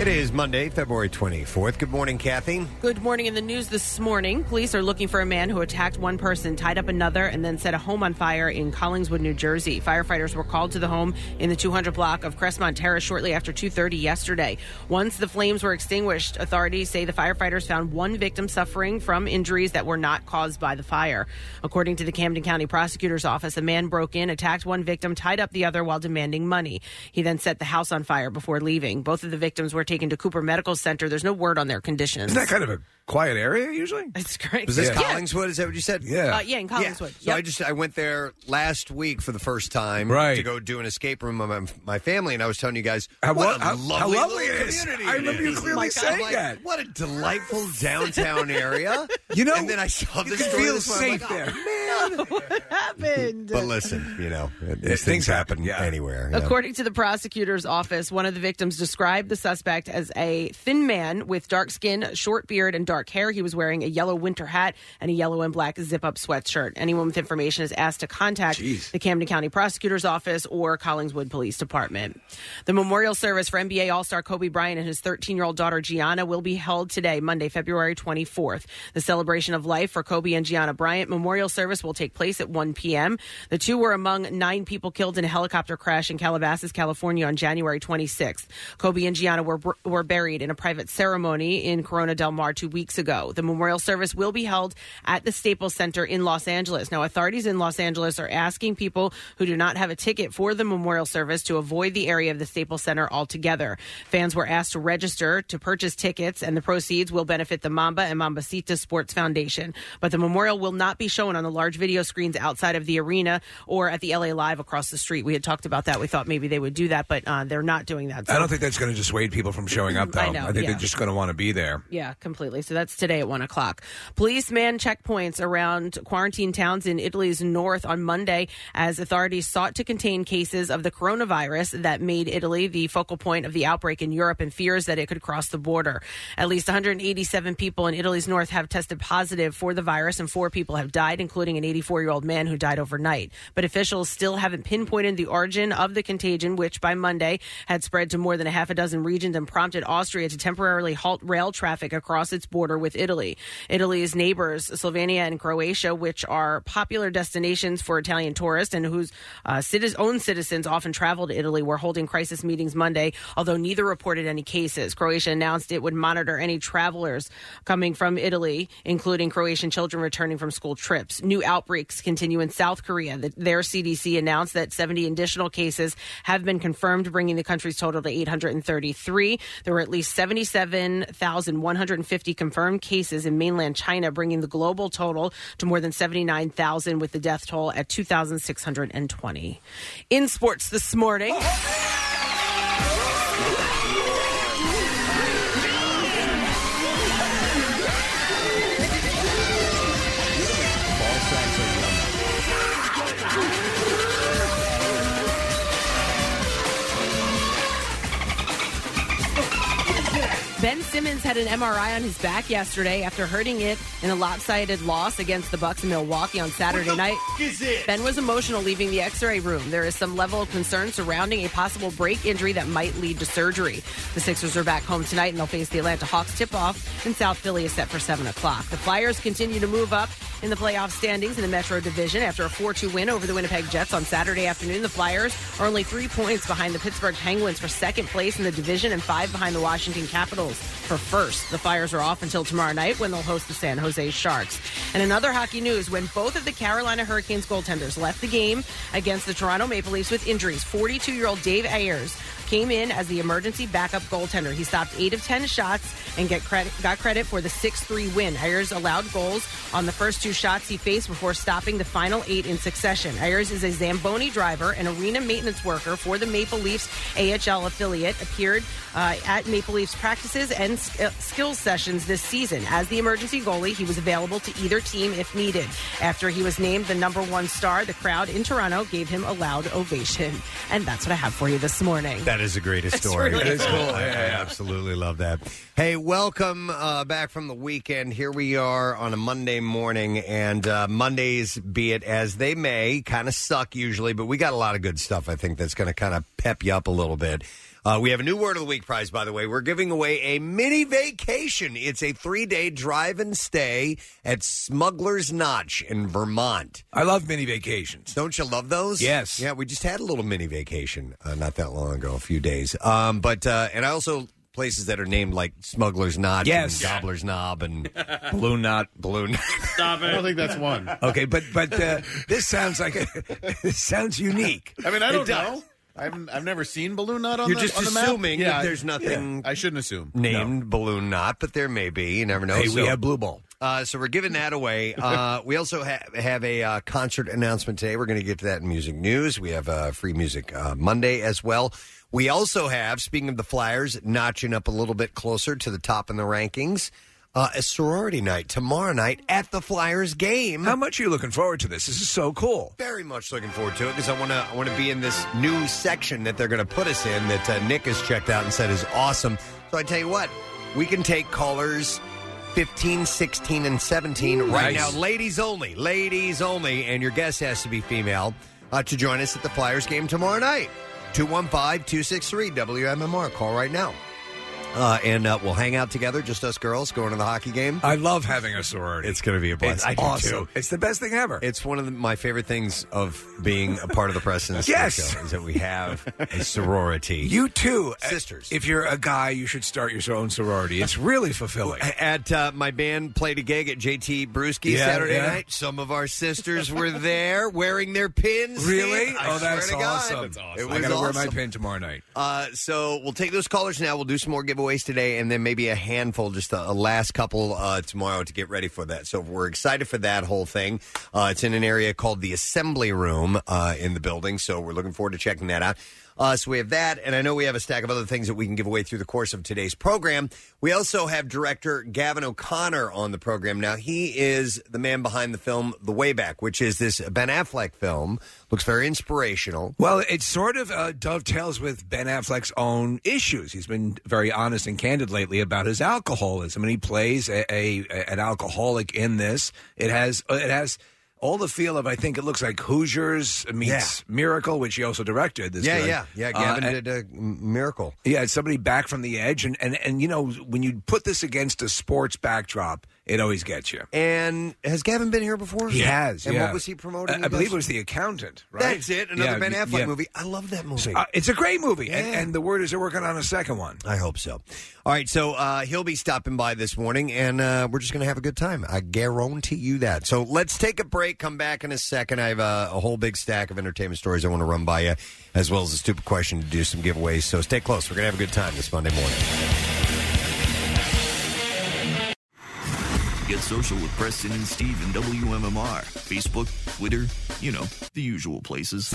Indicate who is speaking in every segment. Speaker 1: It is Monday, February 24th. Good morning, Kathy.
Speaker 2: Good morning. In the news this morning, police are looking for a man who attacked one person, tied up another, and then set a home on fire in Collingswood, New Jersey. Firefighters were called to the home in the 200 block of Crestmont Terrace shortly after 2:30 yesterday. Once the flames were extinguished, authorities say the firefighters found one victim suffering from injuries that were not caused by the fire. According to the Camden County Prosecutor's Office, a man broke in, attacked one victim, tied up the other while demanding money. He then set the house on fire before leaving. Both of the victims were taken to Cooper Medical Center. There's no word on their conditions.
Speaker 3: Isn't that kind of a quiet area usually?
Speaker 2: It's great.
Speaker 1: Was this
Speaker 2: Yeah.
Speaker 1: Collingswood? Is that what you said?
Speaker 2: Yeah. Uh, yeah, in Collingswood.
Speaker 1: So I
Speaker 2: Yep.
Speaker 1: just I went there last week for the first time
Speaker 3: Right.
Speaker 1: to go do an escape room with my, my family, and I was telling you guys
Speaker 3: How-
Speaker 1: what a
Speaker 3: how- how
Speaker 1: lovely,
Speaker 3: lovely
Speaker 1: little
Speaker 3: it is.
Speaker 1: community.
Speaker 3: I
Speaker 1: it
Speaker 3: remember you
Speaker 1: is.
Speaker 3: clearly
Speaker 1: Like, I'm
Speaker 3: saying
Speaker 1: like,
Speaker 3: that.
Speaker 1: What a delightful downtown area.
Speaker 3: You know,
Speaker 1: and then I saw
Speaker 3: you
Speaker 1: this
Speaker 3: can
Speaker 1: story
Speaker 3: feel
Speaker 1: this morning, I'm
Speaker 3: safe there.
Speaker 1: like,
Speaker 2: happened.
Speaker 1: But listen, you know,
Speaker 3: things
Speaker 1: these things happen
Speaker 3: happen, yeah.
Speaker 1: anywhere. yeah.
Speaker 2: According to the prosecutor's office, one of the victims described the suspect as a thin man with dark skin, short beard, and dark hair. He was wearing a yellow winter hat and a yellow and black zip up sweatshirt. Anyone with information is asked to contact the Camden County Prosecutor's Office or Collingswood Police Department. The memorial service for NBA All Star Kobe Bryant and his 13 year old daughter Gianna will be held today, Monday, February 24th. The celebration of life for Kobe and Gianna Bryant memorial service will take place at 1 p.m. The two were among nine people killed in a helicopter crash in Calabasas, California on January 26th. Kobe and Gianna were, were buried in a private ceremony in Corona del Mar two weeks ago. The memorial service will be held at the Staples Center in Los Angeles. Now, authorities in Los Angeles are asking people who do not have a ticket for the memorial service to avoid the area of the Staples Center altogether. Fans were asked to register to purchase tickets, and the proceeds will benefit the Mamba and Mambasita Sports Foundation. But the memorial will not be shown on the large video screens outside of the arena or at the LA Live across the street. We had talked about that. We thought maybe they would do that, but uh, they're not doing that. So-
Speaker 3: I don't think that's going to dissuade people from showing up, though.
Speaker 2: I
Speaker 3: I,
Speaker 2: know,
Speaker 3: think
Speaker 2: yeah.
Speaker 3: they're just going to want to be there.
Speaker 2: Yeah, completely. So that's today at one o'clock. Police man checkpoints around quarantine towns in Italy's north on Monday as authorities sought to contain cases of the coronavirus that made Italy the focal point of the outbreak in Europe and fears that it could cross the border. At least 187 people in Italy's north have tested positive for the virus, and four people have died, including an 84 year old man who died overnight. But officials still haven't pinpointed the origin of the contagion, which by Monday had spread to more than a half a dozen regions and prompted Austria to temporarily halt rail traffic across its border with Italy. Italy's neighbors, Slovenia and Croatia, which are popular destinations for Italian tourists and whose uh, citi- own citizens often travel to Italy, were holding crisis meetings Monday, although neither reported any cases. Croatia announced it would monitor any travelers coming from Italy, including Croatian children returning from school trips. New outbreaks continue in South Korea. The- Their CDC announced that 70 additional cases have been confirmed, bringing the country's total to 833. There were at least 77,150 confirmed cases in mainland China, bringing the global total to more than 79,000, with the death toll at 2,620. In sports this morning. Ben Simmons had an MRI on his back yesterday after hurting it in a lopsided loss against the Bucks in Milwaukee on Saturday night. Ben was emotional leaving the X-ray room. There is some level of concern surrounding a possible break injury that might lead to surgery. The Sixers are back home tonight and they'll face the Atlanta Hawks tip-off, and South Philly is set for seven o'clock. The Flyers continue to move up in the playoff standings in the Metro Division after a 4-2 win over the Winnipeg Jets on Saturday afternoon. The Flyers are only three points behind the Pittsburgh Penguins for second place in the division and five behind the Washington Capitals for first. The Flyers are off until tomorrow night when they'll host the San Jose Sharks. And another hockey news, when both of the Carolina Hurricanes goaltenders left the game against the Toronto Maple Leafs with injuries, 42-year-old Dave Ayers came in as the emergency backup goaltender. He stopped 8 of 10 shots and get credit, got credit for the 6-3 win. Ayers allowed goals on the first two shots he faced before stopping the final eight in succession. Ayers is a Zamboni driver and arena maintenance worker for the Maple Leafs AHL affiliate, appeared uh, at Maple Leafs practices and sk- uh, skills sessions this season. As the emergency goalie, he was available to either team if needed. After he was named the number one star, the crowd in Toronto gave him a loud ovation. And that's what I have for you this morning.
Speaker 1: That is the greatest
Speaker 2: That's
Speaker 1: story.
Speaker 2: really That is cool. cool.
Speaker 1: I, I
Speaker 3: Yeah, yeah.
Speaker 1: absolutely love that. Hey, welcome uh, back from the weekend. Here we are on a Monday morning, and uh, Mondays, be it as they may, kind of suck usually, but we got a lot of good stuff, I think, that's going to kind of pep you up a little bit. Uh, we have a new Word of the Week prize, by the way. We're giving away a mini vacation. It's a three day drive and stay at Smuggler's Notch in Vermont.
Speaker 3: I love mini vacations.
Speaker 1: Don't you love those?
Speaker 3: Yes.
Speaker 1: Yeah, we just had a little mini vacation uh, not that long ago, a few days. Um, but uh, and I also places that are named like Smuggler's Notch,
Speaker 3: Yes.
Speaker 1: and Gobbler's Knob, and
Speaker 3: Balloon knot.
Speaker 1: Balloon.
Speaker 4: Stop it. I don't think that's one.
Speaker 3: Okay, but but uh, this sounds like a, this sounds unique.
Speaker 4: I mean, I
Speaker 3: It
Speaker 4: don't
Speaker 3: does.
Speaker 4: know. I've, I've never seen Balloon Knot on
Speaker 1: You're
Speaker 4: the
Speaker 1: just
Speaker 4: on the map.
Speaker 1: assuming that there's nothing
Speaker 4: I shouldn't assume.
Speaker 1: named Balloon Knot, but there may be. You never know.
Speaker 3: Hey,
Speaker 1: So-
Speaker 3: we have blue ball.
Speaker 1: Uh, so we're giving that away. Uh, we also ha- have a uh, concert announcement today. We're going to get to that in music news. We have uh, free music uh, Monday as well. We also have, speaking of the Flyers, notching up a little bit closer to the top in the rankings, uh, a sorority night tomorrow night at the Flyers game.
Speaker 3: How much are you looking forward to this? This is so cool.
Speaker 1: Very much looking forward to it because I want to. I want to be in this new section that they're going to put us in that uh, Nick has checked out and said is awesome. So I tell you what, we can take callers 15, 16, and 17 right
Speaker 3: nice.
Speaker 1: now. Ladies only, ladies only, and your guest has to be female uh, to join us at the Flyers game tomorrow night. 215-263-WMMR. Call right now. Uh, and uh, we'll hang out together, just us girls, going to the hockey game.
Speaker 3: I love having a sorority.
Speaker 1: It's going to be a blast.
Speaker 3: It's
Speaker 1: I do,
Speaker 3: awesome.
Speaker 1: too.
Speaker 3: It's the best thing ever.
Speaker 1: It's one of the, my favorite things of being a part of the Preston and Steve
Speaker 3: Yes.
Speaker 1: show is that we have a sorority.
Speaker 3: you too, uh,
Speaker 1: Sisters.
Speaker 3: If you're a guy, you should start your own sorority. It's really fulfilling.
Speaker 1: at uh, my band played a gig at JT Brewski
Speaker 3: Yeah,
Speaker 1: Saturday
Speaker 3: yeah.
Speaker 1: night. Some of our sisters were there wearing their pins. Steve.
Speaker 3: Really?
Speaker 1: I
Speaker 3: oh, that's
Speaker 1: swear to God.
Speaker 3: awesome.
Speaker 1: It
Speaker 3: I
Speaker 1: was
Speaker 3: gotta wear my
Speaker 1: awesome.
Speaker 3: pin tomorrow night.
Speaker 1: Uh, so we'll take those callers now. We'll do some more giveaways today, and then maybe a handful, just a, a last couple uh, tomorrow to get ready for that. So we're excited for that whole thing. Uh, it's in an area called the Assembly Room uh, in the building, so we're looking forward to checking that out. Uh, so we have that, and I know we have a stack of other things that we can give away through the course of today's program. We also have director Gavin O'Connor on the program now. He is the man behind the film The Way Back, which is this Ben Affleck film. Looks very inspirational.
Speaker 3: Well, it sort of uh, dovetails with Ben Affleck's own issues. He's been very honest and candid lately about his alcoholism, and he plays a, a an alcoholic in this. It has uh, it has all the feel of I think it looks like Hoosiers meets Miracle, which he also directed. This
Speaker 1: Yeah,
Speaker 3: good.
Speaker 1: yeah, yeah.
Speaker 3: Uh,
Speaker 1: Gavin
Speaker 3: and-
Speaker 1: did a m- miracle.
Speaker 3: Yeah, it's somebody back from the edge, and, and and you know when you put this against a sports backdrop, it always gets you.
Speaker 1: And has Gavin been here before?
Speaker 3: He has.
Speaker 1: And
Speaker 3: yeah.
Speaker 1: what was he promoting?
Speaker 3: I, I believe it was The Accountant. Right.
Speaker 1: That's it. Another
Speaker 3: Yeah,
Speaker 1: Ben
Speaker 3: y-
Speaker 1: Affleck
Speaker 3: yeah.
Speaker 1: movie. I love that movie.
Speaker 3: Uh, it's a great movie, and,
Speaker 1: Yeah.
Speaker 3: and the word is they're working on a second one.
Speaker 1: I hope so. All right, so uh, he'll be stopping by this morning, and uh, we're just going to have a good time. I guarantee you that. So let's take a break. Come back in a second. I have uh, a whole big stack of entertainment stories I want to run by you, as well as a stupid question to do some giveaways. So stay close. We're going to have a good time this Monday morning.
Speaker 5: Get social with Preston and Steve and WMMR. Facebook, Twitter, you know, the usual places.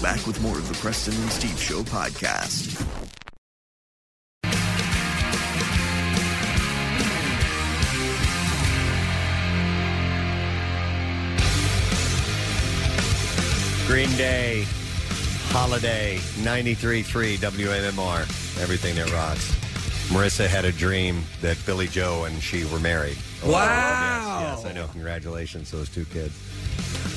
Speaker 5: Back with more of the Preston and Steve Show podcast.
Speaker 1: Green Day, Holiday, 93.3 WMMR, everything that rocks. Marissa had a dream that Billy Joe and she were married. Oh,
Speaker 3: Wow.
Speaker 1: Yes, yes, I know. Congratulations, those two kids.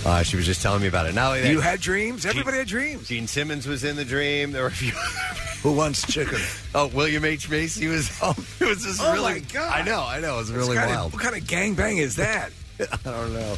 Speaker 1: Uh, she was just telling me about it. Not only that,
Speaker 3: You had dreams. Everybody had dreams.
Speaker 1: Gene Simmons was in the dream. There were a few.
Speaker 3: Who wants chicken?
Speaker 1: Oh, William H Macy was. Oh, it was just
Speaker 3: Oh,
Speaker 1: really.
Speaker 3: my God.
Speaker 1: I know. I know. It was
Speaker 3: It's
Speaker 1: really
Speaker 3: kinda-
Speaker 1: wild.
Speaker 3: What kind of gangbang is that?
Speaker 1: I don't know.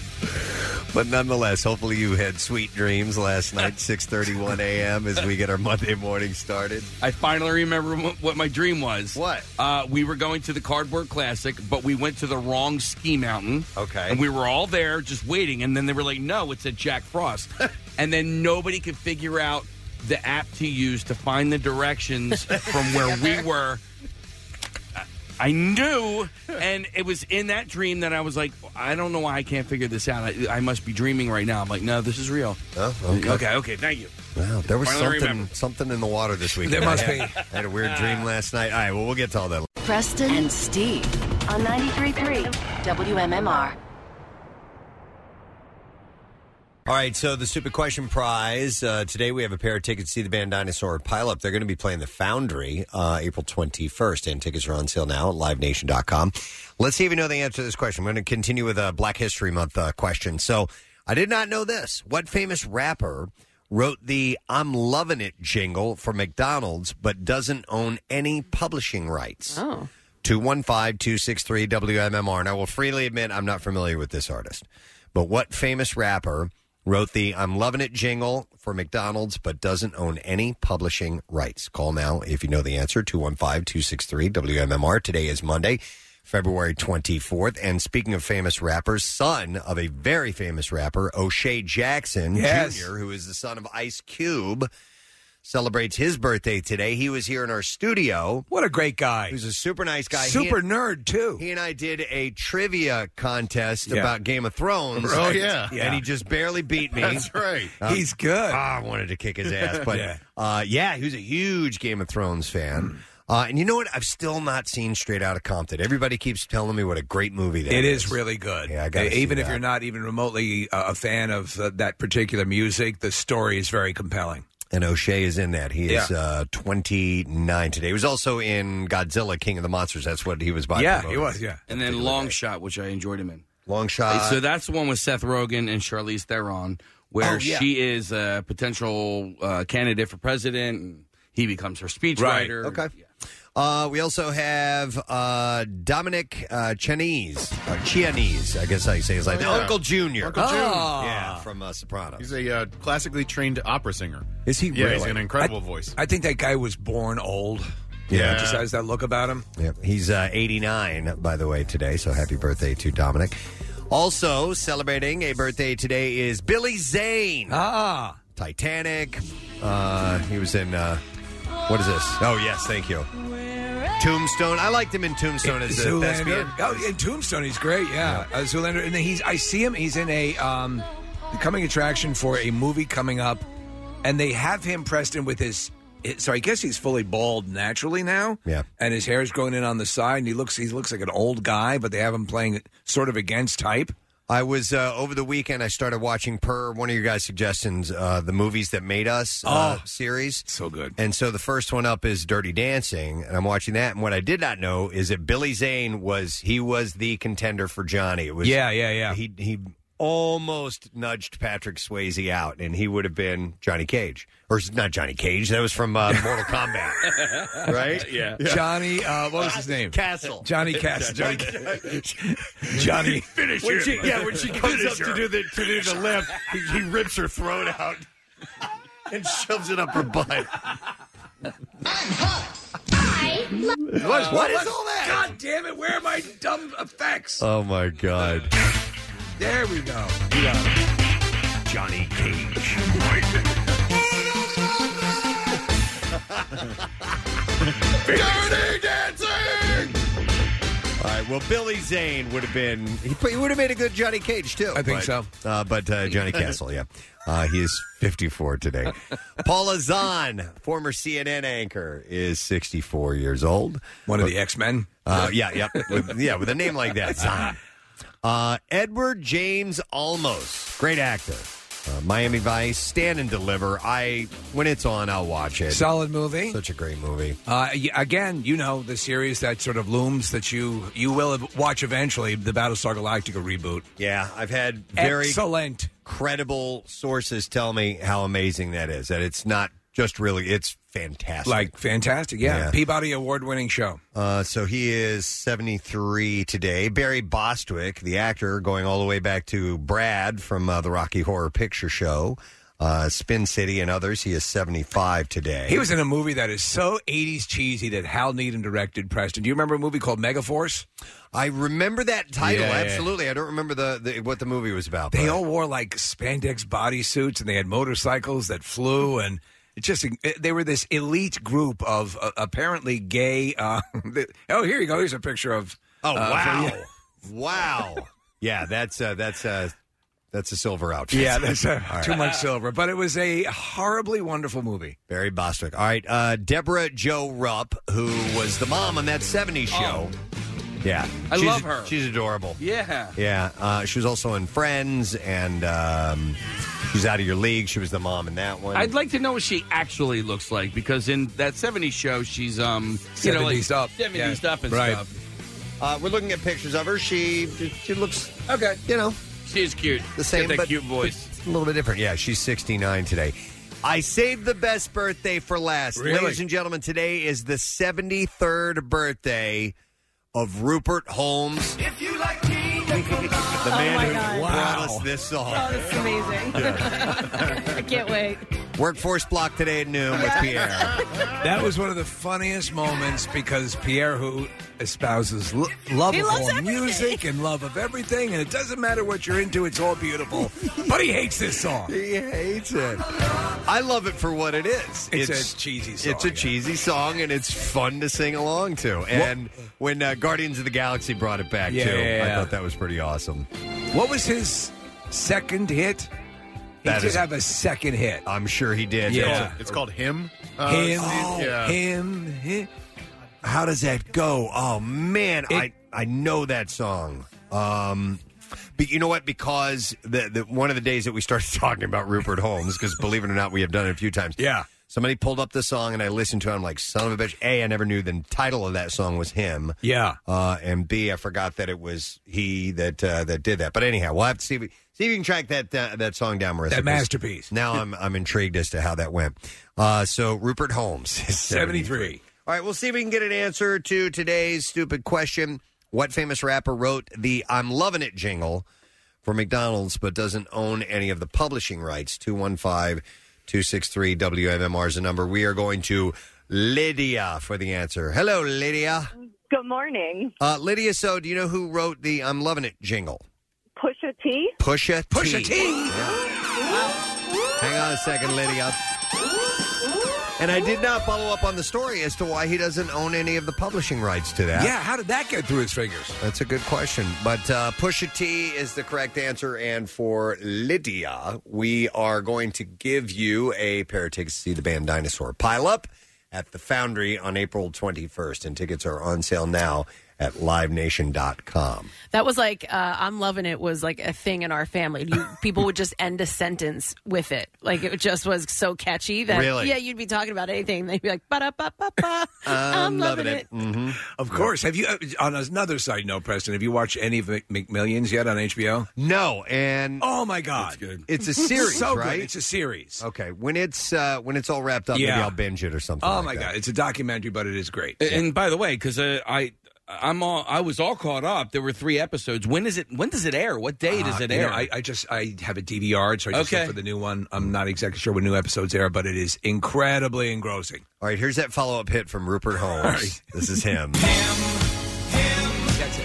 Speaker 1: But nonetheless, hopefully you had sweet dreams last night, 6.31 a.m. as we get our Monday morning started.
Speaker 6: I finally remember wh- what my dream was.
Speaker 1: What?
Speaker 6: Uh, we were going to the Cardboard Classic, but we went to the wrong ski mountain.
Speaker 1: Okay.
Speaker 6: And we were all there just waiting, and then they were like, no, it's at Jack Frost. and then nobody could figure out the app to use to find the directions from where we were. I- I knew, and it was in that dream that I was like, I don't know why I can't figure this out. I, I must be dreaming right now. I'm like, no, this is real.
Speaker 1: Oh, okay.
Speaker 6: Okay, okay, thank you.
Speaker 1: Wow, there was
Speaker 6: Finally
Speaker 1: something
Speaker 6: remembered.
Speaker 1: something in the water this week.
Speaker 3: There must be.
Speaker 1: I had a weird dream last night. All right, well, we'll get to all that.
Speaker 7: Preston and Steve on 93.3 WMMR.
Speaker 1: All right, so the Stupid Question Prize. Uh, today we have a pair of tickets to see the band Dinosaur Pileup. They're going to be playing the Foundry uh, April 21st, and tickets are on sale now at livenation.com. Let's see if you know the answer to this question. We're going to continue with a Black History Month uh, question. So I did not know this. What famous rapper wrote the I'm Lovin' It jingle for McDonald's but doesn't own any publishing rights?
Speaker 2: Oh.
Speaker 1: 215 263 WMMR. And I will freely admit I'm not familiar with this artist. But what famous rapper wrote the I'm Lovin' It jingle for McDonald's but doesn't own any publishing rights? Call now if you know the answer 215 263 WMMR. Today is Monday. February 24th. And speaking of famous rappers, son of a very famous rapper, O'Shea Jackson
Speaker 3: Yes.
Speaker 1: Jr., who is the son of Ice Cube, celebrates his birthday today. He was here in our studio.
Speaker 3: What a great guy.
Speaker 1: He's a super nice guy. He-
Speaker 3: Super nerd too.
Speaker 1: he and I did a trivia contest
Speaker 3: Yeah.
Speaker 1: about Game of Thrones.
Speaker 4: Oh, yeah.
Speaker 1: And he just barely beat me.
Speaker 4: That's right.
Speaker 3: He's good.
Speaker 1: Ah, I wanted to kick his ass. But
Speaker 3: Yeah.
Speaker 1: Uh, yeah, he was a huge Game of Thrones fan.
Speaker 3: Hmm.
Speaker 1: Uh, and you know what? I've still not seen Straight Outta Compton. Everybody keeps telling me what a great movie that
Speaker 3: It
Speaker 1: is.
Speaker 3: is really good.
Speaker 1: Yeah, I gotta
Speaker 3: Uh,
Speaker 1: see
Speaker 3: even if
Speaker 1: that.
Speaker 3: you're not even remotely uh, a fan of uh, that particular music, the story is very compelling.
Speaker 1: And O'Shea is in that. He is
Speaker 3: Yeah.
Speaker 1: uh, 29 today. He was also in Godzilla, King of the Monsters. That's what he was by.
Speaker 3: yeah,
Speaker 1: promoting.
Speaker 3: it was. Yeah,
Speaker 6: And then Long Shot, which I enjoyed him in.
Speaker 1: Long shot.
Speaker 6: so that's the one with Seth Rogen and Charlize Theron, where
Speaker 1: Oh, yeah.
Speaker 6: she is a potential uh, candidate for president. And he becomes her speechwriter.
Speaker 1: Okay. Uh, we also have uh, Dominic uh, Chinese, or Chianese, I guess I say his like
Speaker 4: Oh, yeah.
Speaker 1: Uncle Junior.
Speaker 4: Uncle June.
Speaker 1: Yeah, from uh, Sopranos.
Speaker 4: He's a uh, classically trained opera singer.
Speaker 1: Is he
Speaker 4: yeah, he's
Speaker 1: really?
Speaker 4: got an incredible voice.
Speaker 3: I think that guy was born old.
Speaker 1: Yeah.
Speaker 3: just has that look about him.
Speaker 1: Yep. He's uh, 89, by the way, today. So happy birthday to Dominic. Also celebrating a birthday today is Billy Zane.
Speaker 3: Ah,
Speaker 1: Titanic. Uh, he was in. Uh, what is this? Oh yes, thank you. Tombstone. I liked him in Tombstone as a thespian.
Speaker 3: Zoolander. Oh, in Tombstone, he's great. Yeah, Uh, Zoolander, and then he's. I see him. He's in a um, the coming attraction for a movie coming up, and they have him Preston with his. his- So I guess he's fully bald naturally now.
Speaker 1: Yeah.
Speaker 3: and his hair is growing in on the side, and he looks he looks like an old guy. But they have him playing sort of against type.
Speaker 1: I was uh, over the weekend. I started watching per one of your guys' suggestions, uh, the movies that made us uh, series.
Speaker 3: Oh. So good.
Speaker 1: And so the first one up is Dirty Dancing, and I'm watching that. And what I did not know is that Billy Zane was he was the contender for Johnny. It was
Speaker 3: Yeah, yeah, yeah.
Speaker 1: He he almost nudged Patrick Swayze out, and he would have been Johnny Cage, or not Johnny Cage. That was from uh, Mortal Kombat, right? Yeah.
Speaker 3: Johnny, uh, what was his name?
Speaker 1: Castle.
Speaker 3: Johnny Cass. Johnny. Johnny. Finish
Speaker 1: When she, yeah, when she comes up to do the to do the lip, he, he rips her throat out and shoves it up her butt. what, what is all that?
Speaker 3: God damn it! Where are my dumb effects?
Speaker 1: Oh my god,
Speaker 3: there we go.
Speaker 1: Johnny Cage.
Speaker 4: Dirty dancing!
Speaker 1: All right, well, Billy Zane would have been he, he would have made a good Johnny Cage too.
Speaker 3: I think so.
Speaker 1: but, uh, but uh, Johnny Castle, yeah, uh, he is 54 today. Paula Zahn, former CNN anchor, is 64 years old.
Speaker 3: One of the X Men.
Speaker 1: Uh, yeah, yeah, with, yeah, with a name like that. Zion. Uh, Edward James Olmos, great actor. Uh, Miami Vice, Stand and Deliver. I when it's on, I'll watch it.
Speaker 3: Solid movie.
Speaker 1: Such a great movie.
Speaker 3: Uh, y- again, you know the series that sort of looms that you you will ev- watch eventually, the Battlestar Galactica reboot.
Speaker 1: Yeah, I've had very
Speaker 3: Excellent.
Speaker 1: credible sources tell me how amazing that is. That it's not just really, it's fantastic.
Speaker 3: Like fantastic, yeah.
Speaker 1: Yeah.
Speaker 3: Peabody award-winning show.
Speaker 1: Uh, so he is 73 today. Barry Bostwick, the actor, going all the way back to Brad from uh, the Rocky Horror Picture Show, uh, Spin City, and others. He is 75 today.
Speaker 3: He was in a movie that is so 80s cheesy that Hal Needham directed Preston. Do you remember a movie called Megaforce?
Speaker 1: I remember that title, absolutely. I don't remember the, the what the movie was about.
Speaker 3: They all wore like spandex bodysuits and they had motorcycles that flew and it just it- they were this elite group of uh, apparently gay uh, Oh, here you go. Here's a picture of
Speaker 1: Oh,
Speaker 3: uh,
Speaker 1: wow.
Speaker 3: from-
Speaker 1: wow. Yeah, that's uh, that's uh, that's a silver outfit.
Speaker 3: Yeah, that's uh,
Speaker 1: All right.
Speaker 3: too much silver, but it was a horribly wonderful movie.
Speaker 1: Barry Bostwick. All right, uh, Deborah Joe Rupp, who was the mom on that '70s show. Yeah,
Speaker 6: I
Speaker 1: She's-
Speaker 6: love her.
Speaker 1: She's adorable.
Speaker 6: Yeah.
Speaker 1: Yeah, uh, she was also in Friends, and um, she's out of your league. She was the mom in that one.
Speaker 6: I'd like to know what she actually looks like because in that 70s show, she's, um, you know, like
Speaker 1: 70s up.
Speaker 6: 70s
Speaker 1: Yeah.
Speaker 6: up and
Speaker 1: Right.
Speaker 6: stuff.
Speaker 1: Uh, we're looking at pictures of her. She she looks okay. You know,
Speaker 6: she's cute.
Speaker 1: the same,
Speaker 6: Got that
Speaker 1: but-
Speaker 6: cute voice.
Speaker 1: but a little bit different. Yeah, she's 69 today. I saved the best birthday for last,
Speaker 6: Really?
Speaker 1: ladies and gentlemen. Today is the 73rd birthday of Rupert Holmes,
Speaker 4: If you like tea,
Speaker 6: Oh
Speaker 4: the
Speaker 1: the man who brought us this song.
Speaker 2: It's amazing. I can't wait.
Speaker 1: Workforce block today at noon with Pierre.
Speaker 3: That was one of the funniest moments because Pierre, who espouses lo- love
Speaker 4: He
Speaker 3: of
Speaker 4: loves
Speaker 3: all music and love of everything, and it doesn't matter what you're into, it's all beautiful. but he hates this song.
Speaker 1: He hates it. I love it for what it is.
Speaker 3: It's a cheesy song,
Speaker 1: It's a
Speaker 3: yeah.
Speaker 1: cheesy song, and it's fun to sing along to. And when uh, Guardians of the Galaxy brought it back
Speaker 3: Yeah,
Speaker 1: too,
Speaker 3: yeah,
Speaker 1: I
Speaker 3: yeah.
Speaker 1: thought that was pretty awesome.
Speaker 3: What was his second hit? He
Speaker 1: That
Speaker 3: did
Speaker 1: is-
Speaker 3: have a second hit.
Speaker 1: I'm sure he did.
Speaker 3: Yeah.
Speaker 4: It's called him. Uh,
Speaker 3: him,
Speaker 1: Oh,
Speaker 3: him, him.
Speaker 1: How does that go? Oh man, I I know that song. Um but you know what? Because the, the one of the days that we started talking about Rupert Holmes, because believe it or not, we have done it a few times. Yeah. Somebody pulled up the song and I listened to it. I'm like, son of a bitch. A, I never knew the title of that song was him.
Speaker 3: Yeah.
Speaker 1: Uh, and B, I forgot that it was he that uh, that did that. But anyhow, we'll have to see if, we, see if you can track that uh, that song down, Marissa.
Speaker 3: That
Speaker 1: 'cause
Speaker 3: masterpiece.
Speaker 1: Now I'm I'm intrigued as to how that went. Uh, so Rupert Holmes, is
Speaker 3: 73.
Speaker 1: all right, we'll see if we can get an answer to today's stupid question. What famous rapper wrote the I'm Lovin' It jingle for McDonald's but doesn't own any of the publishing rights? 215 263 WMMR is the number. We are going to Lydia for the answer. Hello, Lydia.
Speaker 8: Good morning.
Speaker 1: Uh, Lydia, so do you know who wrote the I'm Lovin' It jingle?
Speaker 8: Pusha T.
Speaker 1: Pusha T.
Speaker 8: Pusha T.
Speaker 1: Hang on a second, Lydia. And I did not follow up on the story as to why he doesn't own any of the publishing rights to that.
Speaker 3: Yeah, how did that get through his fingers?
Speaker 1: That's a good question. But uh, Pusha T is the correct answer. And for Lydia, we are going to give you a pair of tickets to see the band Dinosaur Pile Up at the Foundry on April 21st. And tickets are on sale now at livenation.com.
Speaker 2: That was like uh, I'm loving it was like a thing in our family. You, people would just end a sentence with it, like it just was so catchy that
Speaker 1: Really?
Speaker 2: yeah, you'd be talking about anything, they'd be like ba da ba ba ba. I'm loving it.
Speaker 1: Mm-hmm.
Speaker 3: Of course. Have you, uh, on another side note, Preston, have you watched any of Mc- McMillions yet on HBO?
Speaker 1: No, and
Speaker 3: oh my god, it's,
Speaker 1: It's a series,
Speaker 3: so good.
Speaker 1: right?
Speaker 3: It's a series.
Speaker 1: Okay, when it's uh, when it's all wrapped up, maybe
Speaker 3: Yeah.
Speaker 1: I'll binge it or something.
Speaker 3: Oh
Speaker 1: like
Speaker 3: my
Speaker 1: that.
Speaker 3: god, it's a documentary, but it is great.
Speaker 6: And, and by the way, because uh, I. I'm all. I was all caught up. There were three episodes. When is it? When does it air? What day does
Speaker 3: Uh,
Speaker 6: it
Speaker 3: you
Speaker 6: air?
Speaker 3: know, I, I just I have a DVR, so I just
Speaker 6: Okay.
Speaker 3: look for the new one. I'm not exactly sure when new episodes air, but it is incredibly engrossing.
Speaker 1: All right, here's that follow up hit from Rupert Holmes.
Speaker 3: Alright.
Speaker 1: This is him.
Speaker 3: That's it.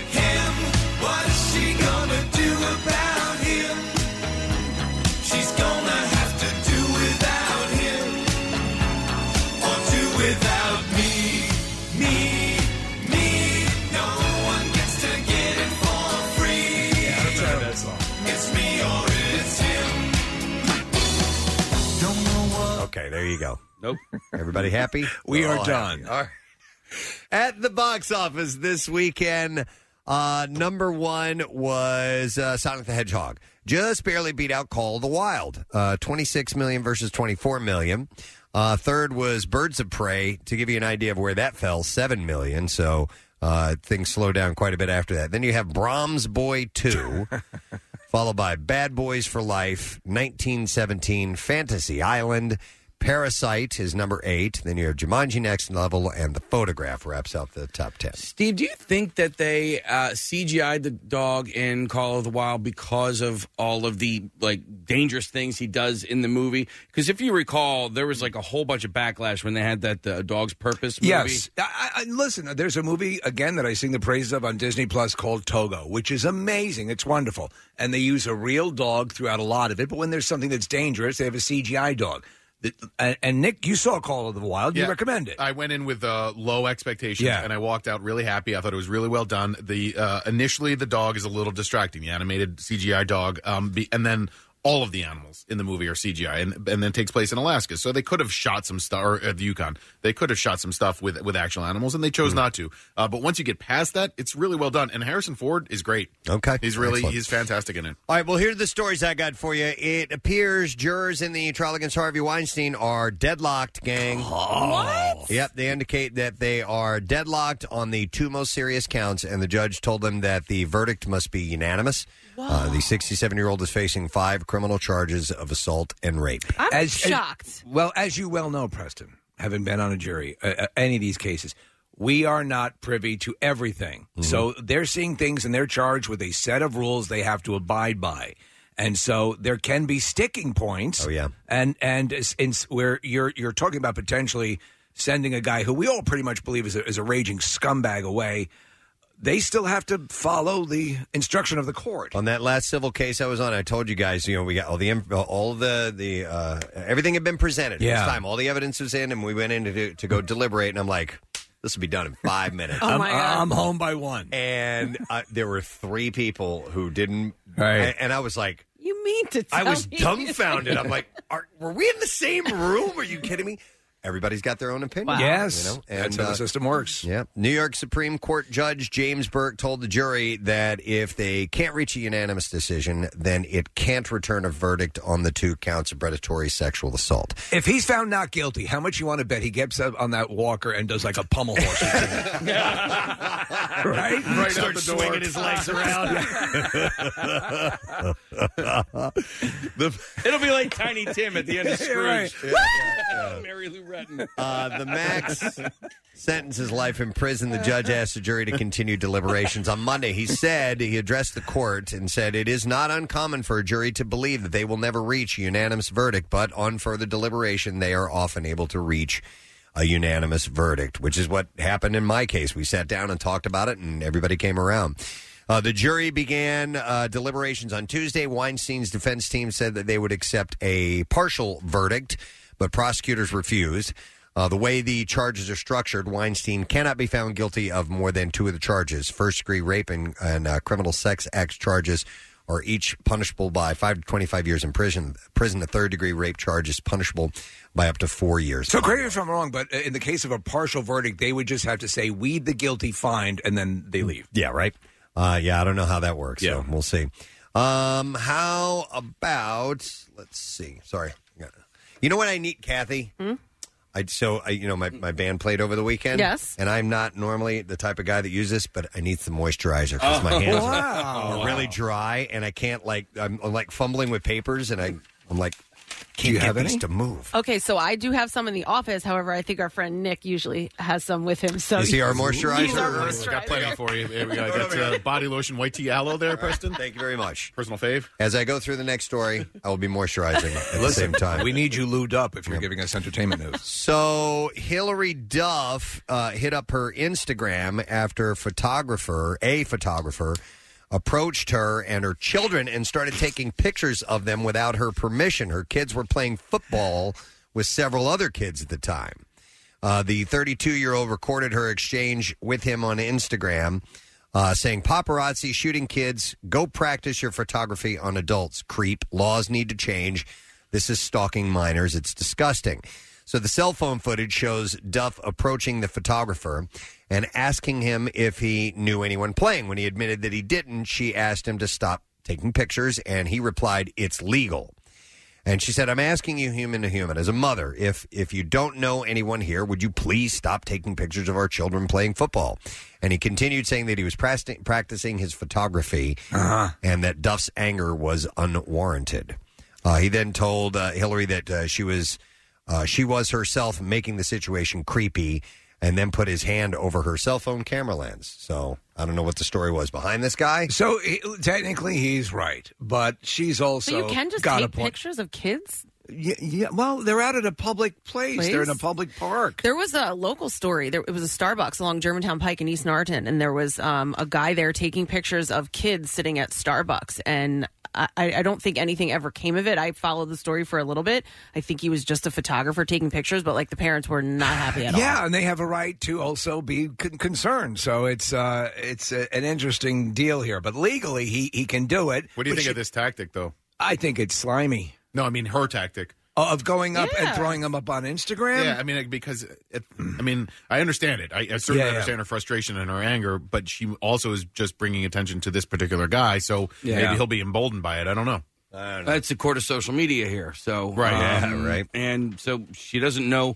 Speaker 4: What is she gonna do about him? She's gonna have to do without him. Or do without me. Me, me. No one gets to get it for free. It's me or it's him.
Speaker 1: Okay, there you go.
Speaker 6: Nope.
Speaker 1: Everybody happy?
Speaker 3: We
Speaker 1: We're
Speaker 3: are
Speaker 1: all
Speaker 3: done.
Speaker 1: happy. All right. At the box office this weekend, uh, number one was uh, Sonic the Hedgehog. Just barely beat out Call of the Wild. Uh, 26 million versus 24 million. Uh, third was Birds of Prey. To give you an idea of where that fell, 7 million. So uh, things slowed down quite a bit after that. Then you have Brahms Boy 2. followed by Bad Boys for Life, 1917, Fantasy Island, Parasite is number eight. Then you have Jumanji Next Level, and The Photograph wraps up the top ten.
Speaker 6: Steve, do you think that they uh, CGI'd the dog in Call of the Wild because of all of the like dangerous things he does in the movie? Because if you recall, there was like a whole bunch of backlash when they had that uh, Dog's Purpose movie.
Speaker 3: Yes. I, I, I- listen, there's a movie again that I sing the praises of on Disney Plus called Togo, which is amazing. It's wonderful, and they use a real dog throughout a lot of it. But when there's something that's dangerous, they have a CGI dog. The- And, and Nick, you saw Call of the Wild. Oh, You recommend it?
Speaker 9: I went in with uh, low expectations,
Speaker 3: Yeah.
Speaker 9: and I walked out really happy. I thought it was really well done. The uh, initially the dog is a little distracting, the animated CGI dog, um, be, and then all of the animals in the movie are CGI, and and then it takes place in Alaska. So they could have shot some stuff, or uh, the Yukon. They could have shot some stuff with with actual animals, and they
Speaker 3: Hmm.
Speaker 9: chose not to. Uh, but once you get past that, it's really well done, and Harrison Ford is great.
Speaker 1: Okay,
Speaker 9: he's really
Speaker 1: Excellent.
Speaker 9: he's fantastic in it.
Speaker 1: All right, well, here are the stories I got for you. It appears jurors in the trial against Harvey Weinstein are deadlocked, gang. What? Yep, they indicate that they are deadlocked on the two most serious counts, and the judge told them that the verdict must be unanimous. Uh, the 67 year old is facing five criminal charges of assault and rape.
Speaker 3: As, well, as you well know, Preston, having been on a jury, uh, uh, any of these cases, we are not privy to everything. So they're seeing things and they're charged with a set of rules they have to abide by. And so there can be sticking points. Oh yeah, and and it's- it's where you're you're talking about potentially sending a guy who we all pretty much believe is a, is a raging scumbag away. They still have to follow the instruction of the court.
Speaker 1: On that last civil case I was on, I told you guys, you know, we got all the inf- all the the uh, everything had been presented at
Speaker 3: Yeah.
Speaker 1: this time. All the evidence was in, and we went in to do, to go deliberate. And I'm like, this will be done in five minutes.
Speaker 3: Oh, I'm- my God. I'm home by one.
Speaker 1: And uh, there were three people who didn't.
Speaker 3: Right.
Speaker 1: And, and I was like,
Speaker 2: You mean to tell
Speaker 1: I was
Speaker 2: me-
Speaker 1: dumbfounded. I'm like, are, were we in the same room? Are you kidding me? Everybody's got their own opinion.
Speaker 3: Wow. Yes. That's how the
Speaker 1: system
Speaker 3: works.
Speaker 1: uh, Yeah. New York Supreme Court Judge James Burke told the jury that if they can't reach a unanimous decision, then it can't return a verdict on the two counts of predatory sexual assault.
Speaker 3: If he's found not guilty, how much you want to bet he gets up on that walker and does like a pummel horse? right?
Speaker 4: Right out
Speaker 3: Starts
Speaker 4: the door.
Speaker 3: swinging his legs around.
Speaker 6: It'll be like Tiny Tim at the end of
Speaker 4: Right.
Speaker 6: Scrooge. Mary Lou Retton.
Speaker 1: Uh, the max Sentence is life in prison. The judge asked the jury to continue deliberations on Monday. He said he addressed the court and said it is not uncommon for a jury to believe that they will never reach a unanimous verdict, but on further deliberation, they are often able to reach a unanimous verdict, which is what happened in my case. We sat down and talked about it, and everybody came around. Uh, the jury began uh, deliberations on Tuesday. Weinstein's defense team said that they would accept a partial verdict, but prosecutors refused. Uh, the way the charges are structured, Weinstein cannot be found guilty of more than two of the charges. First degree rape and, and uh, criminal sex acts charges are each punishable by five to 25 years in prison. Prison, the third degree rape charge is punishable by up to four years.
Speaker 3: So, correct me if I'm wrong, but uh, in the case of a partial verdict, they would just have to say, weed the guilty, find, and then they leave.
Speaker 1: Yeah, right? Uh, yeah, I don't know how that works. So we'll see. Um, how about, let's see. Sorry. You know what I need, Kathy?
Speaker 4: Hmm?
Speaker 1: I so I, you know my, my band played over the weekend.
Speaker 4: Yes.
Speaker 1: and I'm not normally the type of guy that uses this, but I need some moisturizer because my hands are-
Speaker 4: Oh. Wow.
Speaker 1: are really dry, and I can't like I'm, I'm, like fumbling with papers, and I I'm like can't
Speaker 3: you
Speaker 1: get
Speaker 3: have
Speaker 1: these
Speaker 3: any?
Speaker 1: to move.
Speaker 2: Okay, so I do have some in the office. However, I think our friend Nick usually has some with him. So
Speaker 1: Is he our
Speaker 2: He's our
Speaker 1: moisturizer?
Speaker 9: I've got plenty for you. There we go. That's, uh, body lotion, white tea aloe there, Preston.
Speaker 1: Thank you very much.
Speaker 9: Personal fave.
Speaker 1: As I go through the next story, I will be moisturizing at the
Speaker 3: Listen,
Speaker 1: same time.
Speaker 3: we need you lubed up if you're giving us entertainment news.
Speaker 1: So Hillary Duff uh, hit up her Instagram after a photographer, a photographer, approached her and her children and started taking pictures of them without her permission. Her kids were playing football with several other kids at the time. Uh, the 32 year old recorded her exchange with him on Instagram, uh, saying, Paparazzi shooting kids, go practice your photography on adults. Creep. Laws need to change. This is stalking minors. It's disgusting. So the cell phone footage shows Duff approaching the photographer and asking him if he knew anyone playing. When he admitted that he didn't, she asked him to stop taking pictures, and he replied, It's legal. And she said, "I'm asking you, human to human, as a mother, if if you don't know anyone here, would you please stop taking pictures of our children playing football?" And he continued saying that he was prasti- practicing his photography
Speaker 3: Uh-huh.
Speaker 1: and that Duff's anger was unwarranted. Uh, he then told uh, Hillary that uh, she was uh, she was herself making the situation creepy, and then put his hand over her cell phone camera lens. So I don't know what the story was behind this guy.
Speaker 3: So technically, he's right, but she's also
Speaker 1: So
Speaker 2: you can just
Speaker 3: got a
Speaker 2: take
Speaker 3: point.
Speaker 2: pictures of kids.
Speaker 3: Yeah, yeah, well, they're out at a public place. They're in a
Speaker 2: Place?
Speaker 3: public park.
Speaker 2: There was a local story. There it was a Starbucks along Germantown Pike in East Norriton, and there was um, a guy there taking pictures of kids sitting at Starbucks. And I, I don't think anything ever came of it. I followed the story for a little bit. I think he was just a photographer taking pictures, but like the parents were not happy at all.
Speaker 3: Yeah, and they have a right to also be con- concerned. So it's uh, it's a, an interesting deal here. But legally, he he can do it.
Speaker 9: What do you think
Speaker 3: But
Speaker 9: of
Speaker 3: she-
Speaker 9: this tactic, though?
Speaker 3: I think it's slimy. Oh,
Speaker 9: No, I mean her tactic
Speaker 3: of going up and
Speaker 9: Yeah.
Speaker 3: throwing them up on Instagram.
Speaker 9: Yeah, I mean because it, I mean I understand it. I, I certainly
Speaker 3: Yeah, yeah.
Speaker 9: understand her frustration and her anger, but she also is just bringing attention to this particular guy. So
Speaker 6: Yeah.
Speaker 9: maybe he'll be emboldened by it. I don't know.
Speaker 6: That's the Uh, court of social media here. So um,
Speaker 9: Right, yeah, right.
Speaker 6: And so she doesn't know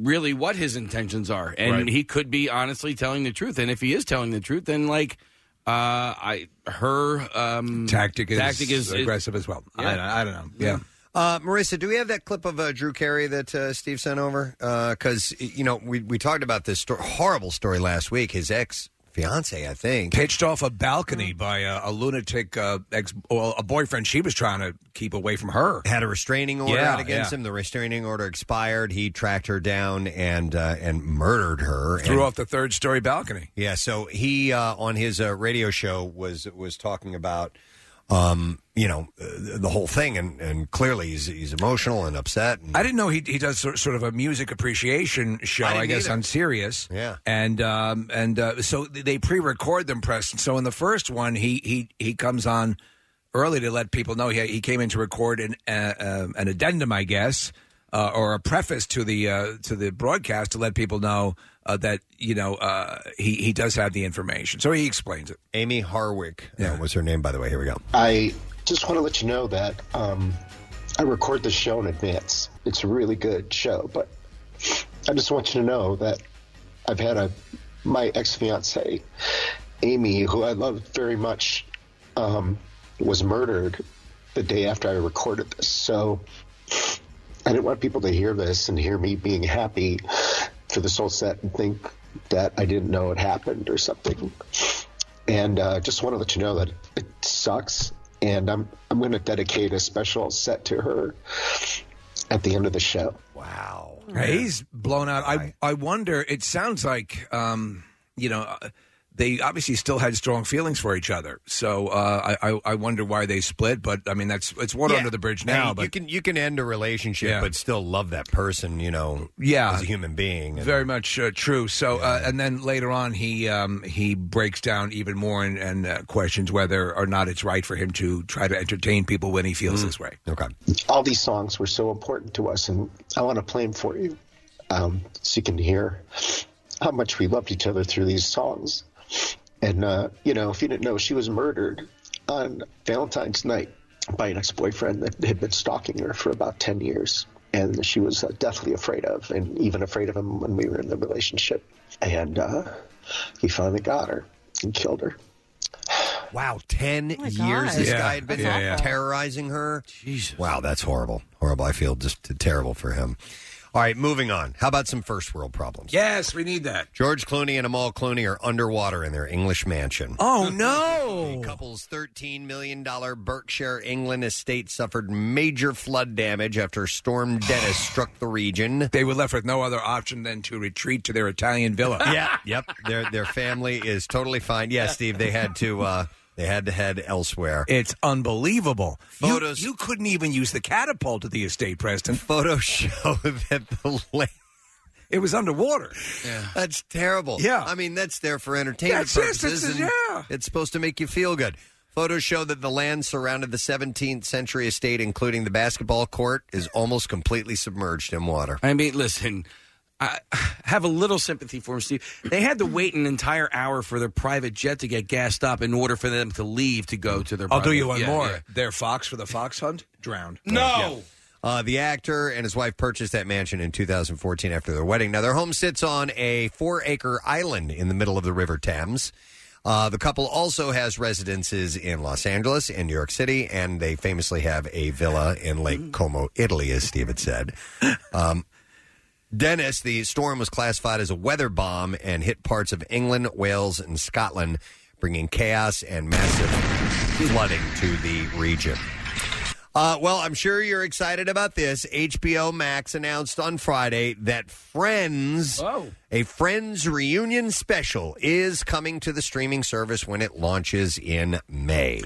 Speaker 6: really what his intentions are, and
Speaker 9: Right.
Speaker 6: he could be honestly telling the truth. And if he is telling the truth, then like, uh, I her um,
Speaker 3: tactic is
Speaker 6: tactic is
Speaker 3: aggressive as well. I, don't- I don't know. Yeah.
Speaker 1: Uh, Marissa, do we have that clip of uh, Drew Carey that uh, Steve sent over? Because you know we we talked about this sto- horrible story last week. His ex fiance, I think,
Speaker 3: pitched off a balcony by a, a lunatic uh, ex, well, a boyfriend she was trying to keep away from her.
Speaker 1: Had a restraining order
Speaker 3: yeah,
Speaker 1: out against
Speaker 3: yeah.
Speaker 1: him. The restraining order expired. He tracked her down and uh, and murdered her.
Speaker 3: Threw
Speaker 1: And-
Speaker 3: off the third story balcony.
Speaker 1: Yeah, so he uh, on his uh, radio show was was talking about um, you know uh, the whole thing, and, and clearly he's he's emotional and upset. And
Speaker 3: I didn't know he he does sort sort of a music appreciation show.
Speaker 1: I
Speaker 3: I,
Speaker 1: didn't
Speaker 3: guess
Speaker 1: either.
Speaker 3: on Sirius.
Speaker 1: Yeah.
Speaker 3: and um, and uh, so th- they pre-record them, Preston. So in the first one, he he he comes on early to let people know he he came in to record an uh, um, an addendum, I guess, uh, or a preface to the uh, to the broadcast to let people know uh, that you know uh, he he does have the information. So he explains it.
Speaker 1: Amy Harwick yeah. was her name, by the way. Here we go.
Speaker 10: I just want to let you know that um, I record the show in advance. It's a really good show, but I just want you to know that I've had a my ex fiance, Amy, who I love very much, um, was murdered the day after I recorded this. So I didn't want people to hear this and hear me being happy for this whole set and think that I didn't know it happened or something. And uh, just want to let you know that it sucks. And I'm I'm going to dedicate a special set to her at the end of the show.
Speaker 1: Wow,
Speaker 3: he's blown out. I I wonder. It sounds like um, you know uh, they obviously still had strong feelings for each other. So uh, I I- I wonder why they split. But I mean that's it's water
Speaker 1: Yeah.
Speaker 3: under the bridge now.
Speaker 1: Hey,
Speaker 3: but
Speaker 1: you can you can end a relationship,
Speaker 3: Yeah.
Speaker 1: but still love that person. You know,
Speaker 3: Yeah.
Speaker 1: as a human being. And-
Speaker 3: Very much uh, true. So, uh, and then later on, he um, he breaks down even more and, and uh, questions whether or not it's right for him to try to entertain people when he feels this way.
Speaker 1: Okay.
Speaker 10: all these songs were so important to us, and I want to play them for you um, so you can hear how much we loved each other through these songs. And, uh, you know, if you didn't know, she was murdered on Valentine's night by an ex boyfriend that had been stalking her for about 10 years. And she was uh, deathly afraid of, and even afraid of him when we were in the relationship. And uh, he finally got her and killed her.
Speaker 1: Wow, ten years this guy had been terrorizing her. Jesus. Wow, that's horrible. Horrible. I feel just terrible for him. All right, moving on. How about some first world problems?
Speaker 3: Yes, we need that.
Speaker 1: George Clooney and Amal Clooney are underwater in their English mansion.
Speaker 3: Oh no!
Speaker 1: The couple's $13 million Berkshire, England estate suffered major flood damage after Storm Dennis struck the region.
Speaker 3: They were left with no other option than to retreat to their Italian villa.
Speaker 1: yeah, yep. Their their family is totally fine. Yeah, Steve, they had to uh they had to head elsewhere.
Speaker 3: It's unbelievable. Photos. You, you couldn't even use the catapult at the estate, Preston.
Speaker 1: Photos show that the lake.
Speaker 3: It was underwater.
Speaker 1: That's terrible.
Speaker 3: Yeah.
Speaker 1: I mean, that's there for entertainment
Speaker 3: That's it. It's- it's-
Speaker 1: purposes. and
Speaker 3: yeah.
Speaker 1: It's supposed to make you feel good. Photos show that the land surrounded the 17th century estate, including the basketball court, is almost completely submerged in water.
Speaker 6: I mean, listen, I have a little sympathy for him, Steve. They had to wait an entire hour for their private jet to get gassed up in order for them to leave to go to their.
Speaker 3: I'll
Speaker 6: private-
Speaker 3: do you one
Speaker 6: Yeah,
Speaker 3: more.
Speaker 6: yeah.
Speaker 3: Their fox for the fox hunt drowned.
Speaker 6: No.
Speaker 1: Uh, the actor and his wife purchased that mansion in 2014 after their wedding. Now, their home sits on a four acre island in the middle of the River Thames. Uh, the couple also has residences in Los Angeles and New York City, and they famously have a villa in Lake Como, Italy, as Steve had said. Um, Dennis, the storm was classified as a weather bomb and hit parts of England, Wales, and Scotland, bringing chaos and massive flooding to the region. Uh, well, I'm sure you're excited about this. HBO Max announced on Friday that Friends, a Friends reunion special, is coming to the streaming service when it launches in May.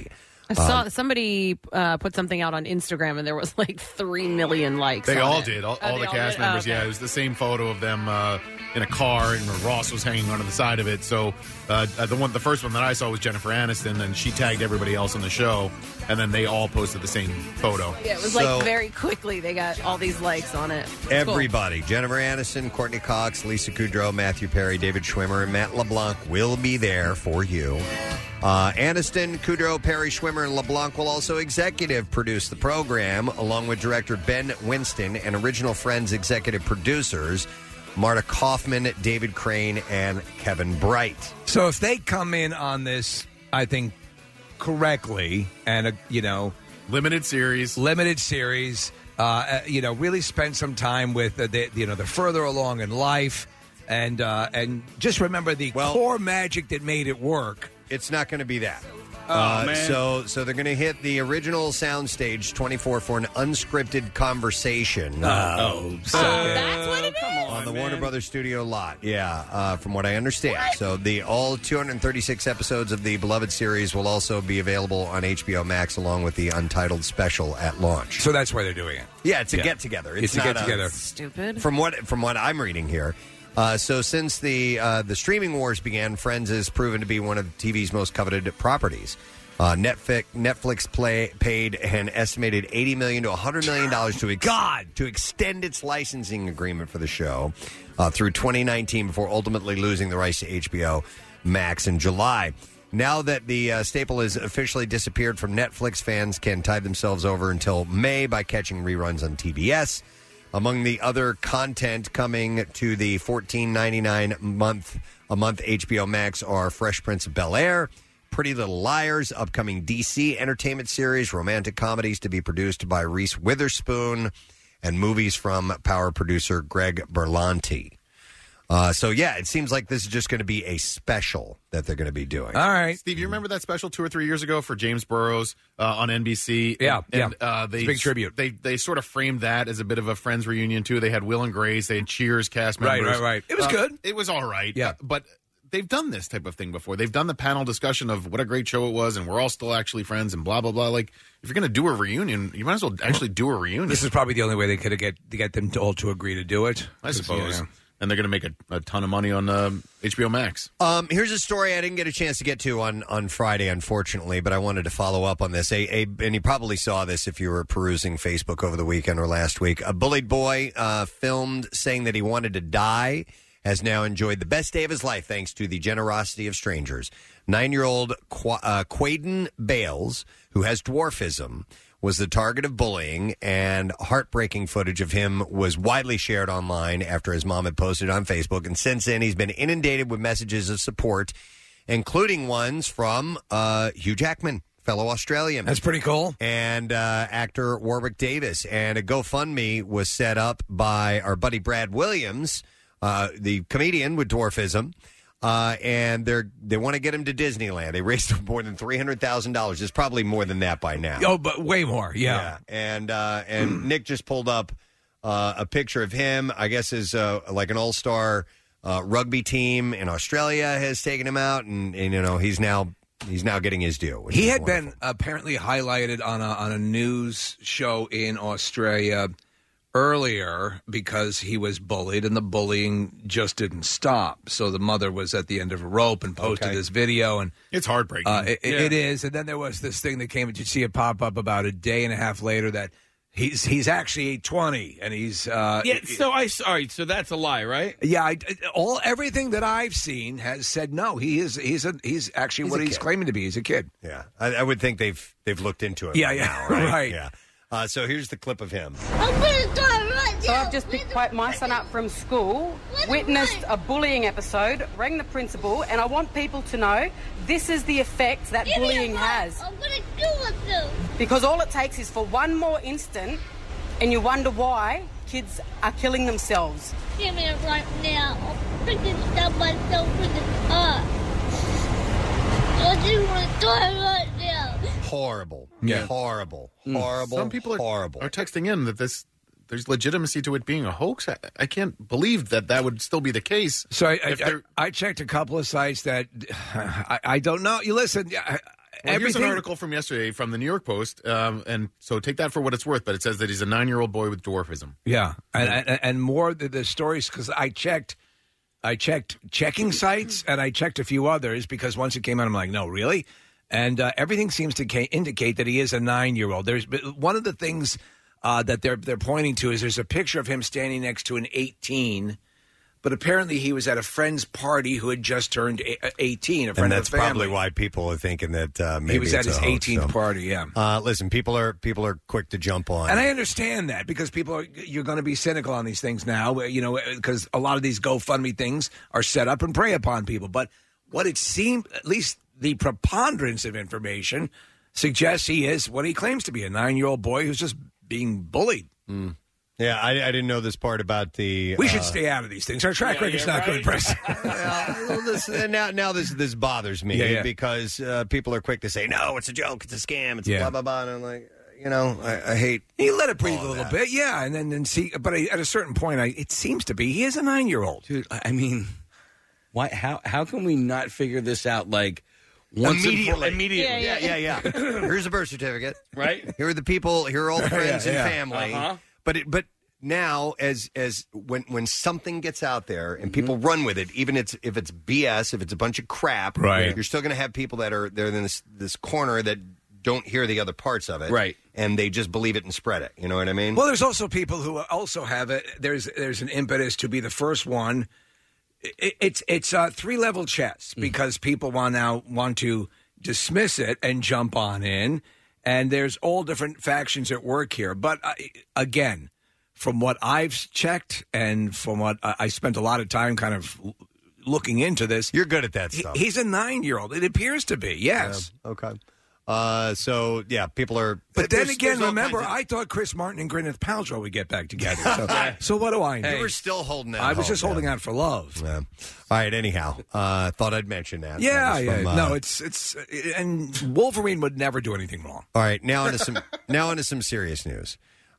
Speaker 2: I saw
Speaker 11: Um,
Speaker 2: somebody uh, put something out on Instagram, and there was like three million likes.
Speaker 9: They
Speaker 2: on
Speaker 9: all
Speaker 2: it.
Speaker 9: did. All,
Speaker 2: Oh,
Speaker 9: all
Speaker 2: they
Speaker 9: the cast
Speaker 2: did? Oh,
Speaker 9: members.
Speaker 2: okay.
Speaker 9: Yeah, it was the same photo of them uh, in a car, and Ross was hanging onto the side of it. So uh, the one, the first one that I saw was Jennifer Aniston, and she tagged everybody else on the show, and then they all posted the same photo.
Speaker 2: Yeah, it was
Speaker 1: So-
Speaker 2: like very quickly they got all these likes on it. It's cool.
Speaker 1: Everybody, Jennifer Aniston, Courtney Cox, Lisa Kudrow, Matthew Perry, David Schwimmer, and Matt LeBlanc will be there for you. Uh, Aniston, Kudrow, Perry, Schwimmer, and LeBlanc will also executive produce the program, along with director Ben Winston and original Friends executive producers Marta Kaufman, David Crane, and Kevin Bright.
Speaker 3: So if they come in on this, I think correctly, and uh, you know,
Speaker 9: limited series,
Speaker 3: limited series, uh, uh, you know, really spend some time with uh, the, you know the further along in life, and uh, and just remember the core magic that made it work.
Speaker 1: It's not going to be that.
Speaker 3: Oh,
Speaker 1: Uh,
Speaker 3: man.
Speaker 1: So, so they're going to hit the original soundstage 24 for an unscripted conversation. Uh,
Speaker 3: Oh,
Speaker 1: so
Speaker 4: That's what it is.
Speaker 1: on the Warner Brothers studio lot. Yeah, uh, from what I understand. So the all 236 episodes of the beloved series will also be available on HBO Max along with the untitled special at launch.
Speaker 3: So that's why they're doing it.
Speaker 1: Yeah, it's a get together.
Speaker 3: It's, a
Speaker 1: not
Speaker 3: get together.
Speaker 2: Stupid.
Speaker 1: From what from what I'm reading here. Uh, so since the uh, the streaming wars began, Friends has proven to be one of TV's most coveted properties. Uh, Netflix Netflix play, paid an estimated eighty million to hundred million dollars to ex- God to extend its licensing agreement for the show uh, through 2019 before ultimately losing the rights to HBO Max in July. Now that the uh, staple has officially disappeared from Netflix, fans can tide themselves over until May by catching reruns on TBS. Among the other content coming to the $14.99 month a month HBO Max are Fresh Prince of Bel Air, Pretty Little Liars, upcoming DC entertainment series, romantic comedies to be produced by Reese Witherspoon, and movies from power producer Greg Berlanti. Uh, so yeah, it seems like this is just going to be a special that they're going to be doing.
Speaker 3: All right,
Speaker 9: Steve, you remember that special two or three years ago for James Burrows uh, on NBC?
Speaker 3: Yeah,
Speaker 9: and, and,
Speaker 3: yeah.
Speaker 9: Uh, they,
Speaker 3: It's a big tribute.
Speaker 9: They they sort of framed that as a bit of a Friends reunion too. They had Will and Grace, they had Cheers cast
Speaker 3: Right,
Speaker 9: members. Uh,
Speaker 3: right, right. It was good.
Speaker 9: It was all right. Yeah, but they've done this type of thing before. They've done the panel discussion of what a great show it was, and we're all still actually friends, and blah blah blah. Like if you're gonna do a reunion, you might as well actually do a reunion.
Speaker 3: This is probably the only way they could get to get them to all to agree to do it.
Speaker 9: I suppose. And they're going to make a, a ton of money on um, HBO Max.
Speaker 1: Um, here's a story I didn't get a chance to get to on, on Friday, unfortunately, but I wanted to follow up on this. A, a, and you probably saw this if you were perusing Facebook over the weekend or last week. A bullied boy uh, filmed saying that he wanted to die has now enjoyed the best day of his life thanks to the generosity of strangers. Nine year old Qua- uh, Quaden Bales, who has dwarfism, was the target of bullying, and heartbreaking footage of him was widely shared online after his mom had posted it on Facebook. And since then, he's been inundated with messages of support, including ones from uh, Hugh Jackman, fellow Australian. That's
Speaker 3: pretty cool.
Speaker 1: And uh, actor Warwick Davis. And a GoFundMe was set up by our buddy Brad Williams, uh, the comedian with dwarfism uh, and they're they want to get him to Disneyland. They raised more than three hundred thousand dollars. It's probably more than that by now.
Speaker 3: Oh, but way more. Yeah.
Speaker 1: and uh, and Nick just pulled up uh, a picture of him. I guess is uh, like an all star uh, rugby team in Australia has taken him out, and, and you know he's now he's now getting his due. which
Speaker 3: He
Speaker 1: is
Speaker 3: had
Speaker 1: wonderful.
Speaker 3: been apparently highlighted on a on a news show in Australia earlier because he was bullied and the bullying just didn't stop. So the mother was at the end of a rope and posted
Speaker 9: Okay.
Speaker 3: this video and
Speaker 9: It's heartbreaking.
Speaker 3: uh, it, it-
Speaker 9: Yeah.
Speaker 3: it is. And then there was this thing that came. Did you see it pop up about a day and a half later that he's he's actually twenty and he's uh,
Speaker 6: yeah. So I. All right. So that's a lie, right?
Speaker 3: Yeah, I, all everything that I've seen has said no. He is he's a, he's actually
Speaker 1: He's
Speaker 3: what
Speaker 1: a
Speaker 3: he's
Speaker 1: kid.
Speaker 3: claiming to be. He's a kid.
Speaker 1: Yeah, I, I would think they've they've looked into it.
Speaker 3: Yeah,
Speaker 1: by
Speaker 3: yeah,
Speaker 1: now, right?
Speaker 3: right.
Speaker 1: Yeah. Uh, so here's the clip of him.
Speaker 12: So I've just picked quite my son up from school, witnessed a bullying episode, rang the principal, and I want people to know this is the effect that
Speaker 4: Give me a
Speaker 12: bullying
Speaker 4: mic.
Speaker 12: has.
Speaker 4: I'm gonna do with them.
Speaker 12: Because all it takes is for one more instant, and you wonder why kids are killing themselves.
Speaker 4: Give me it right now. I'll freaking stab myself in the heart. I just want to die right now.
Speaker 1: Horrible.
Speaker 9: Yeah. Hmm.
Speaker 1: Horrible. Horrible.
Speaker 9: Some people are horrible. Are texting in that this there's legitimacy to it being a hoax. I, I can't believe that that would still be the case.
Speaker 3: So I, I,
Speaker 9: if they're-
Speaker 3: I, I checked a couple of sites that I, I don't know. You listen. I,
Speaker 9: Well, here's an
Speaker 3: everything
Speaker 9: article from yesterday from the New York Post, um, and so take that for what it's worth. But it says that he's a nine-year-old boy with dwarfism.
Speaker 3: Yeah, and and, and more the, the stories because I checked, I checked checking sites and I checked a few others because once it came out, I'm like, no, really, and uh, everything seems to ca- indicate that he is a nine year old. There's but one of the things uh, that they're they're pointing to is there's a picture of him standing next to an 18. But apparently, he was at a friend's party who had just turned a- 18. A friend
Speaker 1: and that's
Speaker 3: of the family.
Speaker 1: probably why people are thinking that uh, maybe
Speaker 3: He was at
Speaker 1: it's a
Speaker 3: his
Speaker 1: hoax,
Speaker 3: 18th
Speaker 1: so.
Speaker 3: party. Yeah.
Speaker 1: Uh, listen, people are people are quick to jump on.
Speaker 3: And I understand that because people are you're going to be cynical on these things now, you know, because a lot of these GoFundMe things are set up and prey upon people. But what it seemed, at least the preponderance of information suggests he is what he claims to be a nine year old boy who's just being bullied.
Speaker 1: Mm. yeah, I, I didn't know this part about the.
Speaker 3: We should
Speaker 1: uh,
Speaker 3: stay out of these things. Our track
Speaker 1: Yeah,
Speaker 3: record's
Speaker 1: yeah,
Speaker 3: not good,
Speaker 1: right.
Speaker 3: press.
Speaker 1: well, this, and now, now this this bothers me
Speaker 3: Yeah, yeah.
Speaker 1: because uh, people are quick to say no, it's a joke, it's a scam, it's
Speaker 3: Yeah.
Speaker 1: blah blah blah. And I'm like, you know, I, I hate.
Speaker 3: He let it breathe a little bit, yeah, and then then see. But I, at a certain point, I, it seems to be he is a nine year old.
Speaker 6: Dude, I I mean, why? How how can we not figure this out? Like once and for-
Speaker 1: immediately,
Speaker 6: immediately.
Speaker 1: yeah, yeah, yeah. Here's a birth certificate,
Speaker 6: right?
Speaker 1: Here are the people. Here are all the friends
Speaker 6: Yeah, yeah.
Speaker 1: and family.
Speaker 6: Uh-huh.
Speaker 1: But it, but now, as as when when something gets out there and people
Speaker 6: Mm-hmm.
Speaker 1: run with it, even it's if it's BS, if it's a bunch of crap,
Speaker 6: Right.
Speaker 1: You're still going to have people that are they're in this this corner that don't hear the other parts of it,
Speaker 3: Right.
Speaker 1: And they just believe it and spread it. You know what I mean?
Speaker 3: Well, there's also people who also have it. There's there's an impetus to be the first one. It, it's it's uh, three level chess
Speaker 1: Mm.
Speaker 3: because people want now want to dismiss it and jump on in, and there's all different factions at work here. But uh, again, from what I've checked and from what I, I spent a lot of time kind of looking into this,
Speaker 1: you're good at that stuff.
Speaker 3: he's a nine year old. It appears to be yes.
Speaker 1: Yeah, okay. Uh, so yeah, people are.
Speaker 3: But then
Speaker 1: there's-
Speaker 3: again,
Speaker 1: there's all
Speaker 3: remember,
Speaker 1: kinds of-
Speaker 3: I thought Chris Martin and Gwyneth Paltrow would get back together. So, so what do I know?
Speaker 1: You were still holding out
Speaker 3: I was
Speaker 1: hope,
Speaker 3: just holding
Speaker 1: yeah.
Speaker 3: out for love.
Speaker 1: Yeah. All right. Anyhow, uh, thought I'd mention that.
Speaker 3: Yeah,
Speaker 1: That was
Speaker 3: yeah.
Speaker 1: from, uh,
Speaker 3: no, it's it's and Wolverine would never do anything wrong.
Speaker 1: All right, now into some now into some serious news.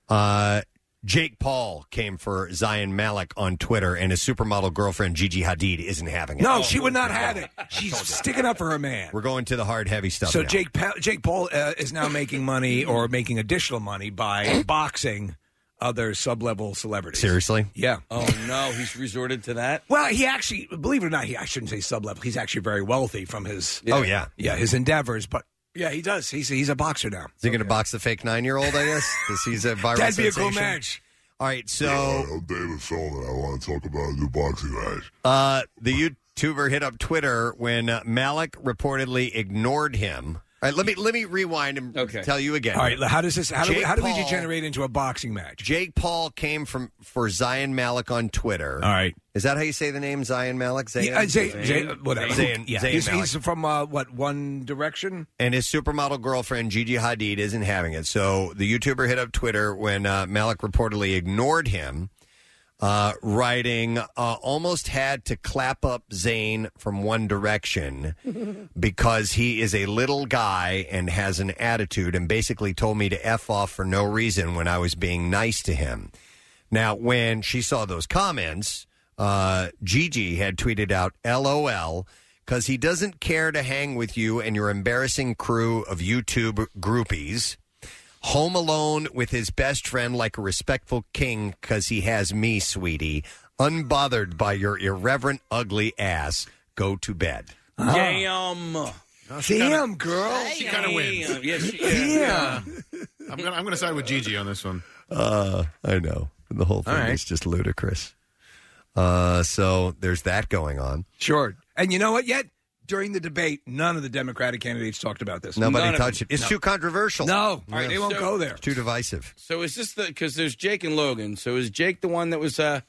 Speaker 1: Uh, Jake Paul came for Zion Malik on Twitter, and his supermodel girlfriend Gigi Hadid isn't having it.
Speaker 3: No, she would not have it. She's sticking up for her man.
Speaker 1: We're going to the hard, heavy stuff.
Speaker 3: So
Speaker 1: now.
Speaker 3: Jake pa- Jake Paul uh, is now making money or making additional money by boxing other sub level celebrities.
Speaker 1: seriously,
Speaker 3: Yeah.
Speaker 6: Oh no, he's resorted to that.
Speaker 3: Well, he actually, believe it or not, he, I shouldn't say sub level. He's actually very wealthy from his.
Speaker 1: Oh, yeah.
Speaker 3: yeah, his endeavors. But yeah, he does. He's he's a boxer now.
Speaker 1: is he going to box the fake nine-year-old? I guess because he's a viral.
Speaker 3: That'd be a cool
Speaker 1: sensation?
Speaker 3: match.
Speaker 1: All right, so
Speaker 13: I'm David Solomon. I want to talk about a new boxing match.
Speaker 1: Uh, the YouTuber hit up Twitter when uh, Malik reportedly ignored him. All right, let me let me rewind and tell you again.
Speaker 3: All right, how does this? How do, we,
Speaker 1: Jake
Speaker 3: how do we
Speaker 1: Paul-
Speaker 3: degenerate into a boxing match?
Speaker 1: Jake Paul came from for Zion Malik on Twitter. All
Speaker 3: right,
Speaker 1: is that how you say the name Zion Malik? Zayn?
Speaker 3: Yeah, uh, Zayn- Zayn- whatever.
Speaker 1: Zayn,
Speaker 3: yeah,
Speaker 1: Zayn
Speaker 3: he's,
Speaker 1: Malik.
Speaker 3: he's from uh, what One Direction.
Speaker 1: and his supermodel girlfriend Gigi Hadid isn't having it. So the YouTuber hit up Twitter when uh, Malik reportedly ignored him, uh, writing, uh, "Almost had to clap up Zayn from One Direction because he is a little guy and has an attitude, and basically told me to f off for no reason when I was being nice to him." Now, when she saw those comments, uh, Gigi had tweeted out, LOL, because he doesn't care to hang with you and your embarrassing crew of YouTube groupies. Home alone with his best friend like a respectful king because he has me, sweetie. Unbothered by your irreverent, ugly ass. Go to bed.
Speaker 6: Damn.
Speaker 3: Damn, girl.
Speaker 9: Um, She kind of wins.
Speaker 6: Yeah, she,
Speaker 9: I'm gonna I'm gonna side with Gigi on this one.
Speaker 1: Uh, I know. The whole thing
Speaker 9: All right.
Speaker 1: is just ludicrous. Uh, so there's that going on.
Speaker 3: Sure. And you know what? Yet during the debate, none of the Democratic candidates talked about this.
Speaker 1: Nobody
Speaker 3: None of
Speaker 1: touched
Speaker 3: them.
Speaker 1: it. It's
Speaker 3: No.
Speaker 1: too controversial.
Speaker 3: No. All right, they won't
Speaker 6: So-
Speaker 3: go there.
Speaker 1: It's too divisive.
Speaker 6: So is this the because there's Jake and Logan? So is Jake the one that was uh,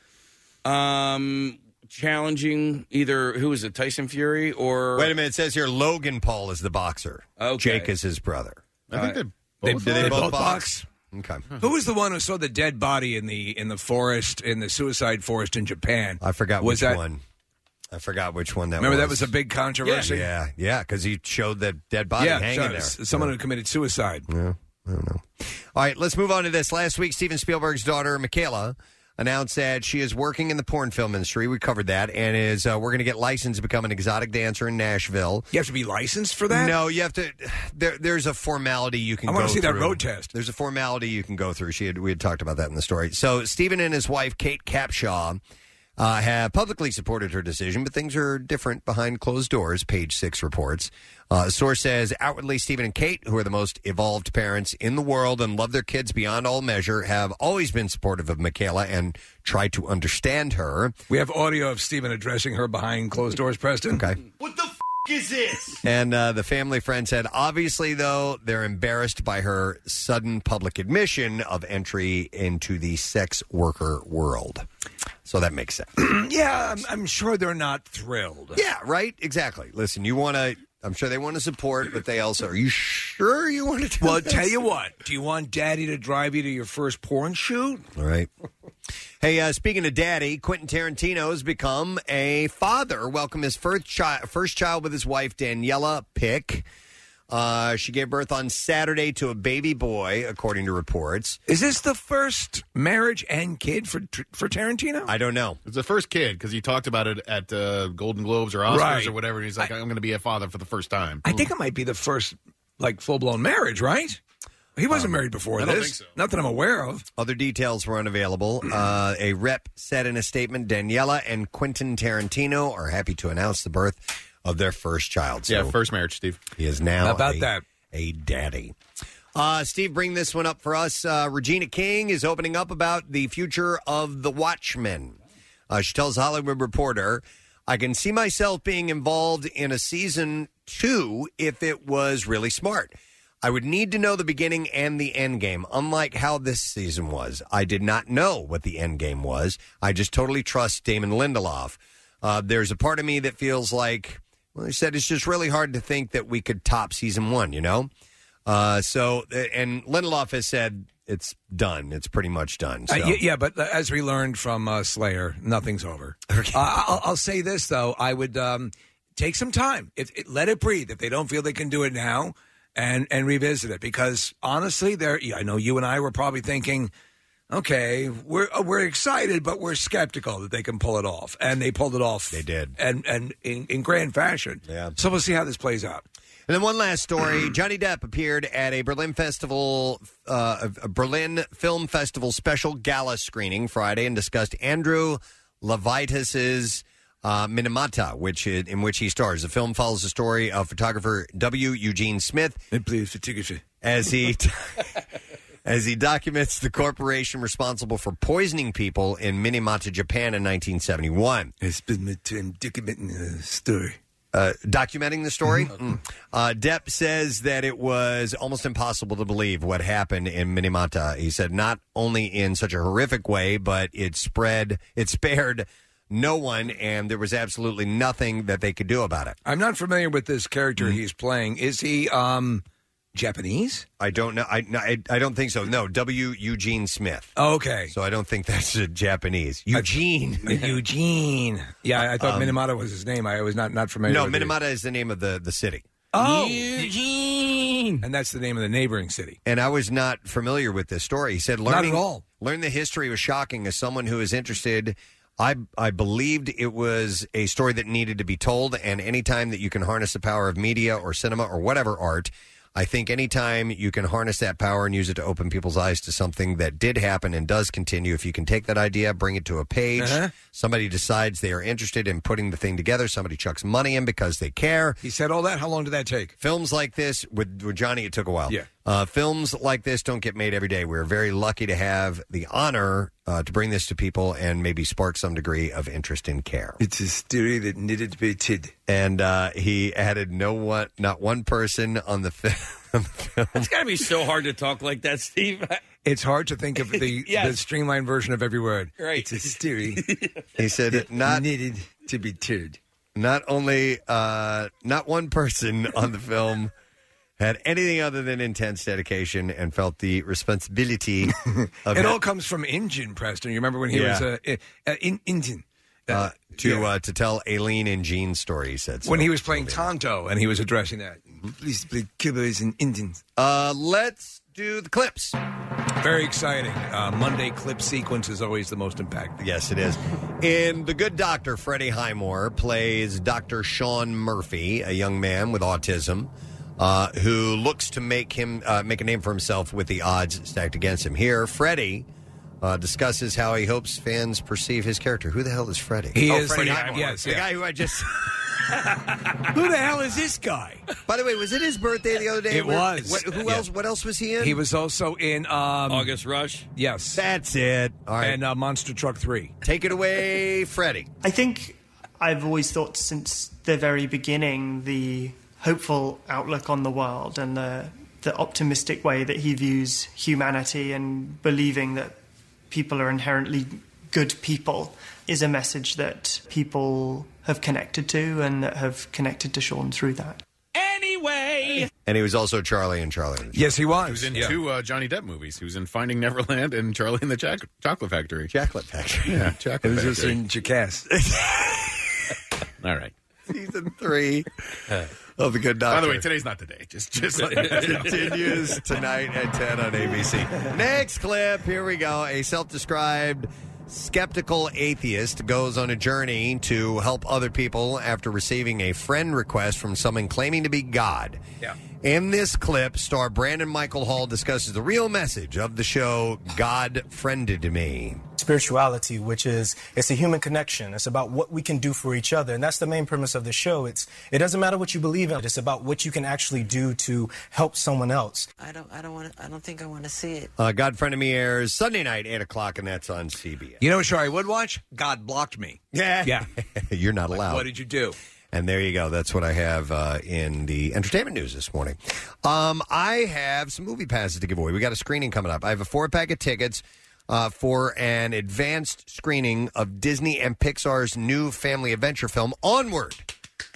Speaker 6: um, challenging either who was it Tyson Fury or
Speaker 1: Wait a minute. It says here Logan Paul is the boxer.
Speaker 6: Okay.
Speaker 1: Jake is his brother.
Speaker 3: I think
Speaker 1: All right.
Speaker 3: they both-
Speaker 1: Do they,
Speaker 3: they
Speaker 1: both,
Speaker 3: both
Speaker 1: box. Okay.
Speaker 3: Who was the one who saw the dead body in the in the forest in the suicide forest in Japan?
Speaker 1: I forgot
Speaker 3: Was
Speaker 1: which
Speaker 3: that-
Speaker 1: one. I forgot which one that
Speaker 3: Remember
Speaker 1: was.
Speaker 3: that was a big controversy?
Speaker 1: Yeah, yeah, because he showed the dead body
Speaker 3: yeah,
Speaker 1: hanging
Speaker 3: so-
Speaker 1: there.
Speaker 3: Someone who committed suicide.
Speaker 1: Yeah. All right, let's move on to this. Last week, Steven Spielberg's daughter, Michaela, announced that she is working in the porn film industry. We covered that, and is uh, we're going to get licensed to become an exotic dancer in Nashville.
Speaker 3: You have to be licensed for that?
Speaker 1: No, you have to. There, there's a formality you can.
Speaker 3: I
Speaker 1: want
Speaker 3: wanna
Speaker 1: to
Speaker 3: see that road test.
Speaker 1: There's a formality you can go through. She had, we had talked about that in the story. So Stephen and his wife Kate Capshaw uh, have publicly supported her decision, but things are different behind closed doors. Page six reports. Uh, a source says outwardly, Stephen and Kate, who are the most evolved parents in the world and love their kids beyond all measure, have always been supportive of Michaela and try to understand her.
Speaker 3: We have audio of Stephen addressing her behind closed doors, Preston.
Speaker 1: Okay.
Speaker 4: What the f is this?
Speaker 1: And uh, the family friend said, obviously, though, they're embarrassed by her sudden public admission of entry into the sex worker world. So that makes sense.
Speaker 3: yeah, I'm, I'm sure they're not thrilled.
Speaker 1: yeah, right? Exactly. Listen, you want to, I'm sure they want to support, but they also, are you sure you want to do
Speaker 3: Well,
Speaker 1: this?
Speaker 3: tell you what. Do you want daddy to drive you to your first porn shoot?
Speaker 1: All right. Hey, uh, speaking of daddy, Quentin Tarantino's become a father. Welcome his first child, first child with his wife Daniela Pick. Uh, she gave birth on Saturday to a baby boy, according to reports.
Speaker 3: Is this the first marriage and kid for for Tarantino?
Speaker 1: I don't know.
Speaker 9: It's the first kid because he talked about it at uh, Golden Globes or Oscars
Speaker 3: Right.
Speaker 9: or whatever. And he's like, I, am going to be a father for the first time.
Speaker 3: I think it might be the first like full blown marriage, right? He
Speaker 1: Um,
Speaker 3: wasn't married before
Speaker 9: I
Speaker 3: this.
Speaker 9: don't think so.
Speaker 3: Not that I'm aware of.
Speaker 1: Other details were unavailable. Uh, a rep said in a statement, Daniela and Quentin Tarantino are happy to announce the birth of their first child.
Speaker 9: yeah, first marriage, Steve.
Speaker 1: He is now
Speaker 9: How about
Speaker 1: a,
Speaker 9: that?
Speaker 1: a daddy. Uh, Steve, bring this one up for us. Uh, Regina King is opening up about the future of The Watchmen. Uh, she tells Hollywood Reporter, I can see myself being involved in a season two if it was really smart. I would need to know the beginning and the end game, unlike how this season was. I did not know what the end game was. I just totally trust Damon Lindelof. Uh, there's a part of me that feels like, well, he said it's just really hard to think that we could top season one, you know? Uh, so, and Lindelof has said it's done. It's pretty much done. So.
Speaker 3: Uh, y- yeah, but uh, as we learned from uh, Slayer, nothing's over. Uh, I'll, I'll say this though: I would um, take some time, if, it, let it breathe. If they don't feel they can do it now, and and revisit it, because honestly, there. I know you and I were probably thinking, okay, we're uh, we're excited, but we're skeptical that they can pull it off, and they pulled it off. They did, and and in, in grand fashion. Yeah. So we'll see how this plays out.
Speaker 1: And then one last story: Johnny Depp appeared at a Berlin festival, uh, a Berlin Film Festival special gala screening Friday, and discussed Andrew Levitas's uh, Minamata, which i- in which he stars. The film follows the story of photographer W. Eugene Smith. As he as he documents the corporation responsible for poisoning people in Minamata, Japan, in 1971.
Speaker 3: It's been my time documenting the story. Mm-hmm.
Speaker 1: Uh, documenting the story, Mm. uh, Depp says that it was almost impossible to believe what happened in Minamata. He said not only in such a horrific way, but it spread, it spared no one, and there was absolutely nothing that they could do about it. Mm-hmm.
Speaker 3: I'm not familiar with this character he's playing. Is he um Japanese?
Speaker 1: I don't know. I no, I, I don't think so. No, W. Eugene Smith.
Speaker 3: Oh, okay.
Speaker 1: So I don't think that's a Japanese. Eugene.
Speaker 3: Eugene. Yeah, I, I thought
Speaker 1: Um,
Speaker 3: Minamata was his name. I was not not familiar.
Speaker 1: No,
Speaker 3: with it.
Speaker 1: Minamata is the name of the, the city.
Speaker 3: Oh, Eugene. And that's the name of the neighboring city.
Speaker 1: and I was not familiar with this story. He said,
Speaker 3: Not at
Speaker 1: "Learning
Speaker 3: all.
Speaker 1: learn the history was shocking. As someone who is interested, I I believed it was a story that needed to be told. And anytime that you can harness the power of media or cinema or whatever art." I think anytime you can harness that power and use it to open people's eyes to something that did happen and does continue, if you can take that idea, bring it to a page,
Speaker 3: Uh-huh.
Speaker 1: somebody decides they are interested in putting the thing together, somebody chucks money in because they care.
Speaker 3: He said all that. How long did that take?
Speaker 1: Films like this with, with Johnny, it took a while.
Speaker 3: Yeah.
Speaker 1: Uh, films like this don't get made every day. We're very lucky to have the honor uh, to bring this to people and maybe spark some degree of interest in care.
Speaker 14: It's a story that needed to be told.
Speaker 1: And uh, he added, "No one, not one person on the film."
Speaker 6: It's got to be so hard to talk like that, Steve.
Speaker 3: It's hard to think of the,
Speaker 6: Yes.
Speaker 3: the streamlined version of every word.
Speaker 6: Right.
Speaker 3: It's a steery.
Speaker 1: He said, it "Not
Speaker 14: needed to be told."
Speaker 1: Not only uh, not one person on the film had anything other than intense dedication and felt the responsibility of
Speaker 3: it all comes from Indian Preston. You remember when he
Speaker 1: Yeah.
Speaker 3: was a, uh uh, in, Indian
Speaker 1: uh, to
Speaker 3: yeah.
Speaker 1: uh, to tell Aileen and Jean's story. He said so.
Speaker 3: when he was playing Tonto and he was addressing that.
Speaker 14: Please play Cowboys and Indians.
Speaker 1: Uh, let's do the clips.
Speaker 3: Very exciting. Uh, Monday clip sequence is always the most impactful.
Speaker 1: Yes, it is. In The Good Doctor, Freddie Highmore plays Dr. Sean Murphy, a young man with autism. Uh, who looks to make him uh, make a name for himself with the odds stacked against him? Here, Freddie uh, discusses how he hopes fans perceive his character. Who the hell is Freddie?
Speaker 4: He
Speaker 1: Oh,
Speaker 4: is
Speaker 1: Freddie
Speaker 4: the-
Speaker 1: Highmore.
Speaker 4: yes,
Speaker 1: the
Speaker 4: yeah.
Speaker 1: guy who I just.
Speaker 4: Who the hell is this guy?
Speaker 1: By the way, was it his birthday the other day?
Speaker 3: It
Speaker 1: Where-
Speaker 3: was.
Speaker 1: what- who
Speaker 3: Yeah.
Speaker 1: else? What else was he in?
Speaker 3: He was also in um,
Speaker 6: August Rush.
Speaker 3: Yes,
Speaker 1: that's it. All right.
Speaker 3: and uh, Monster Truck Three.
Speaker 1: Take it away, Freddie.
Speaker 15: I think I've always thought since the very beginning the hopeful outlook on the world and the the optimistic way that he views humanity and believing that people are inherently good people is a message that people have connected to and that have connected to Sean through that.
Speaker 6: Anyway.
Speaker 1: And he was also Charlie and Charlie. and the
Speaker 3: Yes, he was.
Speaker 9: He was in
Speaker 1: Yeah.
Speaker 9: two uh, Johnny Depp movies. He was in Finding Neverland and Charlie and the Choc- Chocolate Factory.
Speaker 1: Chocolate Factory.
Speaker 9: Yeah, Chocolate
Speaker 3: It was just
Speaker 9: Factory.
Speaker 3: in Jackass.
Speaker 9: All right.
Speaker 1: Season three of The Good
Speaker 9: By
Speaker 1: Doctor.
Speaker 9: the way, today's not the day. Just, just
Speaker 1: continues tonight at 10 on ABC. Next clip. Here we go. A self described skeptical atheist goes on a journey to help other people after receiving a friend request from someone claiming to be God.
Speaker 4: Yeah.
Speaker 1: In this clip, star Brandon Michael Hall discusses the real message of the show God Friended Me.
Speaker 16: spirituality, which is it's a human connection. It's about what we can do for each other, and that's the main premise of the show. It's it doesn't matter what you believe in; it's about what you can actually do to help someone else.
Speaker 17: I don't. I don't want. I don't think I want to see it.
Speaker 1: Uh, God Friended Me airs Sunday night, 8 o'clock, and that's on CBS.
Speaker 3: You know, what show I would watch. God blocked me.
Speaker 1: Yeah.
Speaker 3: yeah.
Speaker 1: You're not allowed.
Speaker 3: What did you do?
Speaker 1: And there you go. That's what I have uh, in the entertainment news this morning. Um, I have some movie passes to give away. We got a screening coming up. I have a four pack of tickets uh, for an advanced screening of Disney and Pixar's new family adventure film, Onward.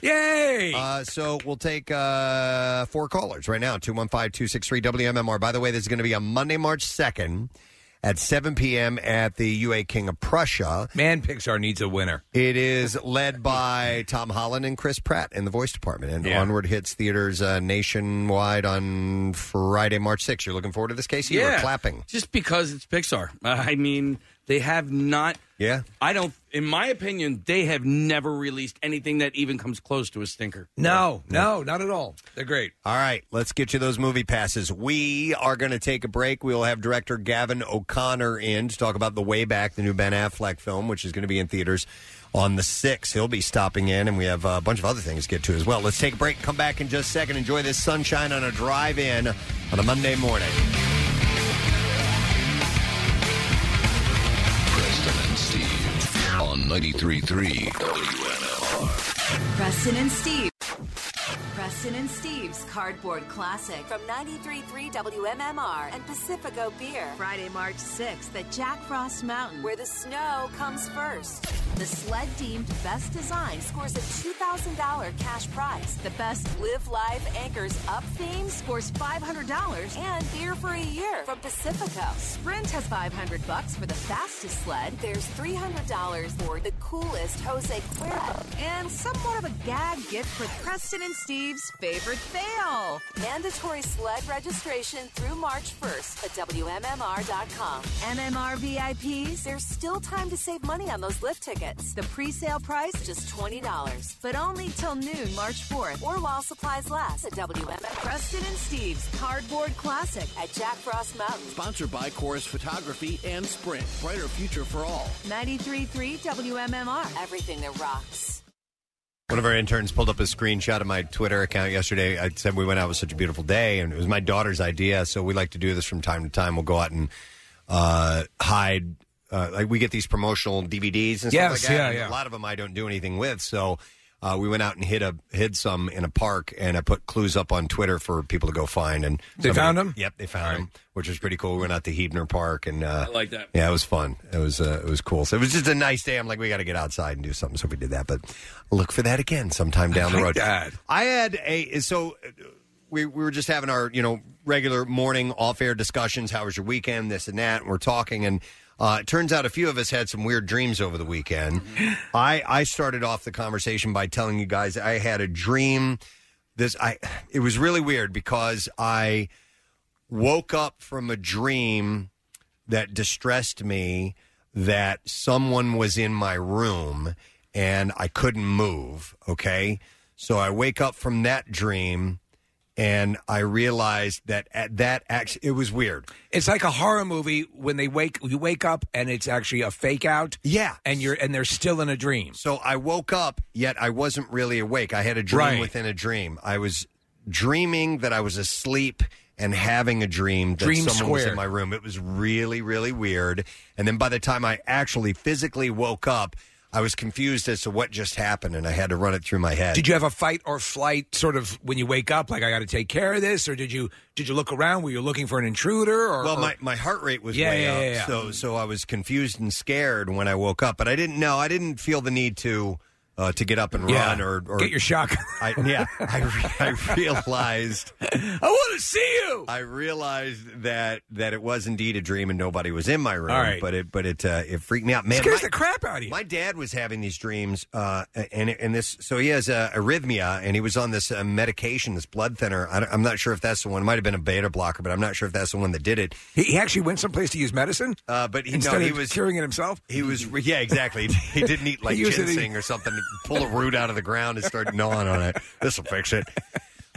Speaker 3: Yay!
Speaker 1: Uh, so we'll take uh, four callers right now 215 263 WMMR. By the way, this is going to be on Monday, March 2nd at 7 p.m. at the UA King of Prussia.
Speaker 3: Man, Pixar needs a winner.
Speaker 1: It is led by Tom Holland and Chris Pratt in the voice department. And
Speaker 3: Yeah.
Speaker 1: Onward hits theaters uh, nationwide on Friday, March 6th. You're looking forward to this, Casey? You were clapping.
Speaker 6: Just because it's Pixar. Uh, I mean, they have not.
Speaker 1: Yeah.
Speaker 6: I don't. In my opinion, they have never released anything that even comes close to a stinker.
Speaker 3: No, no, not at all. They're great.
Speaker 1: All right, let's get you those movie passes. We are going to take a break. We'll have director Gavin O'Connor in to talk about The Way Back, the new Ben Affleck film, which is going to be in theaters on the 6th. He'll be stopping in, and we have a bunch of other things to get to as well. Let's take a break, come back in just a second, enjoy this sunshine on a drive in on a Monday morning.
Speaker 18: Preston and Steve on 93.3 WMMR.
Speaker 7: Preston and Steve. Preston and Steve's Cardboard Classic from 93.3 WMMR and Pacifico Beer. Friday, March 6th at Jack Frost Mountain, where the snow comes first. The sled deemed best design scores a $2,000 cash prize. The best Live Live Anchors Up theme scores $500 and beer for a year from Pacifico. Sprint has 500 bucks for the fastest sled. There's $300 for the coolest Jose Cuervo and somewhat of a gag gift for Preston and Steve's favorite fail. Mandatory sled registration through March 1st at WMMR.com. MMR VIPs, there's still time to save money on those lift tickets. The pre sale price, just $20, but only till noon March 4th or while supplies last at WMM. Preston and Steve's Cardboard Classic at Jack Frost Mountain.
Speaker 19: Sponsored by Chorus Photography and Sprint. Brighter future for all.
Speaker 7: 93.3 WMMR. Everything that rocks.
Speaker 1: One of our interns pulled up a screenshot of my Twitter account yesterday. I said we went out it was such a beautiful day, and it was my daughter's idea. So we like to do this from time to time. We'll go out and uh, hide. Uh, like we get these promotional DVDs and stuff
Speaker 3: Yes,
Speaker 1: like that.
Speaker 3: yeah,
Speaker 1: and
Speaker 3: yeah.
Speaker 1: A lot of them I don't do anything with. So uh, we went out and hid a hid some in a park, and I put clues up on Twitter for people to go find. And
Speaker 3: They found 'em?
Speaker 1: Yep, they found them, which was pretty cool. We went out to Hebner Park, and uh,
Speaker 6: I like that.
Speaker 1: Yeah, it was fun. It was uh, it was cool. So it was just a nice day. I'm like, we got to get outside and do something. So we did that, but look for that again sometime down the
Speaker 4: like
Speaker 1: road.
Speaker 4: that.
Speaker 1: I had a so uh, we we were just having our you know regular morning off air discussions. How was your weekend? This and that. And we're talking, and uh, it turns out a few of us had some weird dreams over the weekend. I I started off the conversation by telling you guys I had a dream. This I it was really weird because I woke up from a dream that distressed me that someone was in my room and I couldn't move. Okay. So I wake up from that dream and I realized that at that actually, it was weird.
Speaker 3: It's like a horror movie when they wake you wake up and it's actually a fake out.
Speaker 1: Yeah.
Speaker 3: And you're and they're still in a dream.
Speaker 1: So I woke up, yet I wasn't really awake. I had a dream
Speaker 3: Right.
Speaker 1: within a dream. I was dreaming that I was asleep and having a dream that
Speaker 3: Dream
Speaker 1: someone was
Speaker 3: squared.
Speaker 1: in my room. It was really, really weird. And then by the time I actually physically woke up, I was confused as to what just happened, and I had to run it through my head.
Speaker 3: Did you have a fight or flight sort of when you wake up like I got to take care of this or did you did you look around were you looking for an intruder or
Speaker 1: well,
Speaker 3: or-
Speaker 1: my, my heart rate was
Speaker 3: Yeah,
Speaker 1: way
Speaker 3: yeah,
Speaker 1: up,
Speaker 3: yeah, yeah.
Speaker 1: so so I was confused and scared when I woke up. But I didn't know. I didn't feel the need to uh, to get up and
Speaker 3: Yeah.
Speaker 1: run or, or
Speaker 3: Get your shock.
Speaker 1: I, yeah, I, re- I realized. I
Speaker 3: want to see you.
Speaker 1: I realized that that it was indeed a dream and nobody was in my room.
Speaker 3: All right.
Speaker 1: But it but it uh, it freaked me out. Man,
Speaker 3: Scares
Speaker 1: my-
Speaker 3: the crap out of you.
Speaker 1: My dad was having these dreams, uh, and and this. So he has uh, arrhythmia, and he was on this uh, medication, this blood thinner. I, am not sure if that's the one. It might have been a beta blocker, but I'm not sure if that's the one that did it.
Speaker 3: He, he actually went someplace to use medicine?
Speaker 1: Uh, but he,
Speaker 3: Instead
Speaker 1: no, he
Speaker 3: of
Speaker 1: was
Speaker 3: curing it himself?
Speaker 1: He was yeah, exactly. He didn't eat like
Speaker 3: He used it-
Speaker 1: ginseng or something. to Pull a root out of the ground and start gnawing on it. This will fix it.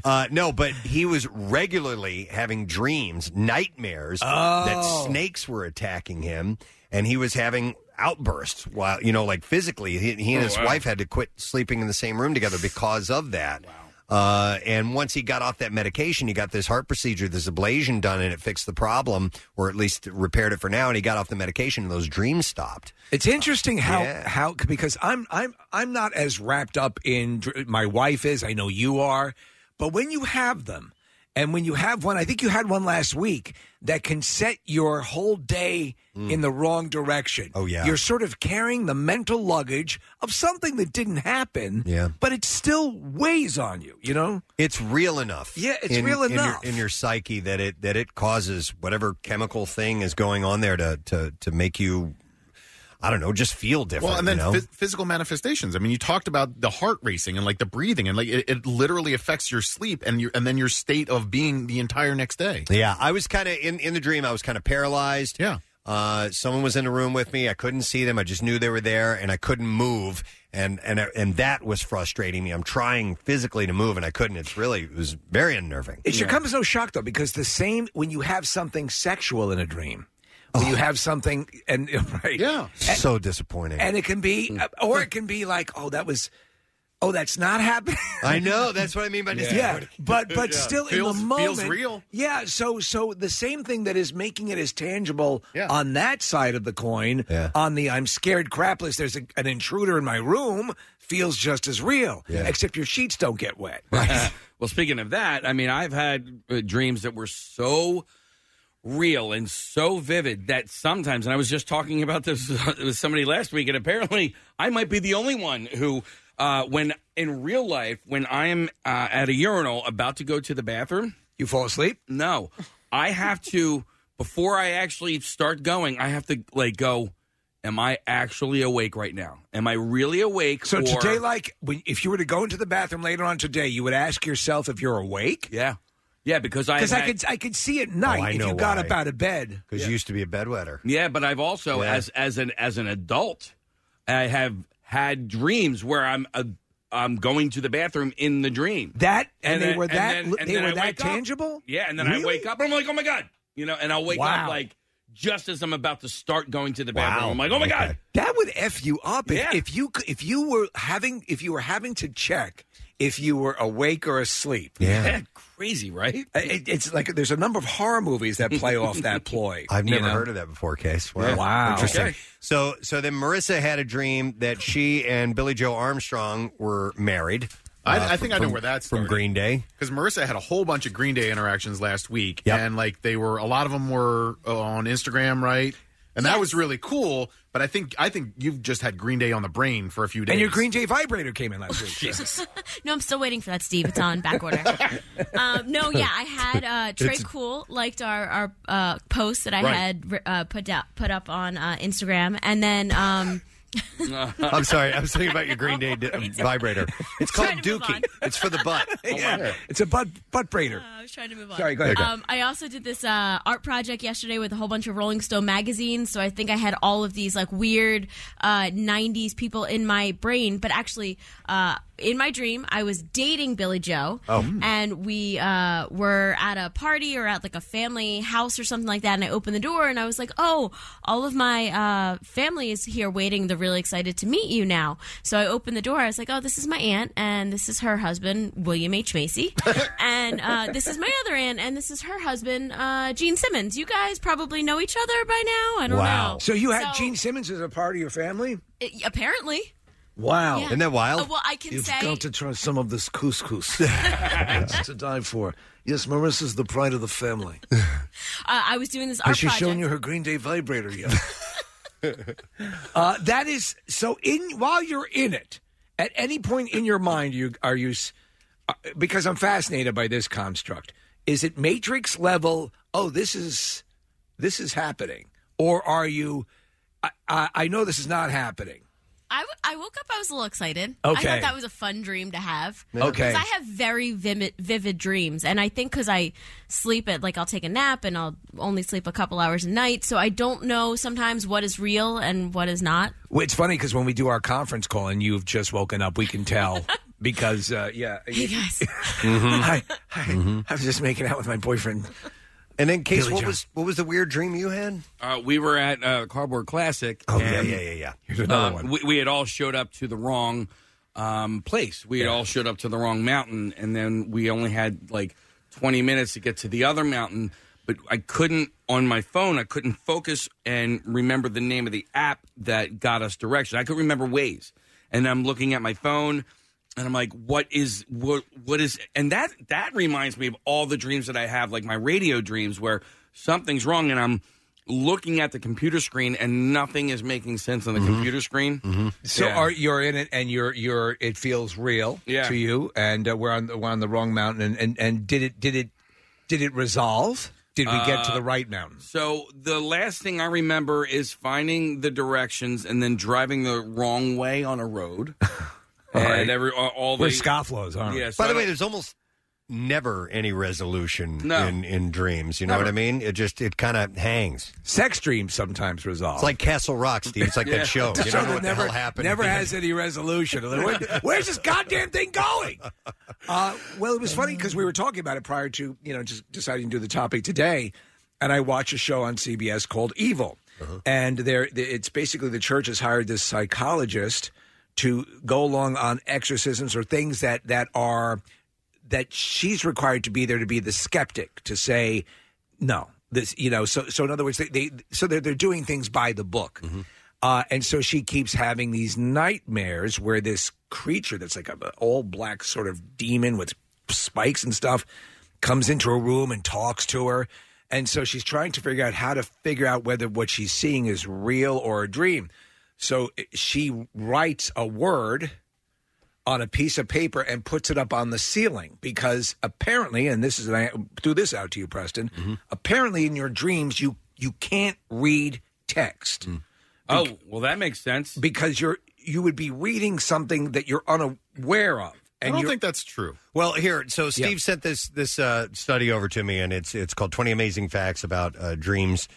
Speaker 1: Uh, no, but he was regularly having dreams, nightmares that
Speaker 4: Oh.
Speaker 1: snakes were attacking him, and he was having outbursts while you know, like physically. He, he and
Speaker 4: Oh,
Speaker 1: his
Speaker 4: wow.
Speaker 1: wife had to quit sleeping in the same room together because of that. Uh, and once he got off that medication, he got this heart procedure, this ablation done, and it fixed the problem, or at least repaired it for now. And he got off the medication, and those dreams stopped.
Speaker 3: It's interesting how
Speaker 1: Yeah.
Speaker 3: how because I'm I'm I'm not as wrapped up in dr- my wife is. I know you are, but when you have them, and when you have one, I think you had one last week that can set your whole day in the wrong direction. Oh
Speaker 1: Mm. yeah.
Speaker 3: you're sort of carrying the mental luggage of something that didn't happen.
Speaker 1: Yeah.
Speaker 3: but it still weighs on you. You know,
Speaker 1: it's real enough.
Speaker 3: Yeah, it's
Speaker 1: in-
Speaker 3: real
Speaker 1: in your-
Speaker 3: enough.
Speaker 1: in your, psyche that it that it causes whatever chemical thing is going on there to to to make you, I don't know, just feel different.
Speaker 9: Well, and then
Speaker 1: you know?
Speaker 9: phys- physical manifestations. I mean, you talked about the heart racing and like the breathing, and like it, it literally affects your sleep and your and then your state of being the entire next day.
Speaker 1: Yeah, I was kind of in in the dream. I was kind of paralyzed.
Speaker 9: Yeah.
Speaker 1: Uh, someone was in the room with me. I couldn't see them. I just knew they were there, and I couldn't move. And and and that was frustrating me. I'm trying physically to move, and I couldn't. It's really it was very unnerving.
Speaker 3: It should come as no shock though, because the same when you have something sexual in a dream, when you have something and right, yeah,
Speaker 1: so Mm. disappointing.
Speaker 3: and it can be, uh, or it can be like, oh, that was, oh, that's not happening.
Speaker 1: I know. That's what I mean by
Speaker 3: yeah.
Speaker 1: disappointing.
Speaker 3: but but
Speaker 1: Yeah.
Speaker 3: still
Speaker 1: Feels-
Speaker 3: in the moment,
Speaker 1: feels real.
Speaker 3: Yeah, so so the same thing that is making it as tangible on that side of the coin, on the I'm scared crap list. There's a, an intruder in my room, feels just as real, except your sheets don't get wet.
Speaker 6: well, speaking of that, I mean, I've had uh, dreams that were so real and so vivid that sometimes, and I was just talking about this with somebody last week, and apparently I might be the only one who, uh, when in real life, when I'm uh, at a urinal about to go to the bathroom,
Speaker 3: you fall asleep?
Speaker 6: No. I have to, before I actually start going, I have to like go. Am I actually awake right now? Am I really awake?
Speaker 3: So
Speaker 6: or-
Speaker 3: today, like, when, if you were to go into the bathroom later on today, you would ask yourself if you're awake.
Speaker 6: Yeah, yeah, because I
Speaker 3: because I
Speaker 6: had-
Speaker 3: could I could see at
Speaker 1: Oh,
Speaker 3: night
Speaker 6: I
Speaker 3: if you
Speaker 6: know
Speaker 3: got
Speaker 6: why.
Speaker 3: up out of bed.
Speaker 1: because you used to be a bedwetter.
Speaker 6: Yeah, but I've also
Speaker 1: Yeah.
Speaker 6: as as an as an adult, I have had dreams where I'm a, I'm going to the bathroom in the dream.
Speaker 3: That and, they
Speaker 6: then-
Speaker 3: were that
Speaker 6: then-
Speaker 3: li-
Speaker 6: and
Speaker 3: they
Speaker 6: then
Speaker 3: were
Speaker 6: I
Speaker 3: that
Speaker 6: wake up.
Speaker 3: tangible.
Speaker 6: Yeah, and then I
Speaker 3: Really?
Speaker 6: wake up. I'm like, oh my god, you know, and I'll wake
Speaker 3: Wow.
Speaker 6: up like just as I'm about to start going to the bathroom. I'm like, oh my god,
Speaker 3: that would f you up if,
Speaker 6: Yeah.
Speaker 3: if you c- if you were having if you were having to check if you were awake or asleep.
Speaker 6: Yeah. crazy, right?
Speaker 3: It, it's like there's a number of horror movies that play off that ploy.
Speaker 1: I've
Speaker 3: you
Speaker 1: never
Speaker 3: know?
Speaker 1: heard of that before, Case.
Speaker 3: Yeah. Wow.
Speaker 1: Interesting.
Speaker 3: Okay.
Speaker 1: So, so then Marissa had a dream that she and Billy Joe Armstrong were married.
Speaker 9: I,
Speaker 1: uh,
Speaker 9: I think I know
Speaker 1: from-
Speaker 9: where that's
Speaker 1: from Green Day.
Speaker 9: because Marissa had a whole bunch of Green Day interactions last week,
Speaker 1: Yep.
Speaker 9: and like they were a lot of them were uh, on Instagram, right? And that was really cool. But I think I think you've just had Green Day on the brain for a few days. Oh,
Speaker 3: And your Green Day vibrator came in last week.
Speaker 11: no, I'm still waiting for that, Steve. It's on back order. um, no, yeah, I had uh, Trey
Speaker 9: It's-
Speaker 11: Cool liked our our uh, post that I
Speaker 1: Right.
Speaker 11: had uh, put out, put up on uh, Instagram, and then um,
Speaker 1: I'm sorry. I was thinking about your Green Day d- vibrator. It's called Dookie. It's for the butt.
Speaker 3: Yeah. It's a butt butt braider.
Speaker 11: I was trying to move on.
Speaker 3: Sorry, go ahead.
Speaker 11: Um, I also did this uh, art project yesterday with a whole bunch of Rolling Stone magazines. So I think I had all of these like weird uh, '90s people in my brain. But actually, uh, in my dream, I was dating Billy Joe,
Speaker 4: Oh.
Speaker 11: and we uh, were at a party or at like a family house or something like that. And I opened the door, and I was like, "Oh, all of my uh, family is here waiting. They're really excited to meet you now." So I opened the door. I was like, "Oh, this is my aunt, and this is her husband, William H Macy." and uh, this is my other aunt, and this is her husband, uh, Gene Simmons. You guys probably know each other by now. I don't know.
Speaker 3: So you had Gene Simmons as a part of your family?
Speaker 11: It- apparently.
Speaker 14: Wow.
Speaker 11: Yeah. Isn't that wild? Uh, well, I can
Speaker 14: You've
Speaker 11: say-
Speaker 14: got to try some of this couscous. it's to die for. Yes, Marissa's the pride of the family.
Speaker 11: Uh, I was doing this art
Speaker 14: Has she
Speaker 11: project.
Speaker 14: shown you her Green Day vibrator yet?
Speaker 3: Uh, that is so. In while you're in it, at any point in your mind, you are you s- uh, because I'm fascinated by this construct. Is it Matrix level? Oh, this is this is happening, or are you? I, I, I know this is not happening.
Speaker 11: I, w- I woke up. I was a little excited. I
Speaker 3: Okay.
Speaker 11: thought that was a fun dream to have.
Speaker 3: Yeah. Okay.
Speaker 11: 'Cause I have very vivid, vivid dreams, and I think because I sleep at like I'll take a nap and I'll only sleep a couple hours a night, so I don't know sometimes what is real and what is not.
Speaker 3: Well, it's funny because when we do our conference call and you've just woken up, we can tell because uh, yeah.
Speaker 11: Hey guys.
Speaker 3: I, I, I was just making out with my boyfriend.
Speaker 1: And then, Case,
Speaker 3: Billy
Speaker 1: what
Speaker 3: Joe.
Speaker 1: was what was the weird dream you had?
Speaker 6: Uh, we were at uh, Cardboard Classic.
Speaker 1: Oh, yeah,
Speaker 6: and,
Speaker 1: yeah, yeah, yeah.
Speaker 3: Here's another
Speaker 6: um, We, we had all showed up to the wrong um, place. We had all showed up to the wrong mountain, and then we only had like 20 minutes to get to the other mountain. But I couldn't on my phone. I couldn't focus and remember the name of the app that got us direction. I could remember ways, and I'm looking at my phone and I'm like, what is what what is and that that reminds me of all the dreams that I have, like my radio dreams where something's wrong and I'm looking at the computer screen and nothing is making sense on the computer screen.
Speaker 3: Mm-hmm. So
Speaker 6: Yeah.
Speaker 3: are you're in it and you're you're it feels real
Speaker 6: Yeah.
Speaker 3: to you and uh, we're on the, we're on the wrong mountain and, and and did it did it did it resolve? Did we get to
Speaker 6: Uh,
Speaker 3: the right mountain?
Speaker 6: So the last thing I remember is finding the directions and then driving the wrong way on a road. and
Speaker 1: right.
Speaker 6: every all, all
Speaker 1: We're
Speaker 6: the
Speaker 1: scofflaws,
Speaker 3: aren't
Speaker 6: yeah,
Speaker 1: By the way, there's almost never any resolution
Speaker 6: No.
Speaker 1: in in dreams. You know
Speaker 6: Never.
Speaker 1: what I mean? It just it kind of hangs.
Speaker 3: Sex dreams sometimes resolve.
Speaker 1: It's like Castle Rock, Steve. It's like
Speaker 3: Yeah.
Speaker 1: that show.
Speaker 3: So
Speaker 1: You don't know
Speaker 3: that
Speaker 1: what
Speaker 3: never,
Speaker 1: the hell happened.
Speaker 3: Never has any resolution. Where- where's this goddamn thing going? Uh, well, it was funny because we were talking about it prior to you know just deciding to do the topic today, and I watch a show on CBS called Evil,
Speaker 1: Uh-huh.
Speaker 3: Uh-huh. and there it's basically the church has hired this psychologist to go along on exorcisms or things that that are that she's required to be there to be the skeptic to say no this you know so so in other words they, they so they're, they're doing things by the book uh, and so she keeps having these nightmares where this creature that's like a an all black sort of demon with spikes and stuff comes into her room and talks to her and so she's trying to figure out how to figure out whether what she's seeing is real or a dream so eh, she writes a word on a piece of paper and puts it up on the ceiling because apparently, and this is and I threw this out to you, Preston.
Speaker 6: Mm-hmm.
Speaker 3: Apparently, in your dreams, you you can't read text.
Speaker 6: Oh, well, that makes sense
Speaker 3: because you're you would be reading something that you're unaware of. And
Speaker 1: don't
Speaker 3: you're-
Speaker 1: think
Speaker 9: that's true.
Speaker 1: Well, here, so Steve sent this this uh, study over to me, and it's it's called Twenty Amazing Facts About uh, Dreams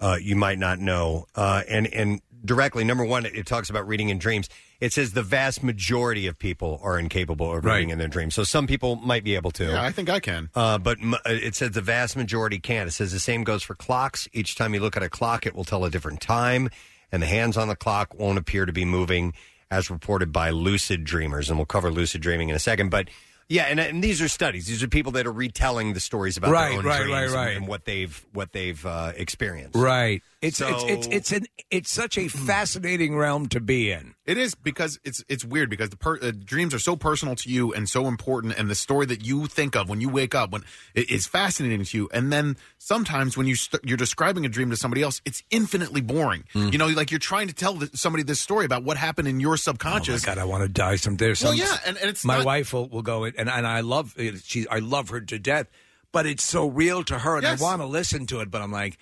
Speaker 1: uh, You Might Not Know, uh, and and directly number one, it talks about reading in dreams. It It says the vast majority of people are incapable of reading in their dreams. So some people might be able to.
Speaker 9: Yeah, I think I can.
Speaker 1: Uh, but m- uh, it says the vast majority can't. It says the same goes for clocks. Each time you look at a clock, it will tell a different time, and the hands on the clock won't appear to be moving as reported by lucid dreamers. And we'll cover lucid dreaming in a second. But yeah, and, and these are studies. These are people that are retelling the stories about
Speaker 3: Right,
Speaker 1: their own
Speaker 3: right,
Speaker 1: dreams
Speaker 3: right,
Speaker 1: and-
Speaker 3: right.
Speaker 1: And, what they've what they've uh, experienced.
Speaker 3: Right. It's
Speaker 1: So-
Speaker 3: it's, it's it's an it's such a fascinating realm to be in.
Speaker 9: It is because it's it's weird because the per, uh, dreams are so personal to you and so important, and the story that you think of when you wake up when it is fascinating to you, and then sometimes when you st- you're describing a dream to somebody else, it's infinitely boring.
Speaker 3: Hmm.
Speaker 9: You know, like you're trying to tell th- somebody this story about what happened in your subconscious.
Speaker 3: Oh God, I want to die someday. Or
Speaker 9: Well,
Speaker 3: some-
Speaker 9: yeah, and- and it's
Speaker 3: my
Speaker 9: not-
Speaker 3: wife will, will go and and I love eh, she I love her to death, but it's so real to her, and
Speaker 9: Yes.
Speaker 3: I want to listen to it, but I'm like,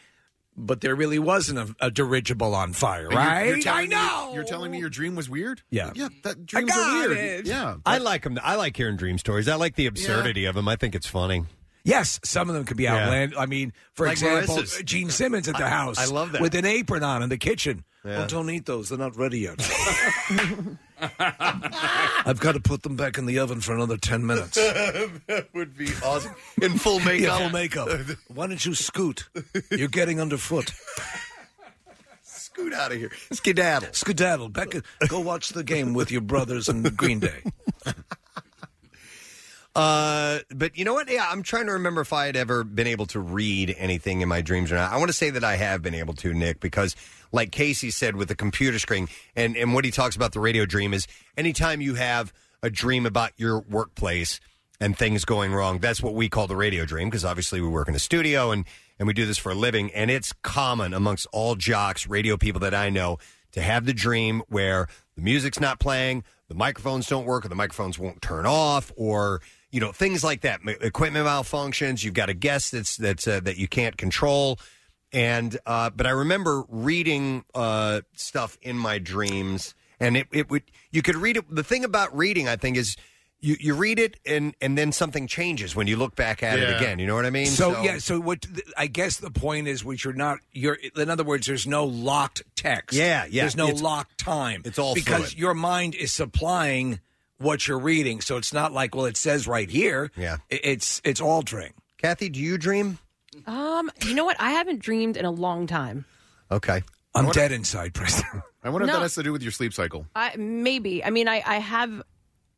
Speaker 3: but there really wasn't a, a dirigible on fire,
Speaker 9: And you're-
Speaker 3: right?
Speaker 9: you're
Speaker 3: I
Speaker 9: telling me-
Speaker 3: know.
Speaker 9: you're telling me your dream was weird.
Speaker 3: Yeah.
Speaker 9: yeah, that dreams are
Speaker 3: got
Speaker 9: weird.
Speaker 3: it.
Speaker 9: Yeah,
Speaker 1: I like them. I like hearing dream stories. I like the absurdity of them. I think it's funny.
Speaker 3: Yes, some of them could be
Speaker 1: Yeah.
Speaker 3: outland. I mean, for
Speaker 1: Like
Speaker 3: example,
Speaker 1: Marissa's.
Speaker 3: Gene Simmons at the
Speaker 1: I-
Speaker 3: house.
Speaker 1: I love that.
Speaker 3: with an apron on in the kitchen.
Speaker 14: Yeah.
Speaker 3: Oh, don't eat those; they're not ready yet.
Speaker 14: I've got to put them back in the oven for another 10 minutes.
Speaker 9: that would be awesome. In full
Speaker 14: Yeah, full makeup. Why don't you scoot? You're getting underfoot.
Speaker 9: Scoot out of here.
Speaker 1: Skedaddle.
Speaker 14: Skedaddle. Becca, go watch the game with your brothers in Green Day.
Speaker 1: Uh, but you know what? Yeah, I'm trying to remember if I had ever been able to read anything in my dreams or not. I want to say that I have been able to, Nick, because like Casey said with the computer screen and, and what he talks about the radio dream is anytime you have a dream about your workplace and things going wrong, that's what we call the radio dream because obviously we work in a studio and, and we do this for a living. And it's common amongst all jocks, radio people that I know to have the dream where the music's not playing, the microphones don't work, or the microphones won't turn off, or you know things like that. M- Equipment malfunctions. You've got a guest that's that's uh, that you can't control. And uh, but I remember reading uh, stuff in my dreams, and it, it would you could read it. The thing about reading, I think, is. You, you read it and, and then something changes when you look back at it
Speaker 3: Yeah.
Speaker 1: again. You know what I mean?
Speaker 3: So, yeah, so what th- I guess the point is, which you're not, you're in other words, there's no locked text.
Speaker 1: Yeah, yeah.
Speaker 3: There's no
Speaker 1: It's-
Speaker 3: locked time.
Speaker 1: it's all
Speaker 3: because
Speaker 1: fluid.
Speaker 3: your mind is supplying what you're reading. So it's not like, well, it says right here.
Speaker 1: Yeah.
Speaker 3: I- It's it's altering.
Speaker 1: Kathy, do you dream?
Speaker 2: Um, you know what? I haven't dreamed in a long time.
Speaker 1: Okay.
Speaker 3: I'm dead inside, Preston.
Speaker 9: I wonder if
Speaker 2: No.
Speaker 9: that has to do with your sleep cycle.
Speaker 2: I maybe. I mean, I I have.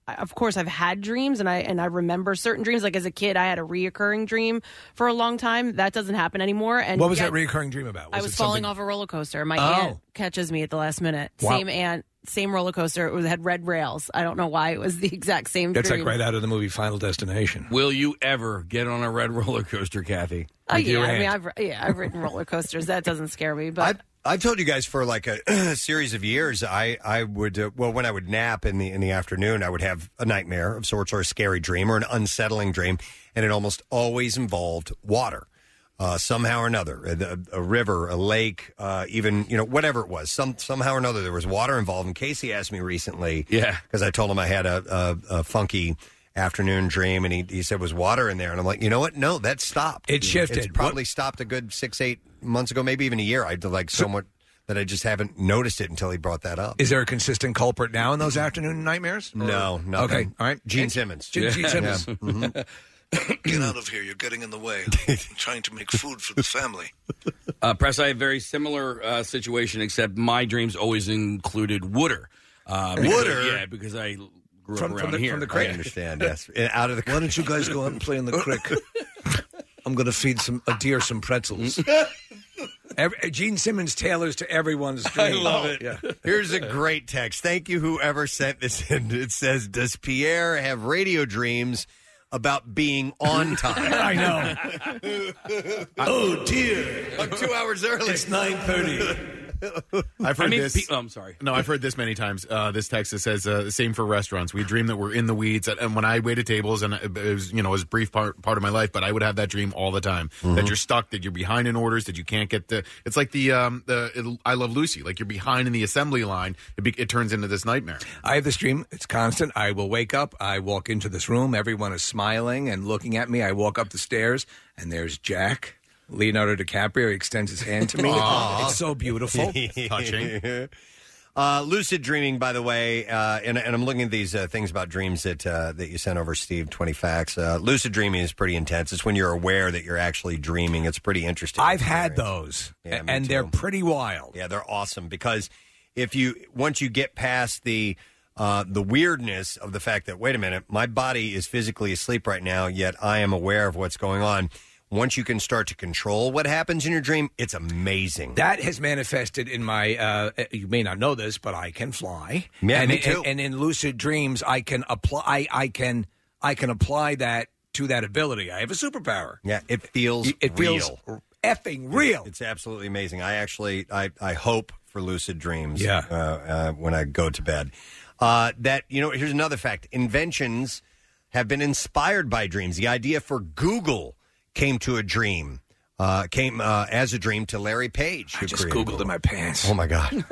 Speaker 2: I- Of course, I've had dreams, and I and I remember certain dreams. Like as a kid, I had a reoccurring dream for a long time. That doesn't happen anymore. And
Speaker 3: what was
Speaker 2: yet-
Speaker 3: that recurring dream about?
Speaker 2: I was
Speaker 3: it something-
Speaker 2: falling off a roller coaster. My
Speaker 3: Oh.
Speaker 2: aunt catches me at the last minute.
Speaker 3: Wow.
Speaker 2: Same aunt, same roller coaster. It was, had red rails. I don't know why it was the exact same.
Speaker 3: That's
Speaker 2: dream.
Speaker 3: like right out of the movie Final Destination.
Speaker 6: Will you ever get on a red roller coaster, Kathy?
Speaker 2: Oh yeah, I mean, I've yeah, I've ridden roller coasters. That doesn't scare me, but
Speaker 1: I've told you guys for like a series of years, I I would uh, well when I would nap in the in the afternoon, I would have a nightmare of sorts or a scary dream or an unsettling dream, and it almost always involved water, uh, somehow or another, a, a river, a lake, uh, even you know whatever it was, some somehow or another there was water involved. And Casey asked me recently,
Speaker 6: Yeah.
Speaker 1: because I told him I had a, a, a funky afternoon dream, and he he said was water in there, and I'm like, you know what? No, that stopped.
Speaker 3: It shifted.
Speaker 1: It's probably stopped a good six eight months ago, maybe even a year. I did like so much that I just haven't noticed it until he brought that up.
Speaker 3: Is there a consistent culprit now in those afternoon nightmares? Or-
Speaker 1: No, nothing.
Speaker 3: Okay, all right.
Speaker 1: Gene
Speaker 3: And-
Speaker 1: Simmons. Mm-hmm.
Speaker 3: Gene, Gene
Speaker 1: Yeah.
Speaker 3: Simmons. Mm-hmm.
Speaker 1: Yeah. Mm-hmm.
Speaker 14: Get out of here. You're getting in the way. I'm trying to make food for the family.
Speaker 6: Uh, Press, I have a very similar uh, situation, except my dreams always included Wooder. Uh,
Speaker 14: Wooder?
Speaker 6: Yeah, because I grew
Speaker 14: From- from
Speaker 6: up around
Speaker 14: the-
Speaker 6: here.
Speaker 14: from the creek.
Speaker 6: I
Speaker 1: understand, yes. Out of the
Speaker 14: Why don't you guys go out and play in the creek?
Speaker 3: I'm going to feed some a deer some pretzels. Every, Gene Simmons tailors to everyone's dream.
Speaker 1: Oh, Here's a great text. Thank you, whoever sent this in. It says, "Does Pierre have radio dreams about being on time?"
Speaker 4: I
Speaker 1: know.
Speaker 4: Oh,
Speaker 1: dear, I'm two hours early.
Speaker 4: It's 9:30.
Speaker 9: I've heard
Speaker 4: I mean,
Speaker 9: this.
Speaker 4: pe- oh,
Speaker 6: I'm sorry.
Speaker 9: No, I've heard this many times. Uh, this text that says, uh, "Same for restaurants. We dream that we're in the weeds." And- And when I waited tables, and uh, it was you know it was a brief part part of my life, but I would have that dream all the time that you're stuck, that you're behind in orders, that you can't get the. It's like the um, the it, I Love Lucy, like you're behind in the assembly line. It, be, it turns into this nightmare.
Speaker 3: I have this dream. It's constant. I will wake up. I walk into this room. Everyone is smiling and looking at me. I walk up the stairs, and there's Jack. Leonardo DiCaprio He extends his hand to me.
Speaker 1: Aw.
Speaker 3: It's so beautiful.
Speaker 1: Touching. Uh, lucid dreaming, by the way, uh, and, and I'm looking at these uh, things about dreams that uh, that you sent over, Steve. Twenty facts. Uh, lucid dreaming is pretty intense. It's when you're aware that you're actually dreaming. It's pretty interesting.
Speaker 3: I've had those,
Speaker 1: Yeah, me
Speaker 3: and they're pretty wild.
Speaker 1: Yeah, they're awesome because if you once you get past the uh, the weirdness of the fact that wait a minute, my body is physically asleep right now, yet I am aware of what's going on. Once you can start to control what happens in your dream, it's amazing.
Speaker 3: That has manifested in my. Uh, you may not know this, but I can fly.
Speaker 1: Yeah,
Speaker 3: and,
Speaker 1: me too.
Speaker 3: And, and in lucid dreams, I can apply. I, I can. I can apply that to that ability. I have a superpower.
Speaker 1: Yeah, it feels
Speaker 3: It- it feels
Speaker 1: real.
Speaker 3: effing real.
Speaker 1: It's absolutely amazing. I actually, I, I hope for lucid dreams.
Speaker 3: Yeah.
Speaker 1: Uh, uh, when I go to bed, uh, that you know, here's another fact: inventions have been inspired by dreams. The idea for Google came to a dream. Uh, came uh, as a dream to Larry Page. Who
Speaker 3: just
Speaker 1: created
Speaker 3: Googled in my pants.
Speaker 1: Oh my god!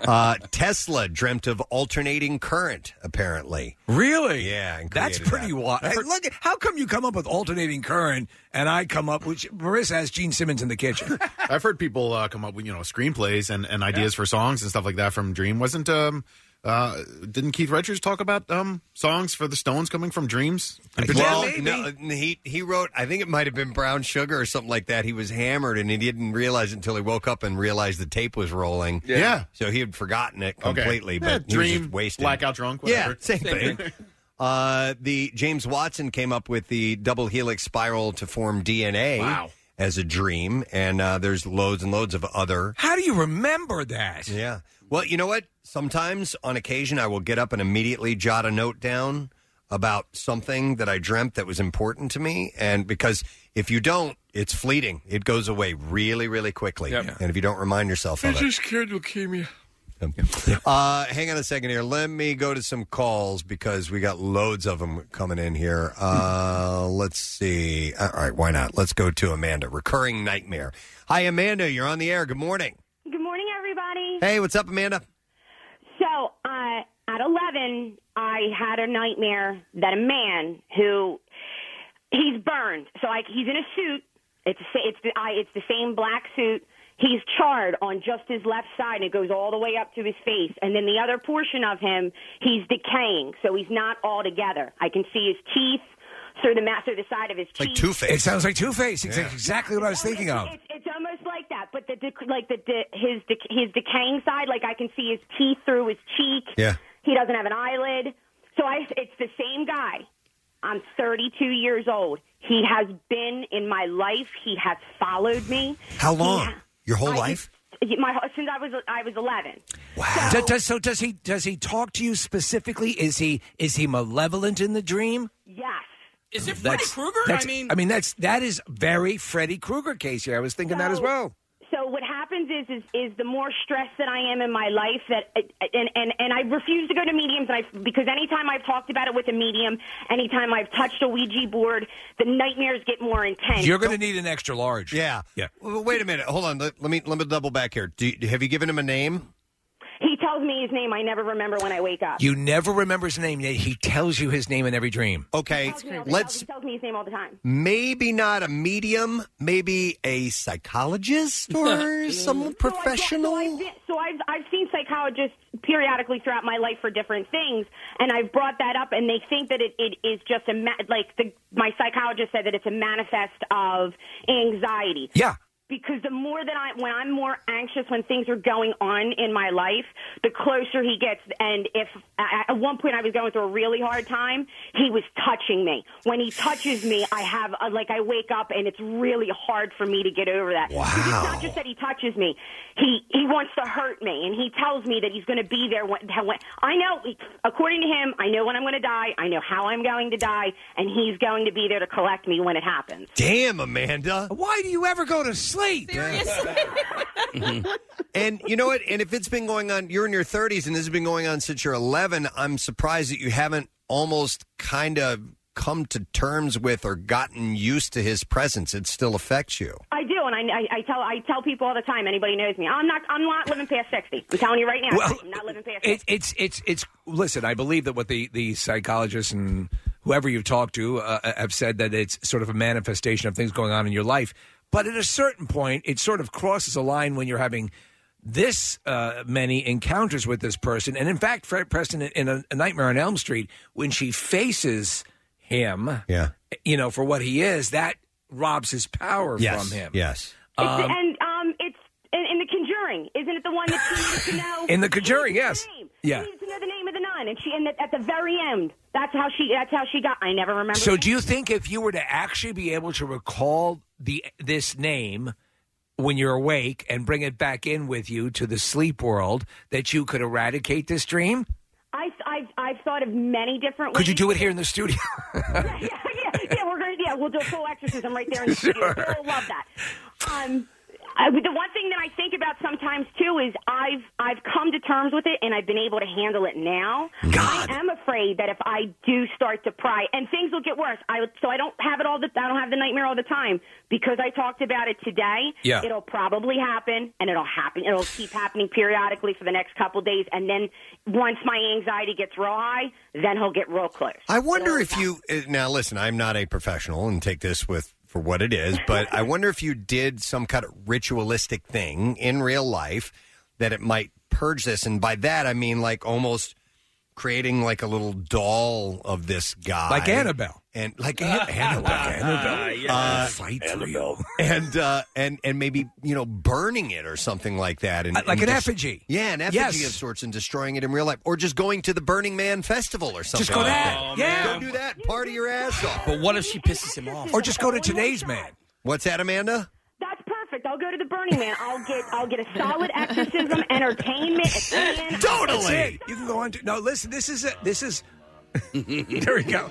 Speaker 1: uh, Tesla dreamt of alternating current. Apparently,
Speaker 3: Really?
Speaker 1: Yeah, and
Speaker 3: that's
Speaker 1: created
Speaker 3: pretty
Speaker 1: that.
Speaker 3: wild. Hey, look, at, how come you come up with alternating current, and I come up with Marissa has Gene Simmons in the kitchen?
Speaker 9: I've heard people uh, come up with you know screenplays and, and ideas for songs and stuff like that from Dream. Wasn't um uh didn't Keith Richards talk about um songs for the Stones coming from dreams? In
Speaker 1: Well,
Speaker 9: particular?
Speaker 1: no, uh, he he wrote. I think it might have been brown sugar or something like that. He was hammered and he didn't realize until he woke up and realized the tape was rolling.
Speaker 9: Yeah. Yeah.
Speaker 1: so he had forgotten it
Speaker 9: Okay.
Speaker 1: completely.
Speaker 9: Yeah,
Speaker 1: But he was
Speaker 9: dream,
Speaker 1: just wasted.
Speaker 9: blackout drunk,
Speaker 1: Yeah,
Speaker 9: whatever.
Speaker 1: same,
Speaker 9: Same
Speaker 1: thing. Uh, the James Watson came up with the double helix spiral to form DNA
Speaker 3: Wow.
Speaker 1: as a dream, and uh, there's loads and loads of other
Speaker 3: how do you remember that?
Speaker 1: yeah. Well, you know what? Sometimes, on occasion, I will get up and immediately jot a note down about something that I dreamt that was important to me. And because if you don't, it's fleeting. It goes away really, really quickly. And if you don't remind yourself of it.
Speaker 20: cured leukemia.
Speaker 1: Uh, hang on a second here. Let me go to some calls because we got loads of them coming in here. Uh, let's see. Uh, All right, why not? Let's go to Amanda. Recurring nightmare. Hi, Amanda. You're on the air. Good morning.
Speaker 21: Good morning, everybody.
Speaker 1: Hey, what's up, Amanda?
Speaker 21: So, uh, at 11, I had a nightmare that a man who he's burned. So I, he's in a suit. It's the sa- it's the I, it's the same black suit. He's charred on just his left side, and it goes all the way up to his face. And then the other portion of him, he's decaying, so he's not all together. I can see his teeth through the ma- through the side of his cheek.
Speaker 3: Two Face. It sounds like Two Face. It's exactly what I was thinking of.
Speaker 21: It's, it's almost like that, but the dec- like the de- his dec- his decaying side, like I can see his teeth through his cheek.
Speaker 1: Yeah.
Speaker 21: He doesn't have an eyelid. So I, it's the same guy. I'm 32 years old. He has been in my life. He has followed me.
Speaker 1: How long? Your whole life?
Speaker 21: My whole- since I was I was 11.
Speaker 3: Does, does- so does he? Does he talk to you specifically? Is he? Is he malevolent in the dream?
Speaker 21: Yes.
Speaker 3: Is
Speaker 21: it Freddy Krueger?
Speaker 3: That's,
Speaker 21: I mean-
Speaker 3: I mean, that's that is very Freddy Krueger case here. I was thinking that as
Speaker 21: So-
Speaker 3: well.
Speaker 21: So what happens is, is, is the more stressed that I am in my life that, uh, and, and, and I refuse to go to mediums and I, because anytime I've talked about it with a medium, anytime I've touched a Ouija board, the nightmares get more intense.
Speaker 3: You're going to need an extra large.
Speaker 1: Yeah.
Speaker 3: Yeah.
Speaker 1: Well, wait a minute. Hold on. Let, let me let me double back here. Do you, have you given him a name?
Speaker 21: He tells me his name. I never remember when I wake up.
Speaker 3: You never remember his name. yet He tells you his name in every dream.
Speaker 1: Okay.
Speaker 21: He tells me all the-
Speaker 1: Let's
Speaker 21: he tells me his name all the time.
Speaker 1: maybe not a medium, maybe a psychologist or some professional.
Speaker 21: So I've I've seen psychologists periodically throughout my life for different things, and I've brought that up, and they think that it, it is just a ma- like the, my psychologist said that it's a manifest of anxiety.
Speaker 3: Yeah.
Speaker 21: Because the more that I, when I'm more anxious when things are going on in my life, the closer he gets. And if I- at one point I was going through a really hard time, he was touching me. When he touches me, I have uh like I wake up and it's really hard for me to get over that. 'Cause It's not just that he touches me; he he wants to hurt me, and he tells me that he's going to be there when, when I know. According to him, I know when I'm going to die. I know how I'm going to die, and he's going to be there to collect me when it happens.
Speaker 1: Damn, Amanda.
Speaker 3: Why do you ever go to sleep?
Speaker 1: and you know what? And if it's been going on, you're in your 30s, and this has been going on since you're 11. I'm surprised that you haven't almost kind of come to terms with or gotten used to his presence. It still affects you.
Speaker 21: I do, and I, I, I tell I tell people all the time. Anybody knows me. I'm not I'm not living past sixty. I'm telling you right now.
Speaker 3: Well,
Speaker 21: I'm not living past.
Speaker 3: It, it's it's it's. Listen, I believe that what the the psychologists and whoever you've talked to uh, have said that it's sort of a manifestation of things going on in your life. But at a certain point, it sort of crosses a line when you're having this uh, many encounters with this person. And in fact, Fred Preston in a, a Nightmare on Elm Street, when she faces him,
Speaker 1: Yeah.
Speaker 3: you know, for what he is, that robs his power
Speaker 1: Yes.
Speaker 3: from him.
Speaker 1: Yes.
Speaker 3: Um,
Speaker 21: It's, and um, it's in, in The Conjuring, isn't it? The one that she needed to know.
Speaker 3: in The Conjuring, yes. Yeah.
Speaker 21: She needed to know the name of the nun, and she and at the very end, that's how she. That's how she got. I never remember.
Speaker 3: So, do you think if you were to actually be able to recall the this name when you're awake and bring it back in with you to the sleep world, that you could eradicate this dream?
Speaker 21: I, I've, I've thought of many different.
Speaker 3: Could you
Speaker 21: ways.
Speaker 3: do it here in the studio?
Speaker 21: yeah, we're gonna. Yeah, we'll do a full exorcism right there in the
Speaker 3: Sure.
Speaker 21: studio. People will love that. Um, I, the one thing that I think about sometimes too is I've I've come to terms with it and I've been able to handle it now. I am afraid that if I do start to pry and things will get worse. I so I don't have it all the I don't have the nightmare all the time because I talked about it today.
Speaker 22: Yeah.
Speaker 21: it'll probably happen and it'll happen. It'll keep happening periodically for the next couple days and then once my anxiety gets real high, then he'll get real close.
Speaker 1: I wonder if you uh, now listen. I'm not a professional, and take this with for what it is. But I wonder if you did some kind of ritualistic thing in real life that it might purge this. And by that, I mean like almost creating like a little doll of this guy,
Speaker 3: Like Annabelle.
Speaker 1: and like An- Annabelle,
Speaker 3: Ah, yes.
Speaker 1: Uh,
Speaker 3: Fight
Speaker 1: Annabelle, and uh, and and maybe you know burning it or something like that, and
Speaker 3: Uh, like
Speaker 1: and
Speaker 3: an
Speaker 1: just-
Speaker 3: effigy.
Speaker 1: yeah, an effigy
Speaker 3: Yes.
Speaker 1: of sorts, and destroying it in real life, or just going to the Burning Man festival or something.
Speaker 3: Just go
Speaker 1: like
Speaker 3: that.
Speaker 1: that.
Speaker 3: yeah.
Speaker 1: Go do that. Party your ass off.
Speaker 6: But what if she pisses him off?
Speaker 3: Or just go to today's man.
Speaker 1: What's that, Amanda?
Speaker 21: That's perfect. I'll go to the Burning Man. I'll get I'll get a solid exorcism, entertainment. a tan.
Speaker 3: That's it. You can go on to no. Listen, this is a, this is. there we go.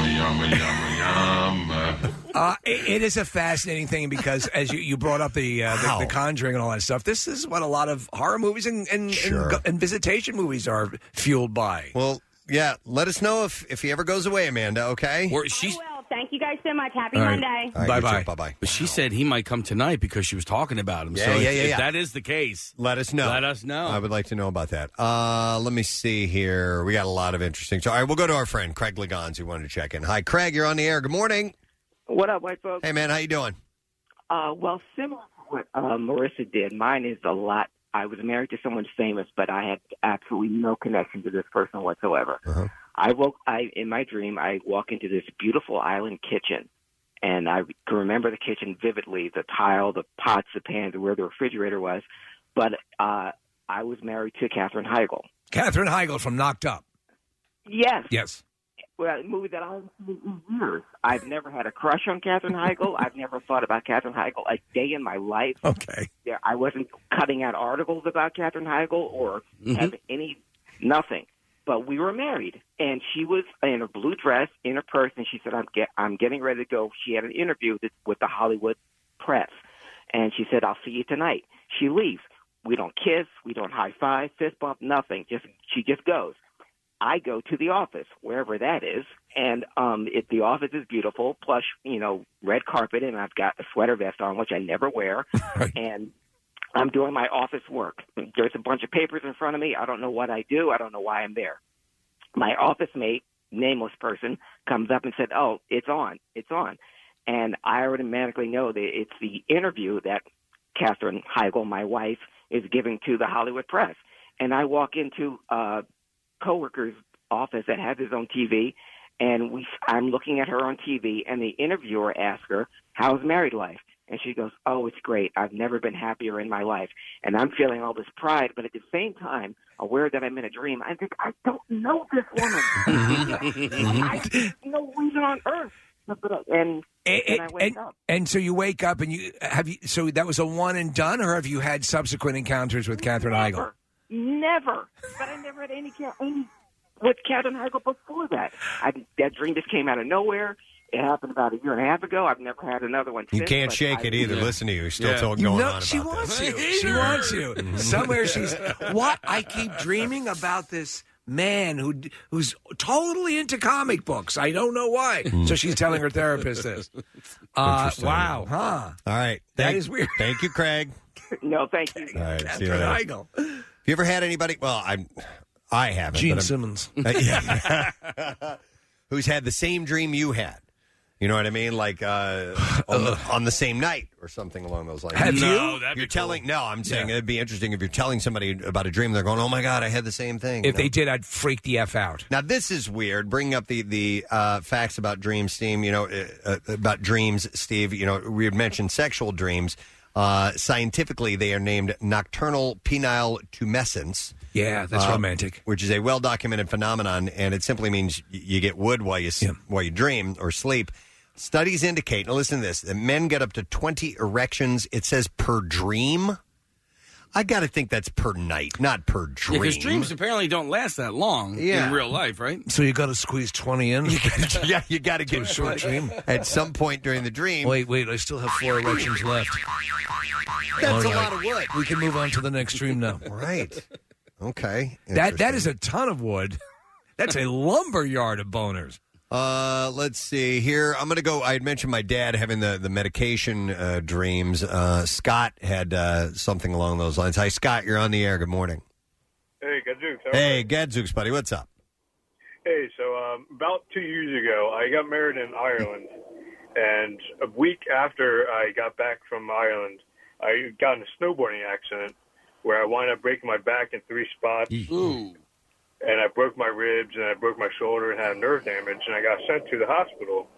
Speaker 3: Uh, it, it is a fascinating thing because as you, you brought up the, uh, the the Conjuring and all that stuff, this is what a lot of horror movies and and, and, go- and visitation movies are fueled by.
Speaker 1: Well, yeah. Let us know if if he ever goes away, Amanda. Okay.
Speaker 6: Or she's
Speaker 21: Well, Oh, thank you guys so much. Happy Monday.
Speaker 1: bye. Bye bye.
Speaker 6: But she said he might come tonight because she was talking about him.
Speaker 1: Yeah,
Speaker 6: so if-
Speaker 1: yeah, yeah,
Speaker 6: if
Speaker 1: yeah.
Speaker 6: that is the case,
Speaker 1: let us know.
Speaker 6: Let us know.
Speaker 1: I would like to know about that. Uh, let me see here. We got a lot of interesting. So, all right, we'll go to our friend Craig Legons who wanted to check in. Hi, Craig. You're on the air. Good morning.
Speaker 23: What up, white folks?
Speaker 1: Hey, man. How you doing?
Speaker 23: Uh, well, similar to what uh, Marissa did, mine is a lot. I was married to someone famous, but I had absolutely no connection to this person whatsoever. I woke. I in my dream, I walk into this beautiful island kitchen, and I can remember the kitchen vividly: the tile, the pots, the pans, where the refrigerator was. But uh, I was married to Katherine Heigl.
Speaker 3: Katherine Heigl from Knocked Up.
Speaker 23: Yes,
Speaker 3: Yes.
Speaker 23: well, a movie that I haven't seen in years. I've never had a crush on Katherine Heigl. I've never thought about Katherine Heigl a day in my life.
Speaker 3: Okay.
Speaker 23: There, I wasn't cutting out articles about Katherine Heigl or
Speaker 22: Mhm.
Speaker 23: having any nothing. But we were married, and she was in a blue dress, in a purse, and she said, "I'm get, I'm getting ready to go." She had an interview with, with the Hollywood press, and she said, "I'll see you tonight." She leaves. We don't kiss. We don't high five, fist bump, nothing. Just she just goes. I go to the office, wherever that is, and um, it, the office is beautiful, plush, you know, red carpet, and I've got the sweater vest on, which I never wear, and I'm doing my office work. There's a bunch of papers in front of me. I don't know what I do. I don't know why I'm there. My office mate, nameless person, comes up and said, "Oh, it's on, it's on," and I automatically know that it's the interview that Catherine Heigl, my wife, is giving to the Hollywood Press, and I walk into. Uh, coworker's office that has his own TV, and we I'm looking at her on TV, and the interviewer asks her, "How's married life?" And she goes, "Oh, it's great. I've never been happier in my life." And I'm feeling all this pride, but at the same time, aware that I'm in a dream, I think I don't know this woman. I have no reason on earth. And
Speaker 3: And,
Speaker 23: then I wake
Speaker 3: and,
Speaker 23: up.
Speaker 3: and so you wake up and you have you. So that was a one and done, or have you had subsequent encounters with Katherine Heigl?
Speaker 23: Never. But I never had any ca- any with Captain Heigl before that. I, that dream just came out of nowhere. It happened about a year and a half ago. I've never had another one.
Speaker 1: You
Speaker 23: since,
Speaker 1: can't
Speaker 23: but
Speaker 1: shake
Speaker 23: I-
Speaker 1: it either. Listen to you. You're still
Speaker 3: Yeah.
Speaker 1: talking
Speaker 3: You
Speaker 1: going
Speaker 3: know,
Speaker 1: on about
Speaker 3: she wants you. She wants you. Somewhere she's what I keep dreaming about this man who who's totally into comic books. I don't know why. So she's telling her therapist this. Uh,
Speaker 1: Hmm. Interesting.
Speaker 3: wow, huh?
Speaker 1: All right.
Speaker 3: That
Speaker 1: Thank-
Speaker 3: is weird.
Speaker 1: Thank you, Craig.
Speaker 23: No, thank you.
Speaker 1: All right. See you
Speaker 3: Katherine
Speaker 1: later.
Speaker 3: Heigl.
Speaker 1: Have you ever had anybody? Well, I'm. I haven't. Uh,
Speaker 3: Gene
Speaker 1: but I'm-
Speaker 3: Simmons.
Speaker 1: Uh, yeah. Who's had the same dream you had? You know what I mean? Like uh, on, the, on the same night or something along those lines.
Speaker 4: Have
Speaker 1: No,
Speaker 4: you?
Speaker 1: That'd you're telling? No, I'm saying it'd be interesting if you're telling somebody about a dream. They're going, "Oh my god, I had the same thing."
Speaker 3: If
Speaker 1: No.
Speaker 3: they did, I'd freak the f out.
Speaker 1: Now this is weird. Bringing up the the uh, facts about dreams, Steve. You know uh, uh, about dreams, Steve. You know we had mentioned sexual dreams. Uh, scientifically, they are named nocturnal penile tumescence. uh,
Speaker 3: Yeah, that's romantic.
Speaker 1: Which is a well documented phenomenon, and it simply means y- you get wood while you s while you dream or sleep. Studies indicate. Now listen to this: that men get up to twenty erections. It says per dream. I got to think that's per night, not per dream.
Speaker 6: Because dreams apparently don't last that long
Speaker 1: Yeah.
Speaker 6: in real life, right?
Speaker 3: So you got to squeeze twenty in.
Speaker 1: yeah, you got to
Speaker 3: get a short dream
Speaker 1: at some point during the dream.
Speaker 3: Wait, wait, I still have four elections left.
Speaker 1: That's a
Speaker 3: All
Speaker 1: lot of wood.
Speaker 3: We can move on to the next dream now.
Speaker 1: right. Okay.
Speaker 3: That that is a ton of wood. That's a lumber yard of boners.
Speaker 1: Uh, let's see here. I'm gonna go. I had mentioned my dad having the the medication uh, dreams. Uh, Scott had uh, something along those lines. Hi, Scott. You're on the air. Good morning.
Speaker 5: Hey, Gadzooks. how are
Speaker 1: Hey,
Speaker 5: you?
Speaker 1: Gadzooks, buddy. What's up?
Speaker 5: Hey, so um, about two years ago, I got married in Ireland, and a week after I got back from Ireland, I got in a snowboarding accident where I wound up breaking my back in three spots. And I broke my ribs and I broke my shoulder and had nerve damage, and I got sent to the hospital.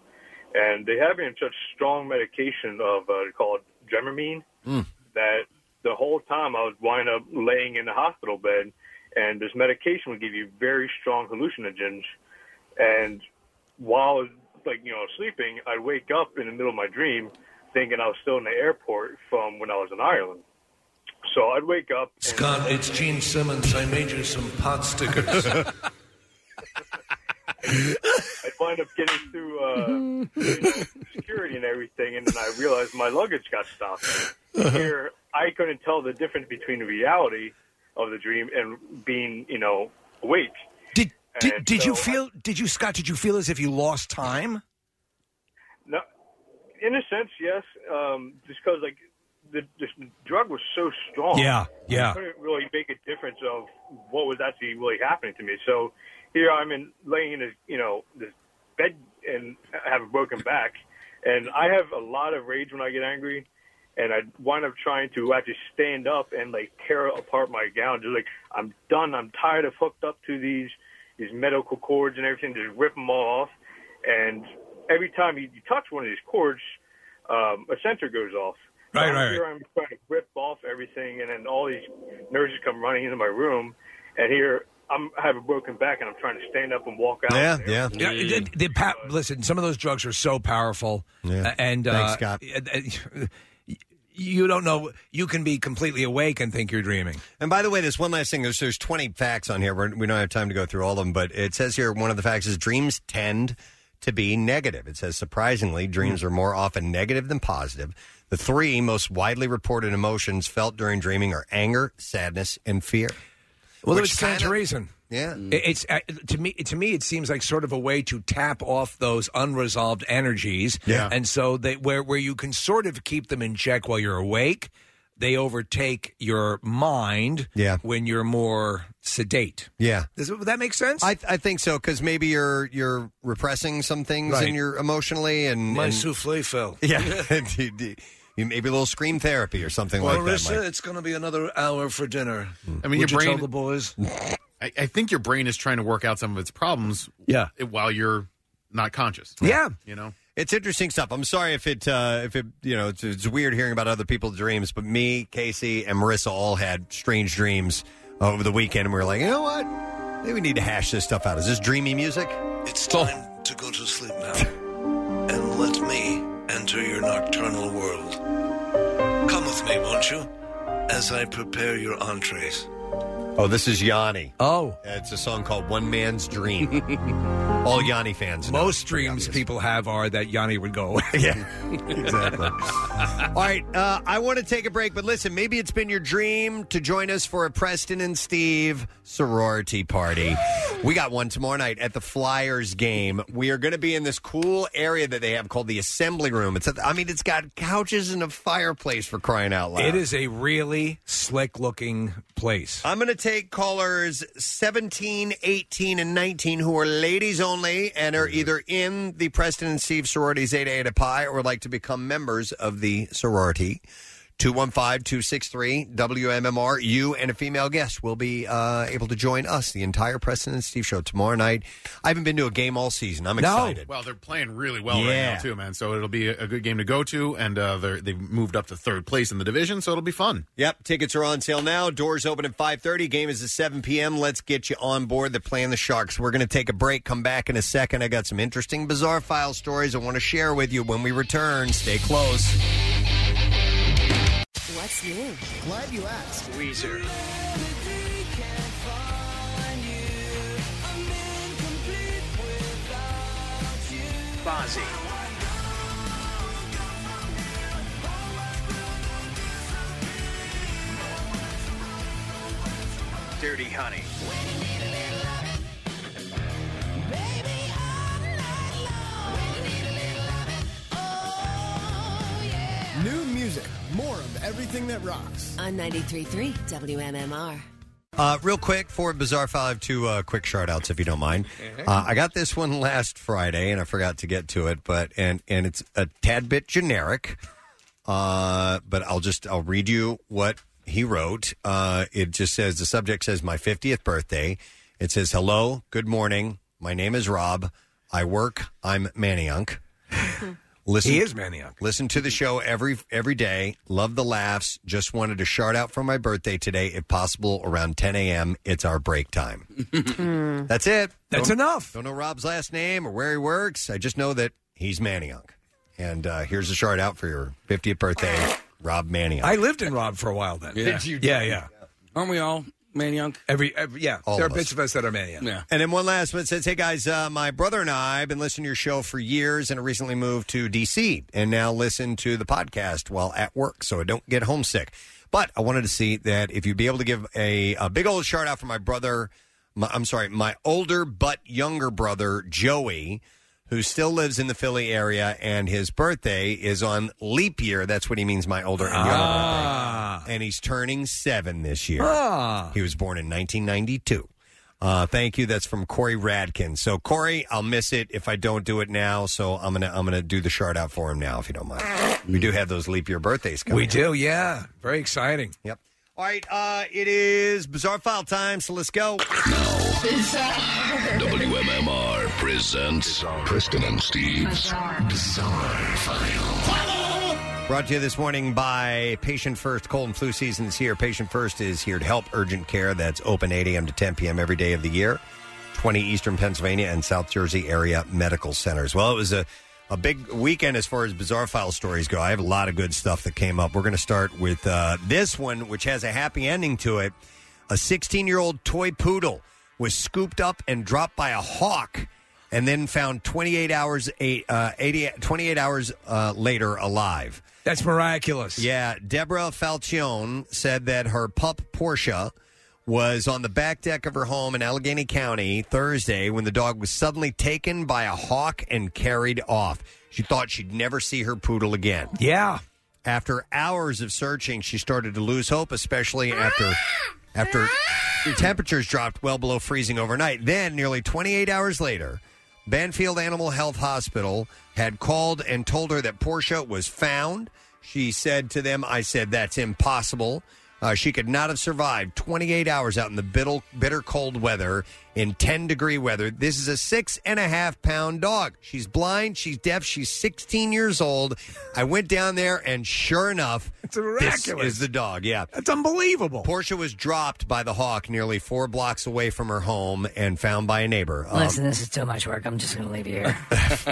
Speaker 5: And they have me on such strong medication of uh, called Dramamine
Speaker 1: Mm.
Speaker 5: that the whole time I would wind up laying in the hospital bed, and this medication would give you very strong hallucinogens. And while like you know sleeping, I'd wake up in the middle of my dream, thinking I was still in the airport from when I was in Ireland. So I'd wake up.
Speaker 14: Scott, it's Gene Simmons. I made you some pot stickers.
Speaker 5: I'd wind up getting through uh, you know, security and everything, and then I realized my luggage got stopped. Here, I couldn't tell the difference between the reality of the dream and being, you know, awake.
Speaker 3: Did Did,
Speaker 5: And
Speaker 3: did you
Speaker 5: so
Speaker 3: feel? Did you, Scott? Did you feel as if you lost time?
Speaker 5: No, in a sense, yes. Um, just because like the, the drug was so strong,
Speaker 3: Yeah, yeah.
Speaker 5: I couldn't really make a difference of what was actually really happening to me. So here I'm in laying in this, you know, this bed and I have a broken back, and I have a lot of rage when I get angry. And I wind up trying to actually stand up and like tear apart my gown, just like I'm done. I'm tired of hooked up to these these medical cords and everything, just rip them all off. And every time you, you touch one of these cords, um, a sensor goes off.
Speaker 4: Right,
Speaker 5: So
Speaker 4: right,
Speaker 5: Here I'm trying to rip off everything, and then all these nurses come running into my room, and here I'm I have a broken back, and I'm trying to stand up and walk out.
Speaker 3: Yeah,
Speaker 1: yeah.
Speaker 3: the, the pa- listen, some of those drugs are so powerful. Uh, and
Speaker 1: Thanks,
Speaker 3: uh,
Speaker 1: Scott.
Speaker 3: uh, uh, you don't know. You can be completely awake and think you're dreaming.
Speaker 1: And by the way, this one last thing. There's there's 20 facts on here. We're, we don't have time to go through all of them, but it says here one of the facts is dreams tend to be negative. It says surprisingly, dreams are more often negative than positive. The three most widely reported emotions felt during dreaming are anger, sadness, and fear.
Speaker 3: Well,
Speaker 1: Which
Speaker 3: it stands to reason.
Speaker 1: Yeah,
Speaker 3: It- it's uh, to me. To me, it seems like sort of a way to tap off those unresolved energies.
Speaker 1: Yeah.
Speaker 3: and so they where where you can sort of keep them in check while you're awake, they overtake your mind.
Speaker 1: Yeah.
Speaker 3: when you're more sedate.
Speaker 1: Yeah.
Speaker 3: Does it- that make sense?
Speaker 1: I, I think so because maybe you're you're repressing some things
Speaker 3: Right.
Speaker 1: in your emotionally and
Speaker 3: My
Speaker 1: and-
Speaker 3: souffle fell.
Speaker 1: Yeah, Indeed. you maybe a little scream therapy or something like that.
Speaker 14: Marissa,
Speaker 1: Mike. Hmm.
Speaker 14: it's going to be another hour for dinner.
Speaker 9: I mean,
Speaker 14: Would
Speaker 9: your
Speaker 14: you
Speaker 9: brain-
Speaker 14: tell the boys.
Speaker 9: I, I think your brain is trying to work out some of its problems.
Speaker 3: Yeah.
Speaker 9: While you're not conscious.
Speaker 3: Yeah.
Speaker 9: You know.
Speaker 1: It's interesting stuff. I'm sorry if it uh, if it you know it's, it's weird hearing about other people's dreams, but me, Casey, and Marissa all had strange dreams over the weekend, and we were like, you know what? Maybe we need to hash this stuff out. Is this dreamy music?
Speaker 14: It's time to go to sleep now. And let me enter your nocturnal world. Come with me, won't you? As I prepare your entrees.
Speaker 1: Oh, this is Yanni.
Speaker 3: Oh,
Speaker 1: it's a song called "One Man's Dream." all Yanni fans. Know.
Speaker 3: Most dreams people have are that Yanni would go away.
Speaker 1: Yeah, exactly. All right, uh, I want to take a break, but listen, maybe it's been your dream to join us for a Preston and Steve sorority party. We got one tomorrow night at the Flyers game. We are going to be in this cool area that they have called the assembly room. It's, a, I mean, it's got couches and a fireplace for crying out loud.
Speaker 3: It is a really slick looking place.
Speaker 1: Uh, I'm going to take callers 17, 18, and 19 who are ladies only and are either in the Preston and Steve sorority Zeta Eta Pi or like to become members of the sorority. 215 263 WMMR. You and a female guest will be uh, able to join us, the entire Preston and Steve show, tomorrow night. I haven't been to a game all season. I'm excited.
Speaker 9: Well, they're playing really well
Speaker 1: Yeah.
Speaker 9: right now too, man. So it'll be a a good game to go to, and uh, they're, they've moved up to third place in the division, so it'll be fun.
Speaker 1: Yep, tickets are on sale now. Doors open at 5:30. Game is at 7 p.m. Let's get you on board. They're playing the Sharks. We're going to take a break. Come back in a second. I got some interesting bizarre file stories I want to share with you when we return. Stay close.
Speaker 4: What's new? Glad you asked. Weezer. Fozzy. Dirty Honey.
Speaker 8: New music, more of everything that rocks.
Speaker 7: On 93.3 WMMR.
Speaker 1: Uh, real quick for Bizarre File, I have two uh, quick shout outs if you don't mind.
Speaker 3: Mm-hmm.
Speaker 1: Uh, I got this one last Friday and I forgot to get to it, but and and it's a tad bit generic. Uh, but I'll just I'll read you what he wrote. Uh, it just says the subject says my 50th birthday. It says hello, good morning. My name is Rob. I work. I'm Maniunk. Listen,
Speaker 3: He is Maniac.
Speaker 1: Listen to the show every every day. Love the laughs. Just wanted to shout out for my birthday today, if possible, around 10 a.m. It's our break time. That's it.
Speaker 3: That's enough.
Speaker 1: Don't know Rob's last name or where he works. I just know that he's Maniunk. And uh, here's a shout out for your 50th birthday, Rob Maniunk.
Speaker 3: I lived in Rob for a while then.
Speaker 1: Yeah. Did you?
Speaker 3: Yeah, yeah.
Speaker 6: Aren't we all Maniunk?
Speaker 3: Every, every yeah.
Speaker 1: All
Speaker 3: there
Speaker 1: of
Speaker 3: are bits of us that are Maniac.
Speaker 6: Yeah.
Speaker 1: And then one last one says, "Hey guys, uh, my brother and I have been listening to your show for years, and I recently moved to DC, and now listen to the podcast while at work, so I don't get homesick. But I wanted to see that if you'd be able to give a, a big old shout out for my brother, my, I'm sorry, my older but younger brother Joey." Who still lives in the Philly area, and his birthday is on leap year. That's what he means, my older and younger
Speaker 6: Ah.
Speaker 1: brother. And he's turning seven this year. He was born in 1992. Uh, thank you. That's from Corey Radkin. So Corey, I'll miss it if I don't do it now. So I'm gonna I'm gonna do the shard out for him now if you don't mind. We do have those leap year birthdays coming.
Speaker 3: We do, yeah. Very exciting.
Speaker 1: Yep. All right. Uh, it is bizarre file time. So let's go.
Speaker 18: WMMR presents Preston and Steve's Bizarre, File.
Speaker 1: Brought to you this morning by Patient First. Cold and flu season is here. Patient First is here to help urgent care. That's open 8 a.m. to 10 p.m. every day of the year. 20 Eastern Pennsylvania and South Jersey area medical centers. Well, it was a, a big weekend as far as bizarre file stories go. I have a lot of good stuff that came up. We're going to start with uh, this one, which has a happy ending to it. A 16 year old toy poodle was scooped up and dropped by a hawk and then found 28 hours, eight, uh, 80, 28 hours uh, later alive.
Speaker 3: That's miraculous.
Speaker 1: Yeah, Uh, Deborah Falchione said that her pup Portia was on the back deck of her home in Allegheny County Thursday when the dog was suddenly taken by a hawk and carried off. She thought she'd never see her poodle again.
Speaker 3: Yeah.
Speaker 1: After hours of searching, she started to lose hope, especially after after temperatures dropped well below freezing overnight. Then, nearly 28 hours later, Banfield Animal Health Hospital had called and told her that Portia was found. She said to them, I said, that's impossible. Uh, she could not have survived 28 hours out in the bitter, bitter cold weather in 10 degree weather. This is a six and a half pound dog. She's blind, she's deaf, she's 16 years old. I went down there, and sure enough, it's
Speaker 3: miraculous.
Speaker 1: is the dog. Yeah,
Speaker 3: that's unbelievable.
Speaker 1: Portia was dropped by the hawk nearly four blocks away from her home and found by a neighbor. Um,
Speaker 21: Listen, this is too much work. I'm just going to leave you here.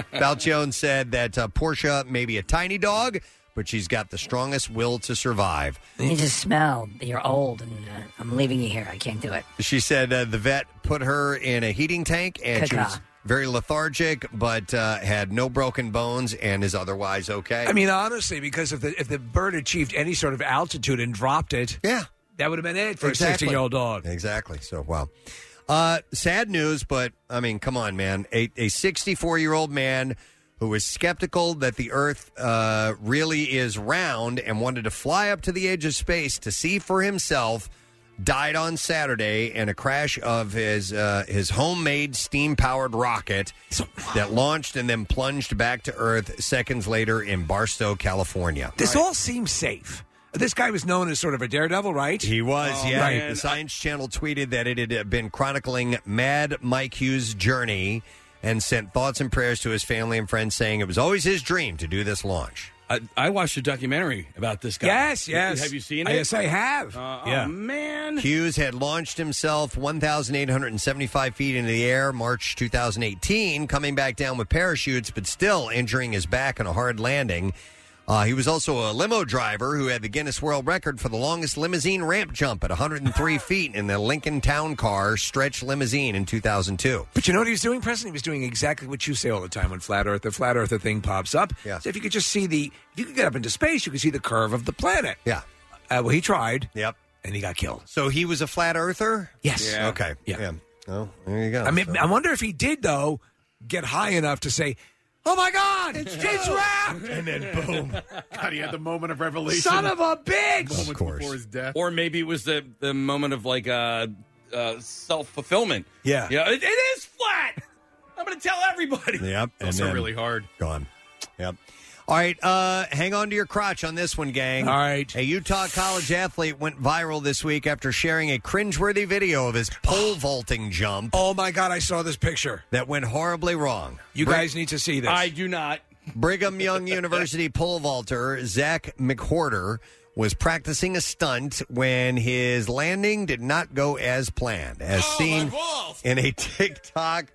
Speaker 1: Falchione said that uh, Portia may be a tiny dog, but she's got the strongest will to survive.
Speaker 21: you just smell. You're old, and uh, I'm leaving you here. I can't do it.
Speaker 1: She said uh, the vet put her in a heating tank and she
Speaker 21: Caca.
Speaker 1: was very lethargic, but uh, had no broken bones and is otherwise okay.
Speaker 3: I mean, honestly, because if the if the bird achieved any sort of altitude and dropped it,
Speaker 1: yeah,
Speaker 3: that would have been it for a
Speaker 1: Exactly.
Speaker 3: sixteen year old dog.
Speaker 1: Exactly. So wow. Uh, sad news, but I mean, come on, man. A a 64 year old man who was skeptical that the Earth uh, really is round and wanted to fly up to the edge of space to see for himself died on Saturday in a crash of his uh, his homemade steam powered rocket that launched and then plunged back to Earth seconds later in Barstow, California.
Speaker 3: This all seems safe. This guy was known as sort of a daredevil, right?
Speaker 1: He was,
Speaker 3: Oh,
Speaker 1: yeah.
Speaker 3: right.
Speaker 1: The Science Channel tweeted that it had been chronicling Mad Mike Hughes' journey and sent thoughts and prayers to his family and friends, saying it was always his dream to do this launch.
Speaker 6: I, I watched a documentary about this guy.
Speaker 1: Yes, yes.
Speaker 6: Have you seen it?
Speaker 1: Yes, I have.
Speaker 6: Uh,
Speaker 1: Yeah.
Speaker 6: Oh, man.
Speaker 1: Hughes had launched himself 1,875 feet into the air March 2018, coming back down with parachutes, but still injuring his back in a hard landing. Uh, he was also a limo driver who had the Guinness World Record for the longest limousine ramp jump at 103 feet in the Lincoln Town Car stretch limousine in 2002.
Speaker 3: But you know what he was doing, Preston? He was doing exactly what you say all the time when flat Earth, the flat Earther thing pops up. Yeah. So if you could just see the, if you could get up into space, you could see the curve of the planet.
Speaker 1: Yeah.
Speaker 3: Uh, well, he tried.
Speaker 1: Yep.
Speaker 3: And he got killed.
Speaker 1: So he was a flat earther?
Speaker 3: Yes.
Speaker 1: Yeah. Okay.
Speaker 3: Yeah.
Speaker 1: Oh, there you go.
Speaker 3: I mean,
Speaker 1: So-
Speaker 3: I wonder if he did though get high enough to say, "Oh my God, it's it's wrapped!"
Speaker 9: And then boom. God, he had the moment of revelation.
Speaker 3: Son of a bitch!
Speaker 9: Moments before his death.
Speaker 6: Or maybe it was the, the moment of like uh, uh, self fulfillment.
Speaker 1: Yeah.
Speaker 6: Yeah. It, it is flat. I'm going to tell everybody.
Speaker 1: Yep. and
Speaker 6: Also
Speaker 1: then-
Speaker 6: really hard.
Speaker 1: Gone. Yep. All right, uh, hang on to your crotch on this one, gang. All right. A Utah college athlete went viral this week after sharing a cringeworthy video of his pole vaulting jump.
Speaker 3: Oh my God, I saw this picture.
Speaker 1: That went horribly wrong.
Speaker 3: You
Speaker 1: Bri-
Speaker 3: guys need to see this.
Speaker 6: I do not.
Speaker 1: Brigham Young University pole vaulter Zach McHorter was practicing a stunt when his landing did not go as planned,
Speaker 3: Oh,
Speaker 1: as seen in a TikTok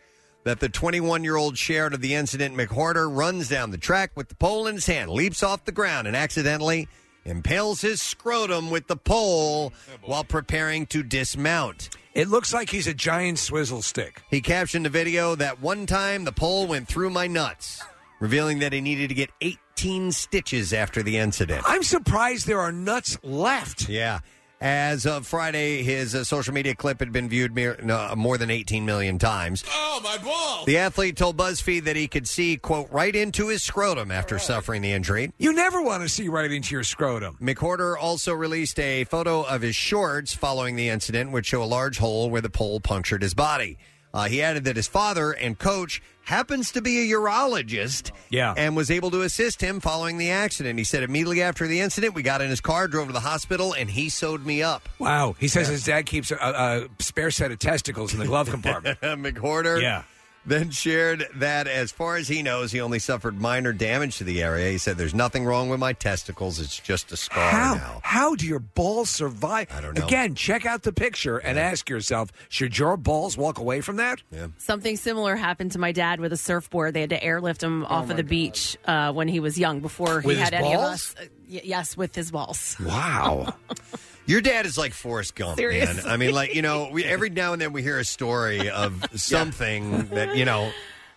Speaker 1: that the 21 year old shared of the incident. McHorter runs down the track with the pole in his hand, leaps off the ground, and accidentally impales his scrotum with the pole while preparing to dismount.
Speaker 3: It looks like he's a giant swizzle stick.
Speaker 1: He captioned the video that one time the pole went through my nuts, revealing that he needed to get 18 stitches after the incident.
Speaker 3: I'm surprised there are nuts left.
Speaker 1: Yeah. As of Friday, his uh, social media clip had been viewed mere, no, more than 18 million times.
Speaker 4: Oh, my ball!
Speaker 1: The athlete told BuzzFeed that he could see, quote, right into his scrotum after suffering the injury.
Speaker 3: You never want to see right into your scrotum.
Speaker 1: McHorter also released a photo of his shorts following the incident, which show a large hole where the pole punctured his body. Uh, he added that his father and coach happens to be a urologist
Speaker 3: Yeah.
Speaker 1: and was able to assist him following the accident. He said immediately after the incident, we got in his car, drove to the hospital, and he sewed me up.
Speaker 3: Wow. He says his dad keeps a, a spare set of testicles in the glove compartment.
Speaker 1: McHorter
Speaker 3: Yeah.
Speaker 1: then shared that as far as he knows, he only suffered minor damage to the area. He said, There's nothing wrong with my testicles. It's just a scar now.
Speaker 3: How? How do your balls survive? I don't
Speaker 1: know.
Speaker 3: Again, check out the picture and ask yourself: Should your balls walk away from that?
Speaker 1: Yeah.
Speaker 2: Something similar happened to my dad with a surfboard. They had to airlift him off of the beach uh, when he was young, before
Speaker 1: Oh With
Speaker 2: he
Speaker 1: his
Speaker 2: had any of
Speaker 1: balls?
Speaker 2: us. Uh, y- yes, with his balls.
Speaker 1: Wow. Your dad is like Forrest Gump,
Speaker 2: Seriously.
Speaker 1: man. I mean, like, you know, we, every now and then we hear a story of something that, you know,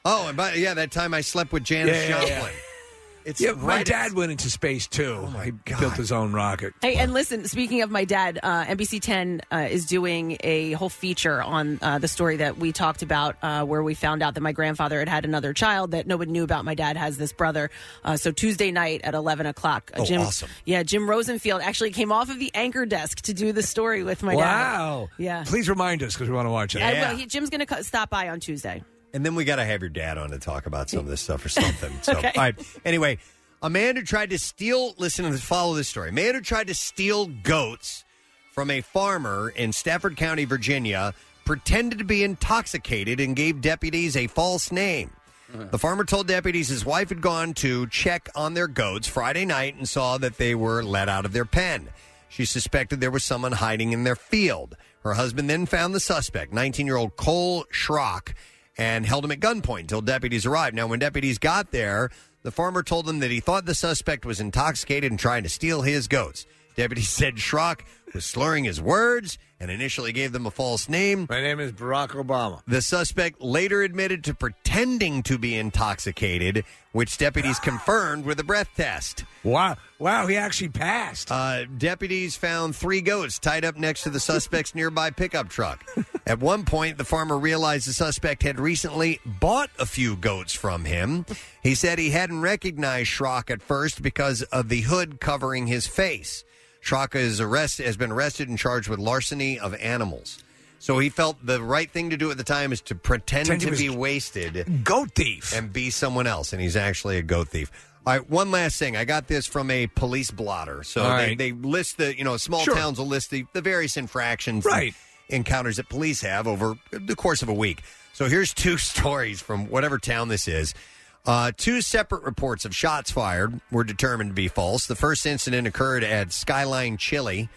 Speaker 1: oh, and by, yeah, that time I slept with Janis
Speaker 3: Yeah, yeah,
Speaker 1: Joplin.
Speaker 3: yeah.
Speaker 1: It's
Speaker 3: yeah, my
Speaker 1: right-
Speaker 3: dad went into space too. Oh my he built his own rocket.
Speaker 2: Hey, and listen, speaking of my dad, uh, NBC 10 uh, is doing a whole feature on uh, the story that we talked about, uh, where we found out that my grandfather had had another child that nobody knew about. My dad has this brother. Uh, so Tuesday night at 11 o'clock. uh,
Speaker 4: Oh,
Speaker 2: Jim,
Speaker 4: awesome.
Speaker 2: Yeah, Jim Rosenfield actually came off of the anchor desk to do the story with Oh my dad.
Speaker 3: wow.
Speaker 2: Yeah.
Speaker 3: Please remind us because we want to watch it.
Speaker 2: And, well, he, Jim's going to co- stop by on Tuesday.
Speaker 1: And then we got to have your dad on to talk about some of this stuff or something. So,
Speaker 2: Okay.
Speaker 1: all right. Anyway, a man who tried to steal, listen to this, follow this story. A man who tried to steal goats from a farmer in Stafford County, Virginia, pretended to be intoxicated and gave deputies a false name. The farmer told deputies his wife had gone to check on their goats Friday night and saw that they were let out of their pen. She suspected there was someone hiding in their field. Her husband then found the suspect, 19 year old Cole Schrock, and held him at gunpoint until deputies arrived. Now, when deputies got there, the farmer told them that he thought the suspect was intoxicated and trying to steal his goats. Deputies said Schrock was slurring his words and initially gave them a false name.
Speaker 3: My name is Barack Obama.
Speaker 1: The suspect later admitted to pretending to be intoxicated, which deputies confirmed with a breath test.
Speaker 3: Wow. Wow, he actually passed.
Speaker 1: Uh, deputies found three goats tied up next to the suspect's nearby pickup truck. At one point, the farmer realized the suspect had recently bought a few goats from him. He said he hadn't recognized Schrock at first because of the hood covering his face. Chaka is arrest, has been arrested and charged with larceny of animals. So he felt the right thing to do at the time is to pretend
Speaker 3: Pretend he
Speaker 1: to
Speaker 3: was
Speaker 1: be wasted. Goat thief. And be someone else. And he's actually a goat thief. All right, one last thing. I got this from a police blotter. So
Speaker 4: All
Speaker 1: they,
Speaker 4: right.
Speaker 1: they list the, you know, small
Speaker 4: Sure.
Speaker 1: towns will list the, the various infractions and
Speaker 4: Right.
Speaker 1: encounters that police have over the course of a week. So here's two stories from whatever town this is. Uh, two separate reports of shots fired were determined to be false. The first incident occurred at Skyline Chili.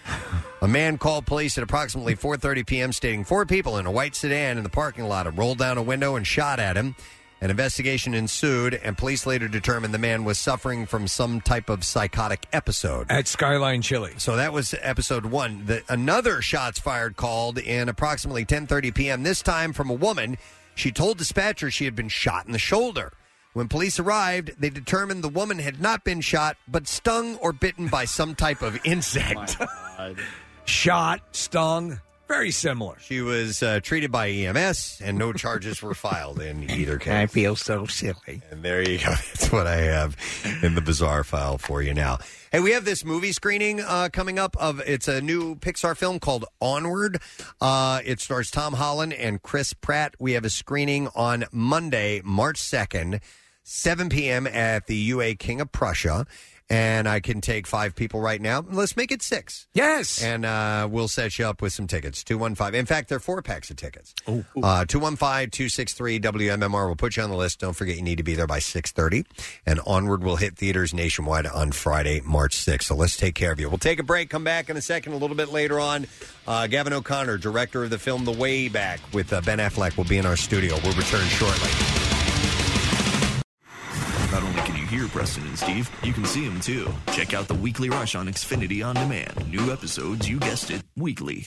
Speaker 1: A man called police at approximately 4:30 p.m. stating four people in a white sedan in the parking lot had rolled down a window and shot at him. An investigation ensued, and police later determined the man was suffering from some type of psychotic episode.
Speaker 3: At Skyline Chili.
Speaker 1: So that was uh, episode one. The, another shots fired called in approximately 10:30 p.m. This time from a woman. She told dispatcher she had been shot in the shoulder. When police arrived, they determined the woman had not been shot, but stung or bitten by some type of insect.
Speaker 3: Shot, stung, very similar.
Speaker 1: She was uh, treated by EMS, and no charges were filed in either case.
Speaker 3: I feel so silly.
Speaker 1: And there you go. That's what I have in the bizarre file for you now. Hey, we have this movie screening uh, coming up of it's a new Pixar film called Onward. Uh, it stars Tom Holland and Chris Pratt. We have a screening on Monday, March second, seven p.m. at the UA King of Prussia. And I can take five people right now. Let's make it six.
Speaker 3: Yes.
Speaker 1: And uh, we'll set you up with some tickets. 215. In fact, there are four packs of tickets. Oh. 215 263 WMMR will put you on the list. Don't forget you need to be there by 6:30 and Onward will hit theaters nationwide on Friday, March 6th. So let's take care of you. We'll take a break, come back in a second a little bit later on. Uh, Gavin O'Connor, director of the film The Way Back with uh, Ben Affleck will be in our studio. We'll return shortly.
Speaker 10: Not only can you hear Preston and Steve, you can see them too. Check out the Weekly Rush on Xfinity On Demand. New episodes, you guessed it, weekly.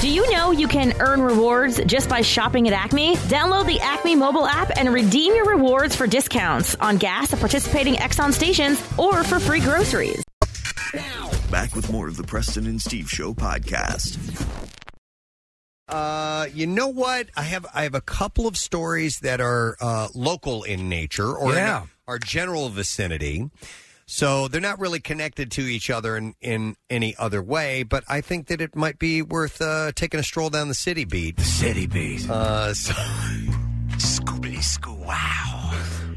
Speaker 24: Do you know you can earn rewards just by shopping at Acme? Download the Acme mobile app and redeem your rewards for discounts on gas at participating Exxon stations or for free groceries.
Speaker 10: Back with more of the Preston and Steve Show podcast.
Speaker 1: Uh, you know what? I have I have a couple of stories that are uh, local in nature or in
Speaker 4: Yeah.
Speaker 1: our general vicinity. So they're not really connected to each other in, in any other way, but I think that it might be worth uh, taking a stroll down the city beat. The
Speaker 10: city beat.
Speaker 1: Uh, so
Speaker 10: Scoobity scoo wow.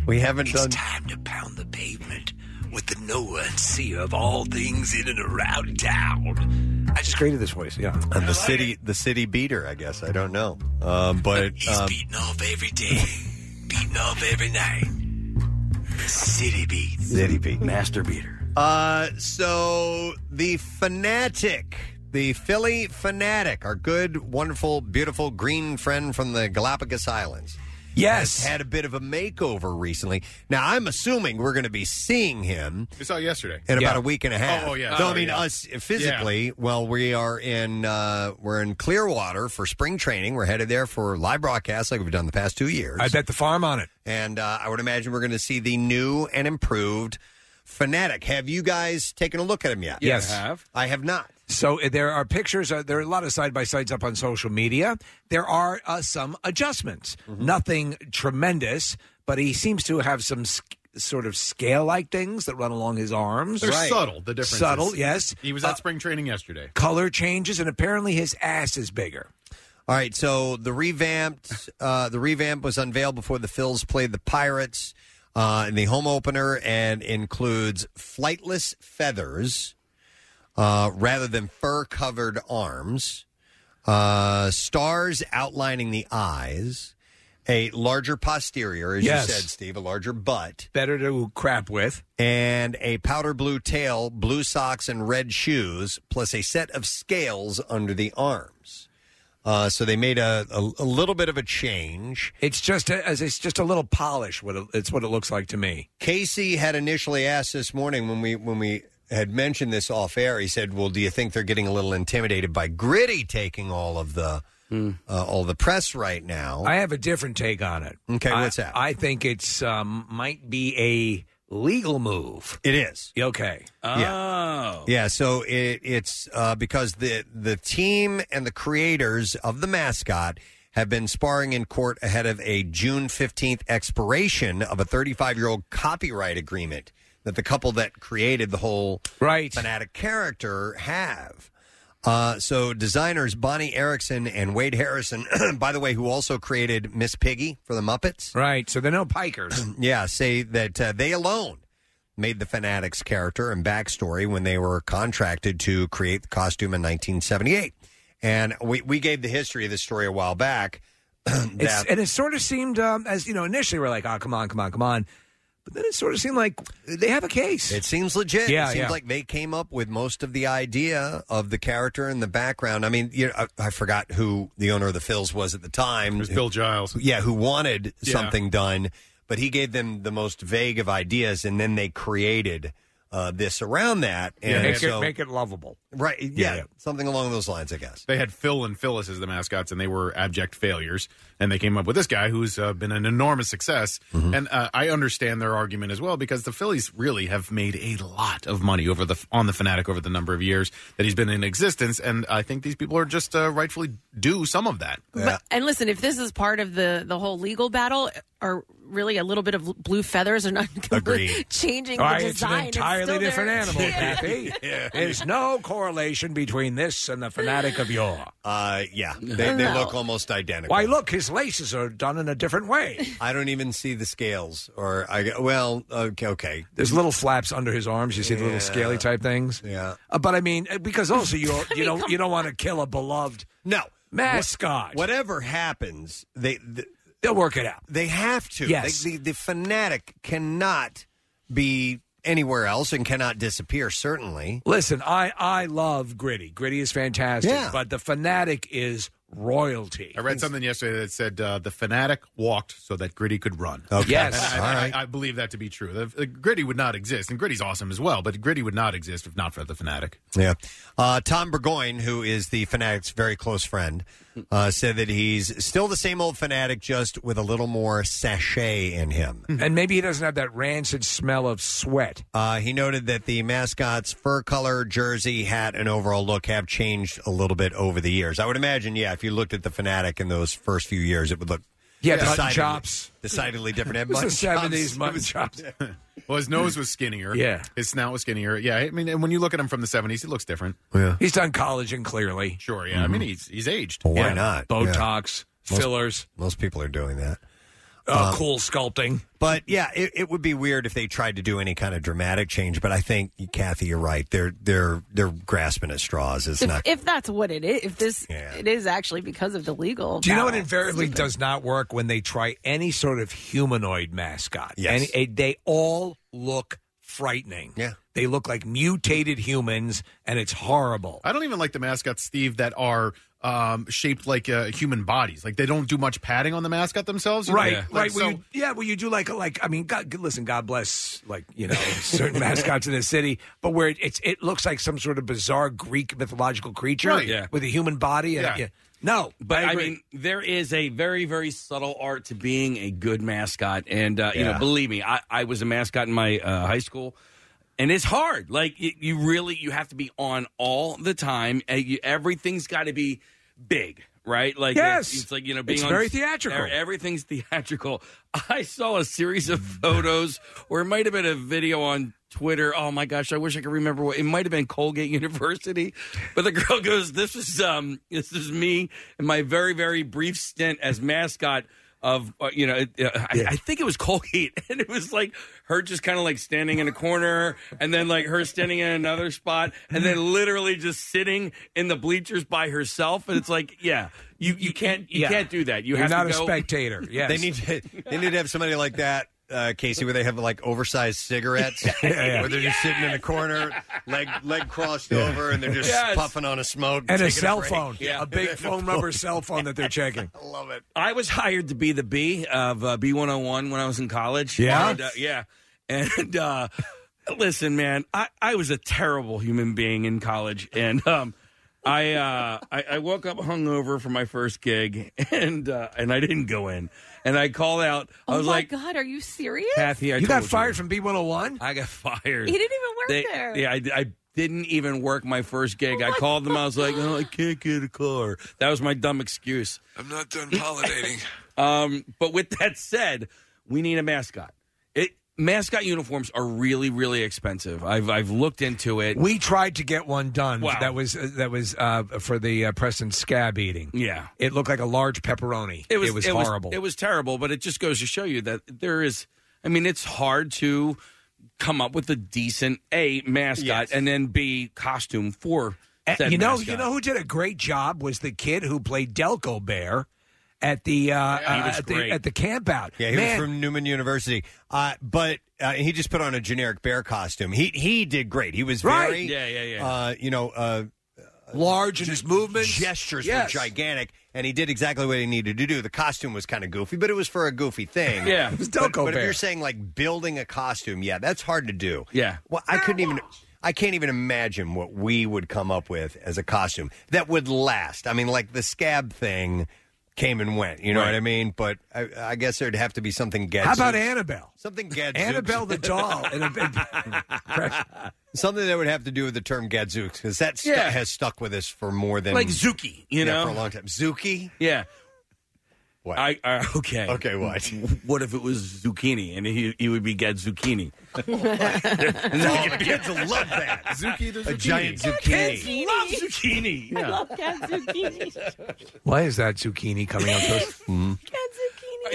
Speaker 1: we haven't
Speaker 14: It's
Speaker 1: done.
Speaker 14: time to pound the pavement with the knower and seer of all things in and around town. I just created this voice, yeah.
Speaker 1: Uh, the city, the city beater. I guess I don't know, um, but
Speaker 14: He's
Speaker 1: um,
Speaker 14: beating off every day, beating off every night. City beat.
Speaker 1: City beat.
Speaker 14: Master beater.
Speaker 1: Uh, so the fanatic, the Philly fanatic, our good, wonderful, beautiful green friend from the Galapagos Islands.
Speaker 3: Yes,
Speaker 1: had a bit of a makeover recently. Now I'm assuming we're going to be seeing him
Speaker 9: We saw it yesterday.
Speaker 1: in about a week and a half.
Speaker 9: Oh, oh, yeah.
Speaker 1: So I
Speaker 9: Oh,
Speaker 1: mean,
Speaker 9: yeah.
Speaker 1: us uh, physically.
Speaker 9: Yeah.
Speaker 1: Well, we are in uh, we're in Clearwater for spring training. We're headed there for live broadcast, like we've done the past two years.
Speaker 3: I bet the farm on it.
Speaker 1: And uh, I would imagine we're going to see the new and improved Fanatic. Have you guys taken a look at him yet?
Speaker 3: Yes. You have.
Speaker 1: I have not.
Speaker 3: So uh, there are pictures. Uh, there are a lot of side by sides up on social media. There are uh, some adjustments.
Speaker 1: Mm-hmm.
Speaker 3: Nothing tremendous, but he seems to have some sk- sort of scale like things that run along his arms.
Speaker 9: They're subtle, the differences.
Speaker 3: Subtle, yes. Uh,
Speaker 9: He was at spring training yesterday.
Speaker 3: Color changes, and apparently his ass is bigger.
Speaker 1: All right, so the revamped uh, the revamp was unveiled before the Phils played the Pirates uh, in the home opener, and includes flightless feathers uh, rather than fur covered arms, uh, stars outlining the eyes, a larger posterior, as
Speaker 3: Yes.
Speaker 1: you said, Steve, a larger butt,
Speaker 3: Better to crap with,
Speaker 1: and a powder blue tail, blue socks, and red shoes, plus a set of scales under the arms. Uh, so they made a, a, a little bit of a change.
Speaker 3: It's just a, as it's just a little polish. What it, it's what it looks like to me.
Speaker 1: Casey had initially asked this morning when we when we had mentioned this off air. He said, "Well, do you think they're getting a little intimidated by Gritty taking all of the uh, all the press right now?"
Speaker 3: Hmm. I have a different take on it.
Speaker 1: Okay,
Speaker 3: I-
Speaker 1: what's that?
Speaker 3: I think it's um, might be a legal move.
Speaker 1: It is
Speaker 3: okay.
Speaker 6: Oh,
Speaker 1: Yeah, so it, it's uh, because the the team and the creators of the mascot have been sparring in court ahead of a June fifteenth expiration of a thirty five year old copyright agreement that the couple that created the whole
Speaker 3: right.
Speaker 1: fanatic character have. Uh, so designers Bonnie Erickson and Wade Harrison, by the way, who also created Miss Piggy for the Muppets,
Speaker 3: right? So they're no pikers.
Speaker 1: yeah, say that uh, they alone made the Fanatics character and backstory when they were contracted to create the costume in 1978. And we, we gave the history of this story a while back.
Speaker 3: It's,
Speaker 1: that,
Speaker 3: and it sort of seemed um, as you know initially we're like, oh come on, come on, come on, but then it sort of seemed like they have a case.
Speaker 1: it seems legit.
Speaker 3: Yeah,
Speaker 1: it seems
Speaker 3: yeah.
Speaker 1: like they came up with most of the idea of the character and the background. I mean, you know, I, I forgot who the owner of the Phils was at the time. It was
Speaker 9: Bill Giles.
Speaker 1: Yeah, who wanted
Speaker 9: Yeah.
Speaker 1: something done, but he gave them the most vague of ideas, and then they created uh, this around that.
Speaker 9: Yeah,
Speaker 1: And
Speaker 9: make it-
Speaker 1: so,
Speaker 9: make
Speaker 3: it lovable.
Speaker 1: Right. Yeah,
Speaker 9: Yeah, yeah.
Speaker 1: Something along those lines, I guess.
Speaker 9: They had Phil and Phyllis as the mascots, and they were abject failures. And they came up with this guy who's uh, been an enormous success.
Speaker 3: Mm-hmm.
Speaker 9: And uh, I understand their argument as well because the Phillies really have made a lot of money over the on the fanatic over the number of years that he's been in existence. And I think these people are just uh, rightfully due some of that.
Speaker 2: But, and listen, if this is part of the the whole legal battle, or really a little bit of blue feathers are not
Speaker 3: Agreed.
Speaker 2: changing
Speaker 3: All
Speaker 2: the
Speaker 3: right,
Speaker 2: design.
Speaker 3: It's an entirely
Speaker 2: still
Speaker 3: different
Speaker 2: there.
Speaker 3: animal, Kathy. There's no correlation between this and the fanatic of yore.
Speaker 1: Uh, yeah, they, they look almost identical.
Speaker 3: Why, look, his laces are done in a different way.
Speaker 1: I don't even see the scales, or I well, okay, okay.
Speaker 3: There's little flaps under his arms. You see the
Speaker 1: Yeah.
Speaker 3: little scaly type things.
Speaker 1: Yeah,
Speaker 3: Uh, but I mean, uh, because also you you don't you don't want to kill a beloved
Speaker 1: no
Speaker 3: mascot.
Speaker 1: whatever happens, they, th-
Speaker 3: they'll work it out.
Speaker 1: They have to.
Speaker 3: Yes.
Speaker 1: They- the, the fanatic cannot be anywhere else and cannot disappear. Certainly,
Speaker 3: Listen, I I love Gritty. Gritty is fantastic.
Speaker 1: Yeah.
Speaker 3: But the fanatic is royalty.
Speaker 9: I read something yesterday that said uh, the fanatic walked so that Gritty could run.
Speaker 3: Okay. Yes.
Speaker 9: And I,
Speaker 3: All
Speaker 9: I-
Speaker 3: right.
Speaker 9: I, believe that to be true. The, the Gritty would not exist, and Gritty's awesome as well, but Gritty would not exist if not for the fanatic.
Speaker 1: Yeah. Uh, Tom Burgoyne, who is the Fanatic's very close friend, uh, said that he's still the same old Fanatic, just with a little more sachet in him.
Speaker 3: Hmm. And maybe he doesn't have that rancid smell of sweat.
Speaker 1: Uh, he noted that the mascot's fur color, jersey, hat, and overall look have changed a little bit over the years. I would imagine, yeah, if you looked at the Fanatic in those first few years, it would look
Speaker 3: Yeah, the mutton
Speaker 1: decidedly,
Speaker 3: chops.
Speaker 1: decidedly different.
Speaker 3: It was
Speaker 1: Mutton
Speaker 3: the 70s mutton chops.
Speaker 9: Well, his nose was skinnier.
Speaker 3: Yeah.
Speaker 9: His snout was skinnier. Yeah. I mean, and when you look at him from the 70s, he looks different.
Speaker 1: Yeah.
Speaker 3: He's done collagen, clearly.
Speaker 9: Sure, yeah. I mean, he's he's aged.
Speaker 1: Well, why
Speaker 9: Yeah.
Speaker 1: not?
Speaker 3: Botox,
Speaker 1: Most-
Speaker 3: fillers,
Speaker 1: Most people are doing that.
Speaker 3: uh,
Speaker 1: Um,
Speaker 3: cool sculpting.
Speaker 1: But yeah, it, it would be weird if they tried to do any kind of dramatic change. But I think Kathy, you're right. They're they're they're grasping at straws. It's
Speaker 2: If,
Speaker 1: not.
Speaker 2: if that's what it is, if this it is actually because of the legal.
Speaker 3: Do you know what
Speaker 2: battle.
Speaker 3: invariably does not work when they try any sort of humanoid mascot?
Speaker 1: Yes.
Speaker 3: Any, eh, they all look frightening.
Speaker 1: Yeah.
Speaker 3: They look like mutated humans, and it's horrible.
Speaker 9: I don't even like the mascots, Steve, that are um, shaped like uh, human bodies. Like, they don't do much padding on the mascot themselves. you know?
Speaker 3: Right,
Speaker 9: Like,
Speaker 3: right.
Speaker 9: so-
Speaker 3: well, you, yeah, well, you do like, like I mean, God, listen, God bless, like you know, certain mascots in the city, but where it, it's it looks like some sort of bizarre Greek mythological creature
Speaker 6: Right. Yeah.
Speaker 3: with a human body. And,
Speaker 6: Yeah.
Speaker 3: yeah. No,
Speaker 6: But I,
Speaker 3: agree.
Speaker 6: mean, there is a very, very subtle art to being a good mascot, and uh, you know,
Speaker 3: Yeah.
Speaker 6: believe me, I, I was a mascot in my uh, high school, and it's hard. Like y you really, you have to be on all the time. Uh, you, everything's got to be big, right? Like
Speaker 3: Yes.
Speaker 6: it's, it's like you know, being
Speaker 3: It's
Speaker 6: on
Speaker 3: very
Speaker 6: s-
Speaker 3: theatrical.
Speaker 6: er- Everything's theatrical. I saw a series of photos, or it might have been a video on. Twitter. Oh my gosh, I wish I could remember what it might have been Colgate University. But the girl goes, This is um this is me and my very, very brief stint as mascot of uh, you know it- uh, I, I think it was Colgate and it was like her just kind of like standing in a corner and then like her standing in another spot and then literally just sitting in the bleachers by herself and it's like yeah you you can't you
Speaker 3: Yeah.
Speaker 6: can't do that you
Speaker 3: You're
Speaker 6: have
Speaker 3: not
Speaker 6: to
Speaker 3: a
Speaker 6: go-
Speaker 3: spectator. Yes.
Speaker 1: They need to, they need to have somebody like that uh, Casey, where they have like oversized cigarettes,
Speaker 3: yeah.
Speaker 1: where they're just sitting in a corner, leg leg crossed over, and they're just
Speaker 3: Yes.
Speaker 1: puffing on a smoke
Speaker 3: and a
Speaker 1: taking
Speaker 3: cell
Speaker 1: break.
Speaker 3: phone,
Speaker 1: Yeah.
Speaker 3: a big phone number cell phone that they're checking.
Speaker 1: Love it.
Speaker 6: I was hired to be the B of uh, B101 when I was in college.
Speaker 3: Yeah?
Speaker 6: And, uh, yeah. And uh, listen, man, I, I was a terrible human being in college. And um, I, uh, I I woke up hungover for my first gig and uh, and I didn't go in. And I called out. I
Speaker 2: oh
Speaker 6: was
Speaker 2: my
Speaker 6: like,
Speaker 2: God, are you serious?
Speaker 6: Kathy, I
Speaker 3: you got
Speaker 6: told
Speaker 3: fired from B101?
Speaker 6: I got fired.
Speaker 2: He didn't even work
Speaker 6: They-
Speaker 2: there.
Speaker 6: Yeah, I, I didn't even work Oh my first gig. I called them. I was like, "Oh, I can't get a car." That was my dumb excuse.
Speaker 14: I'm not done pollinating.
Speaker 6: Um, but with that said, we need a mascot. It mascot uniforms are really, really expensive. I've I've looked into it.
Speaker 3: We tried to get one done.
Speaker 6: Wow.
Speaker 3: That was uh, that was uh, for the uh, Preston scab eating.
Speaker 6: Yeah.
Speaker 3: it looked like a large pepperoni.
Speaker 6: It was
Speaker 3: horrible.
Speaker 6: it was terrible. But it just goes to show you that there is. I mean, it's hard to come up with a decent a mascot and then b costume for.
Speaker 3: Uh,
Speaker 6: said
Speaker 3: you know,
Speaker 6: mascot.
Speaker 3: you know who did a great job was the kid who played Delco Bear at the uh,
Speaker 1: Yeah, he
Speaker 3: uh,
Speaker 1: was
Speaker 3: at, the,
Speaker 1: great.
Speaker 3: at the camp out.
Speaker 1: Yeah, he
Speaker 3: Man,
Speaker 1: was from Newman University, uh, but uh, he just put on a generic bear costume. He he did great. He was
Speaker 3: Right.
Speaker 1: very
Speaker 3: Yeah, yeah, yeah.
Speaker 1: Uh, you know, uh,
Speaker 3: large in his movements.
Speaker 1: Gestures
Speaker 3: Yes.
Speaker 1: were gigantic, and he did exactly what he needed to do. The costume was kind of goofy, but it was for a goofy thing.
Speaker 6: Yeah. It
Speaker 1: but,
Speaker 6: was
Speaker 1: but
Speaker 6: Delco
Speaker 1: if
Speaker 6: Bear.
Speaker 1: you're saying like building a costume, yeah, that's hard to do.
Speaker 6: Yeah.
Speaker 1: Well, I couldn't even. I can't even imagine what we would come up with as a costume that would last. I mean, like the scab thing came and went. You know
Speaker 3: Right.
Speaker 1: what I mean? But I, I guess there'd have to be something. Gadzooks.
Speaker 3: How about Annabelle?
Speaker 1: Something Gadzooks.
Speaker 3: Annabelle the doll. in a big-
Speaker 1: Something that would have to do with the term Gadzooks because that stu-
Speaker 6: Yeah.
Speaker 1: has stuck with us for more than
Speaker 6: Like Zuki, you
Speaker 1: Yeah,
Speaker 6: know?
Speaker 1: for a long time. Zuki.
Speaker 6: Yeah.
Speaker 1: What?
Speaker 6: I, I okay.
Speaker 1: Okay, what?
Speaker 6: What if it was zucchini and he, he would be get zucchini? the
Speaker 1: kids will love that.
Speaker 6: Zuki
Speaker 1: A giant
Speaker 6: Kids
Speaker 1: zucchini.
Speaker 6: love zucchini.
Speaker 4: I love
Speaker 3: Why is that zucchini coming out? to us?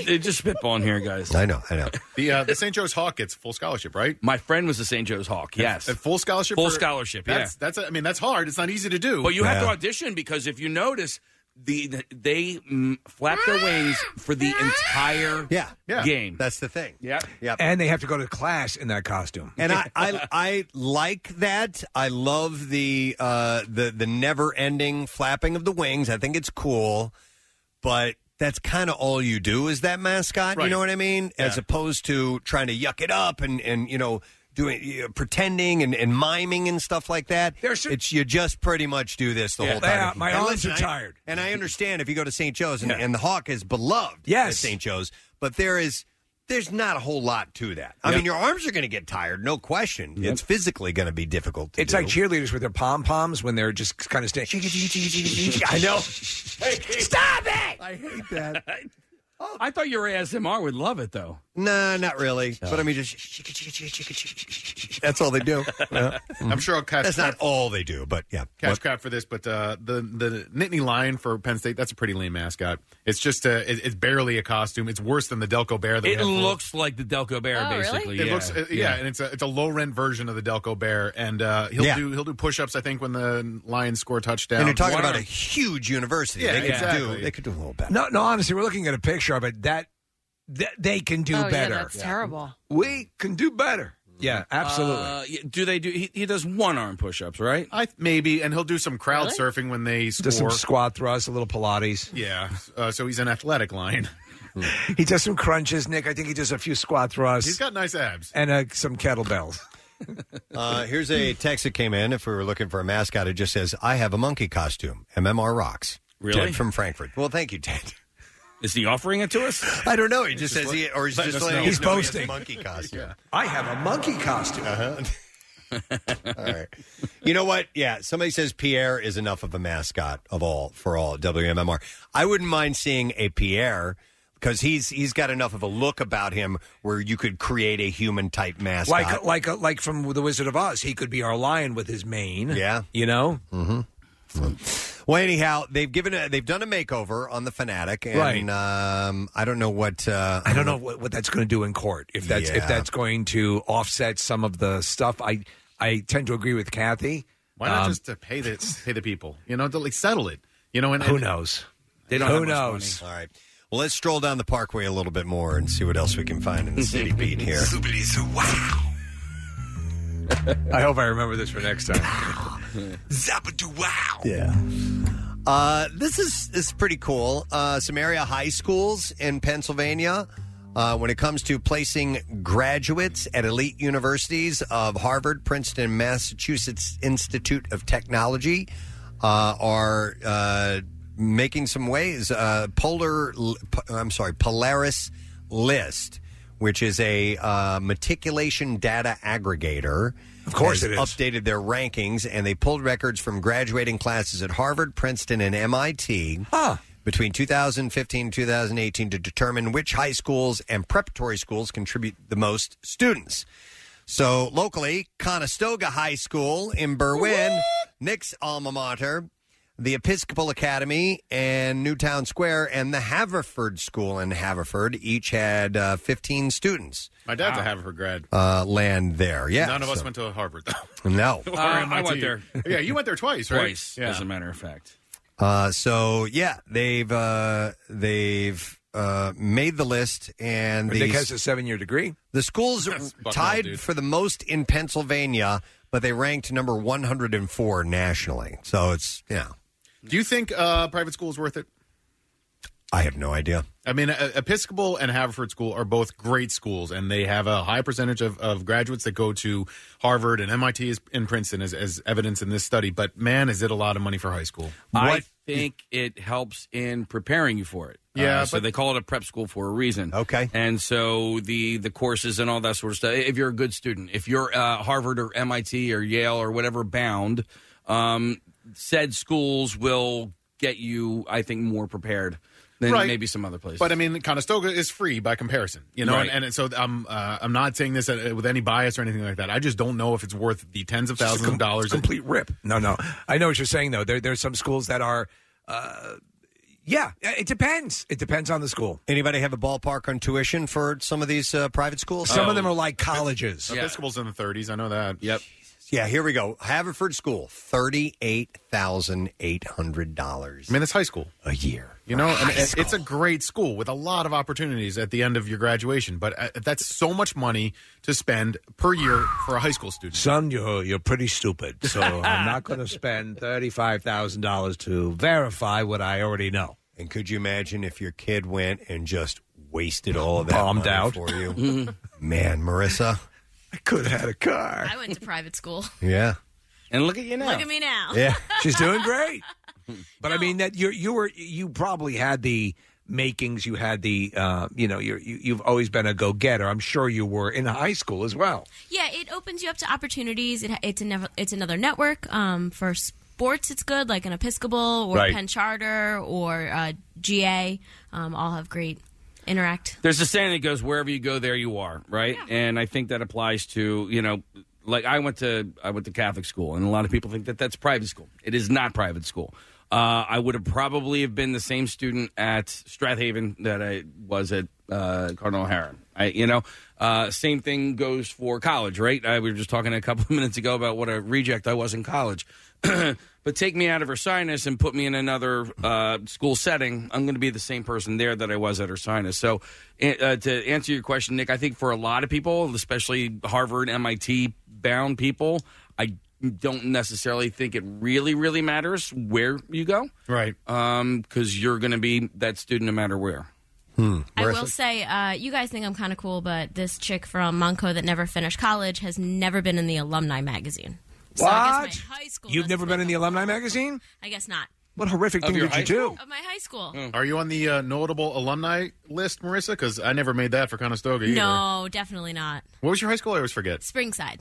Speaker 6: They're just spitballing here, guys.
Speaker 1: Mm-hmm. I know, I know.
Speaker 9: The uh, the St. Joe's Hawk gets full scholarship, right?
Speaker 6: My friend was a St. Joe's Hawk. Yes,
Speaker 9: A full scholarship.
Speaker 6: Full
Speaker 9: for-
Speaker 6: scholarship, yeah.
Speaker 9: That's, that's. I mean, that's hard. It's not easy to do.
Speaker 6: but you have to audition because if you notice, the, the they mm, flap their wings for the entire
Speaker 1: Yeah. Yeah.
Speaker 6: game.
Speaker 1: That's the thing.
Speaker 6: Yeah,
Speaker 1: yeah.
Speaker 3: And they have to go to class in that costume.
Speaker 1: And I, I I like that. I love the uh the the never ending flapping of the wings. I think it's cool, but that's kind of all you do is that mascot. You
Speaker 13: Right.
Speaker 1: know what I mean? As opposed to trying to yuck it up and and you know doing you know, pretending and, and miming and stuff like that. it's you just pretty much do this the
Speaker 3: Yeah.
Speaker 1: whole time.
Speaker 3: Yeah, my
Speaker 1: And
Speaker 3: arms
Speaker 1: listen,
Speaker 3: are
Speaker 1: I-
Speaker 3: tired.
Speaker 1: and I understand if you go to St. Joe's and, and the Hawk is beloved at St. Joe's, but there is there's not a whole lot to that. I mean, your arms are going to get tired, no question. It's physically going to be difficult. To
Speaker 3: It's
Speaker 1: do.
Speaker 3: like cheerleaders with their pom poms when they're just kind of staying. I know.
Speaker 6: Stop it!
Speaker 3: I hate that.
Speaker 6: I thought your ASMR would love it though.
Speaker 1: Nah, not really. But I mean, just that's all they do. Mm-hmm.
Speaker 9: I'm sure I'll catch.
Speaker 1: That's not all they do, but yeah.
Speaker 9: catch
Speaker 1: What-
Speaker 9: crap for this, but uh, the the Nittany Lion for Penn State that's a pretty lame mascot. It's just a, it, it's barely a costume. It's worse than the Delco Bear. That we
Speaker 6: It
Speaker 9: had for-
Speaker 6: looks like the Delco Bear,
Speaker 9: Oh, really?
Speaker 6: basically.
Speaker 9: It
Speaker 6: yeah.
Speaker 9: looks, uh, yeah, and it's a it's a low rent version of the Delco Bear, and uh, he'll
Speaker 1: Yeah.
Speaker 9: do he'll do push ups. I think when the Lions score a touchdown,
Speaker 1: And you're talking
Speaker 9: One
Speaker 1: about a
Speaker 9: arm.
Speaker 1: huge university.
Speaker 9: Yeah,
Speaker 1: they could
Speaker 9: exactly.
Speaker 1: do. They could do a little better.
Speaker 3: No, no. Honestly, we're looking at a picture of it. That, that they can do
Speaker 2: oh, yeah,
Speaker 3: better.
Speaker 2: that's terrible.
Speaker 3: We can do better. Yeah, absolutely.
Speaker 6: Uh, yeah, do they do? He, he does one arm push ups, right?
Speaker 9: I maybe, and he'll do some crowd surfing when they score.
Speaker 3: does some squat thrusts, a little Pilates.
Speaker 9: yeah, uh, so he's an athletic lion.
Speaker 3: He does some crunches, Nick. I think he does a few squat thrusts.
Speaker 9: He's got nice abs.
Speaker 3: and uh, some kettlebells.
Speaker 1: Uh, here's a text that came in. If we were looking for a mascot, it just says, "I have a monkey costume." MMR rocks.
Speaker 6: Really?
Speaker 1: Ted from Frankfurt. Well, thank you, Ted.
Speaker 6: Is he offering it to us?
Speaker 1: I don't know. He just says he, or he's
Speaker 6: letting
Speaker 1: just
Speaker 6: us
Speaker 1: letting
Speaker 6: know.
Speaker 1: us
Speaker 6: He's
Speaker 1: know he has a
Speaker 6: boasting.
Speaker 1: monkey costume.
Speaker 3: I have a monkey costume.
Speaker 1: Uh-huh. all right. You know what? Yeah, somebody says Pierre is enough of a mascot of all for all at WMMR. I wouldn't mind seeing a Pierre because he's he's got enough of a look about him where you could create a human type mascot.
Speaker 3: Like uh, like like from the Wizard of Oz, he could be our lion with his mane.
Speaker 1: Yeah,
Speaker 3: you know.
Speaker 1: Mm-hmm. Well, anyhow, they've given a, they've done a makeover on the fanatic, and um, I don't know what uh,
Speaker 3: I don't know what, what that's going to do in court. If that's
Speaker 1: Yeah.
Speaker 3: if that's going to offset some of the stuff, I I tend to agree with Kathy.
Speaker 9: Why not
Speaker 3: Um,
Speaker 9: just to pay the pay the people? You know, to like settle it. You know, and
Speaker 3: who knows?
Speaker 9: They don't
Speaker 3: who
Speaker 9: have much
Speaker 3: knows?
Speaker 1: All right. Well, let's stroll down the parkway a little bit more and see what else we can find in the city beat here.
Speaker 3: I hope I remember this for next time.
Speaker 1: Zappadoo wow. Yeah. Uh, this is this is pretty cool. Uh, some area high schools in Pennsylvania. Uh, when it comes to placing graduates at elite universities of Harvard, Princeton, and Massachusetts Institute of Technology, uh, are uh, making some ways. Uh, polar, I'm sorry, Polaris List, which is a uh, matriculation data aggregator.
Speaker 3: Of course
Speaker 1: has
Speaker 3: it is.
Speaker 1: Updated their rankings and they pulled records from graduating classes at Harvard, Princeton, and MIT. Between 2015 and 2018 to determine which high schools and preparatory schools contribute the most students. So locally, Conestoga High School in Berwyn, Nick's alma mater, the Episcopal Academy and Newtown Square, and the Haverford School in Haverford each had uh, 15 students
Speaker 9: My dad's a Haverford grad.
Speaker 1: uh, land there. Yeah,
Speaker 9: None of us
Speaker 1: so-
Speaker 9: went to Harvard though.
Speaker 1: No,
Speaker 9: Or
Speaker 6: Uh, I
Speaker 9: MIT.
Speaker 6: went there.
Speaker 9: Yeah, you went there twice, right?
Speaker 6: Twice,
Speaker 9: Yeah.
Speaker 6: as a matter of fact.
Speaker 1: Uh, so yeah, they've uh, they've uh, made the list, and
Speaker 3: Nick
Speaker 1: the
Speaker 3: has a seven year degree.
Speaker 1: the schools are
Speaker 3: fucking
Speaker 1: tied
Speaker 3: up, dude.
Speaker 1: for the most in Pennsylvania, but they ranked number 104 nationally. So it's yeah,
Speaker 9: Do you think uh, private school is worth it?
Speaker 1: I have no idea.
Speaker 9: I mean, uh, Episcopal and Haverford School are both great schools, and they have a high percentage of, of graduates that go to Harvard and MIT is- and Princeton, as, as evidence in this study. But man, is it a lot of money for high school?
Speaker 6: I think it helps in preparing you for it. Uh,
Speaker 9: Yeah,
Speaker 6: so
Speaker 9: but-
Speaker 6: they call it a prep school for a reason.
Speaker 1: Okay.
Speaker 6: And so the the courses and all that sort of stuff. If you're a good student, if you're uh, Harvard or MIT or Yale or whatever bound, um, said schools will get you, I think, more prepared than
Speaker 9: Right.
Speaker 6: maybe some other places.
Speaker 9: But I mean, Conestoga is free by comparison, you know.
Speaker 6: Right.
Speaker 9: And, and so I'm uh, I'm not saying this uh, with any bias or anything like that. I just don't know if it's worth the tens of thousands of dollars.
Speaker 3: Complete rip. No, no. I know what you're saying though. There, there's some schools that are. Uh, yeah, uh, it depends. It depends on the school.
Speaker 1: Anybody have a ballpark on tuition for some of these uh, private schools?
Speaker 9: Oh.
Speaker 3: Some of them are like colleges.
Speaker 9: Episcopal's in the 30s. I know that. Yep.
Speaker 1: Yeah, here we go. Haverford School, thirty-eight thousand eight hundred dollars. I
Speaker 9: mean, that's high school
Speaker 1: a year.
Speaker 9: You know, and it- it's a great school with a lot of opportunities at the end of your graduation, but uh, that's so much money to spend per year for a high school student.
Speaker 3: Son, you're you're pretty stupid. So I'm not going to spend thirty five thousand dollars to verify what I already know.
Speaker 1: And could you imagine if your kid went and just wasted all of that
Speaker 3: Bombed
Speaker 1: money
Speaker 3: out.
Speaker 1: for you? Man, Marissa.
Speaker 3: I could have had a car.
Speaker 11: Mm-hmm. I went to private school.
Speaker 1: Yeah.
Speaker 6: And look at you
Speaker 11: Look at me now.
Speaker 1: Yeah,
Speaker 3: she's doing great. But I mean that you you were you probably had the makings. You had the uh, you know you're, you you've always been a go getter. I'm sure you were in high school as well.
Speaker 11: Yeah, it opens you up to opportunities. It, it's another it's another network um, for sports. It's good, like an Episcopal or
Speaker 6: Right.
Speaker 11: Penn Charter or uh, GA. Um, all have great interact.
Speaker 6: There's a saying that goes wherever you go, there you are, right? And I think that applies to you know, like I went to I went to Catholic school, and a lot of people think that that's private school. It is not private school. Uh, I would have probably have been the same student at Strathaven that I was at uh, Cardinal O'Hara. I, you know, uh, same thing goes for college, right? I, we were just talking a couple of minutes ago about what a reject I was in college. but take me out of Ursinus and put me in another uh, school setting, I'm going to be the same person there that I was at Ursinus. So, uh, to answer your question, Nick, I think for a lot of people, especially Harvard, MIT bound people, I don't necessarily think it really, really matters where you go.
Speaker 9: Right.
Speaker 6: Because you're going to be that student no matter where.
Speaker 1: Hmm.
Speaker 11: I
Speaker 6: Marissa?
Speaker 11: will say, uh, you guys think I'm kind of cool, but this chick from Monco that never finished college has never been in the alumni magazine. So I guess my high school.
Speaker 3: You've never been in the alumni magazine?
Speaker 11: I guess not.
Speaker 3: What horrific thing did you do?
Speaker 11: Of my high school.
Speaker 9: Are you on the uh, notable alumni list, Marissa? Because I never made that for Conestoga either.
Speaker 11: No, definitely not.
Speaker 9: What was your high school? I always forget.
Speaker 11: Springside.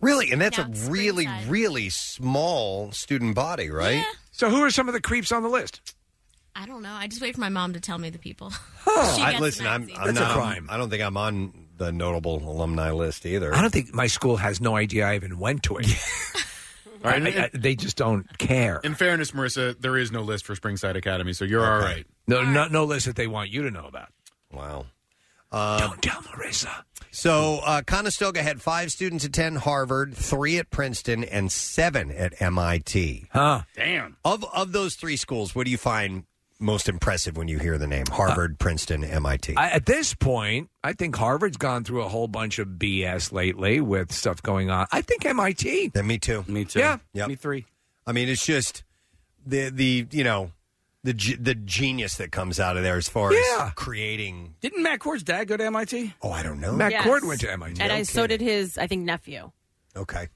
Speaker 1: Really? And that's
Speaker 11: Down
Speaker 1: a really, really small student body, right?
Speaker 3: So who are some of the creeps on the list?
Speaker 11: I don't know. I just wait for my mom to tell me the people. She
Speaker 1: Oh, I,
Speaker 11: gets
Speaker 1: listen,
Speaker 11: the
Speaker 1: I'm,
Speaker 11: magazine.
Speaker 1: I'm
Speaker 3: That's a
Speaker 1: not,
Speaker 3: crime.
Speaker 1: I don't think I'm on the notable alumni list either.
Speaker 3: I don't think my school has no idea I even went to it. I- I- I- they just don't care.
Speaker 9: In fairness, Marissa, there is no list for Springside Academy, so you're all right.
Speaker 3: No, no, no list that they want you to know about.
Speaker 1: Wow.
Speaker 3: don't tell Marissa.
Speaker 1: Uh, So uh, Conestoga had five students attend Harvard, three at Princeton, and seven at MIT.
Speaker 3: Huh.
Speaker 6: Damn.
Speaker 1: Of of those three schools, what do you find most impressive when you hear the name? Harvard, Princeton, MIT.
Speaker 3: I, at this point, I think Harvard's gone through a whole bunch of BS lately with stuff going on. I think MIT.
Speaker 1: me too.
Speaker 6: Me too.
Speaker 3: Yeah.
Speaker 6: Me three.
Speaker 1: I mean, it's just the the you know the ge- the genius that comes out of there as far
Speaker 6: Yeah.
Speaker 3: Uh,
Speaker 1: as creating.
Speaker 6: Didn't Matt Cord's dad go to MIT?
Speaker 1: Oh, I don't know.
Speaker 2: Yes. and I, so did his, I think, nephew.
Speaker 1: Okay.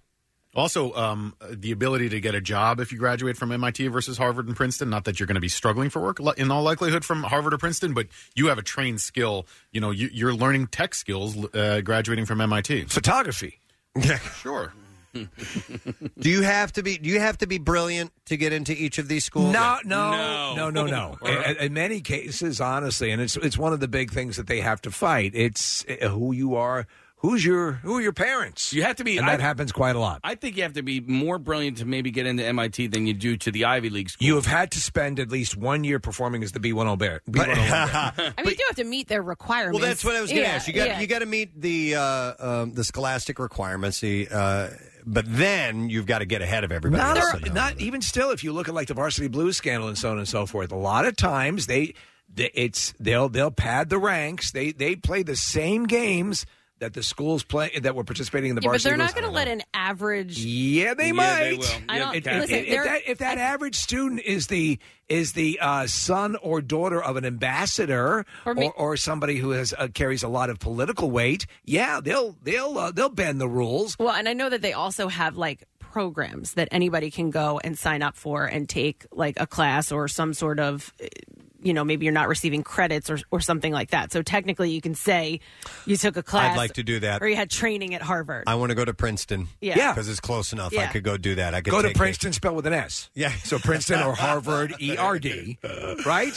Speaker 9: Also, um, the ability to get a job if you graduate from MIT versus Harvard and Princeton. Not that you're going to be struggling for work li- in all likelihood from Harvard or Princeton, but you have a trained skill. You know, you, you're learning tech skills uh, graduating from MIT.
Speaker 3: Photography.
Speaker 9: sure.
Speaker 1: do you have to be? Do you have to be brilliant to get into each of these schools?
Speaker 3: No, no, no, no, no. in, in many cases, honestly, and it's it's one of the big things that they have to fight. It's uh, who you are, who's your who are your parents.
Speaker 6: You have to be-
Speaker 3: and that
Speaker 6: I-
Speaker 3: happens quite a lot.
Speaker 6: I think you have to be more brilliant to maybe get into MIT than you do to the Ivy League school.
Speaker 3: You have had to spend at least one year performing as the B10 bear. B10
Speaker 2: I mean, you do have to meet their requirements.
Speaker 1: Well, that's what I was going to
Speaker 2: Yeah,
Speaker 1: ask. You got
Speaker 2: yeah.
Speaker 1: you got to meet the uh, um, the scholastic requirements. The, uh, but then you've got to get ahead of everybody.
Speaker 3: Not,
Speaker 1: else
Speaker 3: our-
Speaker 1: somehow.
Speaker 3: not even still. If you look at like the varsity blues scandal and so on and so forth, a lot of times they, they it's they'll they'll pad the ranks. They they play the same games that the schools play that were participating in the
Speaker 2: Yeah, but
Speaker 3: varsity.
Speaker 2: they're not
Speaker 3: Blues-
Speaker 2: going to let an average.
Speaker 3: Yeah, they
Speaker 2: Yeah,
Speaker 3: might.
Speaker 2: they will. I don't-
Speaker 3: if,
Speaker 2: Yeah,
Speaker 3: if-
Speaker 2: listen,
Speaker 3: if
Speaker 2: they're-
Speaker 3: that, if that average student is the is the uh, son or daughter of an ambassador or,
Speaker 2: me-
Speaker 3: or, somebody who has uh, carries a lot of political weight, yeah, they'll they'll uh, they'll bend the rules.
Speaker 2: Well, and I know that they also have like programs that anybody can go and sign up for and take like a class or some sort of eh, you know maybe you're not receiving credits or, or something like that so technically you can say you took a class
Speaker 1: like to do that.
Speaker 2: or you had training at harvard
Speaker 1: I want to go to Princeton.
Speaker 2: Yeah. Yeah.
Speaker 1: because it's close enough. I
Speaker 2: Yeah.
Speaker 1: could go do that. I could
Speaker 3: Go to
Speaker 1: take a-
Speaker 3: Princeton, spelled with an S.
Speaker 1: Yeah.
Speaker 3: So Princeton or Harvard, E R D, right?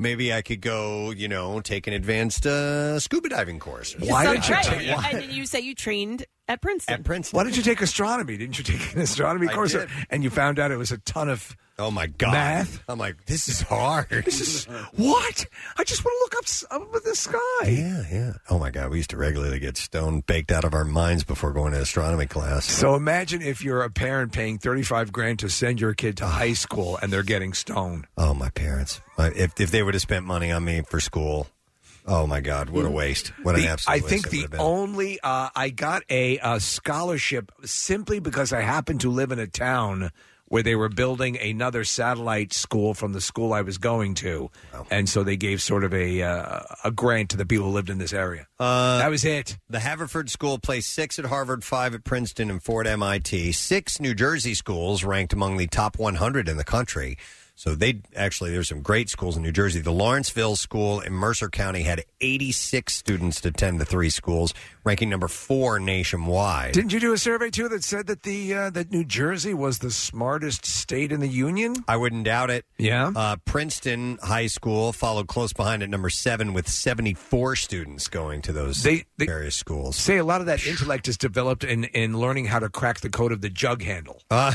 Speaker 1: Maybe I could go, you know, take an advanced uh, scuba diving course.
Speaker 2: So- right. and then you say you trained at princeton
Speaker 1: At Princeton.
Speaker 3: Why didn't you take astronomy? Didn't you take an astronomy
Speaker 1: I
Speaker 3: course?
Speaker 1: did.
Speaker 3: And you found out it was a ton of
Speaker 1: Oh my god!
Speaker 3: Math?
Speaker 1: I'm like, this is hard.
Speaker 3: This is what? I just want to look up s- up at the sky.
Speaker 1: Yeah, yeah. Oh my god, we used to regularly get stone baked out of our minds before going to astronomy class.
Speaker 3: So imagine if you're a parent paying 35 grand to send your kid to high school and they're getting stoned.
Speaker 1: Oh, my parents! My, if if they would have spent money on me for school, oh my god, what a waste! What an
Speaker 3: The-
Speaker 1: absolute
Speaker 3: I
Speaker 1: waste
Speaker 3: think
Speaker 1: that
Speaker 3: the
Speaker 1: would've been.
Speaker 3: only uh, I got a, uh scholarship simply because I happened to live in a town where they were building another satellite school from the school I was going to, and so they gave sort of a uh, a grant to the people who lived in this area.
Speaker 1: Uh,
Speaker 3: that was it.
Speaker 1: The Haverford School placed six at Harvard, five at Princeton, and four at MIT. Six New Jersey schools ranked among the top 100 in the country. So they actually, there's some great schools in New Jersey. The Lawrenceville School in Mercer County had 86 students to attend the three schools, ranking number four nationwide.
Speaker 3: Didn't you do a survey too that said that the uh, that New Jersey was the smartest state in the union?
Speaker 1: I wouldn't doubt it.
Speaker 3: Yeah.
Speaker 1: Uh, Princeton High School followed close behind at number seven with 74 students going to those various schools.
Speaker 3: Say a lot of that intellect is developed in in learning how to crack the code of the jug handle.
Speaker 1: Uh,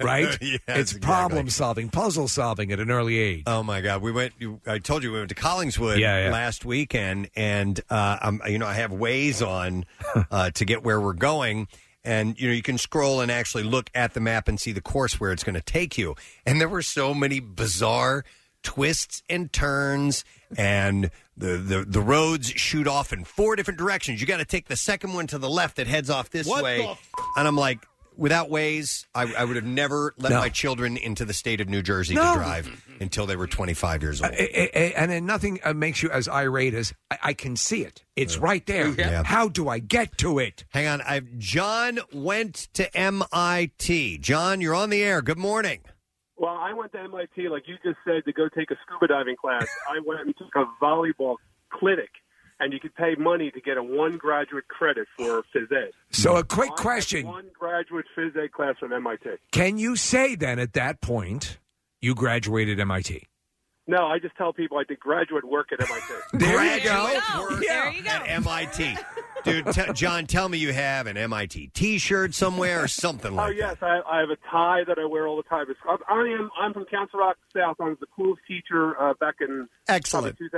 Speaker 3: right?
Speaker 1: Yes,
Speaker 3: it's
Speaker 1: exactly.
Speaker 3: problem solving, puzzle solving at an early age.
Speaker 1: Oh my God, we went. you- I told you we went to Collingswood
Speaker 3: Yeah, yeah.
Speaker 1: last weekend, and uh, um, you know I have ways on uh, to get where we're going, and you know you can scroll and actually look at the map and see the course where it's going to take you. And there were so many bizarre twists and turns, and the the, the roads shoot off in four different directions. You got to take the second one to the left that heads off this
Speaker 4: What
Speaker 1: way,
Speaker 4: the f-
Speaker 1: and I'm like. Without ways, I, I would have never let
Speaker 3: No.
Speaker 1: my children into the state of New Jersey
Speaker 3: No. Uh,
Speaker 1: to drive until they were 25 years old.
Speaker 3: A- a- a- and then nothing uh, makes you as irate as I, I can see it. It's right there.
Speaker 1: Yeah.
Speaker 3: How do I get to it?
Speaker 1: Hang on. I've John went to MIT. John, you're on the air. Good morning.
Speaker 13: Well, I went to MIT, like you just said, to go take a scuba diving class. I went and took a volleyball clinic, and you could pay money to get a one graduate credit for phys ed.
Speaker 3: So Oh, a quick
Speaker 13: I had
Speaker 3: question:
Speaker 13: One graduate phys ed class from MIT.
Speaker 3: Can you say then at that point you graduated MIT?
Speaker 13: No, I just tell people I did graduate work at MIT.
Speaker 3: There
Speaker 13: Graduate
Speaker 1: you
Speaker 13: work.
Speaker 1: There you go. At MIT. Dude, te- John, tell me you have an MIT t shirt somewhere or something
Speaker 13: Oh
Speaker 1: like
Speaker 13: yes, I, I have a tie that I wear all the time. It's- I'm, I am I'm from Council Rock South. I was the coolest teacher uh, back in
Speaker 1: Excellent.
Speaker 13: probably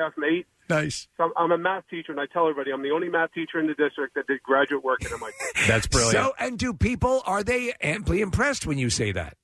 Speaker 13: 2008.
Speaker 1: Nice.
Speaker 13: So I'm- I'm a math teacher, and I tell everybody I'm the only math teacher in the district that did graduate work at MIT.
Speaker 1: That's
Speaker 13: brilliant.
Speaker 3: So, and do people are they amply impressed when you say that?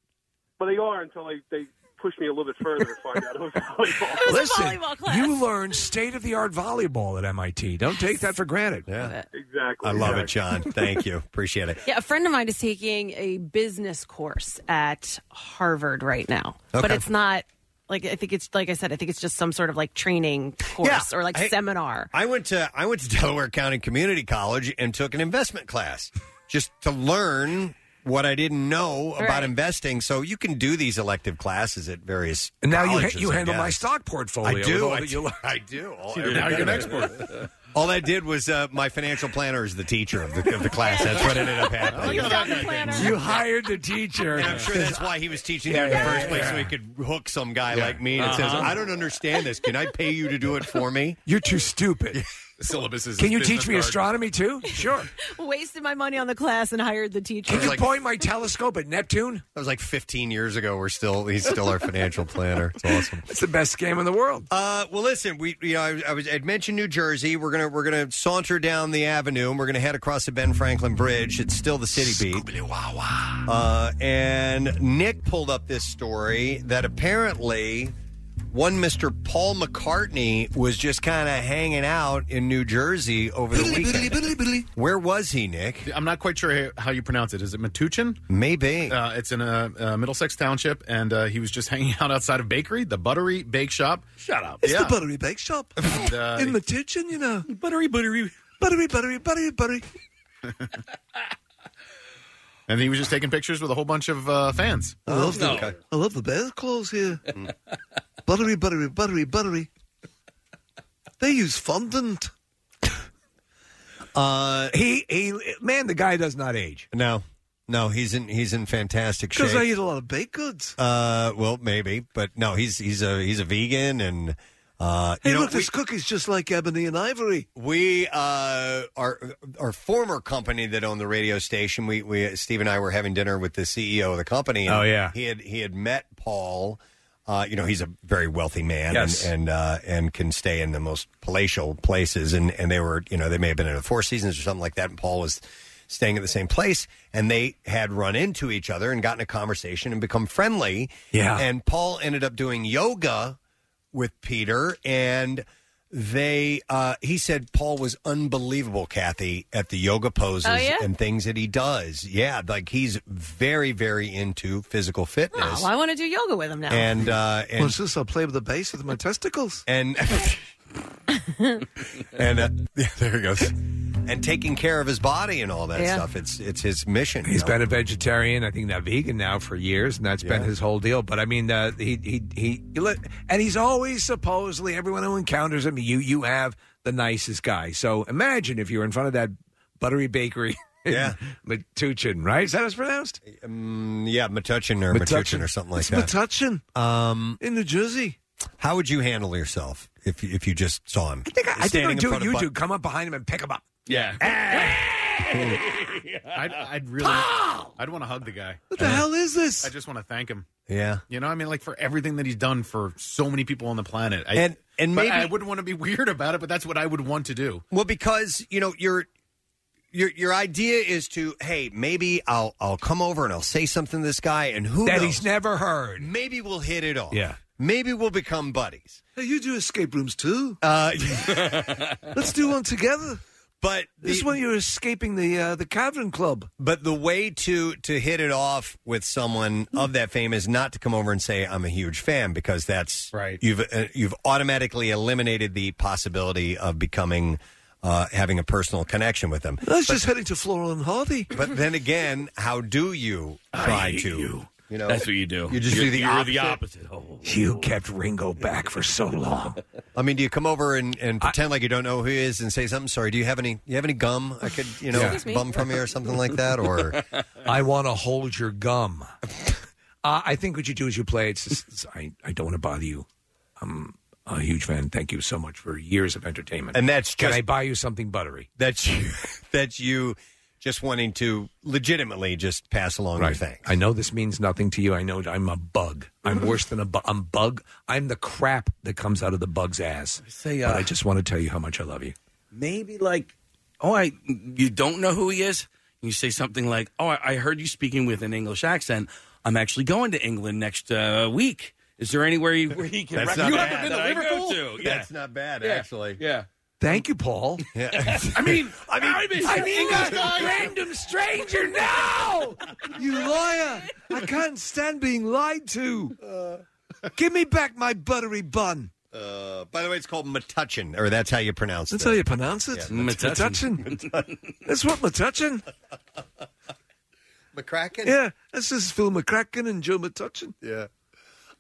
Speaker 13: But they are until they, they push me a little bit further and find out it was volleyball.
Speaker 3: Listen, you learn state of the art volleyball at MIT. Don't take that for granted.
Speaker 1: Yeah.
Speaker 13: Exactly.
Speaker 1: I love it, John. Thank you. Appreciate it.
Speaker 2: Yeah, a friend of mine is taking a business course at Harvard right now, but
Speaker 1: Okay.
Speaker 2: it's not like I think it's like I said, I think it's just some sort of like training course
Speaker 1: Yeah,
Speaker 2: or like
Speaker 1: I-
Speaker 2: seminar.
Speaker 1: I went to I went to Delaware County Community College and took an investment class just to learn what I didn't know about
Speaker 3: Right.
Speaker 1: investing. So you can do these elective classes at various.
Speaker 3: And now you, ha-
Speaker 1: colleges,
Speaker 3: you
Speaker 1: I
Speaker 3: handle my
Speaker 1: guess.
Speaker 3: stock portfolio.
Speaker 1: I
Speaker 3: with
Speaker 1: do.
Speaker 3: all
Speaker 1: I
Speaker 3: that
Speaker 1: do.
Speaker 3: you learn.
Speaker 1: I do. All,
Speaker 3: See,
Speaker 1: every
Speaker 3: now you're an
Speaker 1: bit of it. All I did was uh, my financial planner is the teacher of the, of the class. That's what ended up
Speaker 3: Oh,
Speaker 1: happening.
Speaker 3: You hired the teacher.
Speaker 1: And I'm sure that's why he was teaching
Speaker 3: Yeah,
Speaker 1: there in the
Speaker 3: yeah,
Speaker 1: first place,
Speaker 3: yeah.
Speaker 1: so he could hook some guy like me and says,
Speaker 3: Uh-huh.
Speaker 1: "I don't understand this. Can I pay you to do it for me?"
Speaker 3: You're too stupid.
Speaker 9: syllabus is.
Speaker 3: Can you teach me astronomy too? Sure.
Speaker 2: Wasted my money on the class and hired the teacher. Oh,
Speaker 1: Can you Like- point
Speaker 3: my telescope at Neptune?
Speaker 1: That was like 15 years ago. We're still he's still our financial planner. It's awesome.
Speaker 3: It's the best game in the world.
Speaker 1: Uh, well, listen, we you know I, I was I'd mentioned New Jersey. We're gonna we're gonna saunter down the avenue and we're gonna head across the Ben Franklin Bridge. It's still the city beat. Uh, and Nick pulled up this story that apparently one Mr. Paul McCartney was just kind of hanging out in New Jersey over the weekend. Where was he, Nick?
Speaker 9: I'm not quite sure how you pronounce it. Is it Metuchen?
Speaker 1: Maybe.
Speaker 9: Uh, it's in uh, uh, Middlesex Township, and uh, he was just hanging out outside of bakery, the Buttery Bake Shop. uh, Shut up.
Speaker 14: It's the Buttery Bake Shop.
Speaker 1: Uh,
Speaker 14: In the kitchen, you know. Buttery, buttery. Buttery, buttery, buttery, buttery.
Speaker 9: and he was just taking pictures with a whole bunch of uh, fans.
Speaker 14: I love, the, I love the bear claws here.
Speaker 9: Mm.
Speaker 14: buttery, buttery, buttery, buttery. They use fondant.
Speaker 1: Uh,
Speaker 3: he he man, the guy does not age.
Speaker 1: No, no, he's in he's in fantastic shape.
Speaker 14: Because I eat a lot of baked goods.
Speaker 1: Uh, well, maybe, but no, he's he's a he's a vegan and uh,
Speaker 14: Hey,
Speaker 1: you know,
Speaker 14: look, this cookie's just like ebony and ivory.
Speaker 1: we uh our our former company that owned the radio station. We we Steve and I were having dinner with the CEO of the company. and
Speaker 3: Oh, yeah.
Speaker 1: he had he had met Paul. Uh, you know, he's a very wealthy man
Speaker 3: Yes.
Speaker 1: and and, uh, and can stay in the most palatial places. And and they were you know they may have been in the Four Seasons or something like that. And Paul was staying at the same place and they had run into each other and gotten a conversation and become friendly
Speaker 3: Yeah.
Speaker 1: and paul ended up doing yoga with Peter, and they uh, he said Paul was unbelievable, Kathy, at the yoga poses
Speaker 2: Oh, yeah?
Speaker 1: and things that he does. Yeah, like he's very, very into physical
Speaker 2: Oh,
Speaker 1: fitness.
Speaker 2: I want to do yoga with him now.
Speaker 1: And uh, and
Speaker 14: What's this? I'll play with the bass with my testicles.
Speaker 1: and and uh, yeah, there he goes. And taking care of his body and all that
Speaker 3: Yeah.
Speaker 1: stuff. It's it's his mission.
Speaker 3: He's been a vegetarian, I think now vegan now for years, and that's been his whole deal. But I mean, uh, he, he he he let- and he's always supposedly everyone who encounters him, you you have the nicest guy. So imagine if you were in front of that buttery bakery,
Speaker 1: Yeah.
Speaker 3: Metuchen, right? Is that how it's pronounced?
Speaker 1: Um, yeah, Metuchen or Metuchen or something like
Speaker 3: It's
Speaker 1: that.
Speaker 14: Metuchen.
Speaker 1: Um,
Speaker 14: in New Jersey.
Speaker 1: How would you handle yourself if you, if you just saw him?
Speaker 3: I think I think I
Speaker 1: Standing in
Speaker 3: would do
Speaker 1: front
Speaker 3: what
Speaker 1: of
Speaker 3: you
Speaker 1: bu-
Speaker 3: do. Come up behind him and pick him up.
Speaker 9: Yeah. I'd, I'd really. I'd want to hug the guy. Ah, What the
Speaker 14: hell is this?
Speaker 9: I just want to thank him.
Speaker 1: Yeah.
Speaker 9: You know, I mean, like for everything that he's done for so many people on the planet. I,
Speaker 1: And- and
Speaker 9: but
Speaker 1: maybe-
Speaker 9: I wouldn't want to be weird about it, but that's what I would want to do.
Speaker 1: Well, because you know your your your idea is to hey maybe I'll I'll come over and I'll say something to this guy and who
Speaker 3: that
Speaker 1: knows?
Speaker 3: he's never heard.
Speaker 1: Maybe we'll hit it off.
Speaker 3: Yeah.
Speaker 1: Maybe we'll become buddies.
Speaker 14: Hey, you do escape rooms too.
Speaker 1: Uh,
Speaker 14: Let's do one together.
Speaker 1: But
Speaker 14: this is when you're escaping the uh, the Cavern Club.
Speaker 1: But the way to to hit it off with someone of that fame is not to come over and say I'm a huge fan because that's right. You've uh, you've automatically eliminated the possibility of becoming uh, having a personal connection with them.
Speaker 14: I was just heading to Floral and Hardy.
Speaker 1: But then again, how do you try to? You. know,
Speaker 3: That's what you do.
Speaker 1: You just
Speaker 3: You're-
Speaker 1: do the
Speaker 3: you're the
Speaker 1: opposite.
Speaker 3: You kept Ringo back for so long.
Speaker 1: I mean, do you come over and, and pretend like you don't know who he is and say something? Sorry, do you have any? You have any gum I could, you know,
Speaker 3: Excuse me.
Speaker 1: bum from you or something like that? Or
Speaker 3: I want to hold your gum. Uh, I think what you do is you play. It's, just, it's- I I don't want to bother you. I'm a huge fan. Thank you so much for years of entertainment.
Speaker 1: And that's
Speaker 3: can
Speaker 1: just-
Speaker 3: I buy you something buttery?
Speaker 1: that's you, that's you, just wanting to legitimately just pass along your thanks.
Speaker 3: I know this means nothing to you. I know I'm a bug. I'm worse than a bug. I'm bug. I'm the crap that comes out of the bug's ass.
Speaker 6: Say,
Speaker 3: but
Speaker 6: uh,
Speaker 3: I just want to tell you how much I love you.
Speaker 6: maybe like, oh, I you don't know who he is. You say something like, oh, I, I heard you speaking with an English accent. I'm actually going to England next uh, week. Is there anywhere you, where you can?
Speaker 1: That's
Speaker 6: rec-
Speaker 1: not
Speaker 6: you
Speaker 1: bad.
Speaker 6: haven't been
Speaker 1: That
Speaker 6: to
Speaker 1: I go
Speaker 6: Liverpool.
Speaker 1: to. That's not bad,
Speaker 6: Yeah.
Speaker 1: actually.
Speaker 6: Yeah.
Speaker 3: Thank you, Paul.
Speaker 6: I mean, I mean,
Speaker 3: I mean,
Speaker 6: English
Speaker 3: that random stranger. No, you liar! I can't stand being lied to. Give me back my buttery bun.
Speaker 1: Uh, by the way, it's called Metuchen, or that's how you pronounce it.
Speaker 3: That's how you pronounce it. That's what Metuchen.
Speaker 1: McCracken.
Speaker 3: Yeah, this is Phil McCracken and Joe Metuchen.
Speaker 1: Yeah.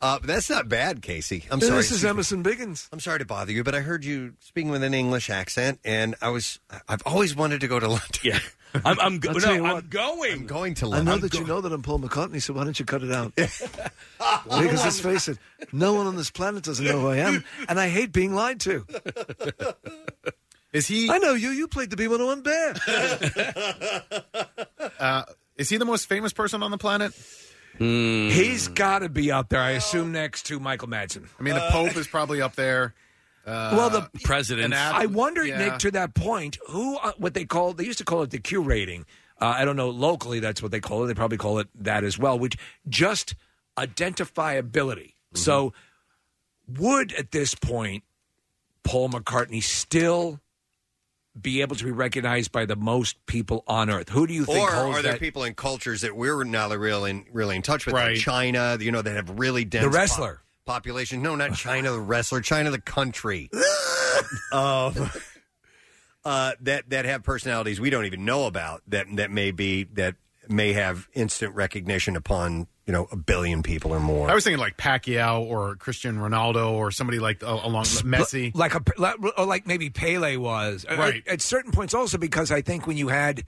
Speaker 1: Uh, but that's not bad, Casey. I'm
Speaker 3: Yeah,
Speaker 1: sorry.
Speaker 3: this is Emerson Biggins.
Speaker 1: I'm sorry to bother you, but I heard you speaking with an English accent, and I was I've always wanted to go to London.
Speaker 6: Yeah, I'm I'm, go-
Speaker 3: I'll
Speaker 6: no,
Speaker 3: tell you
Speaker 6: I'm
Speaker 3: what.
Speaker 6: going.
Speaker 1: I'm going to
Speaker 3: I
Speaker 1: London.
Speaker 3: know
Speaker 1: I'm
Speaker 3: that
Speaker 1: go-
Speaker 3: you know that I'm Paul McCartney, so why don't you cut it out? because let's face it, no one on this planet doesn't know who I am, and I hate being lied to.
Speaker 9: Is he?
Speaker 3: I know you. You played the B101 Bear.
Speaker 9: Uh, is he the most famous person on the planet?
Speaker 3: He's got to be up there. I assume next to Michael Madsen.
Speaker 9: I mean, the Pope is probably up there. Uh,
Speaker 3: well, the
Speaker 9: an ad-
Speaker 3: I wonder,
Speaker 9: yeah.
Speaker 3: Nick, to that point, who uh, what they call they used to call it the Q rating. Uh, I don't know locally that's what they call it. They probably call it that as well, which just identifiability.
Speaker 1: Mm-hmm.
Speaker 3: So, would at this point Paul McCartney still be able to be recognized by the most people on Earth? Who do you think
Speaker 1: or
Speaker 3: holds
Speaker 1: are there
Speaker 3: that?
Speaker 1: people in cultures that we're not really in, really in touch with,
Speaker 3: Right.
Speaker 1: like China? You know, that have really dense
Speaker 3: The wrestler.
Speaker 1: pop- population. No, not China the wrestler. China the country. um, uh, that that have personalities we don't even know about that that may be that may have instant recognition upon you know a billion people or more.
Speaker 9: I was thinking like Pacquiao or Christian Ronaldo or somebody like uh, along Messi.
Speaker 3: like a like, or like maybe Pele was Uh, Or- or
Speaker 9: Right.
Speaker 3: at certain points. Also, because I think when you had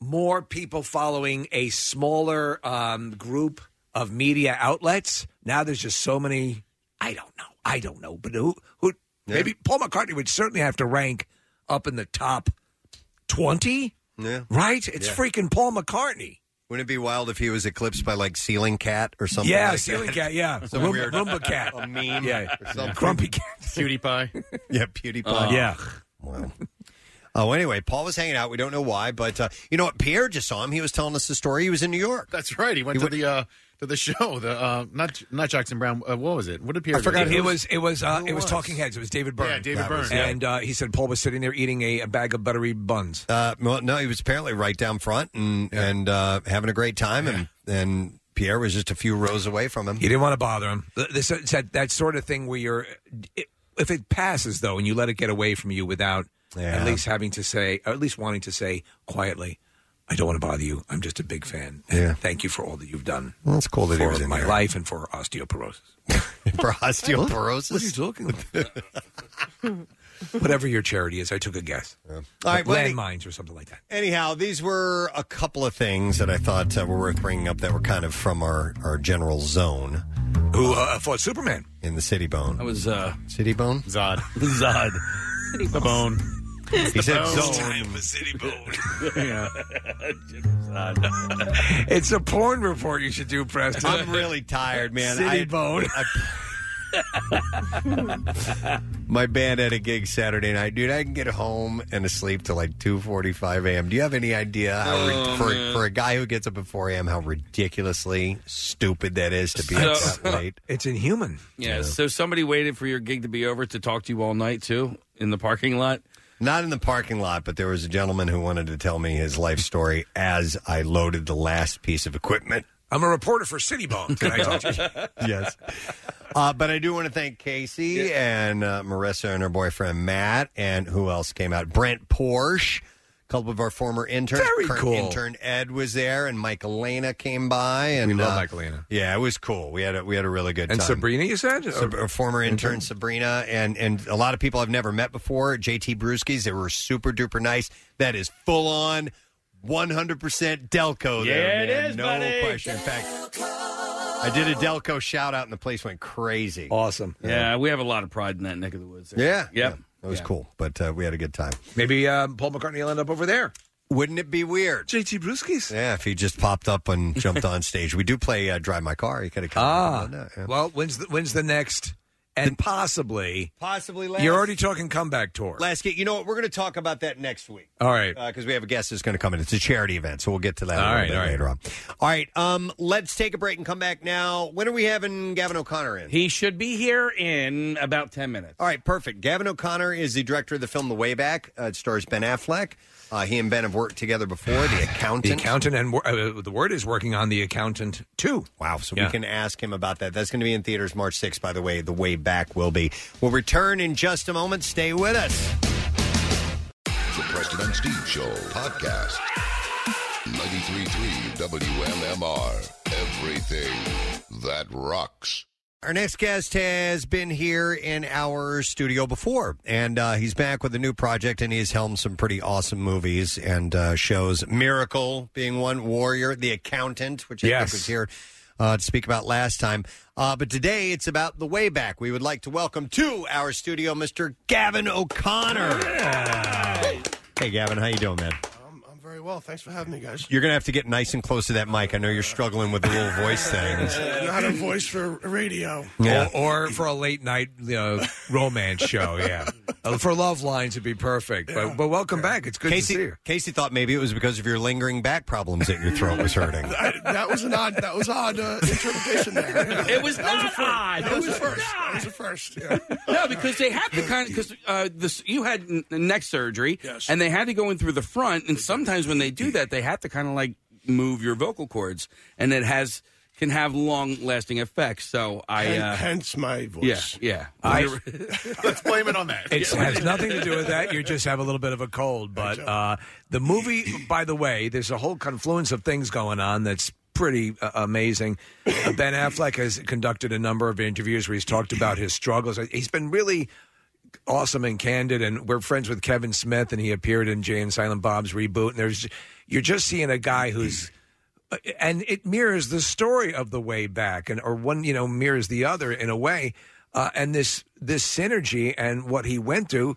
Speaker 3: more people following a smaller um, group of media outlets, now there's just so many. I don't know. I don't know. But who? Who? Maybe Paul McCartney would certainly have to rank up in the top twenty.
Speaker 1: Yeah.
Speaker 3: Right? It's
Speaker 1: Yeah.
Speaker 3: freaking Paul McCartney.
Speaker 1: Wouldn't it be wild if he was eclipsed by like ceiling cat or something?
Speaker 3: yeah,
Speaker 1: like
Speaker 3: ceiling
Speaker 1: that?
Speaker 3: cat. Yeah,
Speaker 1: Some
Speaker 3: Roomba,
Speaker 1: weird
Speaker 3: Roomba cat.
Speaker 1: a meme.
Speaker 3: Yeah,
Speaker 1: or something.
Speaker 3: grumpy cat.
Speaker 9: PewDiePie.
Speaker 1: Yeah, PewDiePie.
Speaker 3: Uh, yeah.
Speaker 1: Wow. Oh, anyway, Paul was hanging out. We don't know why, but uh, you know what? Pierre just saw him. He was telling us the story. He was in New York.
Speaker 9: That's right. He went to the uh, to the show. The uh, not not Jackson Brown. Uh, what was it? What did Pierre?
Speaker 3: I forgot. It was it was uh, it was Talking Heads. It was David Byrne.
Speaker 9: Yeah, David
Speaker 3: That
Speaker 9: Byrne.
Speaker 3: was-
Speaker 9: yeah.
Speaker 3: And uh, he said Paul was sitting there eating a, a bag of buttery buns.
Speaker 1: Uh, well, no, he was apparently right down front and and uh, having a great time, and and Pierre was just a few rows away from him.
Speaker 3: You didn't want to bother him. Th- This it's that, that sort of thing where you're it, if it passes though, and you let it get away from you without at least having to say, or at least wanting to say quietly, "I don't want to bother you. I'm just a big fan. And
Speaker 1: Yeah.
Speaker 3: Thank you for all that you've done
Speaker 1: Well, that's cool that he
Speaker 3: for
Speaker 1: was in
Speaker 3: my
Speaker 1: there.
Speaker 3: life and for osteoporosis.
Speaker 1: for osteoporosis.
Speaker 3: What are you talking about? Whatever your charity is, I took a guess.
Speaker 1: All right, well, any-
Speaker 3: landmines or something like that.
Speaker 1: Anyhow, these were a couple of things that I thought uh, were worth bringing up that were kind of from our, our general zone.
Speaker 3: Who uh, fought Superman?
Speaker 1: In the City Bone.
Speaker 6: I was uh,
Speaker 1: City Bone?
Speaker 9: Zod.
Speaker 6: Zod.
Speaker 9: The bone.
Speaker 1: He said zone.
Speaker 3: I'm a city bone.
Speaker 6: yeah.
Speaker 3: It's a porn report you should do, Preston.
Speaker 1: I'm really tired, man.
Speaker 3: City
Speaker 1: I-
Speaker 3: bone.
Speaker 1: My band had a gig Saturday night, dude. I can get home and asleep till like two forty-five a.m. Do you have any idea how
Speaker 6: Oh,
Speaker 1: for
Speaker 6: man.
Speaker 1: for a guy who gets up at four a.m. how ridiculously stupid that is to be up
Speaker 6: So-
Speaker 1: that late?
Speaker 3: It's inhuman.
Speaker 6: Yeah. So somebody waited for your gig to be over to talk to you all night too in the parking lot.
Speaker 1: Not in the parking lot, but there was a gentleman who wanted to tell me his life story as I loaded the last piece of equipment.
Speaker 3: I'm a reporter for City Bone. Oh, Can I talk to you?
Speaker 1: yes. Uh, but I do want to thank Casey and uh, Marissa and her boyfriend Matt, and who else came out? Brent Porsche, a couple of our former interns.
Speaker 3: Very
Speaker 1: Current
Speaker 3: cool.
Speaker 1: Intern Ed was there, and Mike Elena came by. And
Speaker 3: We love
Speaker 1: uh,
Speaker 3: Mike Elena.
Speaker 1: Yeah, it was cool. We had a, we had a really good
Speaker 3: And
Speaker 1: time.
Speaker 3: Sabrina, you said?
Speaker 1: Sab- a former intern Sabrina and and a lot of people I've never met before. JT Brewskis, they were super duper nice. That is full on, one hundred percent Delco.
Speaker 4: Yeah,
Speaker 1: there,
Speaker 4: it
Speaker 1: man.
Speaker 4: is,
Speaker 1: no
Speaker 4: buddy.
Speaker 1: question. In fact, I did a Delco shout out and the place went crazy.
Speaker 3: Awesome.
Speaker 6: Yeah, we have a lot of pride in that neck of the woods. There.
Speaker 1: Yeah,
Speaker 6: Yep.
Speaker 1: That was cool, but uh, we had a good time.
Speaker 3: Maybe um, Paul McCartney will end up over there.
Speaker 1: Wouldn't it be weird?
Speaker 3: JT Brewskis.
Speaker 1: Yeah, if he just popped up and jumped on stage, we do play uh, "Drive My Car." You could have come.
Speaker 3: Ah.
Speaker 1: on that, yeah.
Speaker 3: Well, when's the, when's the next and possibly
Speaker 1: Possibly last.
Speaker 3: you're already talking comeback tour.
Speaker 1: Last gig. You know what? We're going to talk about that next week.
Speaker 3: All right.
Speaker 1: Because Uh, we have a guest that's going to come in. It's a charity event, so we'll get to that
Speaker 3: All
Speaker 1: a little
Speaker 3: right,
Speaker 1: bit
Speaker 3: all right.
Speaker 1: later on. All right. Um, let's take a break and come back now. When are we having Gavin O'Connor in?
Speaker 6: He should be here in about 10 minutes.
Speaker 1: All right, perfect. Gavin O'Connor is the director of the film The Way Back. Uh, it stars Ben Affleck. Uh, he and Ben have worked together before. The accountant.
Speaker 3: The accountant and wor- uh, the word is working on the accountant too.
Speaker 1: Wow. So
Speaker 3: Yeah.
Speaker 1: we can ask him about that. That's going to be in theaters March 6th, by the way. The Way Back will be. We'll return in just a moment. Stay with us.
Speaker 18: The Preston and Steve Show podcast. 93.3 WMMR. Everything that rocks.
Speaker 1: Our next guest has been here in our studio before, and uh, he's back with a new project, and he's helmed some pretty awesome movies and uh, shows. Miracle being one, Warrior, The Accountant, which I
Speaker 3: Yes.
Speaker 1: think was here uh, to speak about last time. Uh, but today it's about The Way Back. We would like to welcome to our studio Mr. Gavin O'Connor. Hey, Gavin, how you doing, man?
Speaker 15: I'm very well. Thanks for having me, guys.
Speaker 1: You're gonna have to get nice and close to that mic. I know you're struggling with the little voice things.
Speaker 15: Not a voice for radio.
Speaker 1: Yeah.
Speaker 3: Or, or for a late night uh, romance show, yeah. Uh, for love lines would be perfect. But but welcome back. It's good
Speaker 1: Casey,
Speaker 3: to see you.
Speaker 1: Casey thought maybe it was because of your lingering back problems that your throat was hurting.
Speaker 15: I, that was an odd. That was odd uh, interpretation there.
Speaker 6: It was
Speaker 15: That
Speaker 6: not
Speaker 15: a first.
Speaker 6: odd.
Speaker 15: That
Speaker 6: It
Speaker 15: was a
Speaker 6: was
Speaker 15: first. That was a first. Yeah.
Speaker 6: No, because they had the kind because uh, this you had n- neck surgery,
Speaker 15: Yes.
Speaker 6: and they had to go in through the front. And sometimes when they do that, they have to kind of like move your vocal cords, and it has can have long lasting effects. So I
Speaker 15: Hen-
Speaker 6: uh,
Speaker 15: hence my voice.
Speaker 6: yeah yeah
Speaker 3: I-
Speaker 15: Let's blame it on that.
Speaker 3: It has nothing to do with that. You just have a little bit of a cold. But uh, the movie, by the way, there's a whole confluence of things going on that's pretty uh, amazing. Uh, ben Affleck has conducted a number of interviews where he's talked about his struggles. He's been really awesome and candid and we're friends with Kevin Smith and he appeared in Jay and Silent Bob's reboot and there's you're just seeing a guy who's uh, and it mirrors the story of the way back and or one you know mirrors the other in a way uh, and this this synergy and what he went through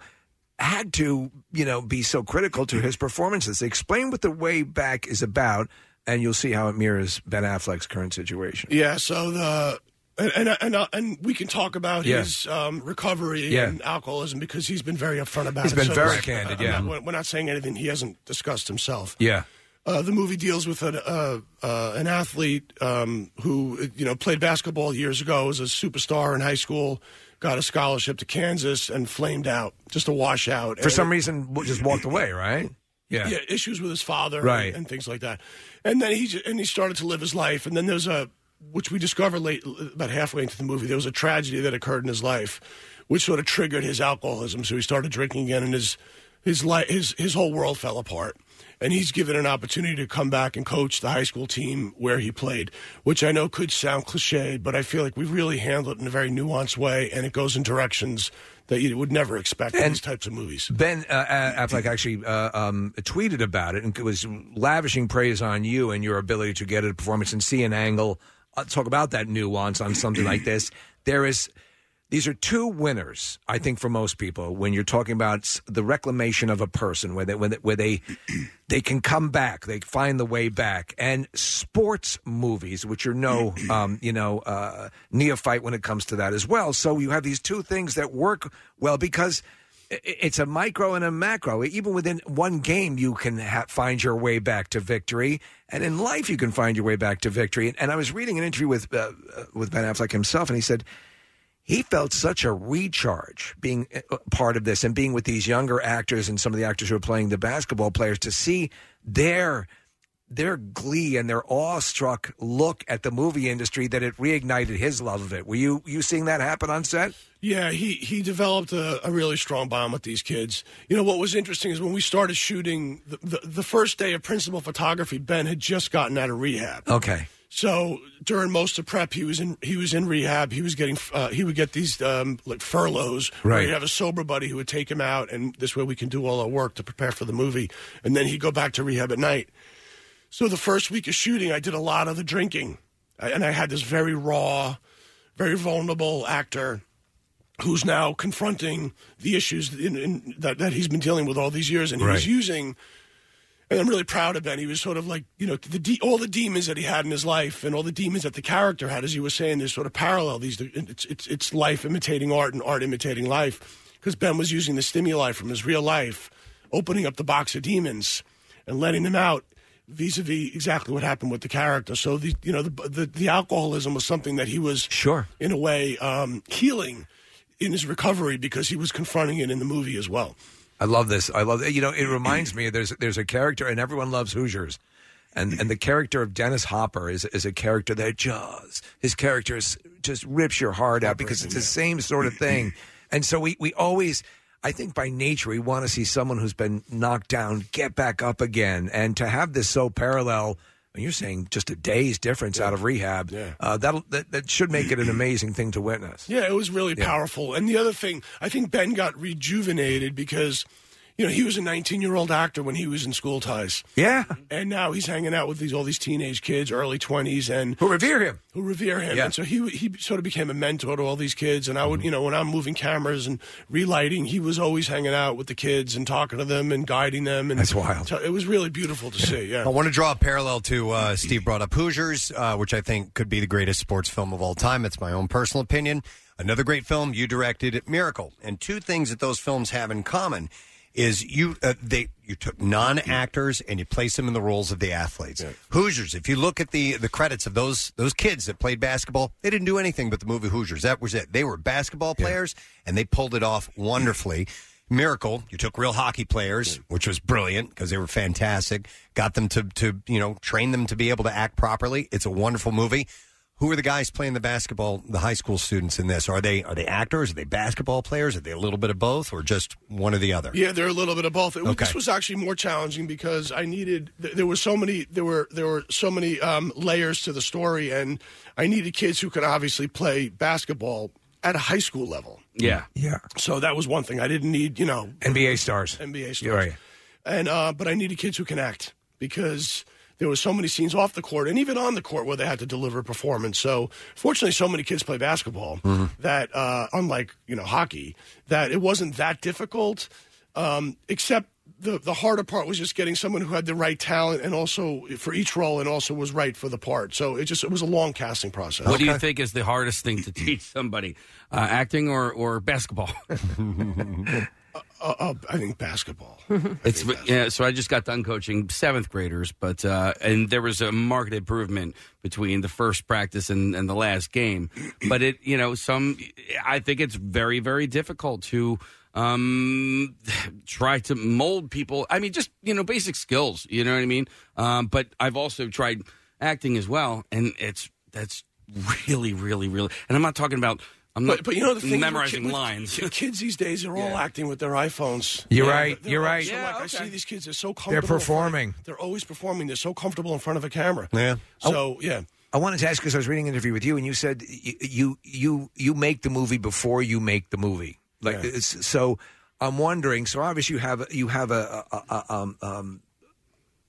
Speaker 3: had to you know be so critical to his performances explain what the way back is about and you'll see how it mirrors Ben Affleck's current situation
Speaker 15: Yeah. So the and and and, uh, and we can talk about
Speaker 3: Yeah.
Speaker 15: his um, recovery
Speaker 3: Yeah.
Speaker 15: and alcoholism because he's been very upfront about
Speaker 3: He's
Speaker 15: it.
Speaker 3: been
Speaker 15: So
Speaker 3: very
Speaker 15: it's-
Speaker 3: candid,
Speaker 15: I'm
Speaker 3: yeah.
Speaker 15: not- we're- we're not saying anything he hasn't discussed himself.
Speaker 3: yeah
Speaker 15: Uh, the movie deals with an, uh, uh, an athlete um, who you know played basketball years ago, was a superstar in high school, got a scholarship to Kansas, and flamed out, just a washout.
Speaker 3: for some reason w- just walked away right yeah
Speaker 15: yeah, issues with his father,
Speaker 3: Right.
Speaker 15: and, and things like that. And then he j- and he started to live his life. And then there's a which we discover late about halfway into the movie. There was a tragedy that occurred in his life, which sort of triggered his alcoholism. So he started drinking again, and his his life his his whole world fell apart. And he's given an opportunity to come back and coach the high school team where he played, which I know could sound cliched, but I feel like we really handle it in a very nuanced way, and it goes in directions that you would never expect in these types of movies.
Speaker 3: Ben uh, A- Affleck actually uh, um, tweeted about it and was lavishing praise on you and your ability to get a performance and see an angle. Uh, talk about that nuance on something like this. There is. These are two winners, I think, for most people when you're talking about s- the reclamation of a person, where they, where they, where they, they can come back, they find the way back, and sports movies, which are no, um, you know, uh, neophyte when it comes to that as well. So you have these two things that work well because i- it's a micro and a macro. Even within one game, you can ha- find your way back to victory, and in life, you can find your way back to victory. And, and I was reading an interview with uh, uh, with Ben Affleck himself, and he said he felt such a recharge being uh, part of this and being with these younger actors and some of the actors who are playing the basketball players to see their their glee and their awestruck look at the movie industry that it reignited his love of it. Were you you seeing that happen on set?
Speaker 15: Yeah, he he developed a, a really strong bond with these kids. You know what was interesting is when we started shooting the, the the first day of principal photography, Ben had just gotten out of rehab.
Speaker 3: Okay.
Speaker 15: So during most of prep, he was in he was in rehab. He was getting uh, he would get these um, like furloughs. where
Speaker 3: Right.
Speaker 15: he'd have a sober buddy who would take him out, and this way we can do all our work to prepare for the movie, and then he'd go back to rehab at night. So the first week of shooting, I did a lot of the drinking, I, and I had this very raw, very vulnerable actor who's now confronting the issues in, in, that that he's been dealing with all these years, and he was
Speaker 16: Right.
Speaker 15: using And I'm really proud of Ben. He was sort of like, you know, the de- all the demons that he had in his life and all the demons that the character had, as you were saying, there's sort of parallel. These, it's, it's, it's life imitating art and art imitating life. Because Ben was using the stimuli from his real life, opening up the box of demons and letting them out vis-a-vis exactly what happened with the character. So the you know the the, the alcoholism was something that he was
Speaker 16: sure
Speaker 15: in a way um, healing in his recovery because he was confronting it in the movie as well.
Speaker 3: I love this. I love you know. It reminds me there's there's a character, and everyone loves Hoosiers, and and the character of Dennis Hopper is is a character that jaws. His character is, just rips your heart out because it's the same sort of thing, and so we we always. I think by nature we want to see someone who's been knocked down get back up again, and to have this so parallel. And you're saying just a day's difference out of rehab.
Speaker 15: Yeah.
Speaker 3: Uh, that'll, that that should make it an amazing thing to witness.
Speaker 15: Yeah, it was really
Speaker 3: Yeah.
Speaker 15: powerful. And the other thing, I think Ben got rejuvenated because, you know, he was a 19 year old actor when he was in School Ties.
Speaker 3: Yeah.
Speaker 15: And now he's hanging out with these all these teenage kids, early 20s, and
Speaker 3: who revere him,
Speaker 15: who revere him.
Speaker 3: Yeah.
Speaker 15: And so he he sort of became a mentor to all these kids. And I
Speaker 1: Mm-hmm.
Speaker 15: would, you know, when I'm moving cameras and relighting, he was always hanging out with the kids and talking to them and guiding them. And
Speaker 1: That's wild.
Speaker 15: So it was really beautiful to see. Yeah.
Speaker 1: I want to draw a parallel to uh, Steve brought up Hoosiers, uh, which I think could be the greatest sports film of all time. It's my own personal opinion. Another great film you directed, Miracle, and two things that those films have in common is you uh, they you took non actors and you place them in the roles of the athletes. Hoosiers, if you look at the the credits of those those kids that played basketball, they didn't do anything but the movie Hoosiers. That was it. They were basketball players and they pulled it off wonderfully. Miracle, you took real hockey players, which was brilliant because they were fantastic. Got them to to you know train them to be able to act properly. It's a wonderful movie. Who are the guys playing the basketball? The high school students in this are they are they actors? Are they basketball players? Are they a little bit of both, or just one or the other?
Speaker 15: Yeah, they're a little bit of both. It, was
Speaker 1: Okay.
Speaker 15: This was actually more challenging because I needed. Th- there were so many. There were there were so many um, layers to the story, and I needed kids who could obviously play basketball at a high school level.
Speaker 6: Yeah.
Speaker 3: Yeah.
Speaker 15: So that was one thing. I didn't need you know
Speaker 3: NBA stars.
Speaker 15: NBA stars.
Speaker 3: You're right.
Speaker 15: and uh, but I needed kids who can act because there was so many scenes off the court and even on the court where they had to deliver a performance. So fortunately, so many kids play basketball
Speaker 7: Mm.
Speaker 15: that uh, unlike you know hockey, that it wasn't that difficult. Um, except the the harder part was just getting someone who had the right talent and also for each role and also was right for the part. So it just it was a long casting process.
Speaker 6: What do you think is the hardest thing to teach somebody, uh, acting or, or basketball?
Speaker 15: Uh, uh, I think basketball.
Speaker 6: It's yeah. So I just got done coaching seventh graders, but uh, and there was a marked improvement between the first practice and, and the last game. But it, you know, some I think it's very very difficult to um, try to mold people. I mean, just you know, basic skills. You know what I mean? Um, but I've also tried acting as well, and it's that's really really really. And I'm not talking about. I'm not
Speaker 15: But, but you know the thing
Speaker 6: memorizing
Speaker 15: with,
Speaker 6: lines.
Speaker 15: With kids these days are all acting with their iPhones.
Speaker 3: You're
Speaker 15: Yeah,
Speaker 3: right.
Speaker 15: they're
Speaker 3: You're
Speaker 15: all-
Speaker 3: right.
Speaker 15: so, like, I see these kids; they're so comfortable.
Speaker 3: They're
Speaker 15: in front of-
Speaker 3: performing.
Speaker 15: they're always performing. They're so comfortable in front of a camera. So yeah.
Speaker 3: I wanted to ask because I was reading an interview with you, and you said y- you you you make the movie before you make the movie. Like
Speaker 15: Yeah.
Speaker 3: it's, so, I'm wondering. So obviously you have you have a, a, a um, um,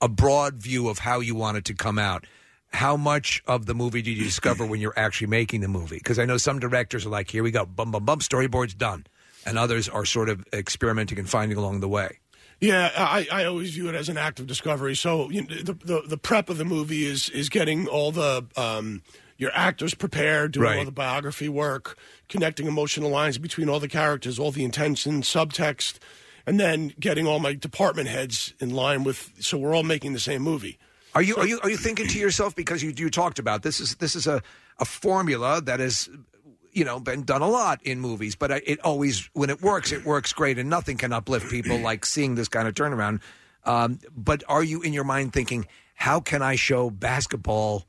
Speaker 3: a broad view of how you want it to come out. How much of the movie did you discover when you're actually making the movie? Because I know some directors are like, "Here we go, bum bum bum, storyboard's done," and others are sort of experimenting and finding along the way.
Speaker 15: Yeah, I, I always view it as an act of discovery. So you know, the, the the prep of the movie is is getting all the um, your actors prepared, doing all
Speaker 3: Right.
Speaker 15: the biography work, connecting emotional lines between all the characters, all the intention, subtext, and then getting all my department heads in line with. So we're all making the same movie.
Speaker 3: Are you are you are you thinking to yourself because you you talked about this is this is a a formula that has you know been done a lot in movies, but I- it always when it works it works great, and nothing can uplift people like seeing this kind of turnaround. Um, but are you in your mind thinking how can I show basketball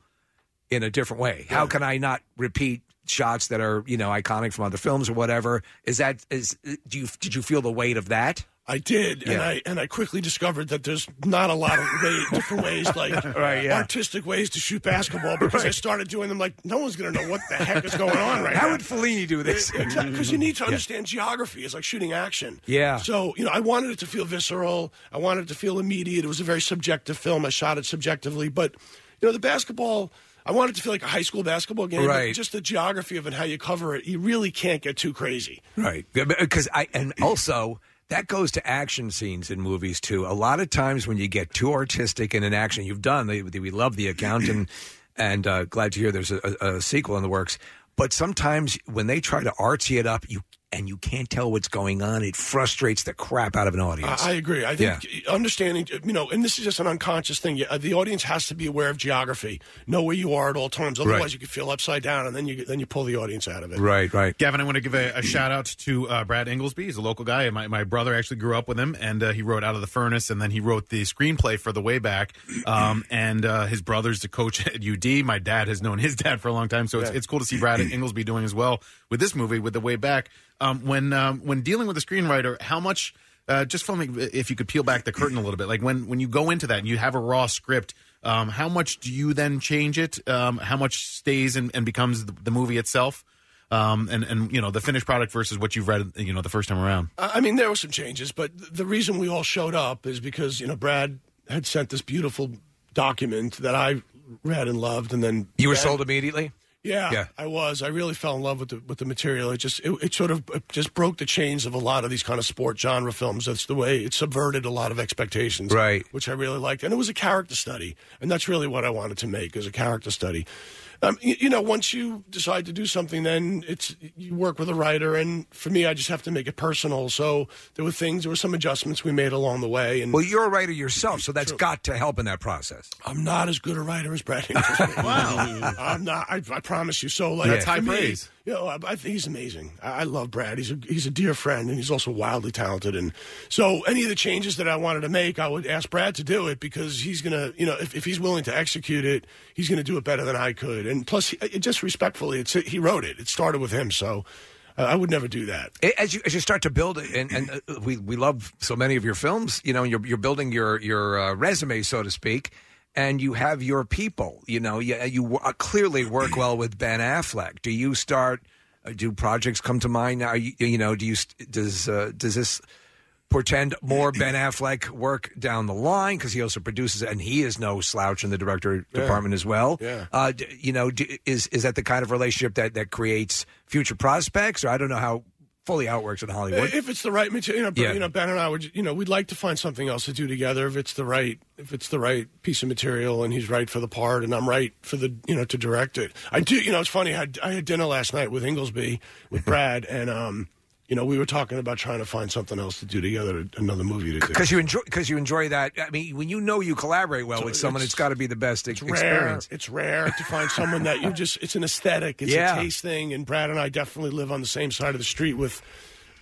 Speaker 3: in a different way? How can I not repeat? shots that are you know iconic from other films or whatever is that is do you did you feel the weight of that
Speaker 15: i did and I and I quickly discovered that there's not a lot of way, different ways, like
Speaker 3: Right, yeah.
Speaker 15: artistic ways to shoot basketball. Because I
Speaker 3: Right.
Speaker 15: started doing them, like no one's going to know what the heck is going on right
Speaker 3: how
Speaker 15: now.
Speaker 3: would fellini do this
Speaker 15: Because you need to
Speaker 3: Yeah.
Speaker 15: understand geography. It's like shooting action.
Speaker 3: Yeah.
Speaker 15: So you know, I wanted it to feel visceral. I wanted it to feel immediate. It was a very subjective film. I shot it subjectively, but you know, the basketball. I wanted it to feel like a high school basketball game. but
Speaker 3: Right.
Speaker 15: Just the geography of it, how you cover it. You really can't get too crazy.
Speaker 3: Right. Because I, uh, and also, that goes to action scenes in movies too. A lot of times when you get too artistic in an action, you've done. They, they- we love the account and and uh, glad to hear there's a, a, a sequel in the works. But sometimes when they try to artsy it up, you and you can't tell what's going on. It frustrates the crap out of an audience.
Speaker 15: I, I agree. I think understanding, you know, and this is just an unconscious thing. Yeah, The audience has to be aware of geography, know where you are at all times. Otherwise,
Speaker 9: Right.
Speaker 15: you could feel upside down, and then you then you pull the audience out of it.
Speaker 3: Right, right.
Speaker 9: Gavin, I want to give a, a shout out to uh, Brad Inglesby. He's a local guy. My, my brother actually grew up with him, and uh, he wrote Out of the Furnace, and then he wrote the screenplay for The Way Back. Um, and uh, his brother's the coach at UD. My dad has known his dad for a long time, so it's,
Speaker 16: Yeah.
Speaker 9: it's cool to see Brad Inglesby doing as well with this movie, with The Way Back. Um, when um, when dealing with a screenwriter, how much uh, just filming, if you could peel back the curtain a little bit, like when when you go into that and you have a raw script. Um, how much do you then change it? Um, how much stays and, and becomes the, the movie itself? um, and and you know the finished product versus what you've read you know the first time around.
Speaker 15: I I mean, there were some changes, but th- the reason we all showed up is because you know Brad had sent this beautiful document that I read and loved, and then
Speaker 3: You were
Speaker 15: Ben-
Speaker 3: sold immediately.
Speaker 15: Yeah,
Speaker 3: Yeah.
Speaker 15: I was. I really fell in love with the with the material. It just it, it sort of it just broke the chains of a lot of these kind of sport genre films. That's the way it subverted a lot of expectations,
Speaker 3: Right.
Speaker 15: Which I really liked, and it was a character study, and that's really what I wanted to make is a character study. Um, you, you know, once you decide to do something, then it's you work with a writer, and for me, I just have to make it personal. So there were things, there were some adjustments we made along the way, and
Speaker 3: Well, you're a writer yourself, so that's got to help in that process.
Speaker 15: I'm not as good a writer as Brad Inglesby. wow, I'm not. I, I promise you. So, like,
Speaker 3: That's high
Speaker 15: for me,
Speaker 3: praise.
Speaker 15: You know, oh, I, I think he's amazing. I, I love Brad. He's a he's a dear friend, and he's also wildly talented. And so, any of the changes that I wanted to make, I would ask Brad to do it because he's gonna, you know, if, if he's willing to execute it, he's gonna do it better than I could. And plus, he, it- just respectfully, it's he wrote it. It started with him, so uh, I would never do that.
Speaker 3: A- As you as you start to build it, and, and uh, we we love so many of your films, you know, and you're you're building your your uh, resume, so to speak, and you have your people. You know, you you w- uh, clearly work well with Ben Affleck. Do you start? uh, Do projects come to mind now? Are You, you know, do you st- does uh, does this portend more Ben Affleck work down the line because he also produces and he is no slouch in the director
Speaker 17: Yeah.
Speaker 3: department as well.
Speaker 17: Yeah.
Speaker 3: Uh, d- you know, d is is that the kind of relationship that that creates future prospects? Or I don't know how fully how it works in Hollywood.
Speaker 15: If it's the right material, you know,
Speaker 3: Yeah.
Speaker 15: you know, Ben and I would, you know, we'd like to find something else to do together. If it's the right, if it's the right piece of material, and he's right for the part, and I'm right for the, you know, to direct it. I do, you know, it's funny. I had, I had dinner last night with Inglesby, with Brad, and um, you know, we were talking about trying to find something else to do together, another movie to do.
Speaker 3: Because you enjoy, because you enjoy that. I mean, when you know you collaborate well with someone, it's got to be the best ex-
Speaker 15: It's rare.
Speaker 3: experience.
Speaker 15: It's rare to find someone that you just. It's an aesthetic. It's
Speaker 3: Yeah.
Speaker 15: a taste thing. And Brad and I definitely live on the same side of the street with,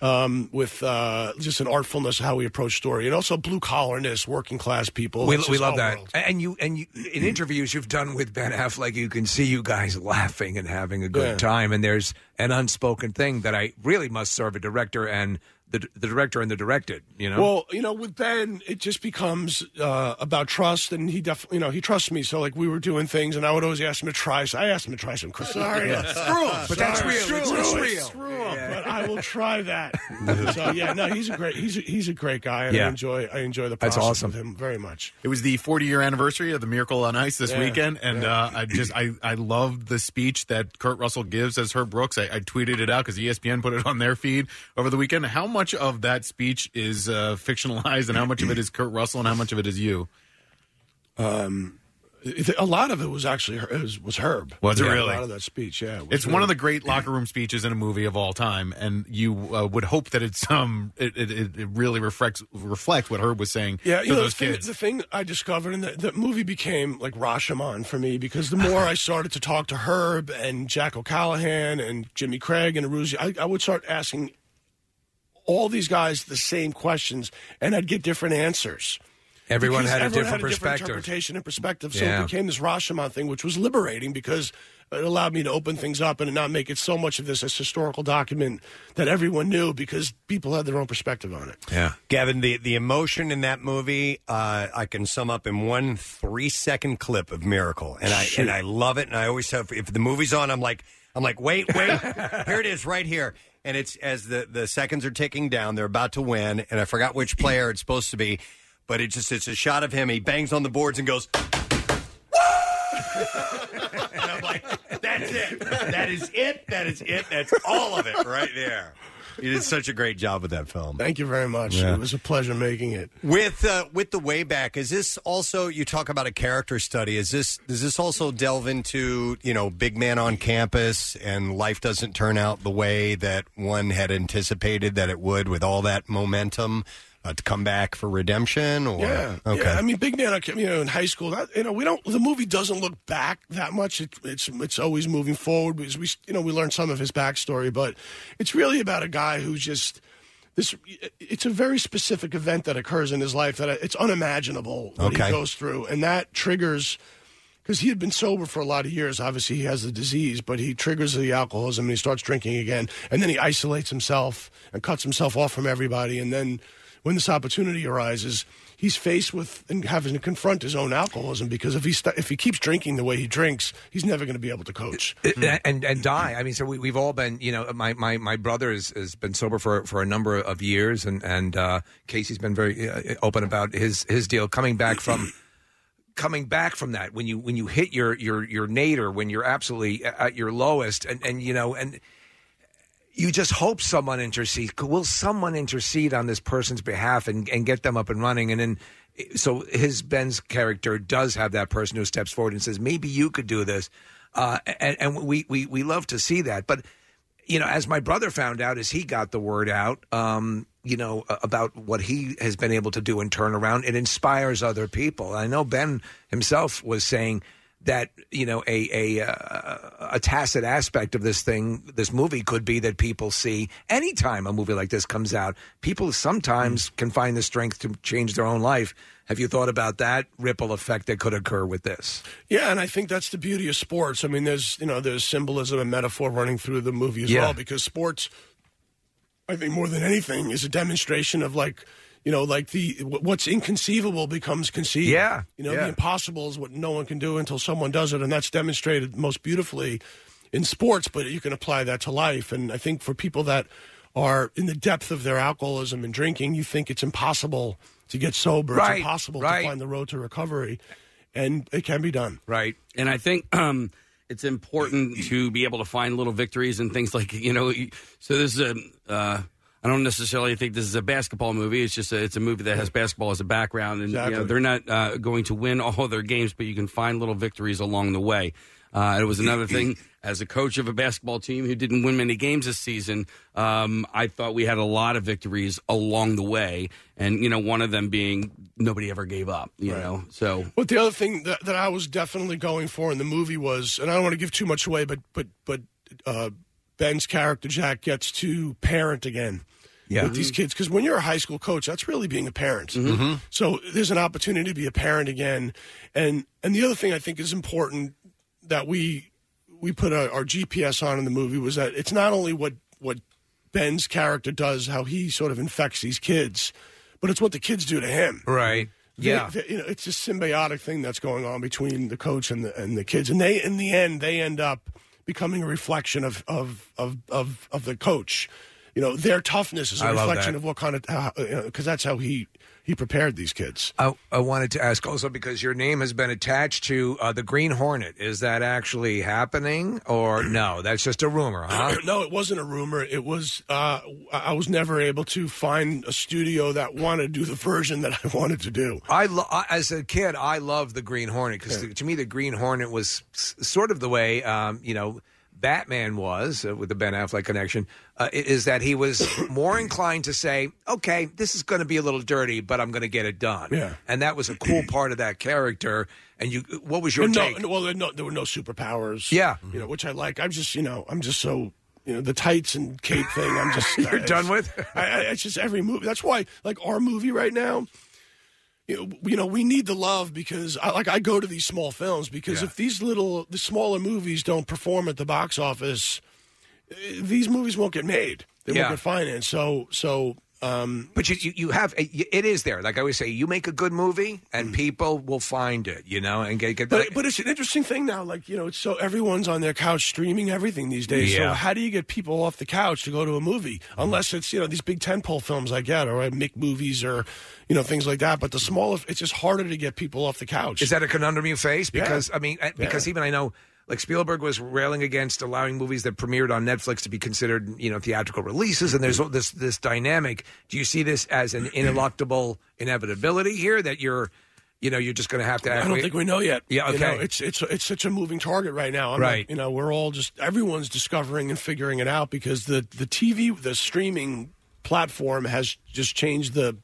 Speaker 15: um, with uh, just an artfulness of how we approach story, and also blue collarness, working class people.
Speaker 3: We,
Speaker 15: It's
Speaker 3: we
Speaker 15: just
Speaker 3: love
Speaker 15: our
Speaker 3: that,
Speaker 15: world. Mm.
Speaker 3: and you and you in interviews you've done with Ben Affleck, you can see you guys laughing and having a good
Speaker 15: Yeah.
Speaker 3: time. And there's an unspoken thing that I really must serve a director and the the director and the directed. You know,
Speaker 15: Well, you know, with Ben, it just becomes uh, about trust, and he definitely, you know, he trusts me. So, like, we were doing things, and I would always ask him to try. So I asked him to try some Sorry,
Speaker 4: Yeah.
Speaker 15: screw him.
Speaker 4: But that's
Speaker 15: Sorry.
Speaker 4: real.
Speaker 15: Screw
Speaker 4: It's-
Speaker 15: him.
Speaker 4: it's
Speaker 15: Screw
Speaker 4: real.
Speaker 15: him. But I will try that. so yeah, no, he's a great, he's a, he's a great guy, and
Speaker 9: Yeah.
Speaker 15: I enjoy, I enjoy the
Speaker 9: That's
Speaker 15: process
Speaker 9: awesome.
Speaker 15: with him very much.
Speaker 9: It was the 40 year anniversary of the Miracle on Ice this
Speaker 15: Yeah,
Speaker 9: weekend, and uh, I just I I loved the speech that Kurt Russell gives as Herb Brooks. I, I tweeted it out E because ESPN put it on their feed over the weekend. How much of that speech is uh, fictionalized, and how much of it is Kurt Russell, and how much of it is you?
Speaker 15: Um, it- a lot of it was actually it was, was Herb.
Speaker 9: Was it
Speaker 15: Yeah,
Speaker 9: really?
Speaker 15: a lot of that speech? Yeah, it was
Speaker 9: It's one
Speaker 15: really-
Speaker 9: of the great locker room speeches in a movie of all time, and you uh, would hope that it's um it, it, it it really reflects reflects what Herb was saying
Speaker 15: Yeah,
Speaker 9: to
Speaker 15: you know,
Speaker 9: those
Speaker 15: the, thing,
Speaker 9: kids.
Speaker 15: the thing I discovered, and the, the movie became like Rashomon for me because the more I started to talk to Herb and Jack O'Callahan and Jimmy Craig and Aruzi, I, I would start asking all these guys the same questions, and I'd get different answers.
Speaker 3: Everyone
Speaker 15: Because
Speaker 3: had a
Speaker 15: everyone
Speaker 3: different perspective.
Speaker 15: interpretation and perspective. So
Speaker 3: Yeah.
Speaker 15: it became this Rashomon thing, which was liberating because it allowed me to open things up and not make it so much of this as historical document that everyone knew because people had their own perspective on it.
Speaker 1: Yeah. Gavin, the, the emotion in that movie, uh, I can sum up in one three second clip of Miracle. And I and I love it. And I always have if the movie's on, I'm like I'm like, wait, wait, here it is right here. And it's as the, the seconds are ticking down, they're about to win, and I forgot which player it's supposed to be, but it just it's a shot of him. He bangs on the boards and goes, That's it. That is it. That is it. That's all of it right there. You did such a great job with that film.
Speaker 15: Thank you very much.
Speaker 1: Yeah.
Speaker 15: It was a pleasure making it.
Speaker 1: With uh, with the way back, is this also you talk about a character study? Is this does this also delve into you know big man on campus and life doesn't turn out the way that one had anticipated that it would with all that momentum uh, to come back for redemption? Or
Speaker 15: Yeah.
Speaker 1: okay,
Speaker 15: Yeah, I mean, Big Nano, you know, in high school, that, you know, we don't. The movie doesn't look back that much. It, it's it's always moving forward because we, you know, we learn some of his backstory, but it's really about a guy who just this. It's a very specific event that occurs in his life that uh, it's unimaginable what
Speaker 1: Okay.
Speaker 15: he goes through, and that triggers. Because he had been sober for a lot of years. Obviously, he has the disease, but he triggers the alcoholism and he starts drinking again. And then he isolates himself and cuts himself off from everybody. And then when this opportunity arises, he's faced with and having to confront his own alcoholism because if he st- if he keeps drinking the way he drinks, he's never going to be able to coach.
Speaker 3: and, and and die. I mean, so we, we've all been, you know, my my, my brother is, has been sober for for a number of years, and and uh, Casey's been very uh, open about his his deal coming back from coming back from that when you when you hit your your your nadir when you're absolutely at your lowest, and and you know and. You just hope someone intercedes. Will someone intercede on this person's behalf and, and get them up and running? And then, so his Ben's character does have that person who steps forward and says, "Maybe you could do this." uh, and, and we, we we love to see that. But you know, as my brother found out, as he got the word out, um, you know, a- about what he has been able to do and turn around, it inspires other people. I know Ben himself was saying that you know a a uh, a tacit aspect of this thing this movie could be that people see anytime a movie like this comes out people
Speaker 15: Mm.
Speaker 3: sometimes can find the strength to change their own life have you thought about that ripple effect that could occur with this
Speaker 15: Yeah, and I think that's the beauty of sports. I mean, there's you know there's symbolism and metaphor running through the movie as
Speaker 3: Yeah.
Speaker 15: well because sports, I think more than anything, is a demonstration of like you know like the wh- what's inconceivable becomes conceivable.
Speaker 3: Yeah,
Speaker 15: you know
Speaker 3: yeah.
Speaker 15: the impossible is what no one can do until someone does it, and that's demonstrated most beautifully in sports. But you can apply that to life, and I think for people that are in the depth of their alcoholism and drinking, you think it's impossible to get sober.
Speaker 6: Right,
Speaker 15: it's impossible
Speaker 6: right.
Speaker 15: to find the road to recovery. And it can be done.
Speaker 3: Right.
Speaker 6: And I think um, it's important to be able to find little victories and things like you know. you- So this is a. Uh, I don't necessarily think this is a basketball movie. It's just a, it's a movie that has basketball as a background, and you know,
Speaker 16: Exactly.
Speaker 6: they're not uh, going to win all their games, but you can find little victories along the way. Uh, it was another thing as a coach of a basketball team who didn't win many games this season. Um, I thought we had a lot of victories along the way, and you know, one of them being nobody ever gave up. You know, so
Speaker 15: But the other thing that, that I was definitely going for in the movie was, and I don't want to give too much away, but but but uh, Ben's character Jack gets to parent again
Speaker 3: Yeah.
Speaker 15: with these kids because when you're a high school coach, that's really being a parent.
Speaker 4: Mhm.
Speaker 15: So there's an opportunity to be a parent again, and and the other thing I think is important that we we put our, our GPS on in the movie was that it's not only what what Ben's character does, how he sort of infects these kids, but it's what the kids do to him.
Speaker 3: right
Speaker 15: They-
Speaker 3: yeah
Speaker 15: they- you know, it's a symbiotic thing that's going on between the coach and the and the kids, and they in the end they end up becoming a reflection of of of of, of the coach. You know, their toughness is a
Speaker 3: I love
Speaker 15: reflection
Speaker 3: that.
Speaker 15: of what kind of uh, because that's how he he prepared these kids.
Speaker 3: I, I wanted to ask also because your name has been attached to uh, the Green Hornet. Is that actually happening or no? That's just a rumor, huh?
Speaker 15: no, it wasn't a rumor. It was uh, I I was never able to find a studio that wanted to do the version that I wanted to do.
Speaker 3: I, lo- I as a kid, I loved the Green Hornet because to me, the Green Hornet was s- sort of the way um, you know Batman was uh, with the Ben Affleck connection. Uh, i- is that he was more inclined to say, "Okay, this is going to be a little dirty, but I'm going to get it done."
Speaker 15: Yeah.
Speaker 3: and that was a cool part of that character. And you, what was your
Speaker 15: And no,
Speaker 3: take?
Speaker 15: and- well, there, no, there were no superpowers.
Speaker 3: Yeah.
Speaker 15: you know, which I like. I'm just, you know, I'm just so, you know, the tights and cape thing. I'm just
Speaker 3: You're done with?
Speaker 15: I, I, it's just every movie. That's why, like our movie right now. You know, you know, we need the love because, I, like, I go to these small films because if these little, the smaller movies don't perform at the box office, eh, these movies won't get made. They
Speaker 3: Yeah.
Speaker 15: won't get financed. So, so, um,
Speaker 3: But you, you, you have it is there. Like I always say, you make a good movie, and people will find it. You know, and get, get
Speaker 15: Mm-hmm. But, but it's an interesting thing now. Like, you know, it's so everyone's on their couch streaming everything these days.
Speaker 3: Yeah.
Speaker 15: So, how do you get people off the couch to go to a movie? Unless it's, you know, these big tentpole films I get, or I make movies or, you know, things like that. But the smaller, it's just harder to get people off the couch.
Speaker 3: Is that a conundrum you face?
Speaker 15: Yeah.
Speaker 3: Because I mean, I- because
Speaker 15: Yeah.
Speaker 3: even I know Like Spielberg was railing against allowing movies that premiered on Netflix to be considered, you know, theatrical releases, and there's
Speaker 15: Mm-hmm.
Speaker 3: this this dynamic. Do you see this as an ineluctable inevitability here that you're, you know, you're just going to have to?
Speaker 15: I don't
Speaker 3: acquiesce-
Speaker 15: think we know yet.
Speaker 3: Yeah, okay.
Speaker 15: You know, it's it's it's such a moving target right now. I'm
Speaker 3: Right.
Speaker 15: Not, you know, we're all just everyone's discovering and figuring it out because the the TV the streaming platform has just changed the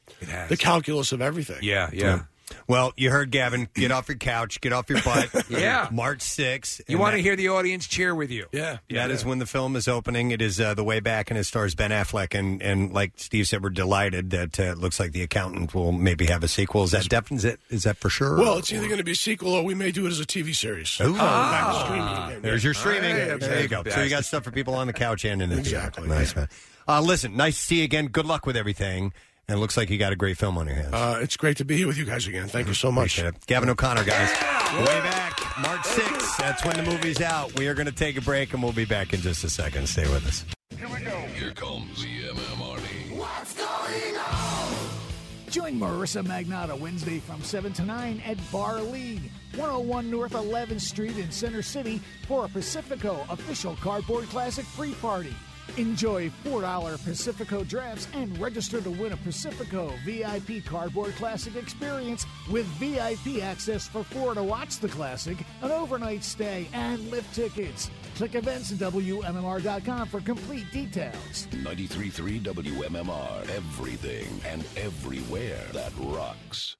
Speaker 15: the calculus of everything.
Speaker 3: Yeah,
Speaker 1: yeah. Well, you heard Gavin. Get off your couch. Get off your butt.
Speaker 3: Yeah.
Speaker 1: March 6th.
Speaker 3: you
Speaker 1: and
Speaker 3: want to
Speaker 1: that-
Speaker 3: hear the audience cheer with you.
Speaker 15: Yeah.
Speaker 1: That is when the film is opening. It is uh, the way back, and it stars Ben Affleck. And, and like Steve said, we're delighted that uh, it looks like the accountant will maybe have a sequel. Is that def- is that, is that for sure?
Speaker 15: Well, it's either going to be a sequel or we may do it as a TV series.
Speaker 1: Ooh. Ah.
Speaker 15: Back to streaming again.
Speaker 1: There's your streaming.
Speaker 15: Hey, okay.
Speaker 1: there you go. So you got stuff for people on the couch and in the exactly. Nice man. Uh, listen, nice to see you again. Good luck with everything. And it looks like you got a great film on your hands. Mm-hmm.
Speaker 15: Uh, it's great to be here with you guys again. Thank you so much.
Speaker 1: Gavin O'Connor, guys. Way back, March 6th. That's when the movie's out. We are going to take a break, and we'll be back in just a second. Stay with us.
Speaker 18: Here comes the MM Army.
Speaker 16: What's going on? Join Marissa Magnata Wednesday from 7 to 9 at Bar League, 101 North 11th Street in Center City for a Pacifico official cardboard classic free party. Enjoy $4 Pacifico drafts and register to win a Pacifico VIP Cardboard Classic experience with VIP access for four to watch the classic, an overnight stay, and lift tickets. Click events at WMMR.com for complete details.
Speaker 18: 93.3 WMMR. Everything and everywhere that rocks.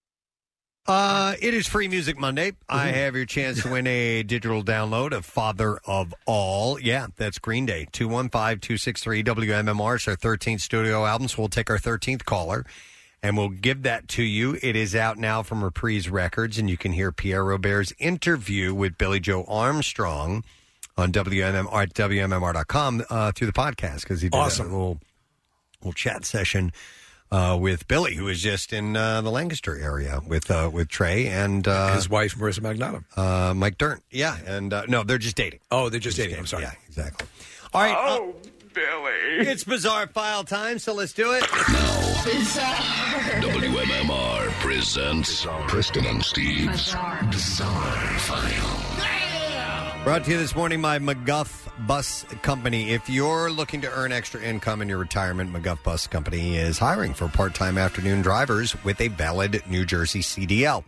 Speaker 1: Uh, it is Free Music Monday. I have your chance to win a digital download of Father of All. Yeah, that's Green Day. 215 263 WMMR. It's our 13th studio album, so we'll take our 13th caller and we'll give that to you. It is out now from Reprise Records, and you can hear Pierre Robert's interview with Billy Joe Armstrong on WMMR, at WMMR.com uh, through the podcast because he did awesome. a little, little chat session uh, with Billy, who is just in uh, the Lancaster area with uh, with Trey and uh,
Speaker 3: His wife, Marissa Magnata.
Speaker 1: uh, Mike Dern. Yeah, and uh, no, they're just dating.
Speaker 3: Oh, they're just dating. I'm sorry.
Speaker 1: Yeah, exactly. All right. Oh, Billy. It's bizarre file time, so let's do it.
Speaker 18: WMMR presents Preston and Steve's Bizarre, File.
Speaker 1: Brought to you this morning by McGuff Bus Company. If you're looking to earn extra income in your retirement, McGuff Bus Company is hiring for part time afternoon drivers with a valid New Jersey CDL.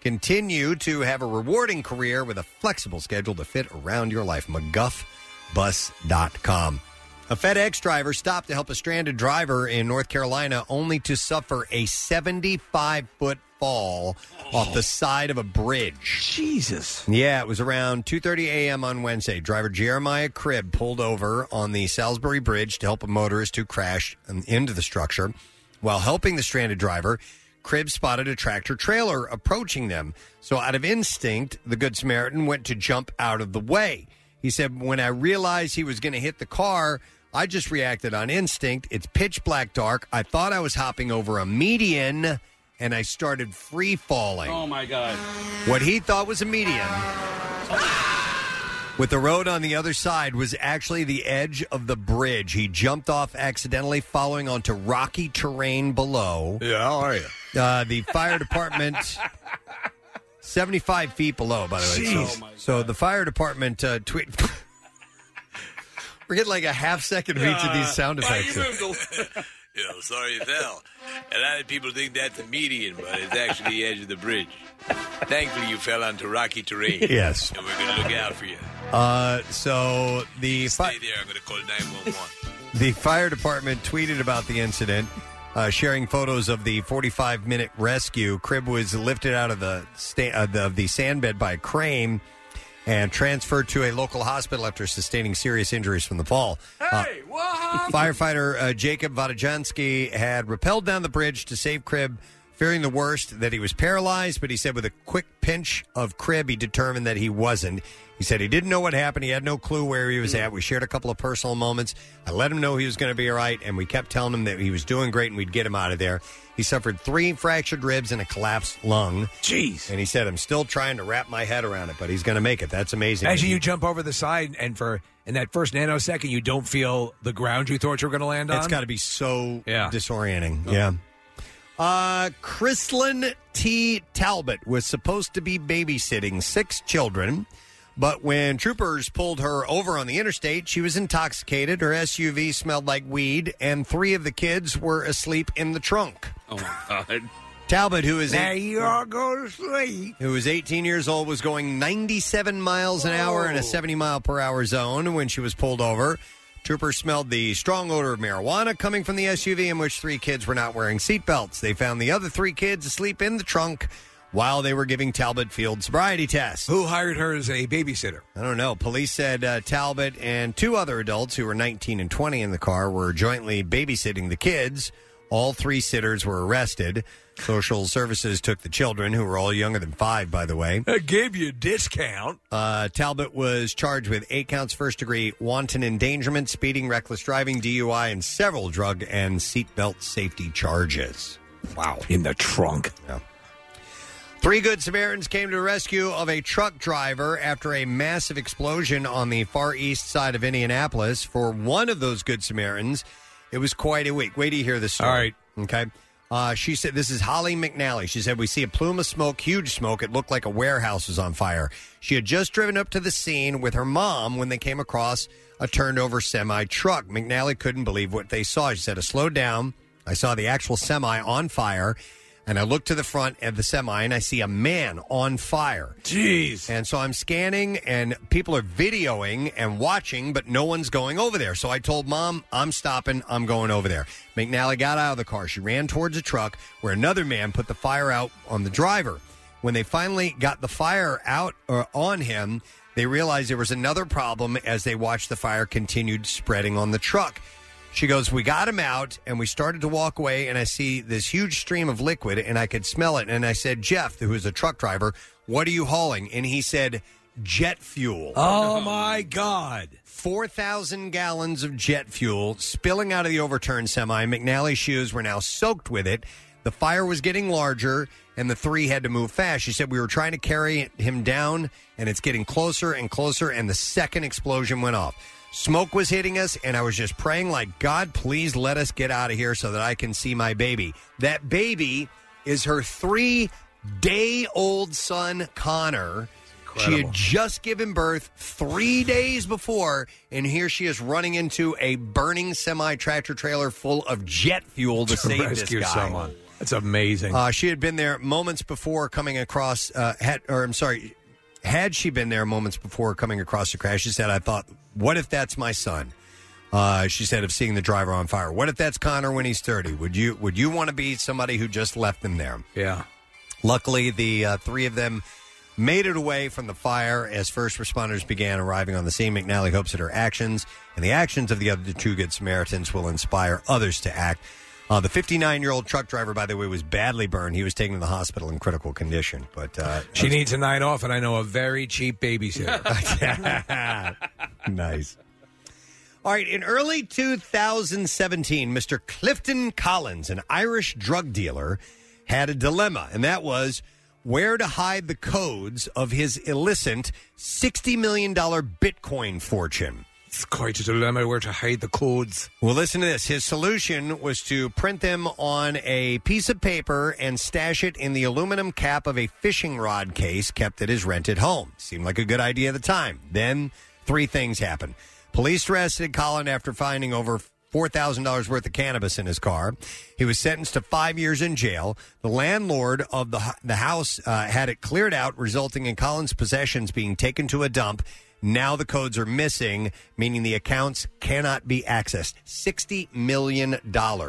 Speaker 1: Continue to have a rewarding career with a flexible schedule to fit around your life. McGuffBus.com. A FedEx driver stopped to help a stranded driver in North Carolina only to suffer a 75 foot fall off the side of a bridge.
Speaker 3: Jesus.
Speaker 1: Yeah, it was around 2:30 a.m. on Wednesday. Driver Jeremiah Cribb pulled over on the Salisbury Bridge to help a motorist who crashed in- into the structure. While helping the stranded driver, Cribb spotted a tractor trailer approaching them. So, out of instinct, the Good Samaritan went to jump out of the way. He said, "When I realized he was going to hit the car." I just reacted on instinct. It's pitch black dark. I thought I was hopping over a median and I started free falling.
Speaker 6: Oh my god!
Speaker 1: What he thought was a median, with the road on the other side, was actually the edge of the bridge. He jumped off accidentally, following onto rocky terrain below.
Speaker 9: Yeah, how are you?
Speaker 1: Uh, the fire department. 75 feet below, by the way. So-
Speaker 9: Jeez. Oh,
Speaker 1: So, the fire department uh, tweet. We're getting like a half second of each of
Speaker 9: Uh,
Speaker 1: these sound effects.
Speaker 17: Uh, you know, sorry you fell. A lot of people think that's a median, but it's actually the edge of the bridge. Thankfully, you fell onto rocky terrain.
Speaker 1: Yes.
Speaker 17: And we're going to look out for you.
Speaker 1: Uh, so the fi-
Speaker 17: Stay there. I'm going to call 911.
Speaker 1: The fire department tweeted about the incident, uh, sharing photos of the 45 minute rescue. Crib was lifted out of the, sta- uh, the, of the sand bed by a crane and transferred to a local hospital after sustaining serious injuries from the fall. Uh, Firefighter uh, Jacob Vodajansky had rappelled down the bridge to save Crib, fearing the worst that he was paralyzed. But he said, with a quick pinch of Crib, he determined that he wasn't. He said he didn't know what happened. He had no clue where he was at. We shared a couple of personal moments. I let him know he was going to be all right, and we kept telling him that he was doing great and we'd get him out of there. He suffered three fractured ribs and a collapsed lung. Jeez. And he said, I'm still trying to wrap my head around it, but he's going to make it. That's amazing.
Speaker 3: Imagine you jump over the side, and for in that first nanosecond, you don't feel the ground you thought you were going to land on.
Speaker 1: It's got to be so
Speaker 3: Yeah.
Speaker 1: disorienting. Yeah. Uh, Chrislyn T. Talbot was supposed to be babysitting six children But when troopers pulled her over on the interstate, she was intoxicated. Her SUV smelled like weed, and three of the kids were asleep in the trunk.
Speaker 6: Oh my god.
Speaker 1: Talbot, who is
Speaker 23: Now
Speaker 1: eight-
Speaker 23: you all go to sleep.
Speaker 1: who was 18 years old, was going 97 miles an hour in a 70 mile per hour zone when she was pulled over. Troopers smelled the strong odor of marijuana coming from the SUV in which three kids were not wearing seatbelts. They found the other three kids asleep in the trunk while they were giving Talbot field sobriety tests.
Speaker 3: Who hired her as a babysitter?
Speaker 1: I don't know. Police said uh, Talbot and two other adults who were 19 and 20 in the car were jointly babysitting the kids. All three sitters were arrested. Social services took the children, who were all younger than five, by the way.
Speaker 3: I gave you a discount.
Speaker 1: Uh, Talbot was charged with eight counts first degree wanton endangerment, speeding, reckless driving, DUI, and several drug and seatbelt safety charges. Wow.
Speaker 3: In the trunk.
Speaker 1: Yeah. Three Good Samaritans came to the rescue of a truck driver after a massive explosion on the far east side of Indianapolis. For one of those Good Samaritans, it was quite a week. Wait till you hear this story. All right. Okay. Uh, she said, This is Holly McNally. She said, We see a plume of smoke, huge smoke. It looked like a warehouse was on fire. She had just driven up to the scene with her mom when they came across a turned over semi truck. McNally couldn't believe what they saw. She said, I slowed down. I saw the actual semi on fire. And I look to the front of the semi and I see a man on fire. Jeez. And so I'm scanning and people are videoing and watching, but no one's going over there. So I told mom, I'm stopping. I'm going over there. McNally got out of the car. She ran towards a truck where another man put the fire out on the driver. When they finally got the fire out or on him, they realized there was another problem as they watched the fire continued spreading on the truck. She goes, We got him out and we started to walk away, and I see this huge stream of liquid and I could smell it. And I said, Jeff, who is a truck driver, what are you hauling? And he said, Jet fuel.
Speaker 3: Oh, my God.
Speaker 1: 4,000 gallons of jet fuel spilling out of the overturned semi. McNally's shoes were now soaked with it. The fire was getting larger, and the three had to move fast. She said, We were trying to carry him down, and it's getting closer and closer, and the second explosion went off. Smoke was hitting us, and I was just praying, like, God, please let us get out of here so that I can see my baby. That baby is her three day old son, Connor. She had just given birth three days before, and here she is running into a burning semi tractor trailer full of jet fuel to,
Speaker 3: To
Speaker 1: save
Speaker 3: rescue
Speaker 1: this guy.
Speaker 3: someone. That's amazing.
Speaker 1: Uh, she had been there moments before coming across. Uh, had, or I'm sorry, had she been there moments before coming across the crash? She said, "I thought, what if that's my son?" Uh, she said, "Of seeing the driver on fire, what if that's Connor when he's 30? Would you would you want to be somebody who just left him there?"
Speaker 3: yeah.
Speaker 1: Luckily, the uh, three of them made it away from the fire as first responders began arriving on the scene. McNally hopes that her actions and the actions of the other two Good Samaritans will inspire others to act. Uh, the 59 year old truck driver, by the way, was badly burned. He was taken to the hospital in critical condition. But uh,
Speaker 3: She needs a night off, and I know a very cheap babysitter.
Speaker 1: nice. All right, in early 2017, Mr. Clifton Collins, an Irish drug dealer, had a dilemma, and that was where to hide the codes of his illicit $60 million Bitcoin fortune.
Speaker 3: It's quite a dilemma where to hide the codes.
Speaker 1: Well, listen to this. His solution was to print them on a piece of paper and stash it in the aluminum cap of a fishing rod case kept at his rented home. Seemed like a good idea at the time. Then three things happened. Police arrested Colin after finding over $4,000 worth of cannabis in his car. He was sentenced to five years in jail. The landlord of the, hu- the house uh, had it cleared out, resulting in Colin's possessions being taken to a dump. Now the codes are missing, meaning the accounts cannot be accessed. $60 million.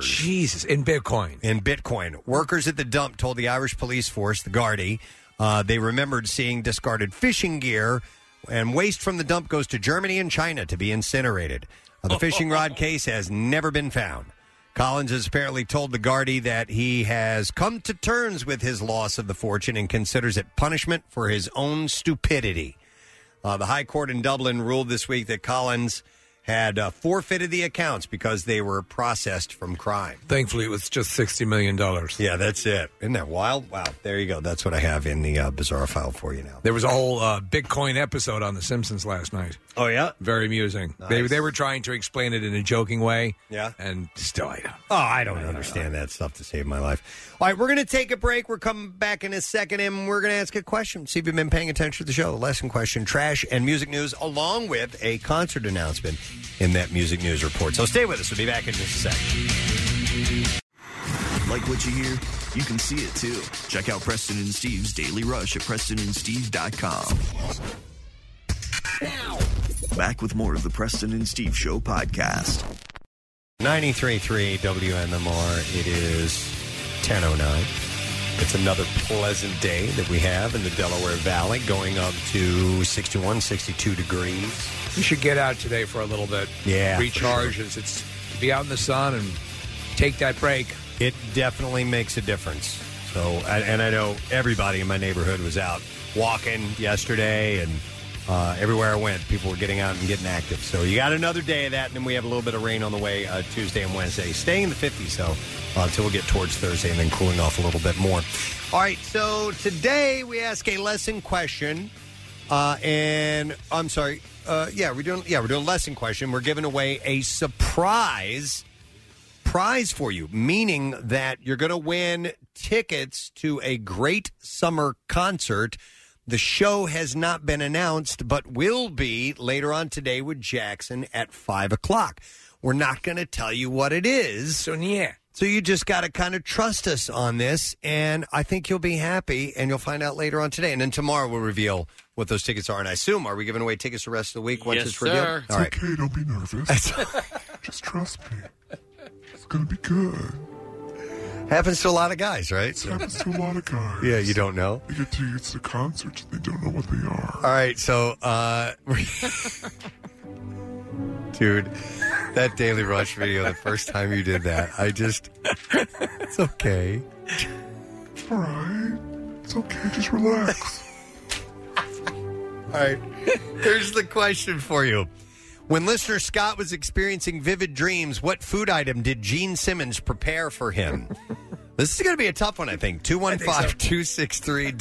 Speaker 3: Jesus, in Bitcoin.
Speaker 1: In Bitcoin. Workers at the dump told the Irish police force, the Guardi, uh, they remembered seeing discarded fishing gear, and waste from the dump goes to Germany and China to be incinerated. Uh, the fishing rod case has never been found. Collins has apparently told the Guardi that he has come to terms with his loss of the fortune and considers it punishment for his own stupidity. Uh, the High Court in Dublin ruled this week that Collins had uh, forfeited the accounts because they were processed from crime.
Speaker 3: Thankfully, it was just sixty million dollars.
Speaker 1: Yeah, that's it. Isn't that wild? Wow. There you go. That's what I have in the uh, bizarre file for you now.
Speaker 3: There was a whole uh, Bitcoin episode on The Simpsons last night.
Speaker 1: Oh yeah,
Speaker 3: very amusing. They
Speaker 1: Nice.
Speaker 3: they were trying to explain it in a joking way.
Speaker 1: Yeah.
Speaker 3: and still I don't.
Speaker 1: Oh, I don't understand that stuff to save my life. All right, we're going to take a break. We're coming back in a second, and we're going to ask a question. See if you've been paying attention to the show. Lesson question, trash, and music news, along with a concert announcement in that music news report. So stay with us. We'll be back in just a sec.
Speaker 10: Like what you hear? You can see it too. Check out Preston and Steve's Daily Rush at PrestonandSteve.com. Back with more of the Preston and Steve Show podcast.
Speaker 1: 93.3 WMMR. It is 10.09. It's another pleasant day that we have in the Delaware Valley, going up to 61, 62 degrees.
Speaker 3: You should get out today for a little bit.
Speaker 1: Yeah, for
Speaker 3: recharge. It's, it's be out in the sun and take that break.
Speaker 1: It definitely makes a difference. So, and and I know everybody in my neighborhood was out walking yesterday, and uh, everywhere I went, people were getting out and getting active. So, you got another day of that, and then we have a little bit of rain on the way uh, Tuesday and Wednesday, staying in the 50s, so uh, until we get towards Thursday and then cooling off a little bit more. All right, so today we ask a lesson question, uh, and I'm sorry, uh, yeah, we're doing yeah we're doing a lesson question. We're giving away a surprise prize for you, meaning that you're going to win tickets to a great summer concert. The show has not been announced, but will be later on today with Jackson at five o'clock. We're not going to tell you what it is. So
Speaker 3: yeah.
Speaker 1: So you just got to kind of trust us on this, and I think you'll be happy, and you'll find out later on today, and then tomorrow we'll reveal what those tickets are. And I assume are we giving away tickets the rest of the week once
Speaker 4: Yes,
Speaker 1: it's revealed?
Speaker 4: sir.
Speaker 1: All right.
Speaker 4: okay, don't be nervous. Just trust me. It's gonna be good.
Speaker 1: Happens to a lot of guys, right?
Speaker 4: It happens to a lot of guys.
Speaker 1: Yeah, you don't know.
Speaker 4: They get tickets to concerts and they don't know what they are.
Speaker 1: All right, so uh dude, that Daily Rush video the first time you did that, I just it's okay.
Speaker 4: It's all right. It's okay. Just relax.
Speaker 1: All right. Here's the question for you. When listener Scott was experiencing vivid dreams, what food item did Gene Simmons prepare for him? this is going to be a tough one, I think. 215 263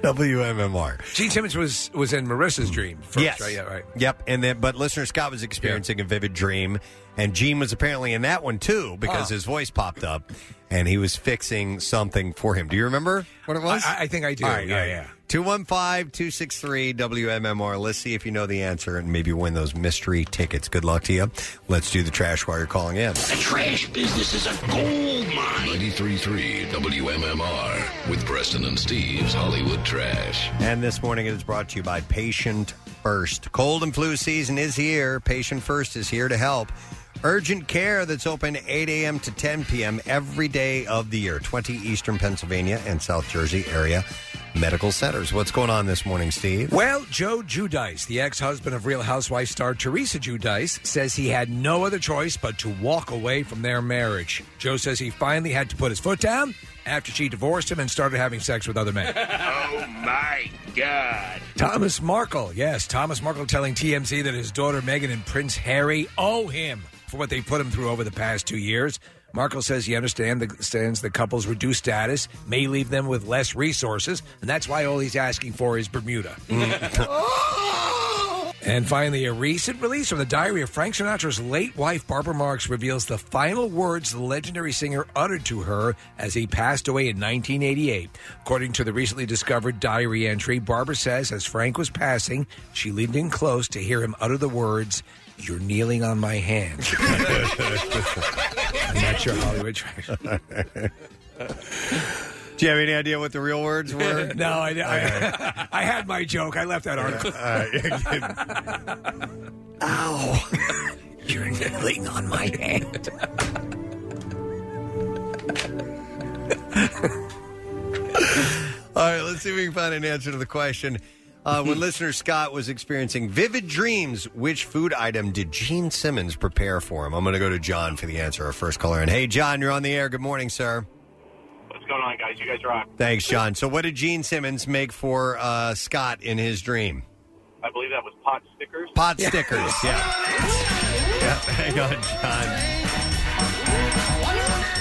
Speaker 1: WMMR.
Speaker 3: Gene Simmons was was in Marissa's dream. First,
Speaker 1: yes.
Speaker 3: right? Yeah, right.
Speaker 1: Yep. And then, but listener Scott was experiencing a vivid dream, and Gene was apparently in that one too because
Speaker 3: Ah.
Speaker 1: his voice popped up, and he was fixing something for him. Do you remember what it was?
Speaker 3: I, I think I do.
Speaker 1: All right,
Speaker 3: yeah,
Speaker 1: all right.
Speaker 3: yeah.
Speaker 1: 215 263 WMMR. Let's see if you know the answer and maybe win those mystery tickets. Good luck to you. Let's do the trash while you're calling in.
Speaker 18: Trash business is a gold mine. 93.3 WMMR with Preston and Steve's Hollywood Trash.
Speaker 1: And this morning it is brought to you by Patient First. Cold and flu season is here. Patient First is here to help. Urgent care that's open 8 a.m. to 10 p.m. every day of the year. 20 Eastern Pennsylvania and South Jersey area medical centers. What's going on this morning, Steve?
Speaker 3: Well, Joe Judice, the ex husband of Real Housewife star Teresa Judice, says he had no other choice but to walk away from their marriage. Joe says he finally had to put his foot down after she divorced him and started having sex with other men.
Speaker 4: oh my god.
Speaker 3: Thomas Markle, yes, Thomas Markle telling TMZ that his daughter Meghan and Prince Harry owe him for what they put him through over the past two years. Markle says he understand the, stands the couple's reduced status may leave them with less resources, and that's why all he's asking for is Bermuda. And finally, a recent release from the diary of Frank Sinatra's late wife, Barbara Marx, reveals the final words the legendary singer uttered to her as he passed away in 1988. According to the recently discovered diary entry, Barbara says as Frank was passing, she leaned in close to hear him utter the words, You're kneeling on my hand. I'm not sure Hollywood trash.
Speaker 1: Do you have any idea what the real words were?
Speaker 3: no, Oh, I, I, I had my joke. I left that article. Ow. You're nibbling on my hand.
Speaker 1: All right, let's see if we can find an answer to the question. Uh, when listener Scott was experiencing vivid dreams, which food item did Gene Simmons prepare for him? I'm going to go to John for the answer, our first caller. And hey, John, you're on the air. Good morning, sir.
Speaker 5: What's going on, guys? You guys rock.
Speaker 1: Thanks, John. So, what did Gene Simmons make for uh, Scott in his dream?
Speaker 5: I believe that was pot stickers.
Speaker 1: Pot stickers, yeah. yeah. Hang on, John.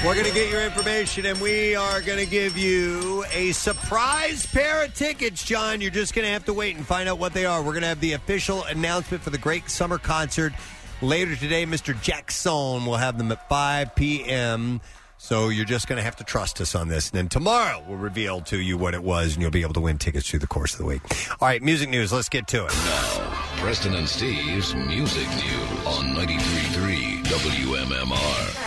Speaker 1: We're going to get your information and we are going to give you a surprise pair of tickets, John. You're just going to have to wait and find out what they are. We're going to have the official announcement for the great summer concert later today. Mr. Jackson will have them at 5 p.m. So you're just going to have to trust us on this. And then tomorrow we'll reveal to you what it was and you'll be able to win tickets through the course of the week. All right, music news. Let's get to it.
Speaker 18: Preston and Steve's Music News on 93.3 WMMR.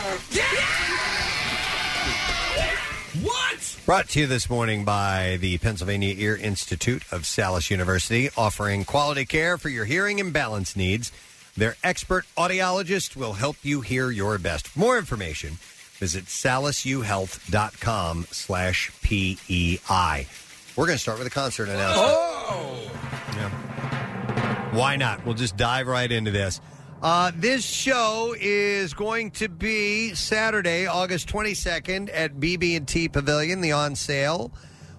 Speaker 4: What?
Speaker 1: Brought to you this morning by the Pennsylvania Ear Institute of Salis University, offering quality care for your hearing and balance needs. Their expert audiologist will help you hear your best. For more information, visit salisuhealth.com slash PEI. We're going to start with a concert announcement. Why not? We'll just dive right into this. Uh, this show is going to be Saturday, August 22nd at BB&T Pavilion. The on sale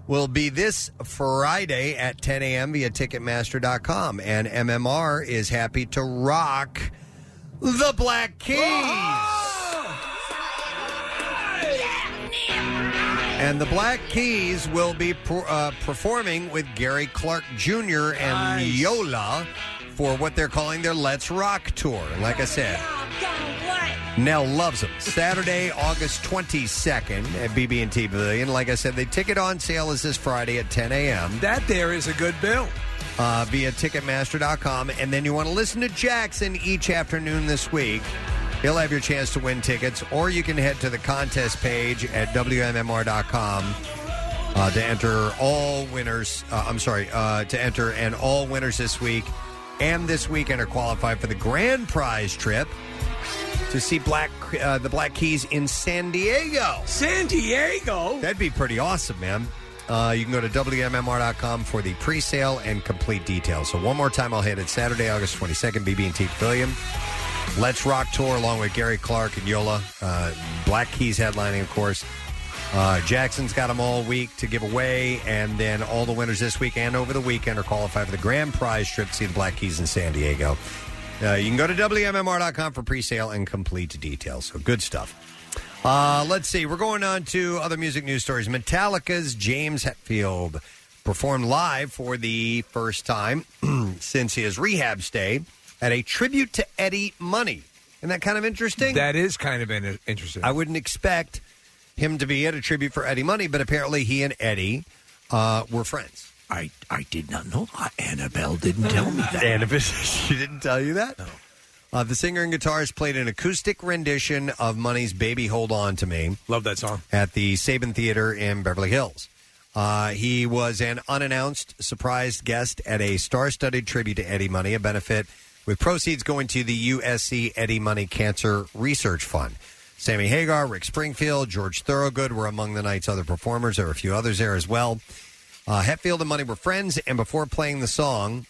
Speaker 1: will be this Friday at 10 a.m. via Ticketmaster.com. And MMR is happy to rock the Black Keys. And the Black Keys will be per- uh, performing with Gary Clark Jr. and Yola for what they're calling their Let's Rock tour. And like I said, Nell loves them. Saturday, August 22nd at BB&T Pavilion. Like I said, the ticket on sale is this Friday at 10 a.m.
Speaker 3: That there is a good bill.
Speaker 1: Uh, via Ticketmaster.com. And then you want to listen to Jackson each afternoon this week. He'll have your chance to win tickets, or you can head to the contest page at WMMR.com uh, to enter all winners. Uh, I'm sorry, uh, to enter and all winners this week and this weekend are qualified for the grand prize trip to see Black uh, the Black Keys in San Diego.
Speaker 3: San Diego.
Speaker 1: That'd be pretty awesome, man. Uh, you can go to WMMR.com for the pre-sale and complete details. So one more time, I'll hit it Saturday, August 22nd, BB&T Pavilion. Let's Rock Tour along with Gary Clark and Yola. Uh, Black Keys headlining, of course. Uh, Jackson's got them all week to give away, and then all the winners this week and over the weekend are qualified for the grand prize trip to see the Black Keys in San Diego. Uh, you can go to WMMR.com for pre-sale and complete details. So good stuff. Uh, let's see. We're going on to other music news stories. Metallica's James Hetfield performed live for the first time since his rehab stay at a tribute to Eddie Money. Isn't that kind of interesting?
Speaker 3: That is kind of in- interesting.
Speaker 1: I wouldn't expect him to be at a tribute for Eddie Money, but apparently he and Eddie uh, were friends.
Speaker 3: I, I did not know. Uh, Annabelle didn't tell me that.
Speaker 1: Annabelle, she didn't tell you that? No. Uh, the singer and guitarist played an acoustic rendition of Money's Baby Hold On to Me.
Speaker 3: Love that song.
Speaker 1: At the Saban Theater in Beverly Hills. Uh, he was an unannounced surprise guest at a star studded tribute to Eddie Money, a benefit with proceeds going to the USC Eddie Money Cancer Research Fund. Sammy Hagar, Rick Springfield, George Thorogood were among the night's other performers. There were a few others there as well. Uh, Hetfield and Money were friends, and before playing the song,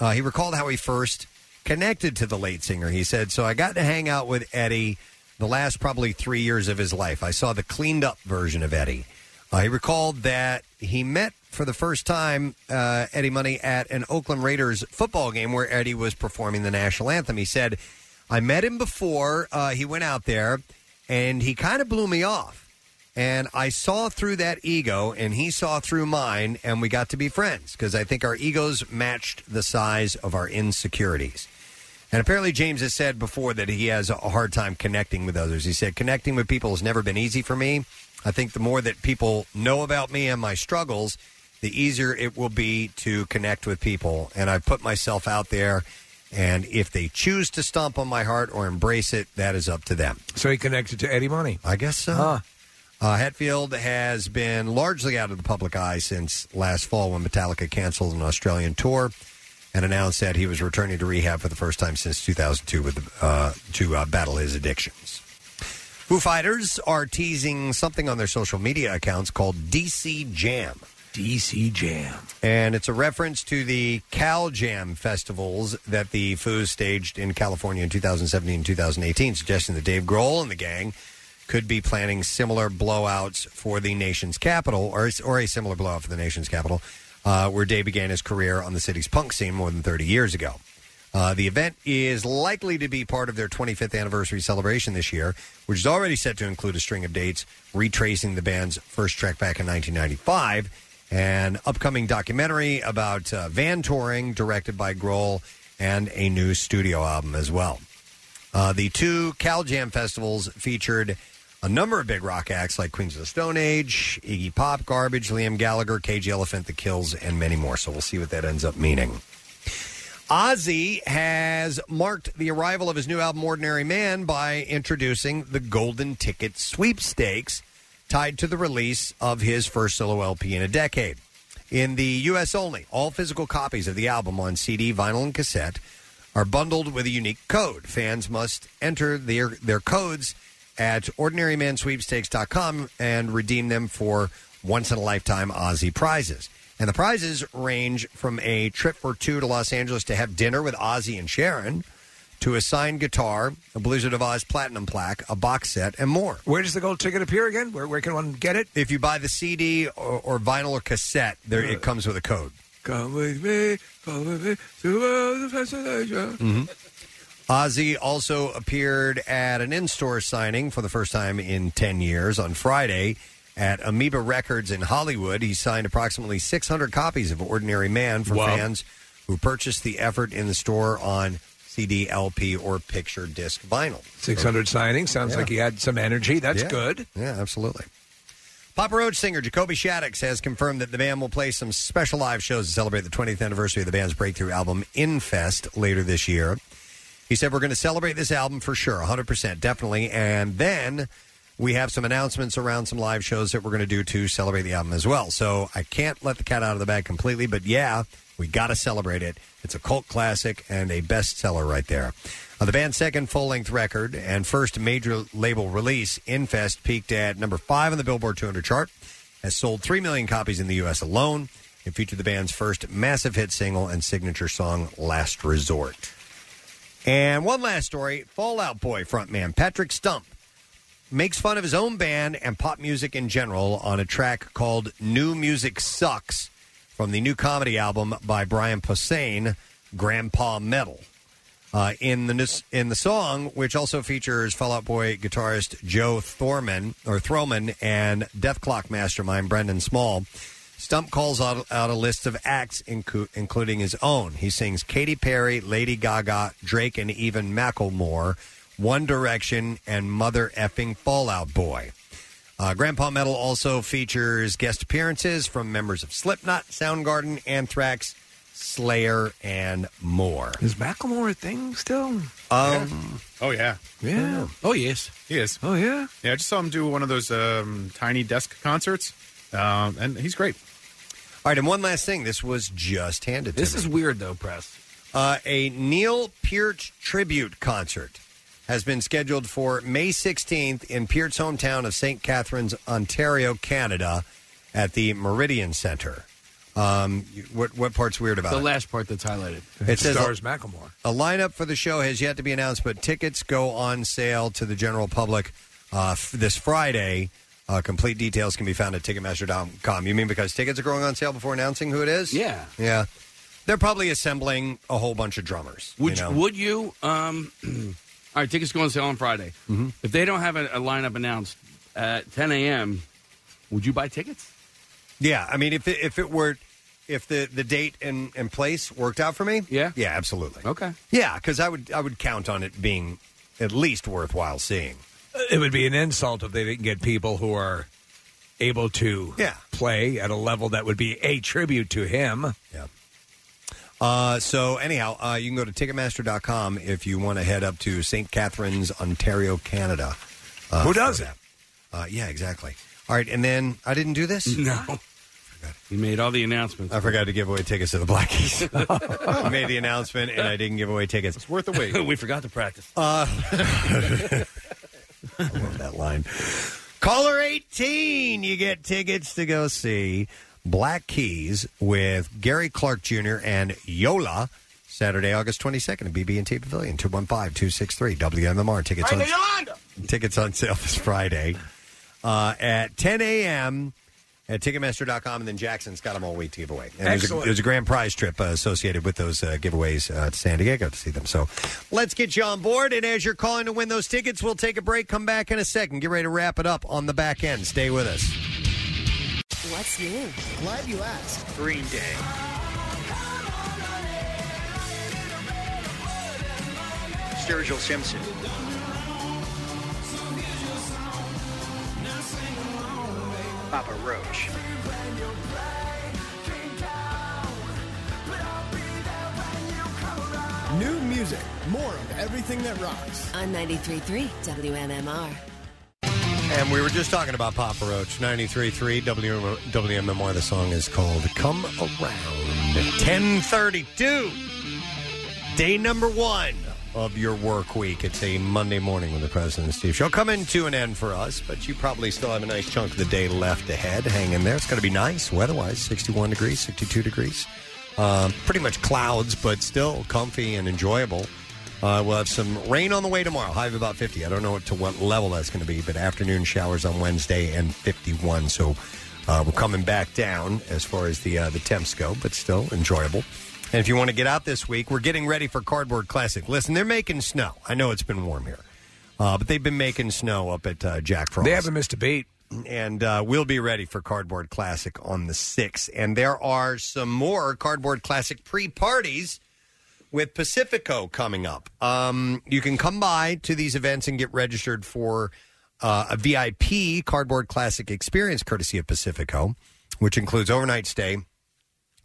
Speaker 1: uh, he recalled how he first connected to the late singer. He said, So I got to hang out with Eddie the last probably three years of his life. I saw the cleaned up version of Eddie. Uh, he recalled that he met for the first time uh, Eddie Money at an Oakland Raiders football game where Eddie was performing the national anthem. He said, I met him before uh, he went out there, and he kind of blew me off. And I saw through that ego, and he saw through mine, and we got to be friends because I think our egos matched the size of our insecurities. And apparently, James has said before that he has a hard time connecting with others. He said, Connecting with people has never been easy for me. I think the more that people know about me and my struggles, the easier it will be to connect with people. And I put myself out there. And if they choose to stomp on my heart or embrace it, that is up to them.
Speaker 3: So he connected to Eddie Money.
Speaker 1: I guess so. Uh, Hetfield has been largely out of the public eye since last fall when Metallica canceled an Australian tour and announced that he was returning to rehab for the first time since 2002 with the, uh, to uh, battle his addictions. Foo Fighters are teasing something on their social media accounts called DC Jam.
Speaker 3: DC Jam.
Speaker 1: And it's a reference to the Cal Jam festivals that the Foos staged in California in 2017 and 2018, suggesting that Dave Grohl and the gang could be planning similar blowouts for the nation's capital, or, or a similar blowout for the nation's capital. Uh, uh, where Day began his career on the city's punk scene more than 30 years ago. Uh, the event is likely to be part of their 25th anniversary celebration this year, which is already set to include a string of dates retracing the band's first trek back in 1995. An upcoming documentary about uh, van touring, directed by Grohl, and a new studio album as well. Uh, the two Cal Jam festivals featured a number of big rock acts like Queens of the Stone Age, Iggy Pop, Garbage, Liam Gallagher, Cage Elephant, The Kills, and many more. So we'll see what that ends up meaning. Ozzy has marked the arrival of his new album, Ordinary Man, by introducing the Golden Ticket Sweepstakes, tied to the release of his first solo LP in a decade. In the U.S. only, all physical copies of the album on CD, vinyl, and cassette are bundled with a unique code. Fans must enter their, their codes at ordinarymansweepstakes.com and redeem them for once in a lifetime Ozzy prizes. And the prizes range from a trip for two to Los Angeles to have dinner with Ozzy and Sharon to a signed guitar, a Blizzard of Oz platinum plaque, a box set, and more.
Speaker 3: Where does the gold ticket appear again? Where, where can one get it?
Speaker 1: If you buy the CD or, or vinyl or cassette, there
Speaker 3: Uh,
Speaker 1: it comes with a code.
Speaker 3: Come with me, come with me to uh, the fascination.
Speaker 1: Mm-hmm. Ozzy also appeared at an in store signing for the first time in 10 years on Friday at Amoeba Records in Hollywood. He signed approximately 600 copies of Ordinary Man for
Speaker 8: Wow.
Speaker 1: fans who purchased the effort in the store on CD, LP, or picture disc vinyl.
Speaker 3: 600 signings. Sounds
Speaker 1: Yeah.
Speaker 3: like he had some energy. That's
Speaker 1: Yeah.
Speaker 3: good.
Speaker 1: Yeah, absolutely. Papa Roach singer Jacoby Shaddix has confirmed that the band will play some special live shows to celebrate the 20th anniversary of the band's breakthrough album, Infest, later this year. He said, We're going to celebrate this album for sure, 100%, definitely. And then we have some announcements around some live shows that we're going to do to celebrate the album as well. So I can't let the cat out of the bag completely, but yeah, we got to celebrate it. It's a cult classic and a bestseller right there. Uh, the band's second full length record and first major label release, Infest, peaked at number five on the Billboard 200 chart, has sold 3 million copies in the U.S. alone, and featured the band's first massive hit single and signature song, Last Resort. And one last story Fallout Boy frontman Patrick Stump makes fun of his own band and pop music in general on a track called New Music Sucks from the new comedy album by Brian Posehn, Grandpa Metal. Uh, in the in the song, which also features Fallout Boy guitarist Joe Thorman or Throman and Death Clock mastermind Brendan Small, Stump calls out, out a list of acts, inclu- including his own. He sings Katy Perry, Lady Gaga, Drake, and even Macklemore, One Direction, and Mother Effing Fallout Boy. Uh, Grandpa Metal also features guest appearances from members of Slipknot, Soundgarden, Anthrax, Slayer, and more.
Speaker 3: Is Macklemore a thing still?
Speaker 1: Um,
Speaker 9: Oh yeah,
Speaker 3: Yeah.
Speaker 9: Oh yes, yes.
Speaker 3: Oh yeah.
Speaker 9: Yeah, I just saw him do one of those um, tiny desk concerts, um, and he's great.
Speaker 1: All right, and one last thing. This was just handed.
Speaker 9: This is
Speaker 1: weird, though, press. Uh, a Neil Peart tribute concert has been scheduled for May 16th in Peart's hometown of St. Catharines, Ontario, Canada, at the Meridian Center. Um, you- what what part's weird about
Speaker 6: the
Speaker 1: it?
Speaker 6: last part that's highlighted.
Speaker 1: It says-
Speaker 3: stars Macklemore.
Speaker 1: A lineup for the show has yet to be announced, but tickets go on sale to the general public uh, f- this Friday. Uh, complete details can be found at Ticketmaster.com. You mean because tickets are going on sale before announcing who it is? Yeah. Yeah. They're probably assembling a whole bunch of drummers.
Speaker 6: Would
Speaker 1: you
Speaker 6: you
Speaker 1: know?
Speaker 6: would you? Um, all right, tickets go on sale on Friday.
Speaker 1: Mm-hmm.
Speaker 6: If they don't have a, a lineup announced at 10 a.m., would you buy tickets?
Speaker 1: Yeah, I mean, if it, if it were, if the, the date and, and place worked out for me, yeah, yeah, absolutely,
Speaker 6: okay,
Speaker 1: yeah, because I would I would count on it being at least worthwhile seeing.
Speaker 3: It would be an insult if they didn't get people who are able to play at a level that would be a tribute to him.
Speaker 1: Yeah. Uh, so anyhow, uh, you can go to Ticketmaster.com if you want to head up to St. Catharines, Ontario, Canada. Uh,
Speaker 3: Who does
Speaker 1: for
Speaker 3: it?
Speaker 1: that. Uh, yeah, exactly. All right, and then I didn't do this.
Speaker 6: No. You made all the announcements.
Speaker 1: I forgot to give away tickets to the Black Keys. I made the announcement and I didn't give away tickets. It's
Speaker 9: worth the
Speaker 6: wait. We forgot to practice.
Speaker 1: Uh, I love that line. Caller 18, you get tickets to go see Black Keys with Gary Clark Jr. and Yola Saturday, August 22nd at BB&T Pavilion, 215-263-WMMR. Tickets on, tickets on sale this Friday uh, at 10 a.m. at Ticketmaster.com, and then Jackson's got them all week to give away. And there's a,
Speaker 4: Excellent.
Speaker 1: there's a grand prize trip uh, associated with those uh, giveaways uh, to San Diego to see them. So let's get you on board. And as you're calling to win those tickets, we'll take a break, come back in a second, get ready to wrap it up on the back end. Stay with us.
Speaker 4: What's new? Glad you asked. Green Day.
Speaker 8: Sturgill Simpson. Papa Roach.
Speaker 19: New music, more of everything that rocks.
Speaker 7: On 93.3 WMMR.
Speaker 1: And we were just talking about Papa Roach, 93.3 W- WMMR. The song is called Come Around. 1032, day number one of your work week. It's a Monday morning with the President and Steve Show. Coming to an end for us, but you probably still have a nice chunk of the day left ahead. Hang in there. It's going to be nice weather-wise, 61 degrees, 62 degrees. Um, pretty much clouds, but still comfy and enjoyable. Uh, we'll have some rain on the way tomorrow. High of about 50. I don't know to what level that's going to be, but afternoon showers on Wednesday and 51. So uh, we're coming back down as far as the uh, the temps go, but still enjoyable. And if you want to get out this week, we're getting ready for Cardboard Classic. Listen, they're making snow. I know it's been warm here, uh, but they've been making snow up at uh, Jack Frost.
Speaker 3: They haven't missed a beat.
Speaker 1: And uh, we'll be ready for Cardboard Classic on the 6th. And there are some more Cardboard Classic pre parties with Pacifico coming up. Um, you can come by to these events and get registered for uh, a VIP Cardboard Classic experience courtesy of Pacifico, which includes overnight stay,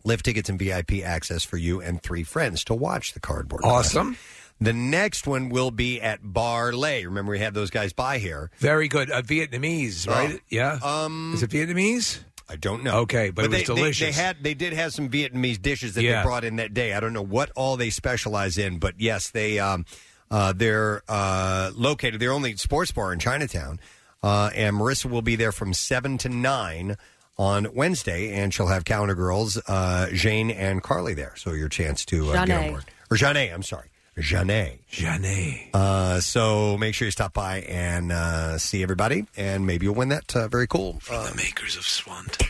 Speaker 1: lift tickets, and VIP access for you and three friends to watch the Cardboard Classic.
Speaker 3: Awesome.
Speaker 1: The next one will be at Barley. Remember, we had those guys by here.
Speaker 3: Very good. Uh, Vietnamese, right?
Speaker 1: Oh.
Speaker 3: yeah.
Speaker 1: Um,
Speaker 3: Is it Vietnamese?
Speaker 1: I don't know.
Speaker 3: Okay, but, it was
Speaker 1: they- they,
Speaker 3: delicious.
Speaker 1: They, had they did have some Vietnamese dishes that
Speaker 3: Yeah.
Speaker 1: they brought in that day. I don't know what all they specialize in, but yes, they um, uh, they're uh, located. Their only sports bar in Chinatown, uh, and Marissa will be there from seven to nine on Wednesday, and she'll have Calendar Girls uh, Jane and Carly there. So your chance to uh, get on
Speaker 4: Janae.
Speaker 1: board or Janae. I'm sorry, Janae.
Speaker 3: Janae.
Speaker 1: Uh, so make sure you stop by and uh, see everybody, and maybe you'll win that. Uh, very cool. Uh,
Speaker 19: Makers of Swant.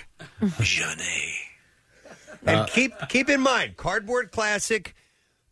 Speaker 19: Jeunet.
Speaker 1: And
Speaker 19: Uh,
Speaker 1: keep keep in mind, cardboard classic.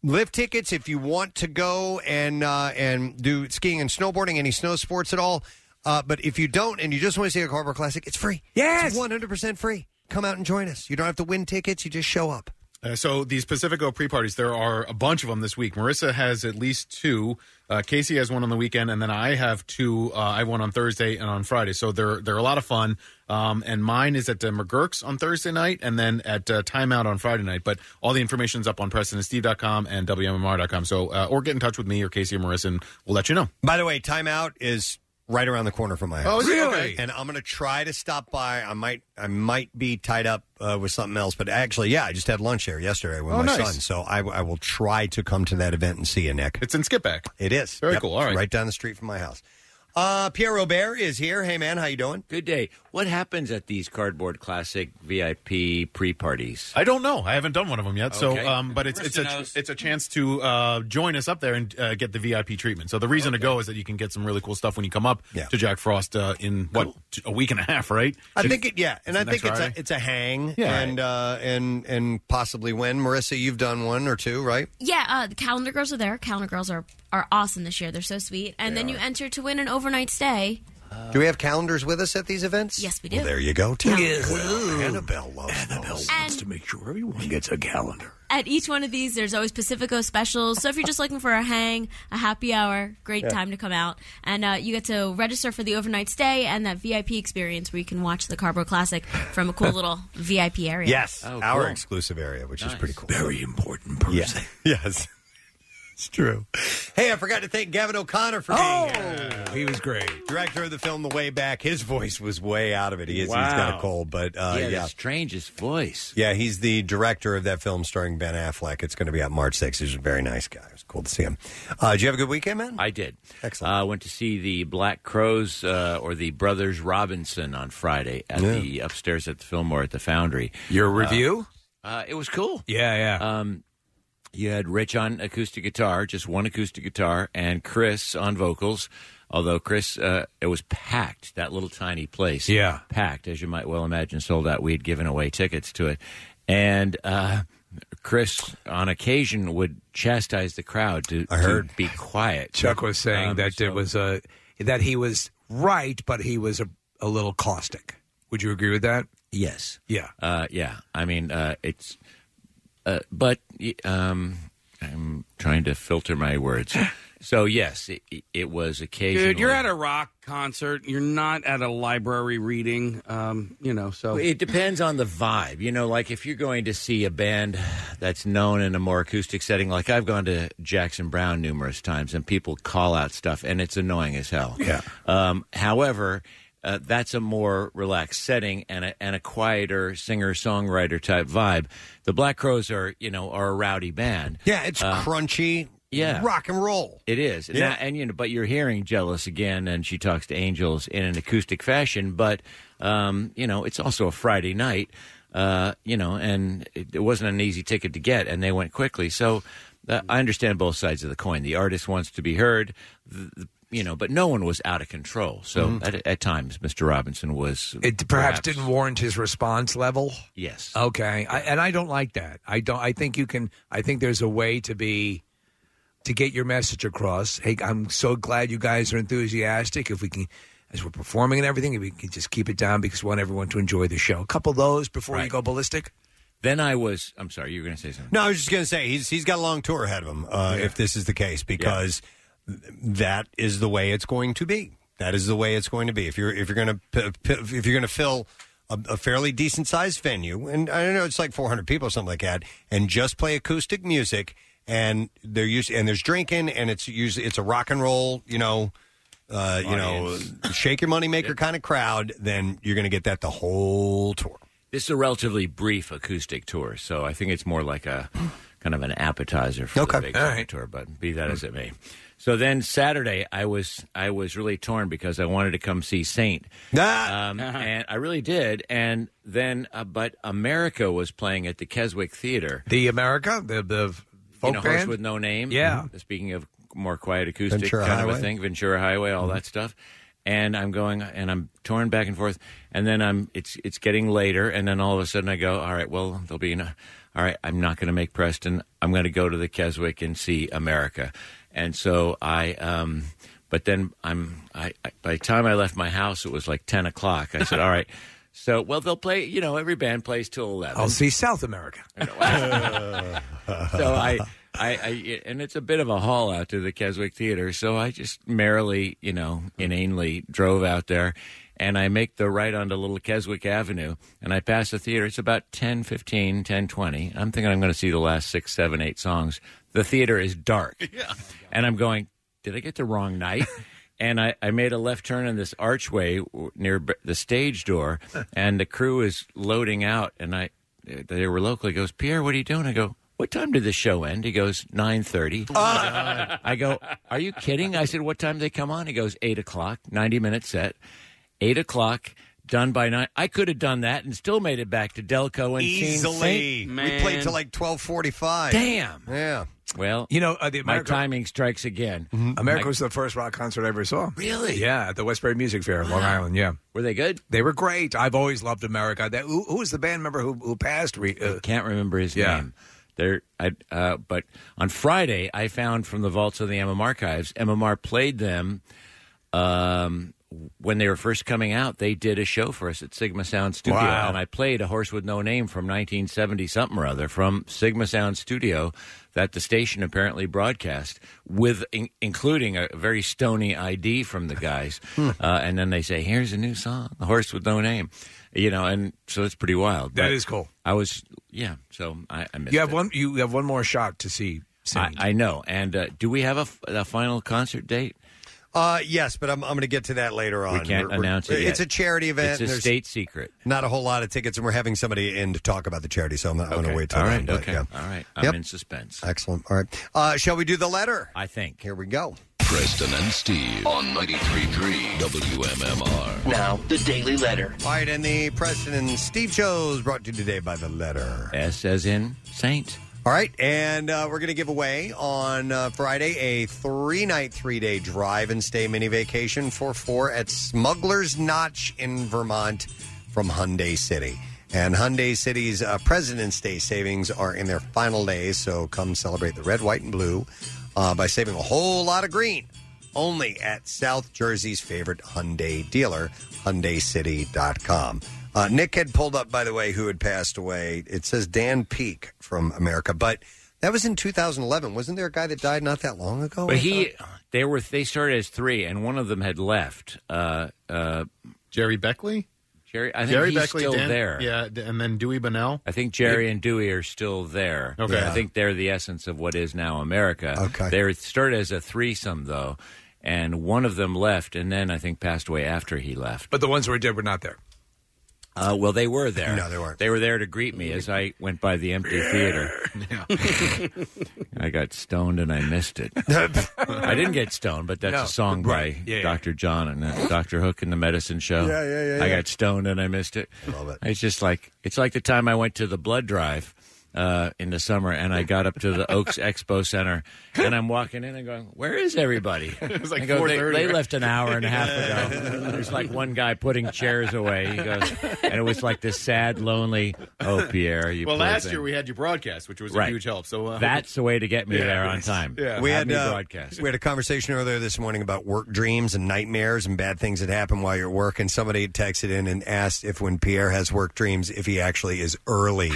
Speaker 1: Lift tickets if you want to go and uh, and do skiing and snowboarding, any snow sports at all. Uh, but if you don't and you just want to see a cardboard classic, it's free. Yes, one hundred percent free. Come out and join us. You don't have to win tickets; you just show up.
Speaker 9: Uh, so these Pacifico pre-parties, there are a bunch of them this week. Marissa has at least two. Uh, Casey has one on the weekend, and then I have two. Uh, I have one on Thursday and on Friday. So they're they're a lot of fun. Um, and mine is at uh, McGurk's on Thursday night, and then at uh, Timeout on Friday night. But all the information's up on PresidentSteve.com and WMMR.com. So uh, or get in touch with me or Casey or Marissa, and we'll let you know.
Speaker 1: By the way, timeout is right around the corner from my
Speaker 9: Oh,
Speaker 1: house.
Speaker 9: is it? Really? Okay.
Speaker 1: And I'm going to try to stop by. I might I might be tied up uh, with something else, but actually, yeah, I just had lunch there yesterday with
Speaker 9: Oh,
Speaker 1: my
Speaker 9: nice.
Speaker 1: son. So I, I will try to come to that event and see you, Nick.
Speaker 9: It's in Skipback.
Speaker 1: It is
Speaker 9: Very
Speaker 1: Yep,
Speaker 9: cool. All
Speaker 1: it's
Speaker 9: right.
Speaker 1: right down the street from my house. Uh, Pierre Robert is here. Hey, man, how you doing?
Speaker 25: Good day. What happens at these cardboard classic VIP pre-parties?
Speaker 9: I don't know. I haven't done one of them yet.
Speaker 25: Okay.
Speaker 9: So, um, but it's it's a it's a chance to uh, join us up there and uh, get the VIP treatment. So the reason to go is that you can get some really cool stuff when you come up to Jack Frost uh, in what t- a week and a half, right?
Speaker 1: I think it, yeah, and I
Speaker 9: next
Speaker 1: think it's a,
Speaker 9: Friday?
Speaker 1: it's a hang,
Speaker 9: Yeah.
Speaker 1: and uh, and and possibly win. Marissa, you've done one or two, right?
Speaker 11: Yeah, uh, the calendar girls are there. Calendar girls are are awesome this year. They're so sweet. And then you enter to win an overnight stay.
Speaker 1: do we have calendars with us at these events?
Speaker 11: Uh, Yes, we do.
Speaker 1: Well, there you go. Too.
Speaker 11: Yeah.
Speaker 1: Well, Annabelle loves those.
Speaker 11: And-
Speaker 19: to make sure everyone gets a calendar.
Speaker 11: At each one of these, there's always Pacifico specials. So if you're just looking for a hang, a happy hour, great
Speaker 19: Yeah.
Speaker 11: time to come out. And uh, you get to register for the overnight stay and that VIP experience where you can watch the Carbo Classic from a cool little VIP area.
Speaker 1: Yes,
Speaker 25: Oh,
Speaker 1: our exclusive area, which is pretty cool. Very important person. Yes, it's true. Hey, I forgot to thank Gavin O'Connor for being here.
Speaker 3: Oh! He was great.
Speaker 1: Director of the film The Way Back. His voice was way out of it. He is, He's got a
Speaker 25: Wow.
Speaker 1: cold, but uh,
Speaker 25: yeah,
Speaker 1: yeah.
Speaker 25: the strangest voice.
Speaker 1: Yeah, he's the director of that film starring Ben Affleck. It's going to be out March 6th. He's a very nice guy. It was cool to see him. Uh, did you have a good weekend, man?
Speaker 25: I did. Excellent. I went to see the Black Crows uh, or the Brothers Robinson on Friday at
Speaker 3: Yeah.
Speaker 25: the upstairs at the Fillmore at the Foundry.
Speaker 3: Your
Speaker 25: Uh,
Speaker 3: review?
Speaker 25: Uh, it was cool.
Speaker 3: Yeah,
Speaker 25: yeah. Um, you had Rich on acoustic guitar, just one acoustic guitar, and Chris on vocals. Although Chris, uh, it was packed that little tiny place.
Speaker 3: Yeah.
Speaker 25: packed as you might well imagine. Sold out. We had given away tickets to it, and uh, Chris, on occasion, would chastise the crowd to, I
Speaker 3: heard.
Speaker 25: be quiet.
Speaker 3: Chuck was saying
Speaker 25: Um,
Speaker 3: that it was a that he was right, but he was a, a little caustic. Would you agree with that?
Speaker 25: Yes.
Speaker 3: Yeah.
Speaker 25: Uh, yeah. I mean, uh, it's. Uh, but y- um, I'm trying to filter my words. So yes, it, it was occasionally.
Speaker 6: Dude, you're at a rock concert. You're not at a library reading. Um, you know, so
Speaker 25: It depends on the vibe. You know, like if you're going to see a band that's known in a more acoustic setting, like I've gone to Jackson Brown numerous times and people call out stuff and it's annoying as hell. Yeah. Um, however, uh, that's a more relaxed setting and a, and a quieter singer songwriter type vibe. The Black Crows are, you know, are a rowdy band. Uh,
Speaker 1: Yeah, it's crunchy.
Speaker 25: Yeah.
Speaker 1: rock and roll.
Speaker 25: It is, And
Speaker 1: Yeah.
Speaker 25: that- and you know, but you're hearing "Jealous" again, and she talks to angels in an acoustic fashion. But um, you know, it's also a Friday night, uh, you know, and it, it wasn't an easy ticket to get, and they went quickly. So uh, I understand both sides of the coin. The artist wants to be heard, th th- you know, but no one was out of control. So
Speaker 3: Mhm.
Speaker 25: at, at times, Mr. Robinson was
Speaker 3: It perhaps didn't warrant his response level.
Speaker 25: Yes.
Speaker 3: Okay. I, and I don't like that. I don't. I think you can. I think there's a way to be to get your message across. Hey, I'm so glad you guys are enthusiastic. If we can, as we're performing and everything, if we can just keep it down because we want everyone to enjoy the show. A couple of those before you go ballistic.
Speaker 25: Then I was. I'm sorry, you were going to say something.
Speaker 1: No, I was just going to say he's he's got a long tour ahead of him uh, if this is the case because th- that is the way it's going to be. That is the way it's going to be. If you're if you're going to if you're going to fill a, a fairly decent sized venue, and I don't know, it's like 400 people or something like that, and just play acoustic music, and they're used and there's drinking, and it's usually it's a rock and roll, you know. Uh, you know, shake your moneymaker kind of crowd, then you're going to get that the whole tour.
Speaker 25: This is a relatively brief acoustic tour, so I think it's more like a kind of an appetizer for the big All summer tour. But be
Speaker 3: Hmm.
Speaker 25: that as it may, so then Saturday I was I was really torn because I wanted to come see Saint, um,
Speaker 3: Uh-huh.
Speaker 25: and I really did. And then, uh, but America was playing at the Keswick Theater.
Speaker 3: The America, the the
Speaker 25: you
Speaker 3: folk
Speaker 25: know, Horse
Speaker 3: band?
Speaker 25: with No Name.
Speaker 3: Yeah.
Speaker 25: Mhm. Speaking of more quiet acoustic
Speaker 3: Ventura
Speaker 25: kind of
Speaker 3: Highway. Mm-hmm.
Speaker 25: a thing, Ventura Highway, all that stuff. And I'm going, and I'm torn back and forth, and then I'm it's it's getting later, and then all of a sudden I go, all right, well there'll be an, all right, I'm not going to make Preston, I'm going to go to the Keswick and see America, and so I, um, but then I'm I, I by the time I left my house it was like ten o'clock. I said, all right, so well they'll play, you know, every band plays till eleven.
Speaker 3: I'll see South America.
Speaker 1: Uh,
Speaker 25: so I, I, I, and it's a bit of a haul out to the Keswick Theater. So I just merrily, you know, inanely drove out there, and I make the right onto Little Keswick Avenue, and I pass the theater. It's about 10, 15, 10, 20. I'm thinking I'm going to see the last six, seven, eight songs. The theater is dark, yeah. and I'm going. Did I get the wrong night? and I, I made a left turn in this archway w- near b- the stage door, and the crew is loading out, and I they were local. He goes, Pierre, what are you doing? I go, what time did the show end? He goes, nine thirty.
Speaker 1: Oh,
Speaker 25: I go, are you kidding? I said, what time did they come on? He goes, eight o'clock, ninety minute set, eight o'clock. Done by nine. I could have done that and still made it back to Delco and seen
Speaker 1: Easily,
Speaker 25: Saint.
Speaker 1: we played till like 12:45.
Speaker 25: Damn.
Speaker 1: Yeah.
Speaker 25: Well,
Speaker 3: you know, uh, the
Speaker 25: my
Speaker 3: America- Mm-hmm.
Speaker 25: timing strikes again.
Speaker 3: America
Speaker 25: My-
Speaker 3: was the first rock concert I ever saw.
Speaker 25: Really?
Speaker 3: Yeah, at the Westbury Music Fair, Long Island. Yeah.
Speaker 25: Were they good?
Speaker 3: They were great. I've always loved America. That, who, who was the band member who, who passed? Re, uh,
Speaker 25: can't remember his name. There, I, uh, but on Friday, I found from the vaults of the MMR archives, MMR played them um, when they were first coming out. They did a show for us at Sigma Sound Studio,
Speaker 3: Wow.
Speaker 25: and I played a horse with no name from 1970 something or other from Sigma Sound Studio that the station apparently broadcast with, in, including a very stony ID from the guys,
Speaker 3: Hmm.
Speaker 25: uh, and then they say, "Here's a new song, a horse with no name," you know, and so it's pretty wild.
Speaker 3: That
Speaker 25: But
Speaker 3: is cool.
Speaker 25: I was, yeah. So I, I missed
Speaker 3: You have
Speaker 25: it.
Speaker 3: one. You have one more shot to see.
Speaker 25: I, I know. And uh, do we have a, f- a final concert date?
Speaker 1: Uh, yes, but I'm, I'm going to get to that later
Speaker 25: We
Speaker 1: on.
Speaker 25: can't
Speaker 1: We're- we're-
Speaker 25: announce it.
Speaker 1: It's a charity event.
Speaker 25: It's
Speaker 1: and
Speaker 25: a
Speaker 1: there's
Speaker 25: state secret.
Speaker 1: Not a whole lot of tickets, and we're having somebody in to talk about the charity, so I'm, I'm going to wait till
Speaker 25: All
Speaker 1: then,
Speaker 25: right.
Speaker 1: but,
Speaker 25: Okay.
Speaker 1: yeah.
Speaker 25: All right. I'm
Speaker 1: Yep.
Speaker 25: in suspense.
Speaker 1: Excellent. All right. Uh, shall we do the letter?
Speaker 25: I think.
Speaker 1: Here we go.
Speaker 18: Preston and Steve on 93.3 WMMR.
Speaker 1: Now,
Speaker 18: the Daily Letter.
Speaker 1: All right, and the Preston and Steve shows brought to you today by the letter
Speaker 25: S as in Saint.
Speaker 1: All right, and uh, we're going to give away on uh, Friday a three night, three day drive and stay mini vacation for four at Smuggler's Notch in Vermont from Hyundai City. And Hyundai City's uh, President's Day savings are in their final days, so come celebrate the red, white, and blue uh, by saving a whole lot of green only at South Jersey's favorite Hyundai dealer, HyundaiCity.com. Uh, Nick had pulled up, by the way, who had passed away. It says Dan Peak from America, but that was in 2011. Wasn't there a guy that died not that long ago?
Speaker 25: But he, they were they started as three, and one of them had left. Uh, uh,
Speaker 9: Jerry Beckley.
Speaker 25: Jerry, I think
Speaker 9: Jerry
Speaker 25: he's
Speaker 9: Beckley,
Speaker 25: still
Speaker 9: Dan-
Speaker 25: there.
Speaker 9: Yeah, d- and then Dewey Bunnell.
Speaker 25: I think Jerry and Dewey are still there.
Speaker 9: Okay.
Speaker 25: I think they're the essence of what is now America.
Speaker 9: Okay.
Speaker 25: They started as a threesome though, and one of them left, and then I think passed away after he left.
Speaker 3: But the ones who were dead were not there.
Speaker 25: Uh, well, they were there.
Speaker 3: No, they weren't.
Speaker 25: They were there to greet me as I went by the empty theater. I got stoned and I missed it. I didn't get stoned, but that's No. a song Right. by Yeah, yeah. Dr. John and uh, Dr. Hook and the Medicine Show. Yeah, yeah, yeah, I yeah. got stoned and I missed it. I love it. It's just like it's like the time I went to the blood drive uh, in the summer, and I got up to the Oaks Expo Center, and I'm walking in and going, "Where is everybody?"
Speaker 9: It was like
Speaker 25: I go, they,
Speaker 9: 4:30,
Speaker 25: they
Speaker 9: right?"
Speaker 25: left an hour and a half ago. There's like one guy putting chairs away. He goes, and it was like this sad, lonely. Oh, Pierre, you.
Speaker 9: well,
Speaker 25: poor
Speaker 9: last
Speaker 25: thing."
Speaker 9: year we had you broadcast, which was
Speaker 25: Right.
Speaker 9: a huge help. So uh,
Speaker 25: That's the way to get me
Speaker 9: Yeah.
Speaker 25: there on time.
Speaker 1: We
Speaker 25: Have
Speaker 1: had
Speaker 25: me
Speaker 1: uh,
Speaker 25: broadcast.
Speaker 1: We had a conversation earlier this morning about work dreams and nightmares and bad things that happen while you're at work. And somebody had texted in and asked if when Pierre has work dreams, if he actually is early.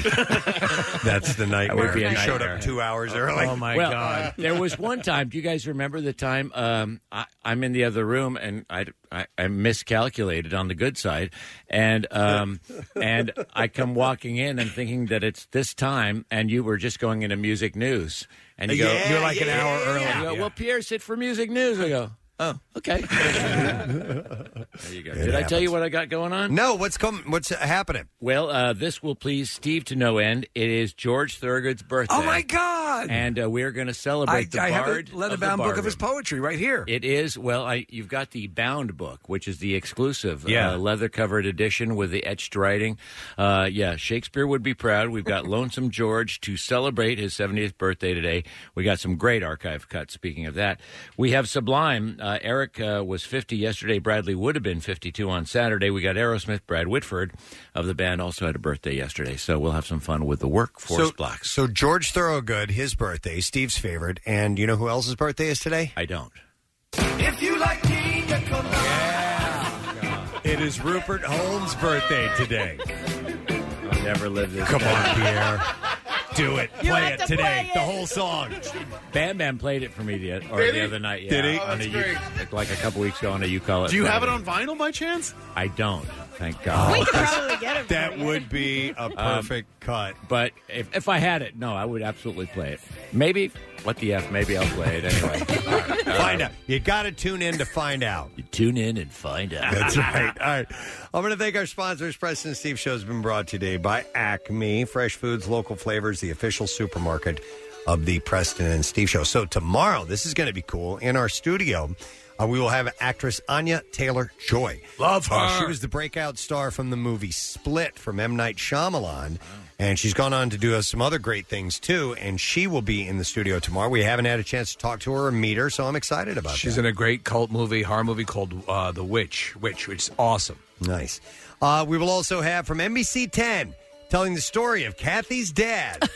Speaker 1: That's the nightmare.
Speaker 25: would be a
Speaker 1: He showed
Speaker 25: nightmare.
Speaker 1: up two hours early.
Speaker 25: Oh my god! there was one time. Do you guys remember the time? Um, I, I'm in the other room and I, I, I miscalculated on the good side, and um, and I come walking in and thinking that it's this time, and you were just going into music news, and you
Speaker 4: Yeah,
Speaker 25: go,
Speaker 4: You're like an yeah, hour early.
Speaker 25: You go,
Speaker 4: yeah.
Speaker 25: Well, Pierre's sit for music news. I go. Oh, okay. There you go. Did I tell you what I got going on?
Speaker 1: No, what's coming? What's happening?
Speaker 25: Well, uh, this will please Steve to no end. It is George Thurgood's birthday.
Speaker 3: Oh my God!
Speaker 25: And uh, we're going to
Speaker 3: I,
Speaker 25: celebrate the
Speaker 3: I have a
Speaker 25: Bard
Speaker 3: leather-bound book of his poetry right here.
Speaker 25: It is well. I, you've got the bound book, which is the exclusive,
Speaker 3: Yeah.
Speaker 25: uh, leather covered edition with the etched writing. Uh, yeah, Shakespeare would be proud. We've got Lonesome George to celebrate his 70th birthday today. We got some great archive cuts. Speaking of that, we have Sublime. Uh, Eric uh, was 50 yesterday. Bradley would have been 52 on Saturday. We got Aerosmith. Brad Whitford of the band also had a birthday yesterday, so we'll have some fun with the workforce
Speaker 1: so,
Speaker 25: block.
Speaker 1: So George Thorogood, his birthday, Steve's favorite, and you know who else's birthday is today?
Speaker 25: I don't.
Speaker 4: If you like Tina Colada,
Speaker 1: It is Rupert Holmes' birthday today.
Speaker 25: I'll never live this.
Speaker 1: Come on, Pierre. Do it.
Speaker 4: You Play have it to today. play it. The
Speaker 25: whole song. Bam Bam played it for me the, or
Speaker 9: Did
Speaker 25: the
Speaker 9: he?
Speaker 25: other night. Yeah,
Speaker 9: Did he? Oh,
Speaker 25: On
Speaker 9: that's
Speaker 25: a, you- like a couple weeks ago on a you call it.
Speaker 9: do you have it
Speaker 25: Friday.
Speaker 9: on vinyl by chance?
Speaker 25: I don't. Thank God.
Speaker 1: probably get it. That would be a
Speaker 25: Um,
Speaker 1: perfect cut.
Speaker 25: But if, if I had it, no, I would absolutely play it. Maybe what the f? Maybe I'll play it anyway.
Speaker 1: Find out. You got to tune in to find out.
Speaker 25: You tune in and find out.
Speaker 1: That's right. All right. I'm going to thank our sponsors. Preston and Steve Show has been brought today by Acme, Fresh Foods, Local Flavors, the official supermarket of the Preston and Steve Show. So tomorrow, this is going to be cool. In our studio, uh, we will have actress Anya Taylor Joy. Love
Speaker 3: her.
Speaker 1: she was the breakout star from the movie Split from M. Night Shyamalan. And she's gone on to do some other great things too. And she will be in the studio tomorrow. We haven't had a chance to talk to her or meet her, so I'm excited about that.
Speaker 3: She's in a great cult movie, horror movie called uh, The Witch, which which is awesome.
Speaker 1: Nice. Uh, we will also have from NBC 10 telling the story of Kathy's dad,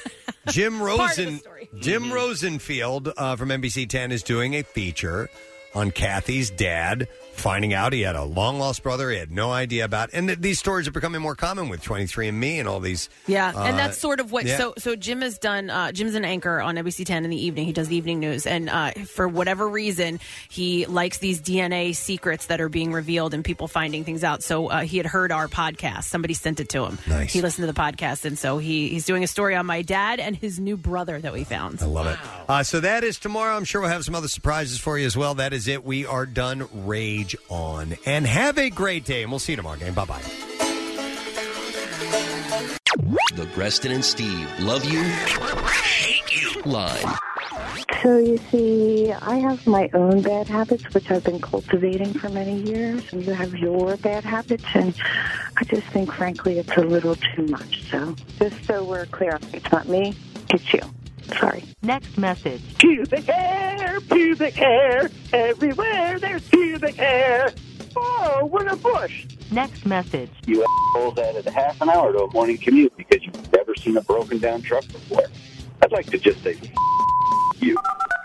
Speaker 1: Jim Rosen.
Speaker 3: Mm-hmm.
Speaker 1: Jim Rosenfield uh, from NBC 10 is doing a feature on Kathy's dad, finding out he had a long lost brother he had no idea about. And th- these stories are becoming more common with 23andMe and all these.
Speaker 2: Yeah,
Speaker 1: uh,
Speaker 2: and that's sort of what.
Speaker 1: yeah.
Speaker 2: So, so Jim has done. Uh, Jim's an anchor on NBC Ten in the evening. He does the evening news, and uh, for whatever reason, he likes these DNA secrets that are being revealed and people finding things out. So uh, he had heard our podcast. Somebody sent it to him.
Speaker 1: Nice.
Speaker 2: He listened to the podcast, and so he he's doing a story on my dad and his new brother that we found.
Speaker 1: I love it. Uh, so that is tomorrow. I'm sure we'll have some other surprises for you as well. That is it. We are done. Rage on. And have a great day. And we'll see you tomorrow, gang. Bye bye.
Speaker 12: The Preston and Steve love you, hate you line.
Speaker 21: So you see, I have my own bad habits, which I've been cultivating for many years, and you have your bad habits, and I just think, frankly, it's a little too much. So just so we're clear, it's not me, it's you.
Speaker 26: Sorry.
Speaker 7: Next message. Pubic hair, pubic hair, everywhere there's pubic hair. Oh, what a bush. Next message.
Speaker 18: You assholes added half an hour to a morning commute because you've never seen a broken down truck before. I'd like to just say, F- you.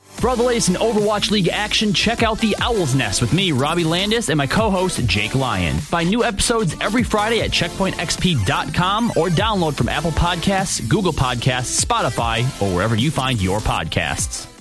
Speaker 27: For all the latest in Overwatch League action, check out The Owl's Nest with me, Robbie Landis, and my co host, Jake Lyon. Find new episodes every Friday at checkpointxp.com or download from Apple Podcasts, Google Podcasts, Spotify, or wherever you find your podcasts.